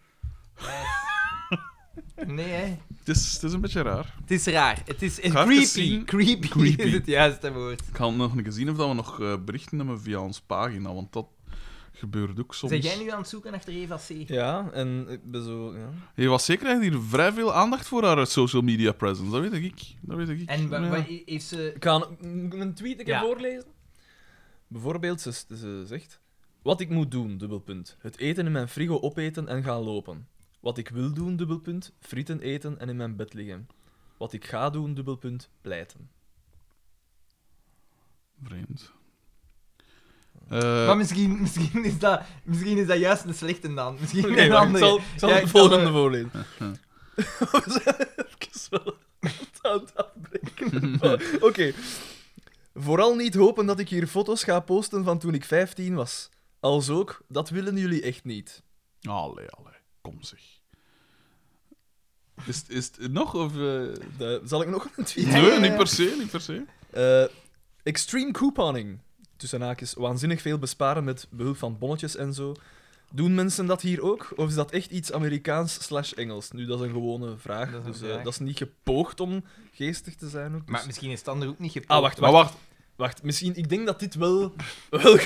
Hmm. Nee, hè.
Het is, het is een beetje raar.
Het is raar. Het is
Ga
en
even
creepy.
zien.
creepy.
Creepy.
is het juiste woord.
Ik ga nog een zien of dat we nog eh, berichten hebben via onze pagina, want dat gebeurt ook soms.
Zijn jij nu aan het zoeken achter Eva C?
Ja, en ik ben zo... Ja.
Eva C. krijgt hier vrij veel aandacht voor haar social media presence. Dat weet ik. Dat weet ik.
En wa-
Ja.
wa- heeft ze...
Ik ga een, een tweet
Ja.
voorlezen. Bijvoorbeeld, ze, ze zegt... Wat ik moet doen, dubbelpunt. Het eten in mijn frigo opeten en gaan lopen. Wat ik wil doen, dubbelpunt. Frieten eten en in mijn bed liggen. Wat ik ga doen, dubbelpunt. Pleiten.
Vreemd. Eh,
Maar misschien, misschien, is dat, misschien is dat juist een slechte dan. Misschien een
wacht, ik
andere.
zal, ik zal
Ja,
de
ik zal,
volgende
eh,
voorlezen.
ja.
We zijn even wel het aan het afbreken. Maar, Oké. Vooral niet hopen dat ik hier foto's ga posten van toen ik 15 was. Als ook, dat willen jullie echt niet.
Allee, allee. Kom zeg. Is, het- is het nog of... eh,
Da- zal ik nog een tweet
Nee, niet per se, niet per se.
Eh, extreme couponing. Tussen haakjes, waanzinnig veel besparen met behulp van bonnetjes en zo. Doen mensen dat hier ook? Of is dat echt iets Amerikaans slash Engels? Nu, dat is een gewone vraag.
Dat is een
dus eh,
vraag.
dat is niet gepoogd om geestig te zijn. Ook, dus-
Maar misschien is het andere ook niet gepakt.
Ah, wacht,
Maar
wacht, wacht.
wacht,
misschien, ik denk dat dit wel... wel, wel de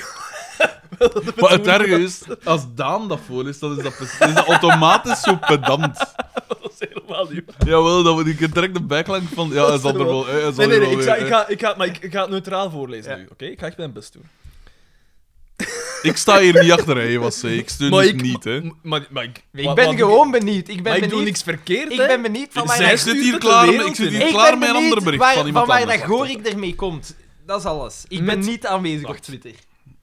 maar het
bedoeling
erge
was.
is, als Daan dat voor is, dan is dat, pres- is dat automatisch zo pedant.
Dat is helemaal niet waar.
Jawel, dan, ik heb direct de bijklank van... Ja, hij zal er wel... hij zal
Nee, nee,
er
nee,
wel
ik, ga,
weer-
ik, ga, ik, ga, maar ik, ik ga het neutraal voorlezen
Ja.
nu, oké? Ik ga echt mijn best doen.
Ik sta hier niet achter, hè, was ze. Ik steun
Maar
het
ik-
niet, hè.
M- Maar, maar ik,
Ik
maar-
ben
maar-
gewoon benieuwd. Ik ben
maar ik
benieuwd.
doe niks verkeerd,
ik
hè?
ben benieuwd van waar
Zij
Zij
dat-
stuurt
zit hier
het de
klaar,
wereld
met- ik zit
in,
hier
hè?
Ik
klaar
ben
met een
benieuwd
ander bericht
waar,
van iemand
van waar
anders.
dat Gorik ermee komt. Dat is alles. Ik ben
Met-
niet aanwezig op
Wacht.
Twitter.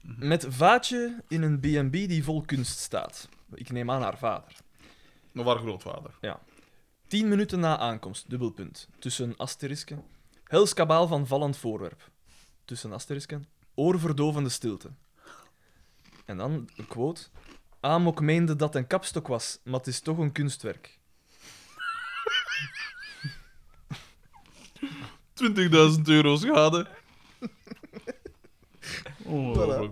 Met vaatje in een B&B die vol kunst staat. Ik neem aan haar vader.
Nog haar grootvader.
Tien minuten na aankomst, dubbelpunt. Tussen asterisken. Hels kabaal van vallend voorwerp. Tussen asterisken. Oorverdovende stilte. En dan een quote. Amok meende dat een kapstok was, maar het is toch een kunstwerk.
20.000 euro schade. Ongelooflijk.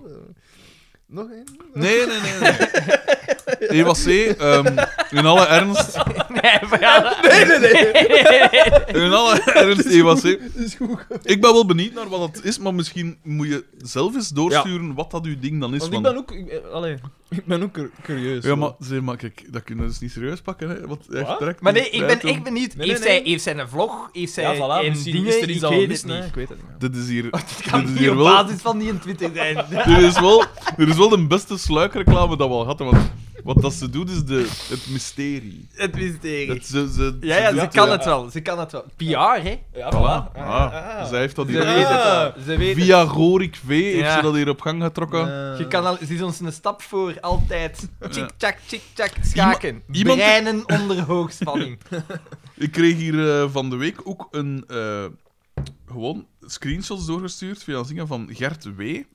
Nog één?
Nee, nee, nee. nee. Eva C, ehm, in alle ernst,
Nee, maar-
Nee, nee, nee.
in alle ernst, Eva C.
is goed.
Ik ben wel benieuwd naar wat dat is, maar misschien moet je zelf eens doorsturen wat dat uw ding dan is.
Want ik
want-
ben ook... Ik, eh, allee, ik ben ook cur- curieus.
Ja, maar, zeg maar, kijk, dat kunnen we dus niet serieus pakken, hè. Want echt
Wat?
direct
Maar
een-
nee, ik ben
Ja,
echt benieuwd.
nee,
heeft,
nee.
Zij, heeft zij een vlog? Heeft zij
Ja, voilà.
een
misschien
dingen?
is er iets
ik
dat we
weet
missen,
het
hè.
niet.
Ik weet het niet.
Dit is hier...
Het Oh, kan
dit is
niet
hier
op
wel...
basis Ah, van die in Twitter zijn.
Dit is wel, dit is wel de beste sluikreclame dat we al hadden, want wat dat ze doet is de, het mysterie.
het mysterie.
Het, ze, ze,
Ja, ja,
doet
ze
de-
kan het wel. Ze kan het wel. PR, hè?
Ja,
Voilà.
voilà.
Ah, zij heeft dat
Ze
hier...
weet het wel. Ze weet het.
Via Gorik V heeft
Ja.
ze dat hier op gang getrokken.
Je kan al, ze is ons een stap voor, altijd. Tjik, tjak, tjik, tjak, schaken.
iemand-
Breinen onder hoogspanning.
Ik kreeg hier eh, van de week ook een... eh, gewoon screenshots doorgestuurd via een zingen van Gert W. En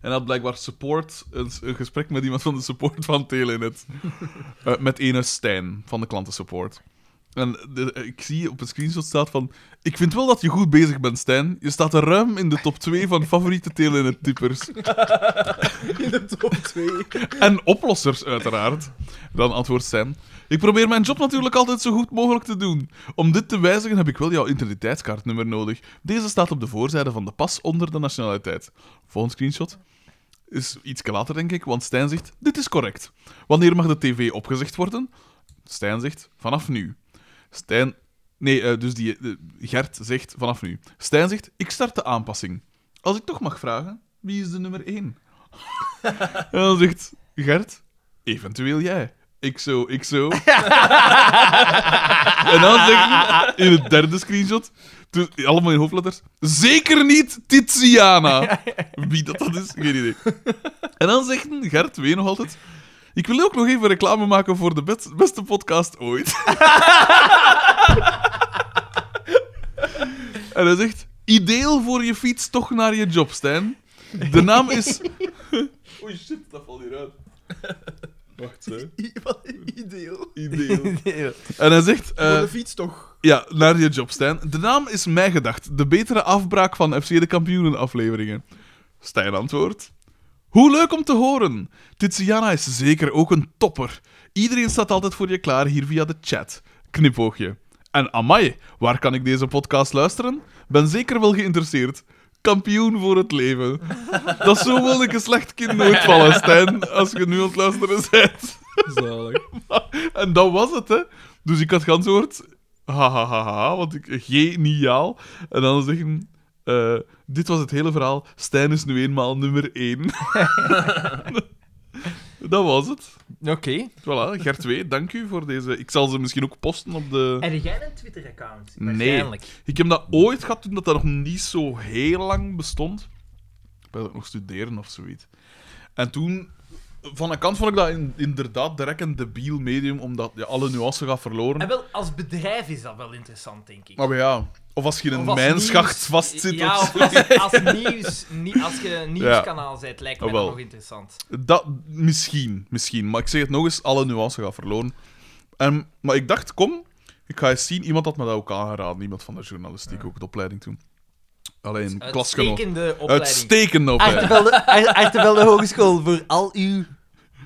hij had blijkbaar support, een, een gesprek met iemand van de support van Telenet. Eh, met ene Stijn van de klantensupport. En de- ik zie op een screenshot staat van... Ik vind wel dat je goed bezig bent, Stijn. Je staat er ruim in de top 2 van favoriete Telenet-typers.
In de top 2.
En oplossers, uiteraard. Dan antwoordt Sam. Ik probeer mijn job natuurlijk altijd zo goed mogelijk te doen. Om dit te wijzigen heb ik wel jouw identiteitskaartnummer nodig. Deze staat op de voorzijde van de pas onder de nationaliteit. Volgende screenshot. Is iets later, denk ik, want Stijn zegt: Dit is correct. Wanneer mag de TV opgezegd worden? Stijn zegt: Vanaf nu. Stijn. Nee, eh, dus die, eh, Gert zegt: Vanaf nu. Stijn zegt: Ik start de aanpassing. Als ik toch mag vragen, wie is de nummer 1? en dan zegt Gert: Eventueel jij. Ik zo, ik zo. en dan zegt hij in het derde screenshot, dus allemaal in hoofdletters, zeker niet Tiziana. Wie dat, dat is, geen idee. En dan zegt Gert, weet je nog altijd, ik wil ook nog even reclame maken voor de best- beste podcast ooit. en hij zegt, ideeel voor je fiets toch naar je job, Stijn. De naam is... Oei, shit, dat valt hier uit. Wacht, hè.
Wat een ideeel.
Ideeel. En hij zegt... eh,
Voor de fiets toch?
ja, naar je job, Stijn. De naam is Mij Gedacht. De betere afbraak van FC de Kampioenen afleveringen. Stijn antwoordt. Hoe leuk om te horen. Tiziana is zeker ook een topper. Iedereen staat altijd voor je klaar hier via de chat. Knipoogje. En amai, waar kan ik deze podcast luisteren? Ben zeker wel geïnteresseerd. Kampioen voor het leven. Dat is zo wil ik een slecht kind nooit vallen, Stijn, als je nu aan het luisteren bent.
Zalig.
En dat was het, hè. Dus ik had gans gehoord, ha, ha, ha, ha, want ik, geniaal. En dan zeggen, eh, dit was het hele verhaal, Stijn is nu eenmaal nummer één. dat was het.
Oké.
Voilà, Gert 2, dank u voor deze. Ik zal ze misschien ook posten op de...
Heb jij een Twitter-account?
Nee.
Waarschijnlijk.
Ik heb dat ooit gehad toen dat, dat nog niet zo heel lang bestond. Ik wilde ook nog studeren of zoiets. En toen, van een kant vond ik dat in- inderdaad direct een debiel medium, omdat je alle nuance gaat verloren.
En Ah, wel, als bedrijf is dat wel interessant, denk ik.
Maar ja, of als je in
Of
een
als
mijnschacht
nieuws-
vastzit.
Ja,
of
of als, als, nieuws, nie- als je een
Ja.
nieuwskanaal bent, lijkt mij
Ah, wel.
dat nog interessant.
zo. Dat, misschien, misschien. Maar ik zeg het nog eens, alle nuance gaat verloren. En, maar ik dacht, kom, ik ga eens zien. Iemand had me dat ook aangeraden. Iemand van de journalistiek, ook de opleiding toen. Alleen, klasgenoot.
Uitstekende opleiding.
Uitstekende opleiding.
Artevelde, Ar- Artevelde Hogeschool voor al uw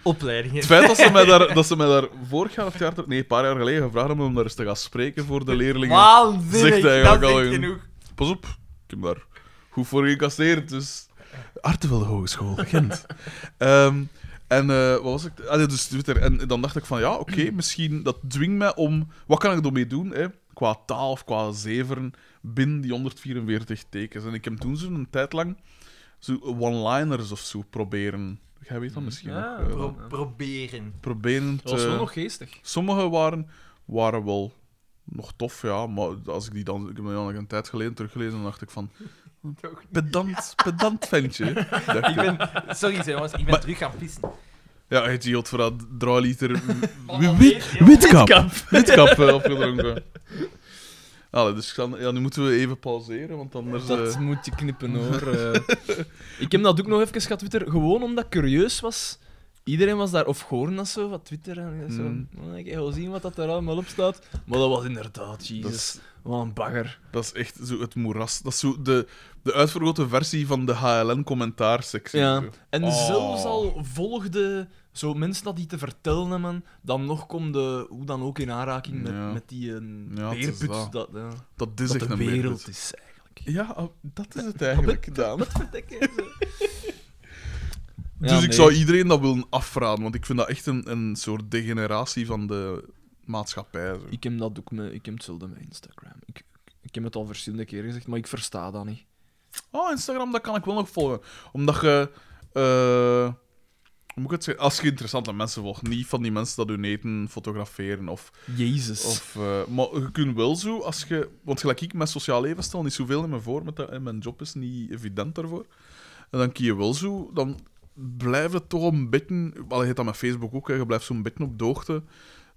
opleidingen.
Het feit dat ze mij daar, dat ze mij daar vorig jaar of het jaar, nee, een paar jaar geleden gevraagd hebben om daar eens te gaan spreken voor de leerlingen.
Waanzinnig,
Zegt hij
dat
ook al
zegt
in-
genoeg.
Pas op, ik heb daar goed voor gecasseerd, dus... Artevelde Hogeschool, Gent. Ehm, en eh, wat was ik... Ah, ja, dus Twitter. En dan dacht ik van, ja, oké, misschien... Dat dwingt mij om... Wat kan ik ermee doen, hè? Qua taal of qua zeveren binnen die 144 tekens. En ik heb toen zo'n tijd lang zo one-liners of zo proberen... Jij weet dat misschien
Ja,
ook, eh,
Pro-
dan.
proberen.
Proberen
Dat was wel
te...
nog geestig.
Sommige waren, waren wel nog tof, ja. Maar als ik die dan... Ik heb die dan nog een tijd geleden teruggelezen en dacht ik van... Pedant, pedant ventje. dacht
Ik
ik.
ben, sorry zeg, jongens, ik ben
Maar-
terug gaan pissen.
Ja, hij hield voor dat draaliter
Oh,
wit, witkap. Witkap eh, opgedronken. Allee, dus ik zal- ja, nu moeten we even pauzeren, want anders... eh,
Dat moet je knippen hoor. Eh, ik heb dat ook nog even gehad Twitter, gewoon omdat ik curieus was. Iedereen was daar, of gewoon dat zo, wat Twitter en zo.
Mm.
"Oh, Ik wil zien wat dat er allemaal op staat. Maar dat was inderdaad,
dat,
jezus.
is,
Wat een bagger.
dat is echt zo het moeras. Dat is zo de, de uitvergrote versie van de HLN-commentaarsectie.
Ja.
zo.
En
Oh.
zelfs al volgde zo mensen dat die te vertellen hebben, dan nog komt de, hoe dan ook in aanraking met,
Ja.
met die een
Ja, het is
weerput.
dat.
Dat, ja,
Dat is
dat
echt
de
een
wereld
beerput.
is eigenlijk.
Ja, oh, dat is het eigenlijk, Daan. Dus
Ja,
ik
nee.
zou iedereen dat willen afraden, want ik vind dat echt een, een soort degeneratie van de maatschappij. Zo.
Ik heb dat ook met, ik heb hetzelfde met Instagram. Ik, ik heb het al verschillende keren gezegd, maar ik versta dat niet.
Oh, Instagram, dat kan ik wel nog volgen. Omdat je... eh, hoe moet ik het zeggen? Als je interessante mensen volgt, niet van die mensen dat hun eten fotograferen. Of,
Jezus.
of, eh, maar je kunt wel zo, als je... Want gelijk ik, mijn sociaal leven stel niet zoveel in me voor, met dat, en mijn job is niet evident daarvoor. En dan kun je wel zo... Dan blijft het toch een beetje... Allee, je heet dat met Facebook ook, hè, je blijft zo'n beetje op de hoogte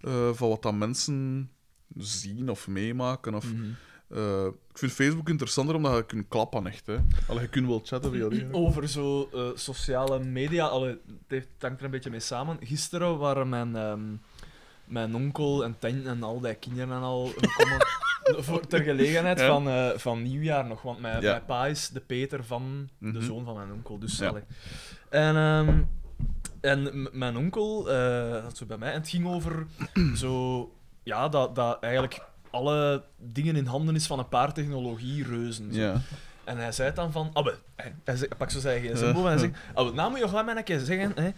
eh, van wat dat mensen zien of meemaken. Of,
Mhm.
eh, ik vind Facebook interessanter omdat je kunt klappen, echt. Hè. Allee, je kunt wel chatten via die.
Over zo eh, sociale media, allee, het, heeft, het hangt er een beetje mee samen. Gisteren waren mijn, ehm, mijn onkel en tante en al die kinderen en al gekomen voor, ter gelegenheid
Ja.
van, eh, van nieuwjaar nog. Want mijn,
Ja.
mijn pa is de Peter van
Mhm.
de zoon van mijn onkel. Dus,
Ja.
allee. En, ehm, en m- mijn onkel eh, had zo bij mij en het ging over zo, ja, dat, dat eigenlijk alle dingen in handen is van een paar technologie-reuzen. zo.
Ja.
En hij zei dan van, abbe, hij, hij zei- hij pakt zo zijn gsm boven en hij zegt, abbe, nou moet je gewoon mij een keer zeggen, hè.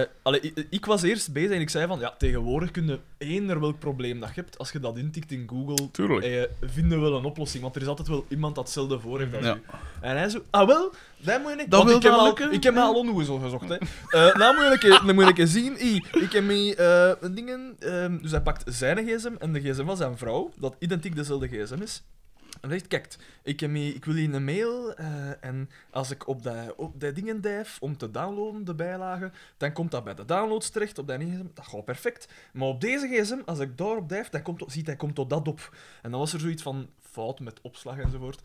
Eh, allee, ik, ik was eerst bezig en ik zei van, ja, tegenwoordig kun je eender welk probleem dat je hebt, als je dat intikt in Google,
Tuurlijk.
eh, vinden we wel een oplossing, want er is altijd wel iemand dat hetzelfde voor heeft als
Ja.
u. En hij zo, ah wel, dat moet je niet,
Dat
want
wil
ik heb,
wel
al,
lukken.
ik heb mij al onnoezel gezocht, hè. Eh nou moet je een keer, dan moet je een keer zien, Ih, ik heb mee eh, dingen, ehm, dus hij pakt zijn gsm en de gsm van zijn vrouw, dat identiek dezelfde gsm is, en hij zegt, kijk, ik, heb hier- ik wil hier een mail eh, en als ik op dat op die dingen dijf om te downloaden, de bijlagen, dan komt dat bij de downloads terecht op dat gsm. Dat gaat perfect. Maar op deze gsm, als ik daarop dijf, dan komt, tot- ziet hij komt tot dat op. En dan was er zoiets van fout met opslag enzovoort.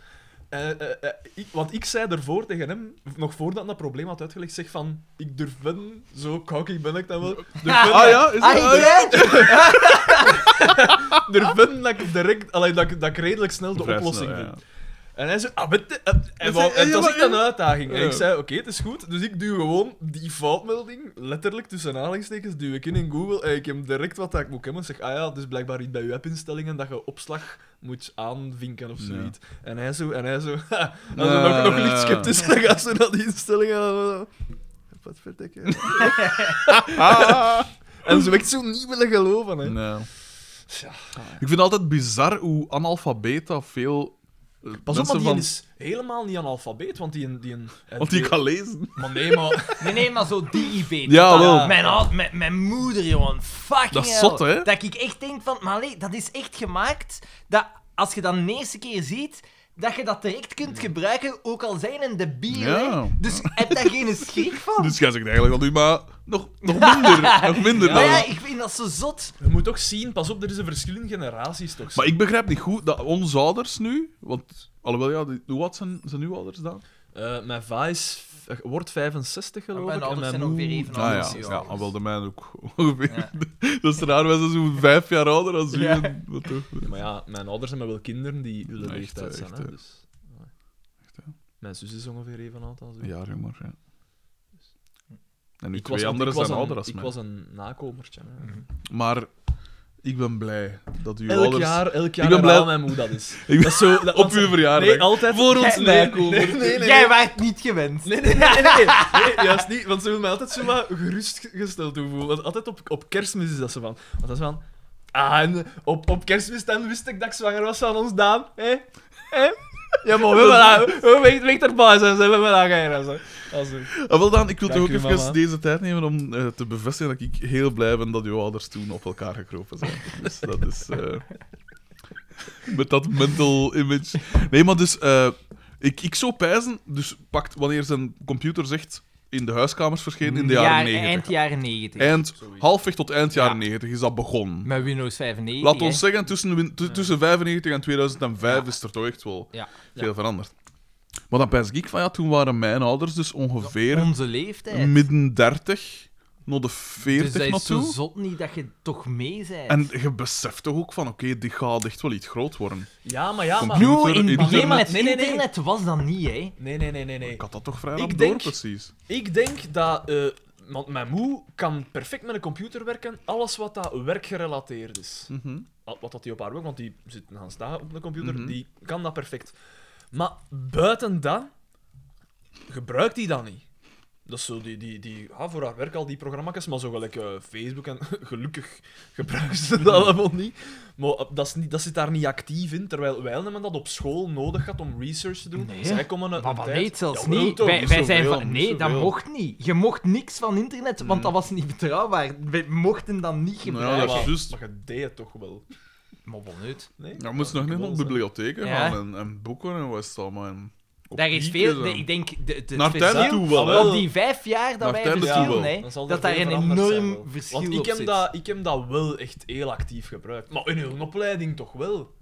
Eh, eh, eh, ik- want ik zei ervoor tegen hem, nog voordat hij dat probleem had uitgelegd, zeg van, ik durf ben, zo cocky ben ik dat wel, durf ben,
Ah ja, is dat...
Ah, ja?
durf ben dat ik direct, allee, dat, ik- dat ik redelijk snel de
Vrij
oplossing
snel,
vind.
ja.
En hij zei, ah, met, en, en, wou-
zei,
en het was
ja,
echt een
maar-
uitdaging. En
Ja.
ik zei, oké, het is goed. Dus ik duw gewoon die foutmelding, letterlijk tussen aanhalingstekens, duw ik in in Google. En ik heb direct wat dat ik moet hebben. Zeg, ah ja, dus blijkbaar iets bij uw app-instellingen dat je opslag moet aanvinken of
Ja.
zoiets. En hij zo, en hij zo, ha, hij
Ja,
zo nog, nog
ja,
licht
ja.
sceptisch. En dan gaat ze naar die instellingen. en dan- Wat verdikken.
Ah.
en ze echt zo niet willen geloven, hè.
Nee. Ik vind altijd bizar hoe analfabeet dat veel eh,
Pas op,
mensen
maar die
van...
is helemaal niet analfabeet, want die... die, die
Want die kan lezen.
Maar nee, maar...
Nee, nee, maar zo die IB.
Ja,
Dat-
wel.
Mijn, oud- mijn, mijn moeder, jongen. Fucking
Dat is
hell.
zot, hè?
Dat ik echt denk van... Maar allee, dat is echt gemaakt dat als je dat de eerste keer ziet... Dat je dat direct kunt gebruiken, ook al zijn een debiel. hè.
Mm. Ja.
Dus heb daar geen schrik van.
Dus jij zegt eigenlijk al nu, maar nog, nog minder. nog minder
Maar
dan.
ja, ik vind dat zo zot.
Je moet ook zien, pas op, er is een verschil in generaties toch.
Maar ik begrijp niet goed dat onze ouders nu... Want, alhoewel, ja, die, hoe oud zijn, zijn uw ouders dan?
Eh, mijn va is, eh, wordt 65 geloof
Mijn
ik.
ouders zijn
moe-
ongeveer even
Ah
oud als
ja,
uw
ja
ouders.
al wel de mijne ook ongeveer. Dat is raar, wij zijn zo'n vijf jaar ouder dan u.
Ja.
en Wat toch?
Maar ja, mijn ouders hebben wel kinderen die hun
Echt,
leeftijd
hè,
zijn.
echt,
hè,
hè.
dus, ja.
Echt, hè.
Mijn zus is ongeveer even oud als u.
Een jaar jonger, ja. En nu
Ik was,
twee
want
anderen
ik was
zijn
een-
ouder als
Ik
mij.
was een nakomertje. hè.
Maar ik ben blij dat uw
Elk
ouders...
jaar, elk jaar
ben blij-
herhaal mijn moeder dat is.
ben-
Dat is zo, dat-
Op uw verjaardag.
Nee, altijd.
Voor ons
nee, nee,
nakomer.
Nee, nee, nee.
Jij
nee.
waart niet gewend.
Nee, nee, nee, nee, nee, nee, juist niet. Want ze wil mij altijd zo wat gerustgesteld doen voelen. Want altijd op, op kerstmis is dat zo van. Want dat is van. Ah, en op, op kerstmis dan wist ik dat ik zwanger was van ons Daan. Hé? Hé? Ja, maar we hebben daar. We weten weg erbij zijn, ze hebben we daar geen zo. Dat is het.
Ah, wel dan, ik wil toch
Dank
ook
u,
even
mama.
deze tijd nemen om eh, te bevestigen dat ik heel blij ben dat uw ouders toen op elkaar gekropen zijn. Dus dat is... eh, met dat mental image. Nee, maar dus... eh, ik, ik zou pijzen, dus pakt wanneer zijn computer zegt in de huiskamers verschenen
Mm.
in de jaren
Jaar- Eind
90.
jaren 90.
Eind,
Zoiets.
halfweg tot eind
Ja.
jaren 90 is dat begonnen.
Met Windows 95.
Laat
hè.
ons zeggen, tussen, win- tu- tussen 95 en 2005 is er toch echt wel
Ja.
veel veranderd. Maar dan pijs ik van ja, toen waren mijn ouders dus ongeveer
Onze leeftijd.
midden 30, naar de
dus
40
dat is zo
naartoe.
zot niet dat je toch mee bent.
En je beseft toch ook van, oké, dit gaat echt wel iets groot worden.
Ja, maar ja, maar.
Computer.
Bro, in het begin
internet.
met
Nee, nee, nee.
internet was dat niet, hè.
Nee, nee, nee, nee, nee.
Ik had dat toch vrij
Ik
rap door,
denk-
precies.
Ik denk dat. eh, want mijn moe kan perfect met een computer werken, alles wat dat werkgerelateerd is.
Mhm.
wat wat dat die op haar werk, want die zit gaan staan op de computer,
Mhm.
die kan dat perfect. Maar buiten dat gebruikt die dat niet. Dat is zo, die, die, die ja, voor haar werk al die programma's, maar zo gelijk eh, Facebook en gelukkig gebruikt ze
Mhm.
dat allemaal niet. Maar eh, dat, is niet, dat zit daar niet actief in, terwijl wij hebben dat op school nodig had om research te doen.
Nee.
Zij komen een,
Maar
een
van
tijd-
nee, zelfs
Jawel,
niet.
toch?
Wij, wij zijn
zoveel,
van,
niet
nee, dat
zoveel. Mm.
mocht niet. Je mocht niks van internet, want dat was niet betrouwbaar. We mochten dat niet
Nou Ja,
gebruiken.
Ja,
dat is
maar,
juist.
maar je deed het toch wel.
Maar wel niet.
Nee?
Dan moest nog net
wel
nog
zijn.
bibliotheken
Ja.
gaan en, en boeken en wat is het allemaal. en
Daar is
kopieken
veel...
en-
de- ik denk, de, de,
Naar
het
het einde
verschil...
toe wel, hè.
Op die vijf jaar dat
Nou, Naar
wij
het einde toe
verschillen,
wel.
hè,
Dan zal
dat
er
daar een
veel veranderd zijn
enorm
wel.
verschil
Want ik
op
heb,
zit.
dat, ik heb dat wel echt heel actief gebruikt. Maar in hun opleiding toch wel.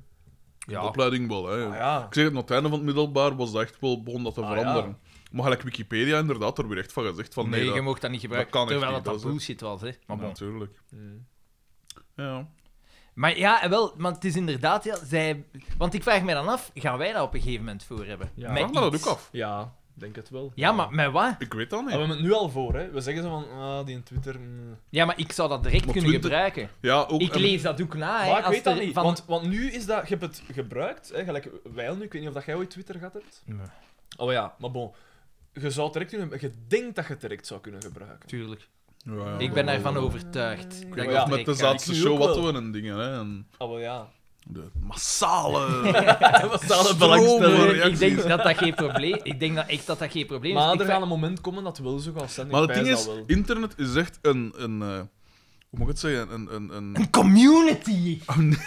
De
Ja.
opleiding wel, hè.
Ah, ja.
Ik zeg het, aan het einde van het middelbaar was dat echt wel begon dat te
Ah,
veranderen. Maar gelijk Wikipedia inderdaad, er weer echt van gezegd van nee,
Nee, je
dat-
mocht dat niet gebruiken,
dat kan echt
terwijl
niet,
dat,
dat
dat
is-
bullshit was, hè. Maar bon.
natuurlijk. Ja.
Maar ja, wel, maar het is inderdaad... Ja, zij... Want ik vraag me dan af, gaan wij dat op een gegeven moment voor hebben?
Ja.
Met
Vraag me dat
iets.
ook af.
Ja, denk het wel.
Ja, maar met wat?
Ik weet dat
Ah,
niet.
we hebben het nu al voor, hè. We zeggen zo van, ah, die in Twitter... mm.
Ja, maar ik zou dat direct
Maar
kunnen
20
gebruiken.
Ja, ook,
Ik
en-
lees dat ook na, hè.
Maar ik
Ah, als
weet dat
er
niet,
van-
want, want nu is dat... Je hebt het gebruikt, hè, gelijk wij nu. Ik weet niet of dat jij ooit Twitter gehad hebt.
Nee.
Oh ja, maar bon. Je zou het direct kunnen... Je denkt dat je het direct zou kunnen gebruiken.
Tuurlijk.
Ja, ja,
Ik ben
wel,
daarvan
wel.
overtuigd.
Ik
Ik
dat
denk
Ja,
ik
dat
dat
met de
direct kan.
zaadse
Ik nu
show
ook
wat
wel.
we en dingen, hè. En
Oh wel, ja.
de massale...
Dat zal het belangstelling.
Stromen.
Oh, Nee, ik denk dat dat geen probleem Ik denk dat echt dat dat geen probleem is.
Maar
Ik
er
vraag-
gaat een moment komen dat wel zo gaat zijn. Ik
maar het
pijs
ding
dat
is,
wel.
internet is echt een... een eh, hoe moet ik het zeggen? Een... een, een, een...
Een community!
Oh, nee.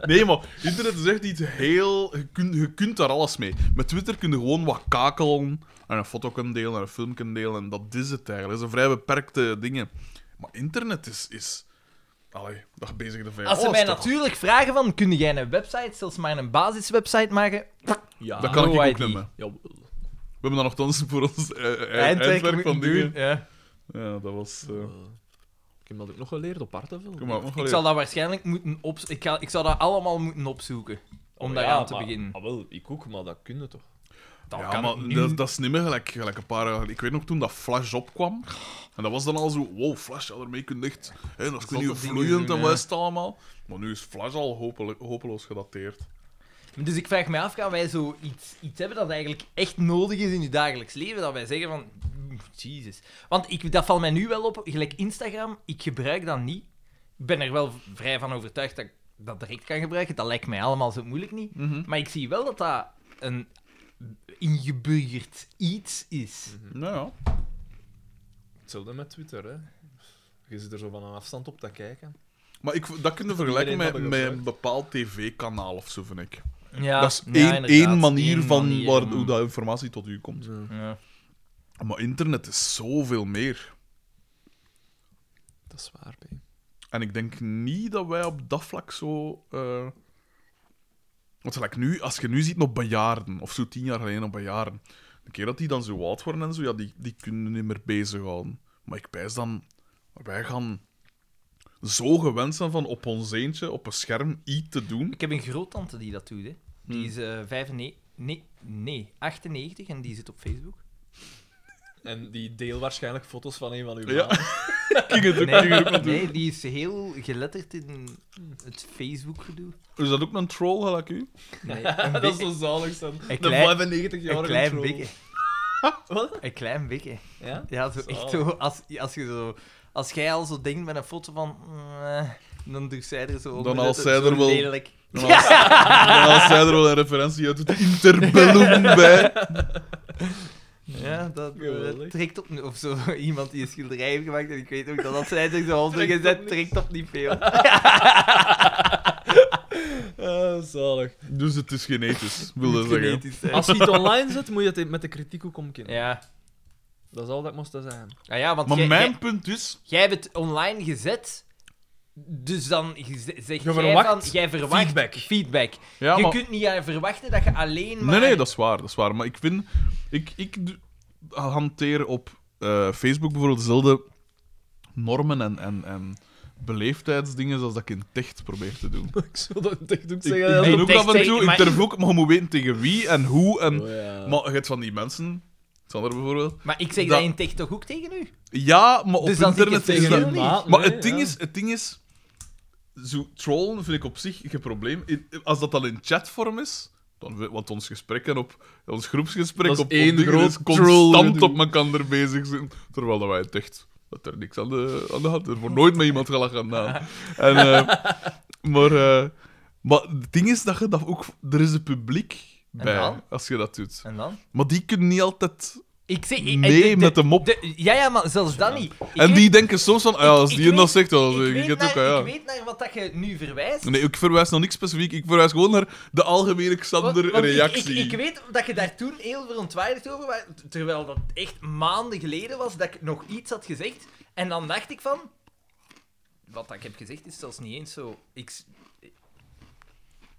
nee, maar internet is echt iets heel... Je kunt, je kunt daar alles mee. Met Twitter kun je gewoon wat kakelen. En een foto kunnen delen, en een film kunnen delen. En dat is het eigenlijk. Dat zijn vrij beperkte dingen. Maar internet is... is... Allee, dat bezig de
Als ze mij natuurlijk vragen van, kun jij een website, zelfs maar een basiswebsite maken?
Ja.
Dat kan ik
Ah, No
ook
idea.
nemen.
Jawel.
We hebben dan nogthans voor ons eh, eh,
Eindwerk
eindwerk van
moeten
dingen.
doen, ja.
Ja, dat was. eh,
Ik heb dat ook nog geleerd op Artevel.
Kom maar, nog wel
Ik
even.
zal dat waarschijnlijk moeten op... Ik, ga, ik zou dat allemaal moeten opzoeken. om
Oh,
daaraan
ja,
te
maar-
beginnen.
Ah, wel, ik ook, maar dat kun je toch?
Dat
ja,
kan
maar
nu-
dat, dat is niet meer gelijk, gelijk een paar jaar geleden. Ik weet nog toen dat Flash opkwam. En dat was dan al zo, wow, Flash, ja, daarmee kun je echt... Hè, dat is niet hoe
dingen
vloeiend
doen,
en
ja.
was het allemaal. Maar nu is Flash al hopelijk, hopeloos gedateerd.
Dus ik vraag me af, gaan wij zo iets, iets hebben dat eigenlijk echt nodig is in je dagelijks leven? Dat wij zeggen van, mm, jezus. Want ik, dat valt mij nu wel op, gelijk Instagram, ik gebruik dat niet. Ik ben er wel v- vrij van overtuigd dat ik dat direct kan gebruiken. Dat lijkt mij allemaal zo moeilijk niet. Maar ik zie wel dat dat een ingeburgerd iets is.
Nou ja.
Hetzelfde met Twitter, hè. Je zit er zo van een afstand op te kijken.
Maar ik, dat kun je vergelijken met,
Iedereen dat ook,
met
hè?
een bepaald tv-kanaal of zo, vind ik.
Ja,
dat is
ja,
één,
inderdaad.
één manier
Eén
van
manier
waar,
om-
hoe dat informatie tot u komt.
Ja.
Maar internet is zoveel meer.
Dat is waar, B.
En ik denk niet dat wij op dat vlak zo. eh, Want gelijk nu, als je nu ziet op bejaarden, of zo tien jaar geleden op bejaarden, de keer dat die dan zo oud worden en zo, ja, die, die kunnen niet meer bezighouden. Maar ik pijs dan, wij gaan zo gewend zijn van op ons eentje, op een scherm, iets te doen.
Ik heb een groottante die dat doet. Hè. Die
Hmm.
is eh 95, nee, nee, 98 en die zit op Facebook.
En die deel waarschijnlijk foto's van een van uw
Ja.
maten.
Ik ging het ook, ik ging het
Nee,
ook nog doen.
nee, die is heel geletterd in het Facebook-gedoe.
Is dat ook een troll, gelijk u?
Nee,
dat is zo zalig, dan. De
klein-
95-jarige
een klein
troll.
bikke.
Wat?
Een klein bikke.
Ja?
Ja, zo
Zalig.
echt zo. Als, als, je zo, als jij al zo denkt met een foto van. mm, eh, dan doet zij er zo. onder
Dan als
het-
zij
zo
er wel-
lelijk.
Dan had, dan had zij er wel een referentie uit het interbellum bij.
Ja, dat eh,
Geweldig.
trekt op. Of zo. Iemand die een schilderij heeft gemaakt. En ik weet ook dat als zij er zo onder
Trekt op
gezet.
niks.
trekt op niet veel.
Ah, zalig.
Dus het is genetisch, wil dat
Moet
zeggen.
genetisch zijn.
Als je het online zet, moet je het met de kritiek ook omkennen.
Ja.
Dat is al dat moest zijn.
Nou ja, want
Maar
jij-
mijn
jij-
punt is,
Jij hebt het online gezet, dus dan ge- zeg jij
verwacht
van... Jij verwacht
feedback.
feedback.
Ja,
je
maar-
kunt niet eh, verwachten dat je alleen maar...
Nee, nee, dat is waar, dat is waar. Maar ik vind... Ik, ik d- hanteer op eh, Facebook bijvoorbeeld dezelfde normen en, en, en beleefdheidsdingen als dat ik in Ticht probeer te doen.
Ik zou dat echt
Ik,
ook
ik
zeggen. dat
in
doe ook
Ticht
af en
zeg
toe,
ik, maar-
ik durf ook, maar je moet weten tegen wie en hoe. En,
Oh, ja.
Maar je hebt van die mensen, Sander bijvoorbeeld...
Maar ik zeg dat,
Dat-
in tech toch ook tegen u?
Ja, maar op
Dus dan zie ik
internet
het
is
tegen
dat...
je
een
niet.
maat,
Maar
nee,
het, ding
ja.
is, het ding is, zo trollen vind ik op zich geen probleem. In- Als dat al in chatvorm is, dan, we- want ons gesprekken op, ons groepsgesprek
Dat is
op, op
één
dingen
groot
is
trollgedoe.
constant op elkaar bezig zijn. Terwijl dat wij het echt, dat er niks aan de, aan de hand is. Er wordt nooit met iemand gelachen na. En, eh, maar, eh, maar het ding is dat je dat ook, er is een publiek
En
bij
dan?
als je dat doet.
En dan?
Maar die kunnen niet altijd
Ik zeg... ik- ik-
mee
de-
met de mop.
de- ja, ja, maar zelfs dat niet. Ik
en
weet-
die denken soms van, ah, ja, als
ik
die en
weet-
dat zegt, dan zeg
ik,
ik
weet
het
naar,
ook. ah, ja.
ik weet naar wat dat je nu verwijst.
Nee, ik verwijs nog niks specifiek. Ik verwijs gewoon naar de algemene
Want-
Xander
want ik-
reactie.
Ik, ik, weet dat je daar toen heel verontwaardigd over was, terwijl dat echt maanden geleden was dat ik nog iets had gezegd. En dan dacht ik van... Wat dat ik heb gezegd is zelfs niet eens zo... Ik, s-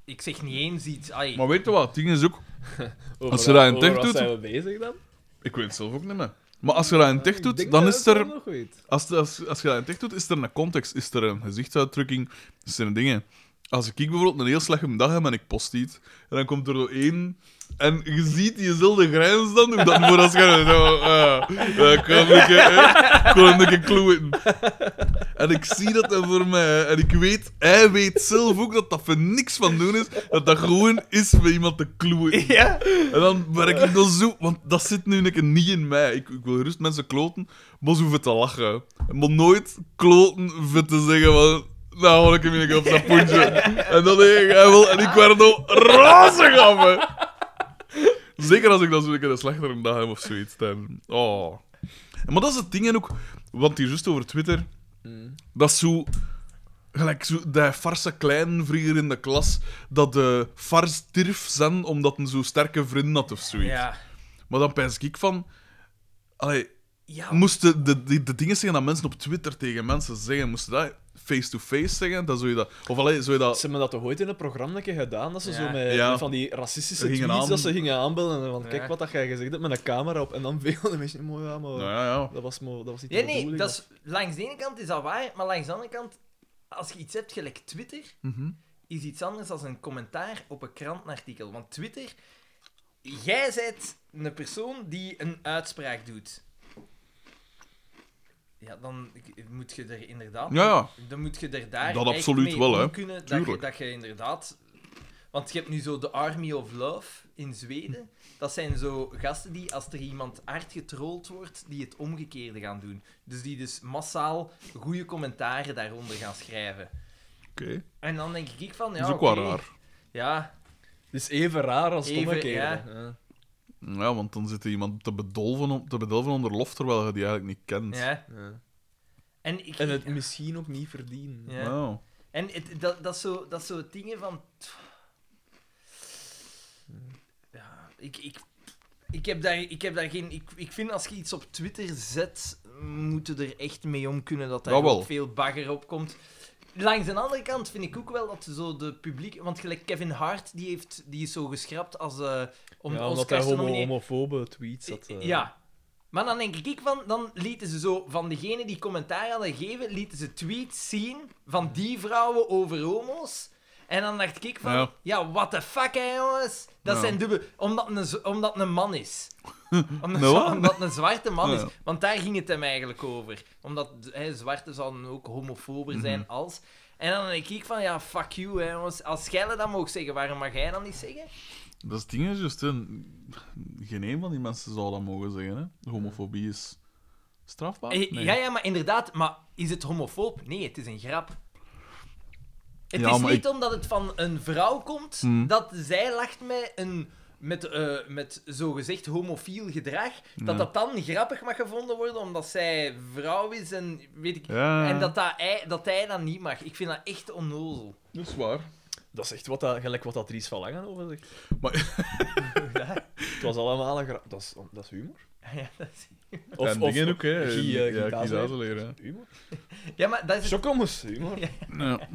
ik zeg niet eens iets... Ai,
Maar weet je wat? Het ding is ook...
Over
Als je dat in
over
tech
wat
doet-
zijn we bezig dan?
Ik weet het zelf ook niet meer. Maar als je dat in tech
Ik
doet,
denk
dan
dat
is
het wel
er...
nog weet.
Als, als, als je dat in tech doet, is er een context. Is er een gezichtsuitdrukking. Is er dingen. Als ik bijvoorbeeld een heel slechte dag heb en ik post iets, en dan komt er zo één... En je ziet diezelfde grijns dan, hoe dat voor als je... Zo, eh, eh, kon ik, eh, kon ik een clue in. En ik zie dat dan voor mij. hè. En ik weet, hij weet zelf ook dat dat voor niks van doen is. Dat dat gewoon is bij iemand te kloeien.
Ja?
En dan ben ik dan zo... Want dat zit nu een keer niet in mij. Ik, ik wil gerust mensen kloten, maar ze hoeven te lachen. Maar nooit kloten voor te zeggen van... Nou, hoor ik hem niet op zijn poentje. En dan denk ik, hij wil... En ik werd dan razig af, hè. Zeker als ik dan zo'n keer een slechtere dag heb of zoiets. Dan, oh. Maar dat is het ding en ook... Want hier juist over Twitter...
Mm.
Dat is zo... Gelijk zo, de farse kleinvrieger in de klas, dat de fars dirf zijn omdat een zo sterke vriend had of zoiets.
Ja.
Maar dan pijs ik van... Allee,
Ja.
moesten de, de, de dingen zeggen dat mensen op Twitter tegen mensen zeggen, moesten dat face-to-face zeggen? Dan zou je dat... Of allee, zou je dat...
Ze hebben dat toch ooit in een programma een keer gedaan, dat ze
Ja.
zo met,
Ja.
met van die racistische
Ze gingen
tweets
aan-
dat ze gingen aanbellen en van
Ja.
kijk wat dat jij gezegd hebt met een camera op en dan veel de mensen mooi ja, maar
Nou ja, ja.
dat was maar, dat was niet
Nee,
de
nee,
bedoeling,
dat is, langs de ene kant is dat waar, maar langs de andere kant, als je iets hebt gelijk Twitter, is iets anders dan een commentaar op een krantenartikel. Want Twitter, jij bent een persoon die een uitspraak doet. Ja, dan ik- moet je er inderdaad...
Ja, ja.
Dan moet je er daar
Dat
echt
absoluut
mee
wel, hè.
om kunnen. Dat je,
Tuurlijk.
dat je inderdaad... Want je hebt nu zo de Army of Love in Zweden. Dat zijn zo gasten die, als er iemand hard getrold wordt, die het omgekeerde gaan doen. Dus die dus massaal goede commentaren daaronder gaan schrijven.
Oké.
En dan denk ik van, ja,
dat is ook wel
oké.
raar.
Ja,
Het is even raar als het
Even,
omgekeerde.
ja.
Ja.
Ja, want dan zit er iemand te bedolven, om, te bedolven onder lof, terwijl je die eigenlijk niet kent.
ja.
Ja.
En, ik,
En het misschien ook niet verdienen.
Ja.
Wauw.
en het- dat, dat, is zo, dat is zo het ding van... Ja, ik, ik, ik, heb daar, ik heb daar geen... Ik, ik vind als je iets op Twitter zet, moeten er echt mee om kunnen dat daar
Jawel.
ook veel bagger op komt. Langs de andere kant vind ik ook wel dat zo de publiek... Want gelijk Kevin Hart, die, heeft, die is zo geschrapt als... eh om de
Ja, omdat
Oscars
hij
te
homo
nomineren.
homofobe tweets had. eh.
Ja. Maar dan denk ik van, dan lieten ze zo van degene die commentaar hadden gegeven, lieten ze tweets zien van die vrouwen over homo's. En dan dacht ik van,
Ja.
ja, what the fuck, hè, jongens. Dat
Ja.
zijn dubbel... Omdat het een, z- omdat het een man is. Omdat,
Nou, wat?
omdat het een zwarte man is.
Ja.
Want daar ging het hem eigenlijk over. Omdat hè, zwarte zouden ook homofober zijn als... En dan denk ik van, ja, fuck you, hè, jongens. Als jij dat mag zeggen, waarom mag jij dat niet zeggen?
Dat is het ding, is juist. hè. Geen een van die mensen zou dat mogen zeggen. Hè. Homofobie is strafbaar.
Eh, Ja, ja, maar inderdaad, maar is het homofoob? Nee, het is een grap. Het
Ja,
is
maar
niet omdat het van een vrouw komt
Hmm.
dat zij lacht met een. Met, eh met zogezegd homofiel gedrag, dat
Ja.
dat dan grappig mag gevonden worden omdat zij vrouw is en weet ik.
Ja, ja.
En dat, dat, hij, dat hij dat niet mag. Ik vind dat echt onnozel.
Dat is waar.
Dat is echt wat dat, gelijk wat dat Dries van Langen over zegt.
Maar-
het was allemaal een grap. Dat is, dat is humor.
Ja, dat is-
Of,
en dingen ook, hè.
Guy, eh, Guy
ja, Guy
Kazemeijer.
Dazelheer, hè.
Humor.
ja, maar dat is het-
Chocom is humor.
Ja. Weet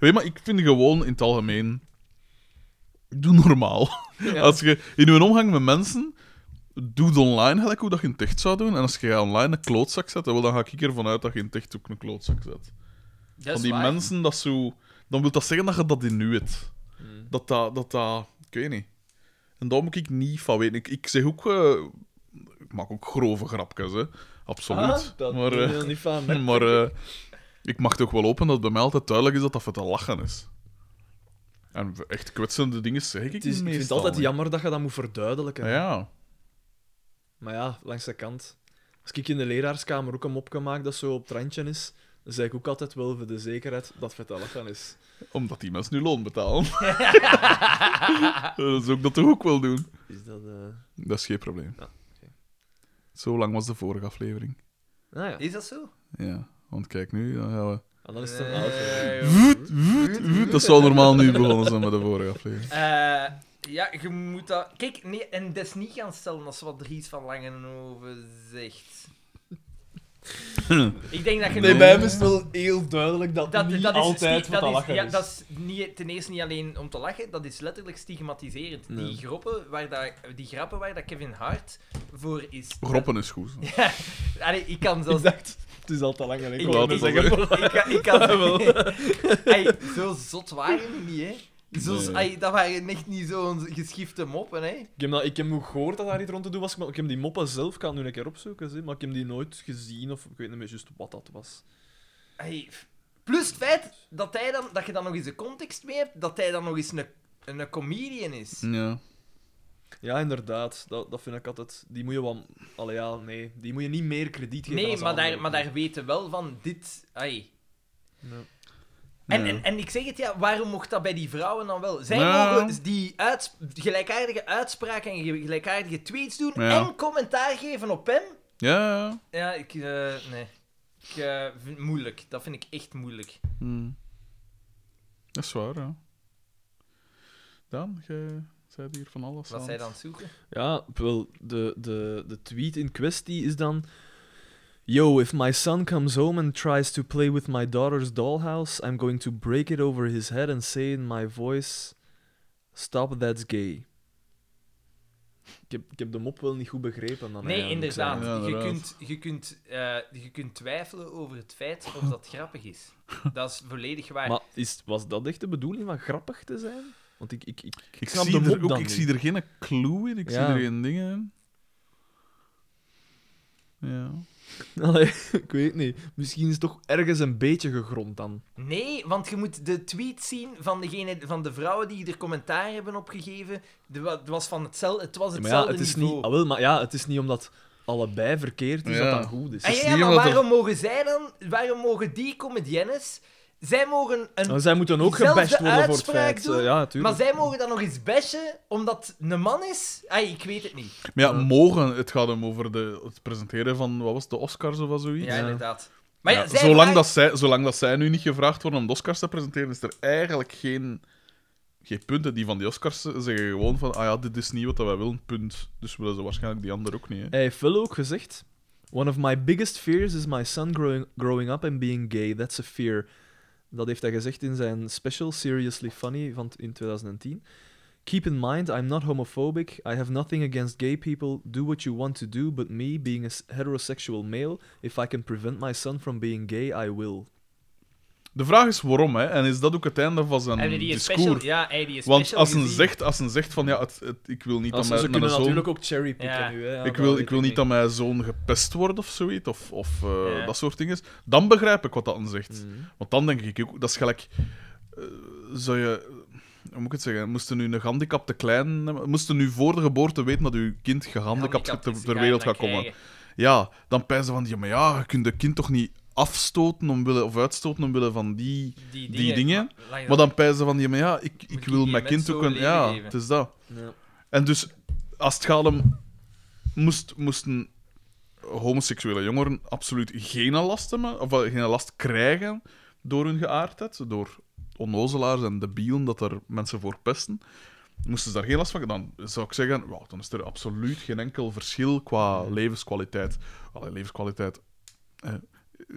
je, maar ik vind gewoon in het algemeen. Doe normaal. Als je in je omgang met mensen. Doe het online gelijk hoe dat je in ticht zou doen. En als je online een klootzak zet, wel, dan ga ik ervan uit dat je in ticht ook een klootzak zet.
dat is
Van die
waar.
mensen dat zo. Dan wil dat zeggen dat je dat in nu hebt.
Hmm.
Dat dat, dat dat. Ik weet niet. En daar moet ik niet van weten. Ik, ik zeg ook. eh, ik maak ook grove grapjes, hè. Absoluut.
Ah, dat
maar.
doe je
eh,
dan niet van. hè.
maar eh, ik mag toch wel open dat het bij mij altijd duidelijk is dat dat voor te lachen is. En echt kwetsende dingen zeg ik
Het is, ik vind het
meestal
altijd
niet. Ah
jammer dat je dat moet verduidelijken.
Ah,
Ja.
Maar ja, langs de kant. Als ik in de leraarskamer ook een mopje maak dat zo op het randje is, dan zeg ik ook altijd wel voor de zekerheid dat het te lachen is.
Omdat die mensen nu loon betalen. dat is ook dat toch ook wel doen.
Is dat... eh
Dat is geen probleem.
Ja, oké.
Zo lang was de vorige aflevering.
Nou ja.
Is dat zo?
Ja. Want kijk nu, dan gaan we...
En dan is het een
Nee,
auto.
joh.
Voet, voet, voet. Dat zou normaal nu begonnen zijn met de vorige aflevering.
Eh, ja, je moet dat... Kijk, nee, en dat is niet gaan stellen als wat Dries van Langenhoven zegt. Ik denk dat je...
Nee,
nu-
bij hem is
het wel heel duidelijk
dat, dat is sti-
wat
dat is, ja, dat is niet, ten eerste niet alleen om te lachen, dat is letterlijk stigmatiserend.
Nee.
Die, groppen waar dat, die grappen waar dat Kevin Hart voor is...
Groppen is goed.
Ja, allee, ik kan zelfs...
Ik dacht, het is al te lang
Ik-
geleden.
wou
ik-
Ik
het
wil
al
zeggen,
ik- ik kan- ik kan
Ja, wel.
Ey, zo zot waren we niet, hè. Zo,
Nee.
ey, dat waren echt niet zo'n geschifte moppen, hè.
ik heb, dat, ik heb nog gehoord dat daar iets rond te doen was, maar ik heb die moppen zelf, ik kan het nu een keer opzoeken, zeg, maar ik heb die nooit gezien of ik weet niet meer juist wat dat was.
Hey, f- plus het feit dat, hij dan, dat je dan nog eens de context mee hebt, dat hij dan nog eens een, een comedian is.
Ja.
Ja, inderdaad, dat, dat vind ik altijd. Die moet je wel. Allee, ja, nee, die moet je niet meer krediet geven.
Nee,
als
maar daar,
anderen.
maar daar weten wel van dit. Ai.
Nee.
En,
Ja.
en, en ik zeg het ja, waarom mocht dat bij die vrouwen dan wel? Zij
Ja.
mogen dus die uits- gelijkaardige uitspraken en ge- gelijkaardige tweets doen
Ja.
en commentaar geven op hem.
Ja, ja.
Ja, ik. eh, nee. Ik eh, vind het moeilijk. Dat vind ik echt moeilijk.
Hmm. Dat is waar, ja. Dan, jij zei hier van alles
Wat
aan
zij
het-
dan zoeken.
Ja, wel, de, de, de tweet in kwestie is dan... Yo, if my son comes home and tries to play with my daughter's dollhouse, I'm going to break it over his head and say in my voice, stop, that's gay. Ik heb, ik heb de mop wel niet goed begrepen. Dan
Nee,
eigenlijk.
inderdaad.
Ja,
Je,
inderdaad.
kunt, je, kunt, eh, je kunt twijfelen over het feit of dat grappig is. Dat is volledig waar.
Maar is, was dat echt de bedoeling van grappig te zijn? Want ik, ik, ik,
Ik,
snap
zie
de mop
er, ook,
dan
ik
niet.
zie er geen clue in, ik
Ja.
zie er geen dingen in. Ja.
Allee, ik weet niet. Misschien is het toch ergens een beetje gegrond dan.
Nee, want je moet de tweet zien van, degene, van de vrouwen die er commentaar hebben opgegeven. De, wa- het was van hetzelfde, het was
Ja, maar ja,
hetzelfde
het is
niveau.
niet, ah, wel, maar ja, het is niet omdat allebei verkeerd is
Ja.
dat dat goed is.
Ah,
is
ja,
niet
maar
omdat er-
waarom mogen zij dan, waarom mogen die comediennes, zij mogen een
En zij moeten ook
Zelfde
gebashed worden voor het
uitspraak
feit.
doen,
eh, ja, tuurlijk.
Maar zij mogen dan nog eens bashen omdat het een man is? Ai, ik weet het niet.
Maar ja, mogen, het gaat hem over de, het presenteren van, wat was het, de Oscars of wat zoiets?
Ja,
Ja.
inderdaad. Maar ja,
Ja,
zij
zolang,
vragen-
dat zij, zolang dat zij nu niet gevraagd worden om de Oscars te presenteren, is er eigenlijk geen, geen punten. Die van die Oscars zeggen gewoon van, ah ja, dit is niet wat wij willen, punt. Dus willen ze waarschijnlijk die ander ook niet. Hè.
Hij heeft wel ook gezegd... One of my biggest fears is my son growing, growing up and being gay. That's a fear. Dat heeft hij gezegd in zijn special Seriously Funny van t- in 2010. Keep in mind, I'm not homophobic. I have nothing against gay people. Do what you want to do, but me, being a s- heterosexual male, if I can prevent my son from being gay, I will.
De vraag is waarom, hè? En is dat ook het einde van zijn
Hebben die een
discours?
special? Ja, hij die een
Want
special
als een,
gezien.
zegt, als een zegt van, ja, het, het- ik wil niet
Ah,
dat
ze-
mijn,
ze
mijn
kunnen
zoon...
natuurlijk ook cherrypicken
Ja.
nu. Hè? Ja,
ik
dat
wil,
weet
ik wil niet
niet.
dat mijn zoon gepest wordt of zoiets, of, of eh,
Ja.
dat soort dingen. Dan begrijp ik wat dat dan zegt.
Mhm.
Want dan denk ik ook, dat is gelijk. eh, zou je. Hoe moet ik het zeggen? Moesten nu een gehandicapte klein. Moesten nu voor de geboorte weten dat uw kind gehandicapt
Handicap
ter,
is,
ter
ja,
wereld
dan
gaat komen?
krijgen.
Ja, dan pijzen van. Ja, maar ja, je kunt het kind toch niet afstoten omwille, of uitstoten omwille van die.
Die dingen.
die dingen.
Maar, laat je
Maar
dat-
dan pijzen van. Ja, maar ja, ik,
Moet
ik
je
wil
die
mijn kind
mensen
ook een.
overleven
Ja,
geven?
het is dat.
Ja.
En dus, als het gaat om... Moest, moesten homoseksuele jongeren absoluut geen last, hebben, of wel, geen last krijgen door hun geaardheid, door onnozelaars en debielen dat er mensen voor pesten. Moesten ze daar geen last van hebben, dan zou ik zeggen, wauw, dan is er absoluut geen enkel verschil qua levenskwaliteit. Allee, levenskwaliteit eh,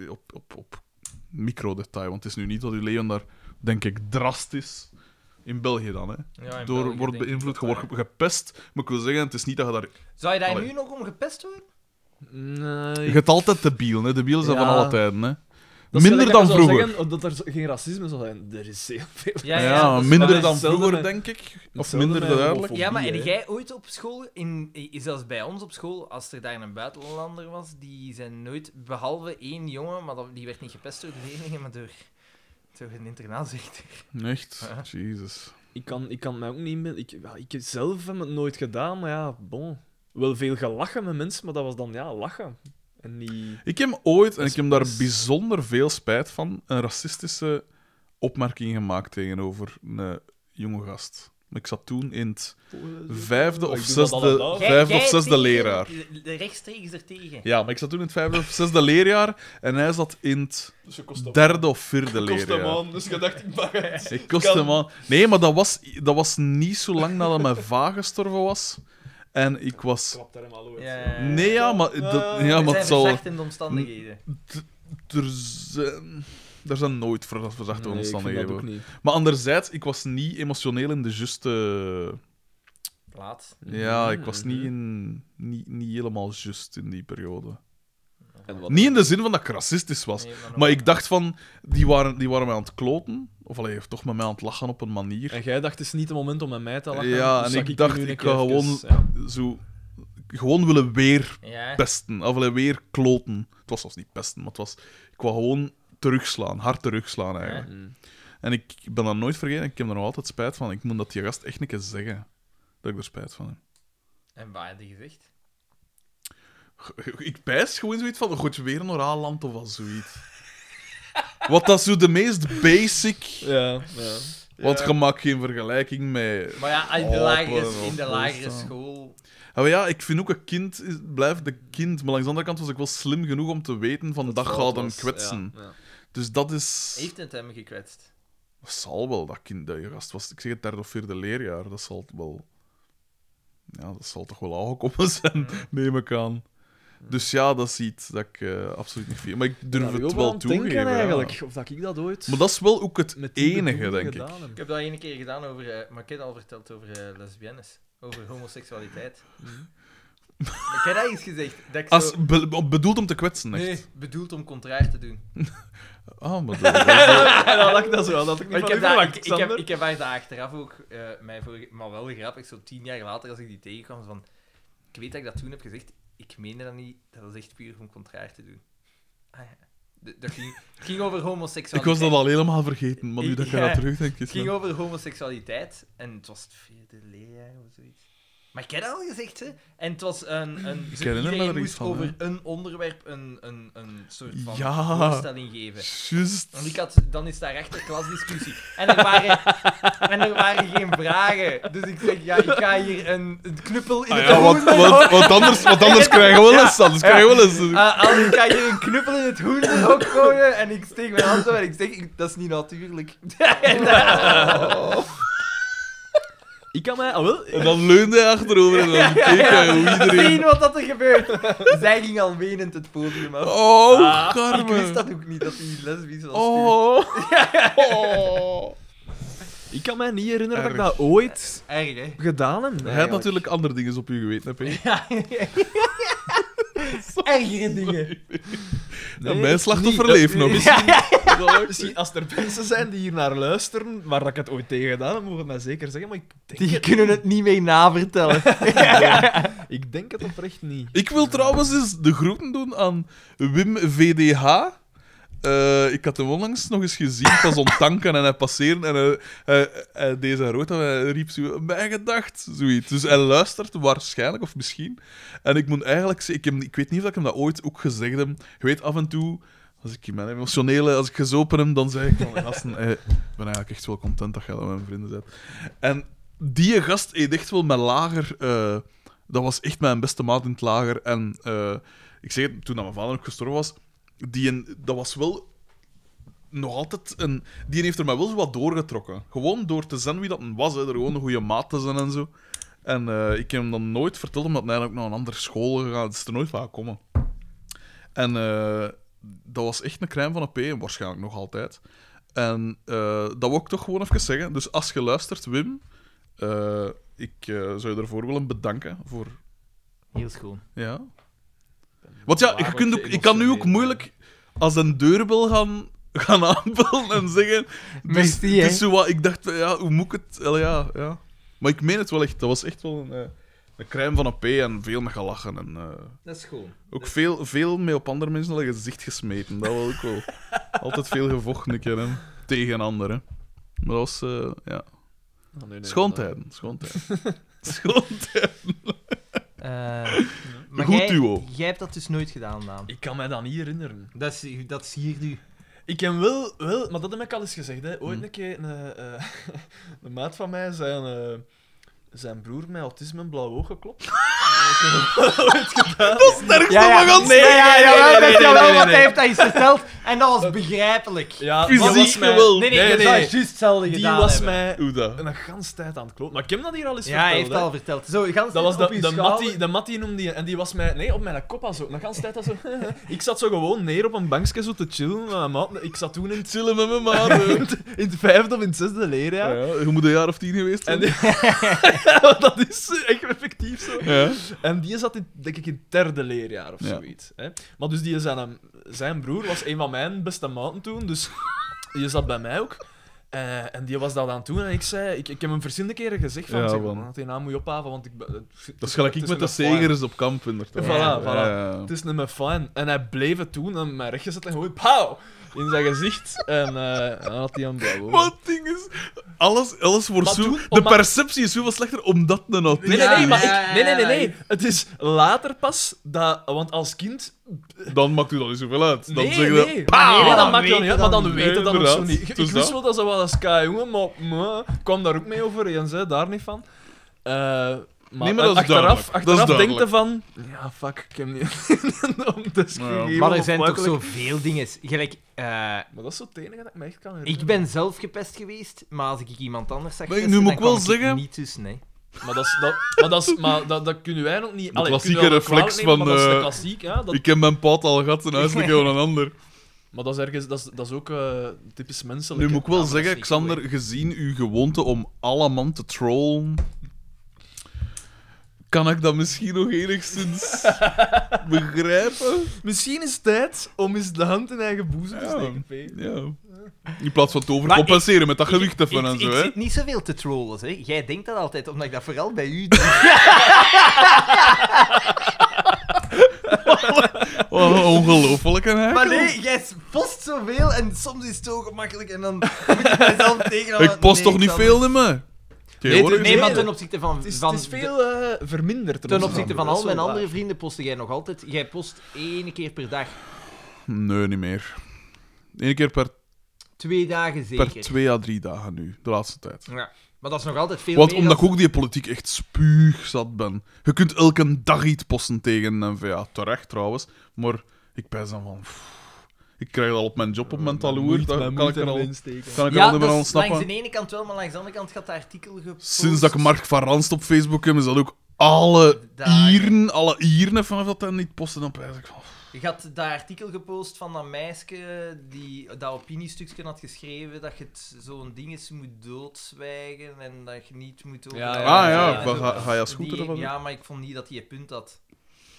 op, op, op microdetail, want het is nu niet dat uw leven daar, denk ik, drastisch... In België dan, hè
Ja, in
door
België
wordt
denk ik
beïnvloed,
dat
je
eh,
wordt gepest. Maar ik wil zeggen, het is niet dat je daar...
daar- Zou je daar
Allee.
nu nog om gepest worden?
Nee,
Je hebt altijd de biel, hè. De biel zijn
Ja.
van alle tijden, hè.
Dat is
minder
gelijk
dan
dat je zou
vroeger.
Zeggen, dat er zo- geen racisme zal zijn. Er is heel veel.
ja,
dat is
minder
waar.
dan
Hetzelfde
vroeger,
met-
denk ik. Of
hetzelfde
minder
met
duidelijk.
homofobie.
Ja, maar
hè.
heb jij ooit op school, in, i- zelfs bij ons op school, als er daar een buitenlander was, die zijn nooit, behalve één jongen, maar dat- die werd niet gepest door de leerlingen, maar door, door een internaatzichter.
Echt?
Ja.
Jezus.
Ik kan, ik kan mij ook niet meer. Ik, ja, ik zelf heb het nooit gedaan, maar ja, bon. Wel veel gelachen met mensen, maar dat was dan ja, lachen. En niet.
Ik heb ooit, en
Dat
ik
is-
heb daar
dat is-
bijzonder veel spijt van, een racistische opmerking gemaakt tegenover een jonge gast. Ik zat toen in het vijfde
Ik
of
doe dat al
zesde,
aan de-
vijfde of zesde leraar.
De rechtstreeks ertegen.
Ja, maar ik zat toen in het vijfde of zesde leerjaar en hij zat in het
Dus je kost hem-
derde of vierde
je kost
leerjaar.
hem aan, dus je dacht, ik mag het.
Ik kost
Kan.
hem aan. Nee, maar dat was, dat was niet zo lang nadat mijn va gestorven was. En ik was.
Klap daar hem al over.
Ja, ja, ja.
Nee, ja, maar, dat,
Ah.
ja,
Er
maar
zijn
het zal.
verzachtende omstandigheden.
Er zijn, er zijn nooit ver- verzachte
Nee, ik vind dat ook
omstandigheden.
niet.
Maar anderzijds, ik was niet emotioneel in de juiste.
Plaats.
Ja, ik was
Mhm.
niet, in, niet, niet helemaal just in die periode.
En wat-
Niet in de zin van dat ik racistisch was.
Nee, nog-
Maar ik dacht van, die waren, die waren mij aan het kloten. Of allee, of toch met mij aan het lachen op een manier.
En jij dacht, het is niet het moment om met mij te lachen.
Ja,
dus
en
zak
ik
u
dacht,
nu een
ik
keer
ga
even-
Zo, gewoon willen weer
Eh.
Ja.
pesten. Of allee, weer kloten. Het was zelfs niet pesten, maar het was... Ik wou gewoon terugslaan. Hard terugslaan,
Ja.
eigenlijk.
Mm.
En ik ben dat nooit vergeten. Ik heb er nog altijd spijt van. Ik moet dat die gast echt een keer zeggen. Dat ik er spijt van heb.
En waar had je gezegd?
Ik pijs gewoon zoiets van, goed, weer een oraal land of wat zoiets. Wat dat zo de meest basic...
Ja, ja.
Want je maakt geen vergelijking met...
Maar ja, in de
Open
lagere,
of
in de lagere
toestaan.
school.
Ja, maar ja, ik vind ook een kind is- blijft een kind. Maar langs de andere kant was ik wel slim genoeg om te weten van dat, gaat hem
was-
kwetsen.
ja, ja.
Dus dat is...
Heeft het hem gekwetst?
Dat zal wel, dat kind dat je gast was. Ik zeg het derde of vierde leerjaar, dat
Mm.
zal het wel... Ja, dat zal toch wel aangekomen zijn, neem ik aan. Dus ja, dat is iets dat ik eh, absoluut niet vind. Maar ik durf
Daar wil
het
ik
wel
aan
toegeven.
denken
ja.
eigenlijk, of dat ik dat ooit
Maar dat is wel ook het
met die
enige,
bedoeling
denk ik.
gedaan heb.
Ik heb dat ene keer gedaan over, eh, maar ik heb het al verteld over eh, lesbiennes, over homoseksualiteit. ik heb dat eens gezegd. Dat ik zo-
Mm. Als, be- bedoeld om te kwetsen, echt.
nee, bedoeld om contrair te doen.
Ah, maar dat- dat-
Ja, dat had ik dat zo, dat had ik niet
Maar ik,
van
heb
u
daar,
verwacht,
ik, ik heb,
Xander.
ik heb haar daar achteraf ook, eh, mij voor, maar wel grappig, zo tien jaar later als ik die tegenkwam, van, ik weet dat ik dat toen heb gezegd, ik meende dat niet, dat was echt puur om contrair te doen. Ah, ja. D- dat ging, het ging over
ik
homoseksualiteit.
was dat al helemaal vergeten, maar nu dat ik
Ja.
eraan terugdenk...
Het
Is
ging
dat-
over homoseksualiteit en het was het vierde leerjaar of zoiets. Maar ik heb dat al gezegd, hè? En het was een. een
Ik
zo
herinner me
iedereen
er iets
moest
van,
over
hè.
een onderwerp een, een, een soort van
Ja.
voorstelling geven. Want ik had,
Juist.
dan is daar echt een klasdiscussie. En er, waren, en er waren geen vragen. Dus ik zeg, ja, ik ga hier een, een knuppel in
Ah
het
ja,
hoen.
want, want, want anders, want anders krijgen we les. Anders krijgen we les.
Ah, als ik ga hier een knuppel in het hoenderhok gooien en ik steek mijn hand op en ik zeg, ik- dat is niet natuurlijk. En dat-
Ik kan mij... Ah, wel,
En dan leunde hij achterover en dan keek hij hoe
Zien
iedereen...
wat dat er gebeurt. Zij ging al wenend het podium af.
Oh,
Ah, ik wist
Carmen.
dat ook niet, dat hij lesbisch was.
Oh.
ik kan mij niet herinneren dat ik
Erg.
dat ooit
Erg, hè?
gedaan heb.
Hij had
eigenlijk.
natuurlijk andere dingen op je geweten, hè, P.
Ergere dingen.
En
Nee,
mijn slachtoffer
niet.
leeft nog.
Misschien, misschien als er mensen zijn die hier naar luisteren, waar dat ik het ooit tegen gedaan heb, mogen we mij zeker zeggen, maar ik denk,
Die kunnen het niet mee navertellen.
ik denk het oprecht niet.
Ik wil trouwens eens de groeten doen aan Wim VDH. Eh, ik had hem onlangs nog eens gezien. Het was onttanken en hij passeerde. En eh, hij, hij, hij deed zijn rood en hij riep zo... Mijn gedacht, zoiets. Dus hij luistert waarschijnlijk, of misschien. En ik moet eigenlijk zeggen... Ik, heb- ik weet niet of ik hem dat ooit ook gezegd heb. Je weet, af en toe... Als ik in mijn emotionele... Als ik gezopen heb, dan zeg ik van... Gasten, eh, ik ben eigenlijk echt wel content dat jij dat mijn vrienden bent. En die gast heeft echt wel mijn lager... eh, dat was echt mijn beste maat in het lager. En eh, ik zeg het, toen dat mijn vader ook gestorven was, die een, dat was wel nog altijd een... Die een heeft er mij wel zo wat doorgetrokken. Gewoon door te zijn wie dat een was, hè, er gewoon een goede maat te zijn en zo. En eh, ik heb hem dan nooit verteld, omdat hij eigenlijk naar een andere school gegaan Het is er nooit van gekomen. En eh, dat was echt een crème van een P, en waarschijnlijk nog altijd. En eh, dat wil ik toch gewoon even zeggen. Dus als je luistert, Wim, eh, ik eh, zou je ervoor willen bedanken voor
Heel schoon.
ja. Want ja, je kunt ook, ik kan nu ook moeilijk als een deurbel gaan, gaan aanbellen en zeggen... Dus,
Merci, hè.
dus zo wat, ik dacht, ja, hoe moet ik het... Allee, ja, ja. Maar ik meen het wel echt. Dat was echt wel een, eh, een crème van een P en veel mee gelachen. En, eh,
Dat is schoon.
ook veel, veel mee op andere mensen een gezicht gesmeten. Dat wel ook wel. Altijd veel gevochten een keer, hè. Tegen anderen. Maar dat was... eh, ja. Schoontijden. Schoontijden. Schoontijden.
Eh, maar
Goed
jij,
duo.
Jij hebt dat dus nooit gedaan, Daan.
Ik kan mij dat niet herinneren.
Dat is, dat is hier nu.
Ik heb wel, wel, maar dat heb ik al eens gezegd, hè. ooit een keer een, eh, een maat van mij, zijn, eh, zijn broer met autisme en blauw oog geklopt.
Sterkste
Ja, ja.
van ons.
Nee, ja,
nee,
jawel,
nee,
dat is
nee,
jawel,
nee, nee,
want
nee.
hij heeft dat eens verteld. En dat was begrijpelijk.
Ja,
Fysiek
dat was mij-
geweld.
Nee, nee, je zou juist hetzelfde
Die
gedaan
was
hebben.
mij
Hoe dat?
een ganse tijd aan het kloppen. Maar ik heb dat hier al eens
Ja, hij
verteld.
heeft
hè.
al verteld. Zo, je gaat
Dat was
op
de,
je
de,
schouder.
Mattie, de Mattie noemde die. En die was mij... Nee, op mijn kop al zo. Dan gaan ze tijd al zo... ik zat zo gewoon neer op een bankje zo te chillen. met mijn maat. Ik zat toen in het, eh,
Chillen met mijn maten.
in het vijfde of in het zesde leerjaar.
Ja, je moet een jaar of tien geweest zijn.
En die- Ja, dat is echt effectief zo.
Ja.
En die zat in, denk ik in het derde leerjaar of
Ja.
zoiets. Hè? Maar dus die zijn, zijn broer was een van mijn beste maten toen, dus die zat bij mij ook. Eh, en die was dat aan het doen en ik zei, ik, ik heb hem verschillende keren gezegd van,
Ja,
zeg,
man.
man, had die naam moet je ophaven, want ik... ben- het-
Dat is gelijk ik
het
met de
een fijn.
zegers op kamp, inderdaad.
Voilà, voilà.
Ja,
Het is niet meer fijn. En hij bleef het doen en mij rechtgezet en gewoon pauw in zijn gezicht. En eh, dan had hij een blauw
Maar
oog.
het ding is, alles, alles wordt
Maar
zo...
toen-
de
maar-
perceptie is zoveel slechter omdat een auteur...
Nee, nee, nee,
Ja,
maar
ja,
ik, nee, nee, nee,
ja,
nee. Het is later pas dat, want als kind
Dan maakt u dat niet zoveel uit. Dan
nee,
zeg je...
nee.
"Pauw!"
Nee, nee,
Dan
dat maakt
weet
dan
je
niet uit,
dat
maar dan
niet.
weet je dat ook
Inderdaad.
zo niet. Ik,
Dus
ik wist
dat.
wel dat ze wel als Sky jongen, maar maar, ik kwam daar ook mee overeen, hè, daar niet van. Eh, maar,
Nee, maar dat is
achteraf,
duidelijk. Dat is
achteraf denk je
duidelijk.
van... Ja, fuck, ik heb niet om te
Ja.
schreeuwen.
Maar er zijn
of
toch
makkelijk.
zoveel dingen. Gelijk, eh,
Maar dat is zo het enige dat ik me echt kan herinneren.
ik ben zelf gepest geweest, maar als ik iemand anders zag
Maar nu
pesten,
moet
dan
ik wel
kwam ik
zeggen-
niet tussen. Hè.
Maar dat, is, dat, maar dat, is, maar dat, dat kunnen wij nog niet...
De
Allee,
klassieke
kunnen we wel
reflex
kwalijk nemen,
van,
maar dat is
eh,
de klassiek, ja. Dat,
Ik heb mijn pad al gehad en huiselijk aan een ander.
Maar dat is, ergens, dat is, dat is ook eh, typisch menselijk.
Nu
hè.
moet ik wel
Ja, maar dat is
zeggen,
niet
Xander,
goed,
gezien uw gewoonte om alle man te trollen, kan ik dat misschien nog enigszins begrijpen?
hè. Misschien is het tijd om eens de hand in eigen boezem te
Ja.
steken, P.
Ja. In plaats van het
Maar ik-
overcompenseren met dat gewicht
ik,
ervan en
ik,
zo,
ik
hè.
zit niet zoveel te trollen, hè. Jij denkt dat altijd, omdat ik dat vooral bij u doe.
Oh, ongelooflijk, hè.
Maar nee, jij post zoveel en soms is het zo gemakkelijk en dan moet ik mezelf tegenhouden.
Ik post
Nee,
toch niet
Xander.
veel in me?
het is-
Nee, maar
Nee,
ten opzichte van...
Het is,
van
het is
de-
veel eh, verminderd.
Ten opzichte van
dat
al
is
mijn
wel
andere
waar.
vrienden postte jij nog altijd. Jij post één keer per dag.
Nee, niet meer. Eén keer per,
Twee dagen zeker.
per twee à drie dagen nu, de laatste tijd.
Ja. Maar dat is nog altijd veel
Want
meer
omdat ik
dan-
ook die politiek echt spuug zat ben. Je kunt elke dag iets posten tegen de N-VA. Terecht trouwens. Maar ik ben dan van... pff, ik krijg dat op mijn job op mijn taloer.
Moeite-
Dan kan ik
moeite
er al,
erin steken.
kan ik er
Ja,
al niet
dat
meer
is
aan snappen.
langs de ene kant wel, maar langs de andere kant gaat dat artikel gepost.
Sinds dat ik Mark van Ranst op Facebook heb, is dat ook alle
Dagen.
ieren, alle ieren vanaf dat hij niet posten. Dan pijs ik van...
Je had dat artikel gepost van dat meisje die dat opiniestukje had geschreven dat je het zo'n ding is moet doodzwijgen en dat je niet moet over...
Ja,
Ah
ja,
ja,
ja,
Wat,
zo.
ga, ga je scooter
Die-
of wat?
Ja, maar ik vond niet dat hij een punt had.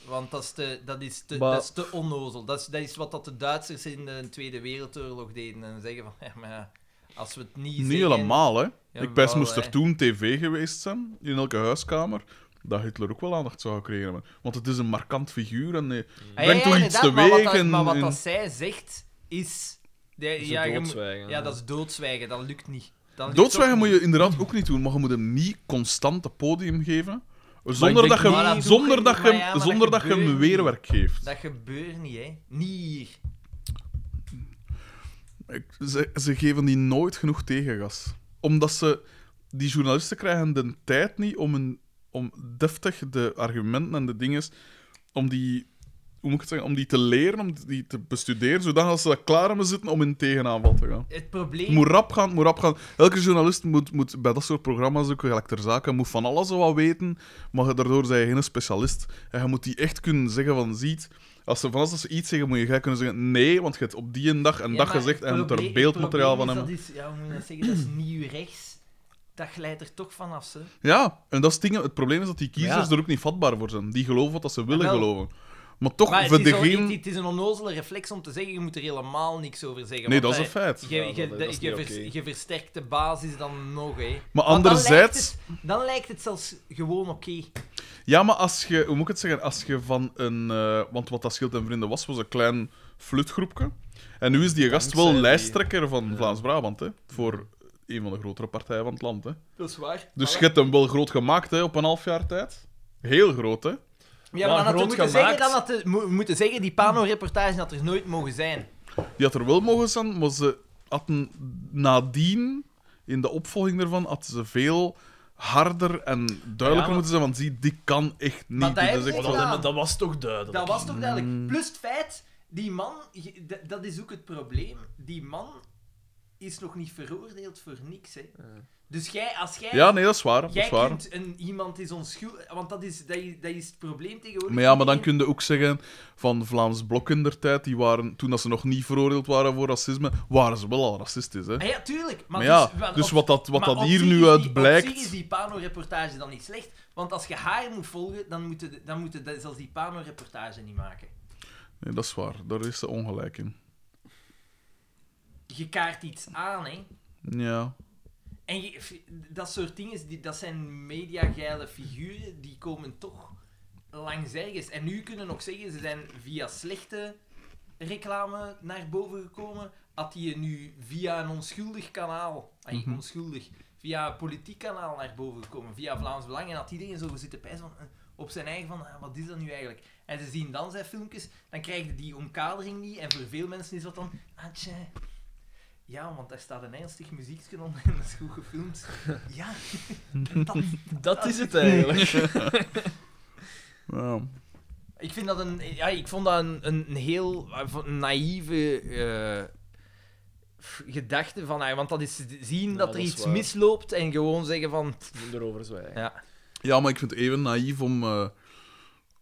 Want dat is te, dat is te,
Maar-
dat is te onnozel. Dat is, dat is wat dat de Duitsers in de Tweede Wereldoorlog deden. En zeggen van, ja, maar ja, als we het niet
Niet
zeggen-
helemaal, hè. ik pijs
Jawel,
moest
hè.
er toen tv geweest zijn, in elke huiskamer, dat Hitler ook wel aandacht zou gekregen hebben. Want het is een markant figuur en nee,
Ah,
brengt toch iets
inderdaad, maar wat
teweeg.
dat-
en,
Maar wat
en-
dat zij zegt, is... Ja,
Ze
ja, je moet-
doodzwijgen,
ja, dat is doodzwijgen. Dat lukt niet. Dat lukt
Doodzwijgen
ook
moet
niet.
je inderdaad ook niet doen, maar je moet hem niet constant het podium geven.
denk
Zonder dat je,
niet-
Maar dat
zonder
doe
dat
ik
je,
niet, maar ja, maar
hem-
dat
zonder dat je hem
gebeurt
weerwerk geeft.
Dat gebeurt niet, hè. Niet hier.
Ik- Ze, ze geven die nooit genoeg tegengas. Omdat ze... Die journalisten krijgen de tijd niet om, een, om deftig de argumenten en de dingen... Om die, hoe moet ik het zeggen, om die te leren, om die te bestuderen, zodat als ze daar klaar hebben zitten om in tegenaanval te gaan.
Het
Het
probleem...
moet rap gaan, het moet rap gaan. Elke journalist moet, moet bij dat soort programma's ook gelijk ter zake, moet van alles wat weten, maar daardoor zijn je geen specialist. En je moet die echt kunnen zeggen van, ziet, als ze van alles als ze iets zeggen, moet je gelijk kunnen zeggen nee, want je hebt op die en dag en
Ja,
dag
maar
gezegd en je
het
moet er
probleem-
beeldmateriaal
het
van
probleem
hebben.
is, Dat is, ja, hoe moet je dat zeggen? Dat is nieuw rechts. Dat glijdt er toch vanaf, ze.
Ja, en dat is het, ding, het probleem is dat die kiezers
Ja.
er ook niet vatbaar voor zijn. Die geloven wat dat ze willen
Jawel.
geloven. Maar toch,
Maar
voor
het, is al-
degene...
het, het is een onnozele reflex om te zeggen, je moet er helemaal niks over zeggen.
Nee, dat
want
is een feit.
Je,
Ja,
je,
dat- dat is
je
niet
vers-
oké.
je versterkt de basis dan nog, hè.
Maar
Want dan lijkt
anderzijds...
het- Dan lijkt het, zelfs gewoon oké.
Ja, maar als je, hoe moet ik het zeggen, als je van een. eh, want wat dat Schild en Vrienden was, was een klein flutgroepje. En nu is die gast wel
Dankzij die-
lijsttrekker van Vlaams-Brabant, hè? Voor een van de grotere partijen van het land, hè?
Dat is waar.
Dus je hebt hem wel groot gemaakt, hè, op een half jaar tijd. Heel groot, hè?
Ja,
Maar
maar dat we
groot
moeten zeggen,
gemaakt.
dan dat de- mo- moeten zeggen, die Pano-reportage dat er nooit mogen zijn.
Die had er wel mogen zijn, maar ze hadden nadien, in de opvolging daarvan, hadden ze veel harder en duidelijker
maar-
moeten zijn. Want zie, die kan echt niet.
Maar dat
Dit is
hebben ze
echt
Maar
gedaan.
wel-
dat, hebben- dat was toch duidelijk?
Dat was toch
Mm.
duidelijk. Plus het feit, die man, je- d- dat is ook het probleem, die man is nog niet veroordeeld voor niks, hè. Dus jij, als jij...
Ja, nee, dat is waar. Dat
Jij
is waar.
kunt een, iemand is onschuldig, want dat is, dat, is, dat is het probleem tegenwoordig.
Maar ja, maar dan kun je ook zeggen van Vlaams Blok in der tijd, die waren, toen dat ze nog niet veroordeeld waren voor racisme, waren ze wel al racistisch, hè?
Ah ja, tuurlijk. Maar,
Maar ja,
dus, wel,
dus
op-
wat dat, wat
maar
dat
op
hier
zich is
nu
die-
uit
Op zich is
blijkt...
die Pano-reportage dan niet slecht, want als je haar moet volgen, dan moeten je, dan moet je dat- zelfs die Pano-reportage niet maken.
Nee, dat is waar. Daar is ze ongelijk in.
Je kaart iets aan, hè.
Ja.
En je- f- dat soort dingen, die, dat zijn mediageile figuren, die komen toch langs ergens. En nu kunnen we nog zeggen, ze zijn via slechte reclame naar boven gekomen. Had je nu via een onschuldig kanaal, ay, onschuldig, via een politiek kanaal naar boven gekomen, via Vlaams Belang, en had iedereen zo zitten pijzen van, eh, op zijn eigen van, ah, wat is dat nu eigenlijk? En ze zien dan zijn filmpjes, dan krijg je die omkadering niet, en voor veel mensen is dat dan, ah tja, ja, want daar staat een ernstig muziekje onder en dat is goed gefilmd. Ja, dat,
Dat is het eigenlijk.
ja.
ik vind dat een... Ja, ik vond dat een, een een heel eh, van- een naïeve eh, f- gedachte van haar. Want dat is zien
Ja,
dat er
dat is
iets
waar.
misloopt en gewoon zeggen van...
Moet erover zwijgen.
Ja.
Ja, maar ik vind het even naïef om eh,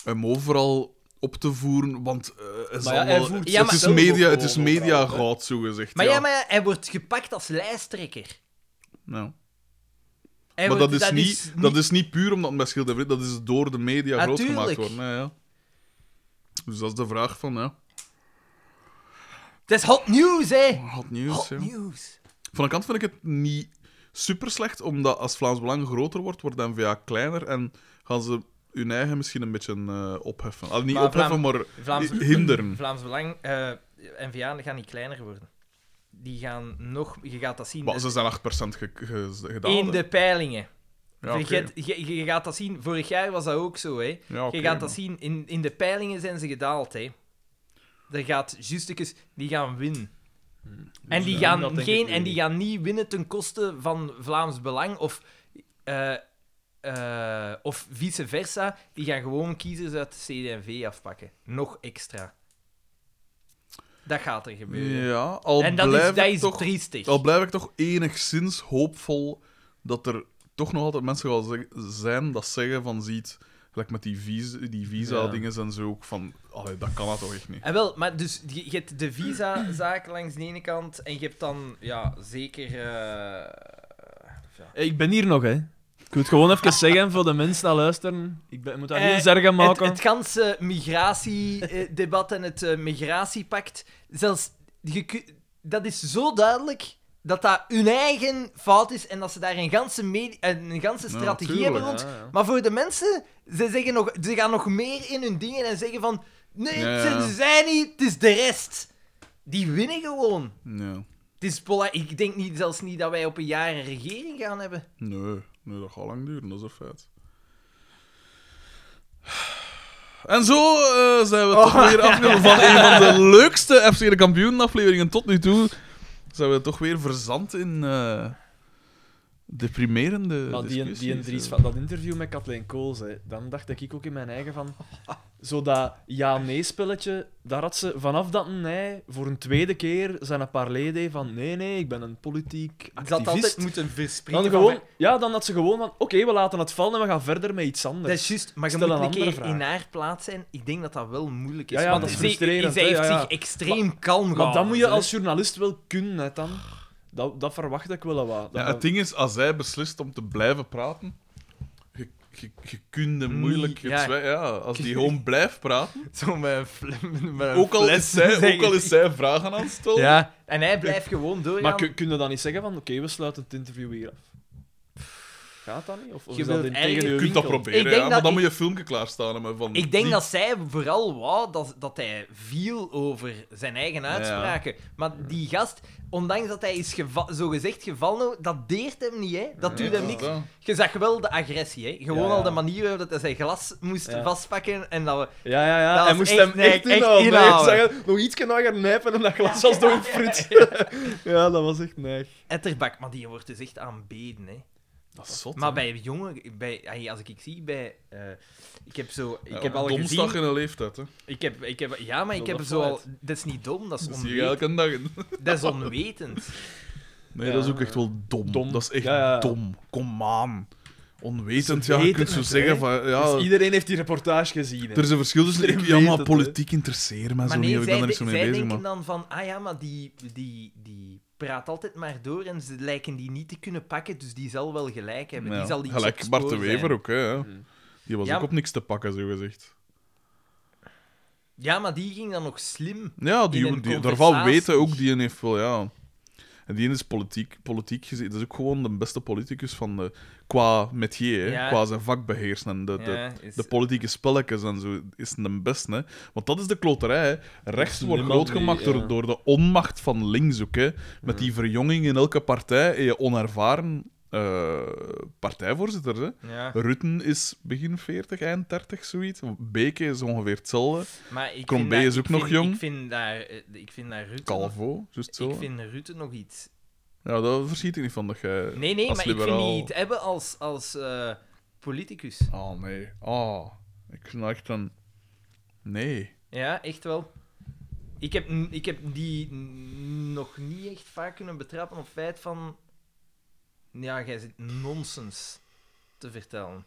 hem overal op te voeren, want eh, het, is
Maar ja, hij
allemaal-
voert
Ja,
het is
zichzelf
media,
ook
het is
overal,
media
hè.
goud, zo gezegd.
Maar ja, maar ja, hij wordt gepakt als lijsttrekker. Hij
Maar
wordt-
dat is, niet, dat is niet puur omdat het met Schild en Vriend- dat is door de media
Ah,
groot
tuurlijk.
gemaakt worden. hè, ja. Dus dat is de vraag van, ja,
Het is hot news, hè?
hot nieuws.
Hot
Ja.
news.
Van een kant vind ik het niet super slecht, omdat als Vlaams Belang groter wordt, wordt de NVA kleiner en gaan ze hun eigen misschien een beetje eh, opheffen. Al niet
Maar
opheffen, maar
Vlaams,
hinderen.
Vlaams Belang, eh N-VA gaan niet kleiner worden. Die gaan nog, je gaat dat zien.
Maar ze zijn 8% ge- ge- gedaan.
in
hè.
de peilingen.
Ja, oké.
Vergeet- je, je gaat dat zien. Vorig jaar was dat ook zo, hè?
Ja, oké,
je gaat
maar-
dat zien. In, in de peilingen zijn ze gedaald, hè? Er gaat justekes, die gaan winnen. En die
ja, dat
gaan,
denk
geen,
ik
en die
niet.
gaan niet winnen ten koste van Vlaams Belang of, eh, eh, of vice versa. Die gaan gewoon kiezers uit de CD&V afpakken. Nog extra. Dat gaat er gebeuren.
Ja, al
en dat
blijf
is,
ik
dat is
toch,
triestig.
al blijf ik toch enigszins hoopvol dat er toch nog altijd mensen gaan zeg- zijn dat zeggen van ziet, gelijk met die, vis- die
Ja.
visa-dingen en zo ook van, allee, dat kan dat toch echt niet.
En wel, maar dus je, je hebt de visa-zaak langs de ene kant en je hebt dan, ja, zeker. eh, ja.
Ik ben hier nog, hè. Ik wil het gewoon even zeggen voor de mensen die luisteren. Ik ben, moet daar geen
Eh,
zorgen
Het,
maken.
het ganse migratiedebat en het eh, migratiepact, zelfs, je ku- dat is zo duidelijk dat dat hun eigen fout is en dat ze daar een ganse, medi- een ganse
Ja,
strategie
tuurlijk,
hebben rond.
Ah,
Maar voor de mensen, ze, zeggen nog, ze gaan nog meer in hun dingen en zeggen van... Nee,
Ja,
het zijn-
ja.
ze zijn niet, het is de rest. Die winnen gewoon.
Nee,
Het is pola- ik denk niet, zelfs niet dat wij op een jaar een regering gaan hebben.
nee, nee, dat gaat lang duren, dat is een feit. En zo eh, zijn we
Oh.
toch weer afgekomen van een van de leukste FC de Kampioenen afleveringen tot nu toe. Zijn we toch weer verzand in eh, deprimerende
Maar Ah, die,
discussies.
die Dries
eh.
van dat interview met Kathleen Kools, hè, dan dacht ik ook in mijn eigen van... Zo dat ja-nee-spelletje, daar had ze vanaf dat nee voor een tweede keer zijn een paar leden deed van nee, nee, ik ben een politiek
Ik had
activist.
altijd moeten verspreiden.
Dan gewoon, ja, dan had ze gewoon van oké, we laten het vallen en we gaan verder met iets
Dat
anders.
is juist, maar je
Stel
moet
een
een
andere
keer
vraag.
in haar plaats zijn. Ik denk dat dat wel moeilijk is.
Ja, ja,
want
dat is
zij-
frustrerend,
Zij
hè,
heeft
ja, ja.
zich extreem kalm
Maar
gehouden.
dat moet je
hè.
als journalist wel kunnen, hè, dan. Dat, dat verwacht ik wel wat. Dat-
Ja, het ding is, als hij beslist om te blijven praten, je, je, je kunt
Mm,
hem moeilijk...
Ja.
het zwe- ja, als die gewoon blijft praten,
Zo met een flim- met een
ook al,
fles
is zij, ook
zeggen.
al is zij vragen aan het stellen...
Ja, en hij blijft gewoon doorgaan.
Maar kun, kun je dan niet zeggen van oké, we sluiten het interview hier af? Gaat dat niet? Of, of
Je
is dat
wilt
in
eigenlijk-
tegen
Je
je
kunt dat
winkel?
Ik
proberen,
denk
ja, maar
dat
dan
ik-
moet je een filmpje klaarstaan hebben van...
Ik denk
die-
dat zij vooral wou dat, dat hij viel over zijn eigen uitspraken. Maar die gast, ondanks dat hij is geva- zogezegd gevallen, dat deert hem niet, hè? Dat
Nee,
doet hem
dat
niks.
is dat.
Je zag wel de agressie, hè? Gewoon
Ja, ja.
al de manier waarop dat hij zijn glas moest
Ja.
vastpakken en dat we...
Ja, ja, ja.
Dat
hij
was
moest
echt-
hem
nee,
echt
echt
inhouden.
inhouden.
Hij zag nog ietsje langer nijpen en dat glas was door een frit. ja, dat was echt neig.
Etterbak, maar die wordt dus echt aanbeden, hè?
Dat is zot,
Maar
hè.
bij jongen, bij, ay, als ik, ik zie bij. eh, ik heb zo. Ik
Ja,
heb al
domsdag
gezien.
in een leeftijd, hè.
Ik heb, ik heb, ja, maar ik
Wil
heb
dat
zo al.
vooruit?
Dat is niet dom, dat is,
Dat zie je
onwetend.
elke dag in.
Dat is onwetend.
Nee,
Ja.
dat is ook echt wel dom.
Dom.
Dat is echt
Ja, ja.
dom. Kom aan. Onwetend,
Ze
ja. Je
weten
kunt zo
het,
zeggen
hè.
van... Ja,
Dus iedereen heeft die reportage gezien. hè.
er is een verschil tussen...
Iedereen
ik- Ja,
weet
maar
het, hè.
politiek interesseert mij zo
Maar
niet.
nee,
Ik
zij,
ben er niet zo
de-
mee
zij
bezig,
denken
man.
dan van. Ah ja, maar die, die, die praat altijd maar door en ze lijken die niet te kunnen pakken, dus die zal wel gelijk hebben.
Ja,
Die zal iets op
Gelijk
het
Bart de
spoor
Wever
zijn.
ook, hè.
Mm.
Die was
Ja,
ook
maar-
op niks te pakken, zo gezegd.
Ja, maar die ging dan nog slim.
Ja,
In
die,
een
die, daarvan
conversatie.
weten ook, die heeft wel, ja... En die is politiek, politiek gezien. Dat is ook gewoon de beste politicus van de, qua metier, hè,
Ja.
qua zijn vak beheersen. En de, de,
Ja, is-
de politieke spelletjes en zo is de beste. Hè? Want dat is de kloterij. Hè? Rechts
is
wordt
niemand
grootgemaakt
die,
door,
ja.
door de onmacht van links ook. Hè? Met die verjonging in elke partij en je onervaren eh, partijvoorzitter. Hè?
Ja,
Rutten is begin 40, eind 30, zoiets. Beke is ongeveer hetzelfde.
maar ik
Krombe
vind daar-
is ook
ik
nog
vind-
jong.
Ik vind daar, eh, ik vind daar Rutte. nog-
Calvo, juist zo.
Ik vind Rutte nog iets
Ja, daar verschiet ik niet van dat jij...
Nee, nee,
als
maar ik
liberaal-
vind die het hebben als, als eh, politicus.
Oh, nee. Oh, ik vind dat echt een... Nee.
Ja, echt wel. Ik heb, n- ik heb die n- nog niet echt vaak kunnen betrappen op het feit van... Ja, jij zit nonsens te vertellen.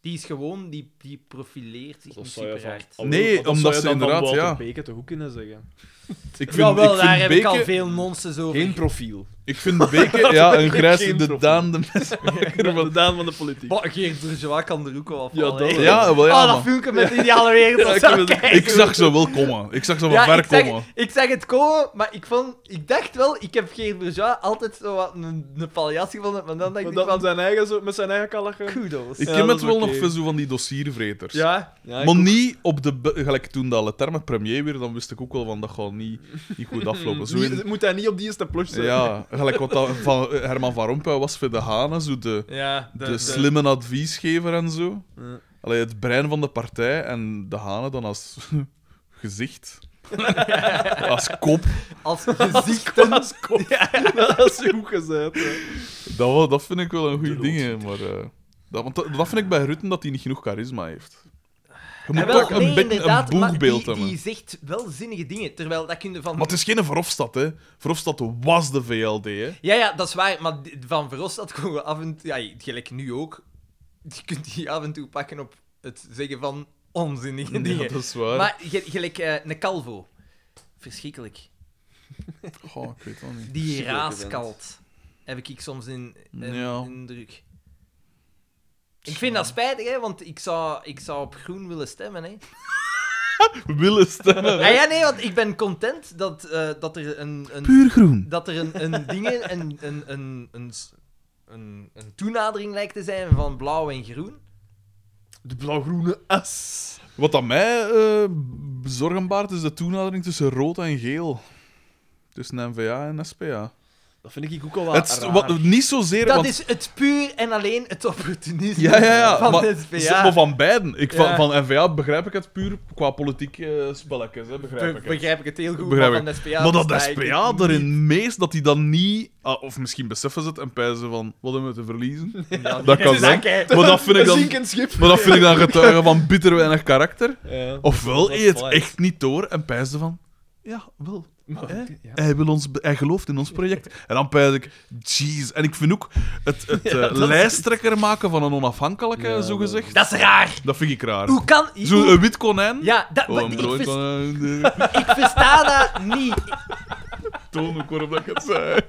Die is gewoon, die, die profileert zich
Dat
niet
zou je
super
van-
hard.
al-
Nee,
dat
omdat
zou je
ze
dan van
inderdaad,
Wouter
ja.
Beke toch ook kunnen zeggen.
Ik vind,
Jawel,
ik
daar
vind
heb ik al
Beke,
veel nonsens over.
Geen profiel.
ik vind Beke ja, een grijze
Geen
de
profiel.
Daan de
De Daan van de politiek.
Bah, Oh, Geert Bourgeois kan er ook wel van.
Ja, dat
hè.
wel.
Ja, wel ja.
Oh, dat
maar
filmpje met de ideale wereld.
Ja,
dat
ik
zou
wil-
keihard
Ik zag ze wel komen. Ik zag ze van
Ja,
ver
ik, zag,
komen.
ik zag het komen, maar ik, vond, ik dacht wel, ik heb Geert Bourgeois altijd zo wat een, een paljas gevonden, maar dan dacht
Maar
ik
dat
van,
zijn eigen, zo- met zijn eigen kallachen.
kudos.
Ik
Ja,
ken
dat
het
is
wel
oké.
nog van zo van die dossiervreters.
Ja, ja ik
maar
ook.
niet op de... be- Gelijk toen dat Leterme premier weer, dan wist ik ook wel van dat gaat niet, niet goed aflopen. Zo in-
Die- Moet hij niet op die eerste plush zijn?
ja, gelijk wat dat van Herman van Rompuy was voor de Hanen, zo de,
ja
de, slimme adviesgever en zo.
Ja.
Allee, het brein van de partij en de Hanen dan als gezicht. als kop.
Als gezichten.
dat is goed gezegd. hè.
Dat, wel, dat vind ik wel een goede ding, hè, maar... eh, dat, want dat, dat vind ik bij Rutten dat hij niet genoeg charisma heeft. Je moet
Ja, wel,
toch een,
nee,
bek- een
inderdaad, maar
boegbeeld
die,
hebben.
die zegt wel zinnige dingen, terwijl dat kun je van...
Maar het is geen Verhofstadt, hè. Verhofstadt was de VLD, hè.
Ja, ja, dat is waar, maar d- van Verhofstadt komen we af en toe... Ja, gelijk nu ook. Je kunt die af en toe pakken op het zeggen van onzinnige
Ja,
dingen.
dat is waar.
Maar ge- gelijk eh, een calvo. Verschrikkelijk.
Goh, ik weet dat niet.
Die
Verschrikkelijke
raaskalt. Heb ik soms in, in
Ja.
indruk. Ik vind dat spijtig, hè, want ik zou, ik zou op groen willen stemmen. Hè.
Willen stemmen.
Ah, ja, nee, want ik ben content dat, eh, dat er een, een,
Puur groen.
dat er een, een ding, een, een, een, een, s- een, een toenadering lijkt te zijn van blauw en groen.
De blauw-groene S.
Wat aan mij eh, zorgen baart, is de toenadering tussen rood en geel. Tussen NVA en SPA.
Dat vind ik ook al wat
Het is
raar.
wat, niet zozeer...
Dat
want,
is het puur en alleen het opportunisme
ja, ja, ja.
van
maar,
de
z-
SPA.
maar van beiden. Ik,
Ja.
van, van NVA begrijp ik het puur qua politiek eh, spelletjes, hè, begrijp ik
Be-
het.
begrijp ik het heel goed,
Begrijp
maar
ik.
van de SPA
maar dat
versta ik
SPA
het niet.
erin meest, dat hij dan niet... ah, of misschien beseffen ze het en pijzen van, wat hebben we te verliezen?
Ja,
dat kan
dus
zijn.
kijk,
Maar dat vind ik dan...
Zinkend schip.
Maar Oh. dat vind ik dan getuigen van bitter weinig karakter.
Ja.
Ofwel
Dat
eet het
flight.
echt niet door en pijzen van... Ja, wel. hè?
ja.
Hij, wil ons, be- hij gelooft in ons project. En dan pijs ik, jeez. En ik vind ook het, het eh, lijsttrekker maken van een onafhankelijke,
Ja,
zo gezegd, dat...
Dat is raar.
vind ik raar.
Hoe kan...
Zo'n
hoe-
een wit konijn.
Ja, dat,
Oh,
maar
een
ik,
brood
vers-
konijn.
ik versta dat niet. Ik,
Toon ook waarom dat ik het zei.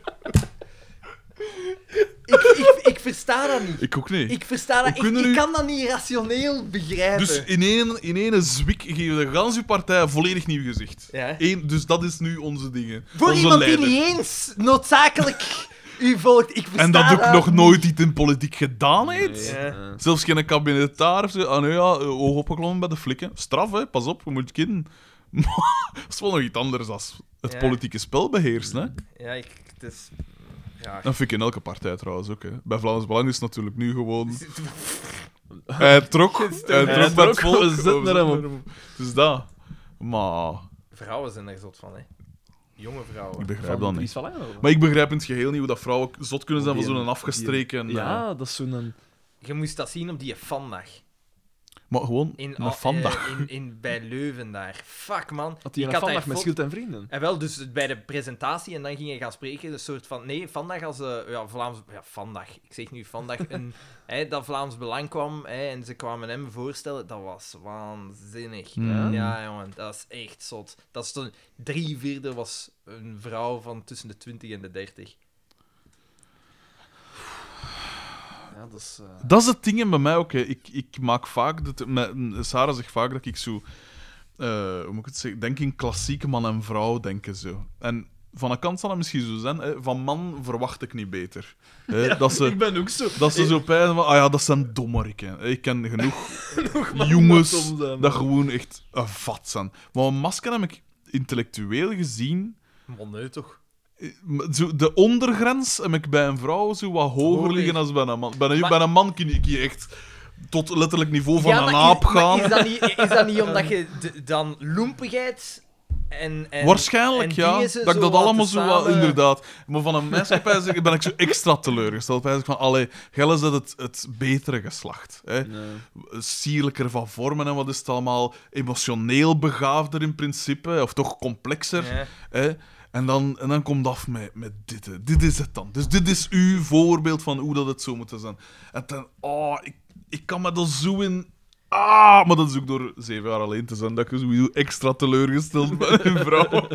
ik, ik versta dat niet.
Ik ook niet.
Ik versta
Hoe
dat ik,
kunnen
ik
u-
kan dat niet rationeel begrijpen.
Dus in één, in één zwik geven de ganse partij volledig nieuw gezicht.
Ja.
Eén, dus dat is nu onze dingen.
Voor
onze
iemand
leider.
die niet eens noodzakelijk u volgt, ik versta
En dat ook nog
niet.
nooit iets in politiek gedaan heeft.
Ja.
Zelfs geen kabinetaar of zo. Ah, nee, ja, eh, oog opgeklommen bij de flikken. Straf, hè. Pas op, je moet kidden. Maar dat is wel nog iets anders dan het
Ja.
politieke spel beheersen, hè.
Ja, ik, het is... Ja,
Dat vind ik in elke partij trouwens ook, hè. Bij Vlaams Belang is het natuurlijk nu gewoon... Hij trok. Hij
Hij
trok bij het
trok,
volk.
we zetten
We
er hem op.
zetten Dus dat. Maar...
vrouwen zijn er zot van, hè. Jonge
Ik
vrouwen.
begrijp dat niet.
Dries van Langenhoven.
Maar ik begrijp in het geheel niet hoe dat vrouwen zot kunnen zijn van
Die-
zo'n afgestreken... eh,
Ja, dat is zo'n...
Je moest dat zien op die fandag.
Maar gewoon
In,
een vandaag.
eh, in, in, bij Leuven daar. Fuck, man.
Had hij
Ik
een
had daar
afvaldag met
fo-
schild en vrienden?
En wel, dus bij de presentatie en dan ging je gaan spreken, een soort van... Nee, vandaag als... eh, ja, Vlaams... Ja, vandaag. Ik zeg nu vandaag. Een, hè, dat Vlaams Belang kwam hè, en ze kwamen hem voorstellen. Dat was waanzinnig.
Ja?
Ja, jongen. Dat is echt zot. Dat is toen, drie vierde was een vrouw van tussen de 20 en de 30.
Ja, dat is... eh,
Dat is het ding bij mij ook. hè. Ik, ik maak vaak... Dat, met, Sarah zegt vaak dat ik zo... eh, hoe moet ik het zeggen? Denk in klassieke man en vrouw denken zo. En van een kant zal het misschien zo zijn. Hè, van man verwacht ik niet beter. Hè, dat ze...
Ik ben ook zo...
Dat ze zo pijzen van, ah ja, dat zijn dommerikken. Ik ken genoeg jongens
dom zijn,
dat gewoon echt een vat zijn. Maar een masker heb ik intellectueel gezien
Man, nee, toch?
Eh, maar Zo, de ondergrens heb ik bij een vrouw zo wat hoger
Hoger.
liggen dan bij een man. Bij een,
Maar-
bij een man kun ik hier echt tot letterlijk niveau van
Ja,
een
maar
aap
is, maar
gaan.
Is dat, niet, is dat niet omdat je de- dan loempigheid en... en
Waarschijnlijk,
en
ja.
dingen ze
Dat
zo
ik dat
wat
allemaal zo wat,
tezamen-
inderdaad. Maar van een meisje pijs ik- ben ik zo extra teleurgesteld. Pijs ik van, allee, gel is dat het, het betere geslacht. Hè?
Nee.
Sierlijker van vormen en wat is het allemaal. Emotioneel begaafder in principe, of toch complexer.
Ja.
Hè? En dan, en dan komt het af met, met dit. hè. Dit is het dan. Dus dit is uw voorbeeld van hoe dat het zou moeten zijn. En dan, oh, ik, ik kan me dat zo in... Ah, maar dat is ook door zeven jaar alleen te zijn dat ik sowieso extra teleurgesteld ben in vrouwen.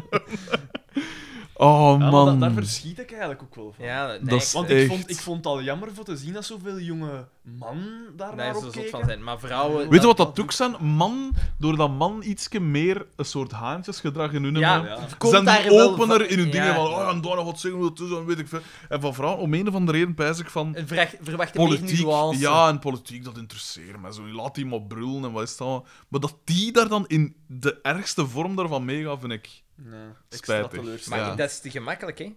Oh,
Ja, maar da-
man.
daar verschiet ik eigenlijk ook wel van.
Ja, dat,
Dat is
nee,
Want ik
echt.
vond, ik vond het al jammer voor te zien dat zoveel jonge man daar
daar
naar
is
op
er zot
keken.
van zijn. Maar vrouwen...
Weet je wat dat ook zijn? Man, doordat man ietske meer een soort haantjesgedrag in hun
Ja,
hebben,
Ja.
komt
zijn
daar
die
wel
opener
van-
in hun dingen
ja.
van oh, en daar gaat zeggen hoe dat is, en weet ik veel. En van vrouwen, om een of andere reden pijs ik van
En vraag- verwacht je meer
politiek.
nuance.
Ja, en politiek, dat interesseert me. Zo, laat die maar brullen en wat is dat allemaal. Maar dat die daar dan in de ergste vorm daarvan meegaan, vind ik
Nee, extra
spijtig.
teleurstellend.
Maar
Ja.
dat is te gemakkelijk, hè?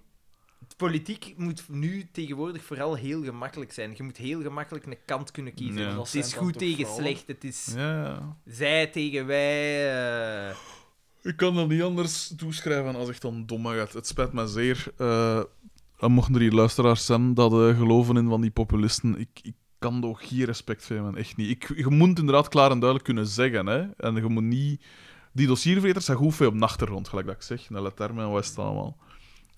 Politiek moet nu tegenwoordig vooral heel gemakkelijk zijn. Je moet heel gemakkelijk een kant kunnen kiezen. Dus
Ja.
Het is goed tegen slecht, het is
Ja, ja.
zij tegen wij. eh.
Ik kan dat niet anders toeschrijven als ik dan domme gaat. Het spijt me zeer. Eh, en mochten er hier luisteraars zijn dat eh, geloven in van die populisten, ik, ik kan daar ook geen respect voor hebben. Echt niet. Ik, je moet inderdaad klaar en duidelijk kunnen zeggen. Hè? En je moet niet... Die dossiervreters zijn goed veel op de achtergrond, gelijk dat ik zeg. Nelle termen en wat is het allemaal.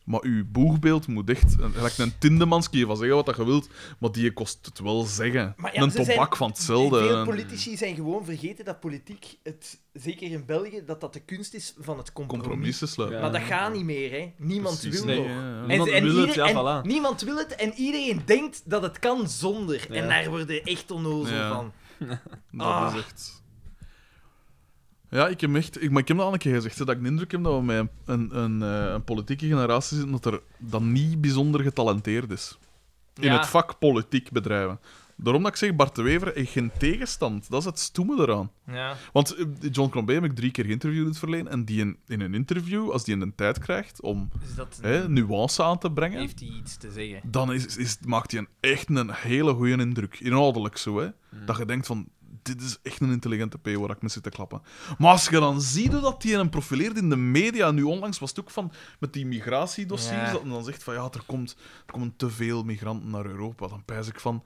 Maar uw boegbeeld moet echt... een- Gelijk een tindemans kun je van zeggen wat dat je wilt, maar die kost het wel zeggen.
Maar ja,
een
ze zijn-
tobak van hetzelfde. eh,
Veel
Een-
politici zijn gewoon vergeten dat politiek, het, zeker in België, dat dat de kunst is van het compromis.
Compromissen sluiten.
Ja.
Maar dat gaat niet meer, hè? Niemand
Precies,
wil
nee,
nog.
ja, ja.
En-
Niemand
en
wil het,
ieder-
ja,
en
voilà.
Niemand wil het en iedereen denkt dat het kan zonder. En
Ja.
daar worden echt onnozel
Ja.
van.
Dat
Ah.
is echt... Ja, ik heb echt... Ik, maar ik heb dat al een keer gezegd, hè, dat ik de indruk heb dat we met een, een, een, eh, een politieke generatie zitten dat er dan niet bijzonder getalenteerd is. In
Ja.
het vak politiek bedrijven. Daarom dat ik zeg, Bart de Wever, eh, geen tegenstand. Dat is het stoeme eraan.
Ja.
Want eh, John Crombie heb ik drie keer geïnterviewd in het verleden. En die in, in een interview, als die een tijd krijgt om
Dus dat
hè, nuance aan te brengen
heeft hij iets te zeggen.
dan is, is, maakt hij een, echt een hele goede indruk. Inhoudelijk zo, hè.
Hmm.
Dat je denkt van, dit is echt een intelligente P waar ik mee zit te klappen. Maar als je dan ziet hoe dat hij hem profileert in de media, nu onlangs was het ook van, met die migratiedossiers,
Ja.
dat men dan zegt van, ja, er, komt, er komen te veel migranten naar Europa. Dan pijs ik van,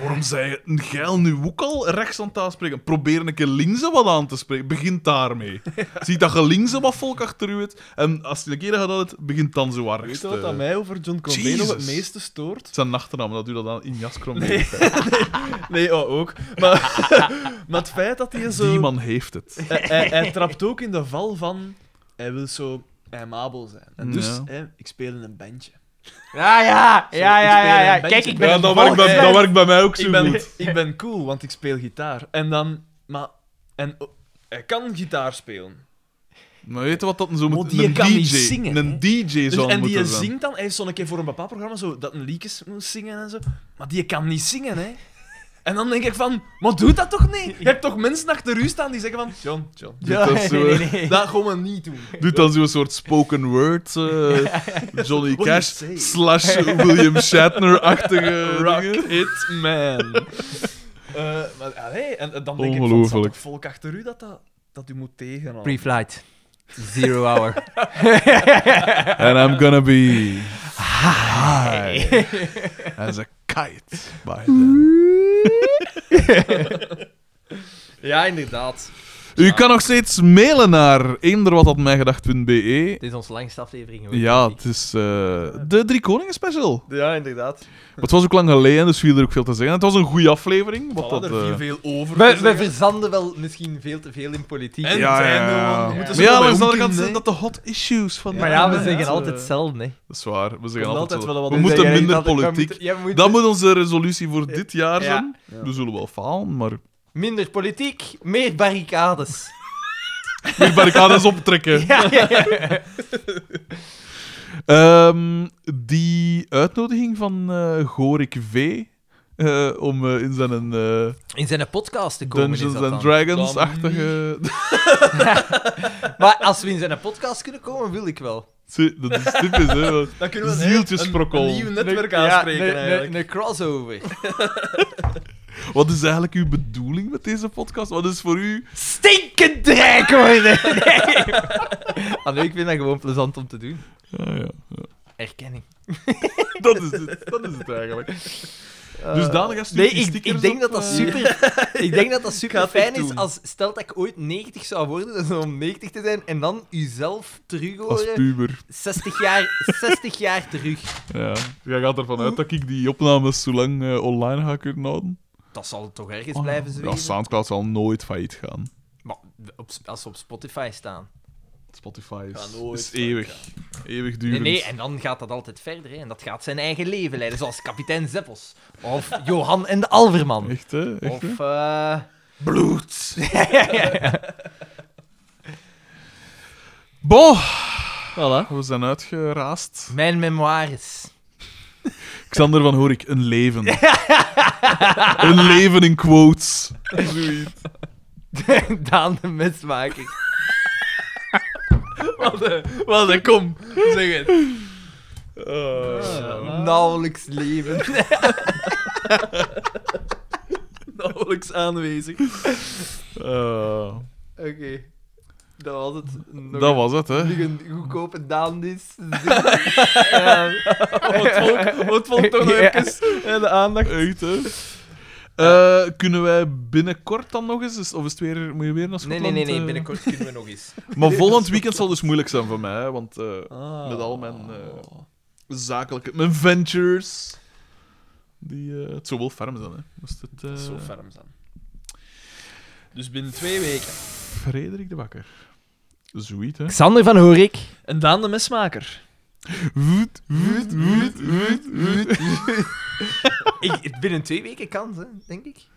waarom zei je een geil nu ook al rechts aan het aanspreken? Probeer een keer linksen wat aan te spreken. Begint daarmee. Zie dat je linksen wat volk achter u hebt. En als je een keer dat doet, begint dan zo hard.
Weet je wat aan mij over John Crombie nog het
eh, Jesus.
meeste stoort?
Het zijn nachtnaam, dat u dat dan in jaskrom
Nee, oh, ook. Maar, maar het feit dat hij zo...
Die man heeft het.
hij, hij- hij trapt ook in de val van... Hij wil zo aimabel zijn. En dus,
Ja.
hè, ik speel in een bandje.
Ja, ja,
Zo, ik speel een bandje.
Ja, dat werkt, bij, dat werkt bij mij ook zo
ik ben,
goed.
Ik ben cool, want ik speel gitaar. En dan... Maar... En, oh, hij kan gitaar spelen.
Maar weet je wat dat zo
Maar
moet...
die
Een
kan
DJ.
niet zingen, hè?
een DJ
Dus,
zou
en die
moeten zijn.
zingt dan... Hij heeft zo'n keer voor een bepaald programma zo, dat een liedjes moet zingen en zo. Maar die kan niet zingen, hè. En dan denk ik van... Maar doe dat toch niet? Je hebt toch mensen achter u staan die zeggen van... John, John.
Ja,
dat is zo,
nee, nee, nee.
Dat gaan we niet doen.
Doet dan zo'n soort spoken word, eh, Johnny
you
Cash
say?
slash William Shatner-achtige dingen.
Rock it, man. Eh, maar allee, en, en dan denk ik van, het zal
Ongelooflijk.
toch volk achter u dat dat, dat u moet tegenhouden.
Pre-flight. Zero hour.
And I'm gonna be high as a kite by then.
ja, inderdaad.
U kan nog steeds mailen naar eenderwatatmijgedacht.be.
Het is onze langste aflevering. geweest,
Ja,
denk ik.
het is eh, de Drie Koningen special.
Ja, inderdaad.
Maar het was ook lang geleden, dus viel er ook veel te zeggen. Het was een goede aflevering. Wat dat,
er
eh,
viel veel over. te
we, we
zeggen.
verzanden wel misschien veel te veel in politiek.
En-
ja, ja,
zijn
ja.
er, want we
Maar
moeten
ja,
zo bij
langs de andere
omkien,
kant zijn
hè.
dat de hot issues van
maar ja, we
eh,
zeggen
eh,
altijd hetzelfde. Hè.
Dat is waar, we zeggen
Komt
altijd
altijd
zo.
wel wat
We
in.
moeten
Zeg jij
minder
Jij
politiek.
moet- jij moet
dat moet onze resolutie voor dit jaar
Ja.
zijn.
Ja.
We zullen wel falen, maar...
Minder politiek, meer barricades.
Meer barricades optrekken.
ja, ja, ja.
Ehm, die uitnodiging van eh, Gorik V... eh, om eh, in zijn eh,
In zijn podcast te komen. is
Dungeons
dat
and
dan.
Dragons-achtige...
Maar als we in zijn podcast kunnen komen, wil ik wel.
Zie, dat is typisch, hè. want-
Dan kunnen we
Zieltjesprokkel.
een, een nieuw netwerk
Ja,
aanspreken,
een- een-
eigenlijk.
Een crossover.
Wat is eigenlijk uw bedoeling met deze podcast? Wat is voor u...
Stinkend rijk worden! Nee. Ah, nee, ik vind dat gewoon plezant om te doen.
Ah, ja.
Erkenning.
Dat is het. Dat is het eigenlijk. Dus Daan, jij stuurt
Eh, Nee,
die
ik,
stickers
ik denk
op,
dat dat
eh,
super, ik denk dat dat super
het
fijn
echt
is
doen.
als stel dat ik ooit 90 zou worden, dus om 90 te zijn en dan uzelf terug
Als
horen.
puber.
60 jaar, 60 jaar terug.
Ja. Jij gaat ervan uit dat ik die opnames zo lang eh, online ga kunnen houden?
Dat zal toch ergens
Oh,
blijven
ja,
zweven.
Soundcloud zal nooit failliet gaan.
Maar op, als ze op Spotify staan.
Spotify
Gaat
is,
nooit
is
failliet
eeuwig. Eeuwig
Nee,
durend.
nee, en dan gaat dat altijd verder. Hè. En dat gaat zijn eigen leven leiden, zoals kapitein Zeppels. Of Johan en de Alverman.
Echt, hè? Echt,
Of...
hè?
eh,
Bloed. Bo,
Voilà.
we zijn uitgeraast.
mijn memoires.
Xander van Horik, een leven. een leven in quotes. Zoiets.
Daan de mesmaker.
Wel, dan kom. Zeg het.
Eh,
Eh,
Nauwelijks leven.
Nauwelijks aanwezig.
Eh,
Oké. Dat was het. Nog
dat was het, hè?
Nog een goedkope daandis.
Wat volgt toch nog even eh, de aandacht?
Echt, hè? Eh, kunnen wij binnenkort dan nog eens? Is- Of is het weer, moet je weer naar
nee,
Schotland?
nee, nee, nee,
eh?
binnenkort kunnen we nog eens.
Maar volgend weekend zal dus moeilijk zijn voor mij, hè, want eh,
Ah.
met al mijn eh, zakelijke... Mijn ventures... Die, eh, het zou wel ferm zijn, hè. Moest het... eh,
Zo ferm zijn. Dus binnen twee weken.
Frederik de Bakker. Zoiets, hè.
Xander van Horik.
En Daan de mesmaker.
Woed, woed, woed, woed, woed.
Ik, binnen twee weken kans, hè, denk ik.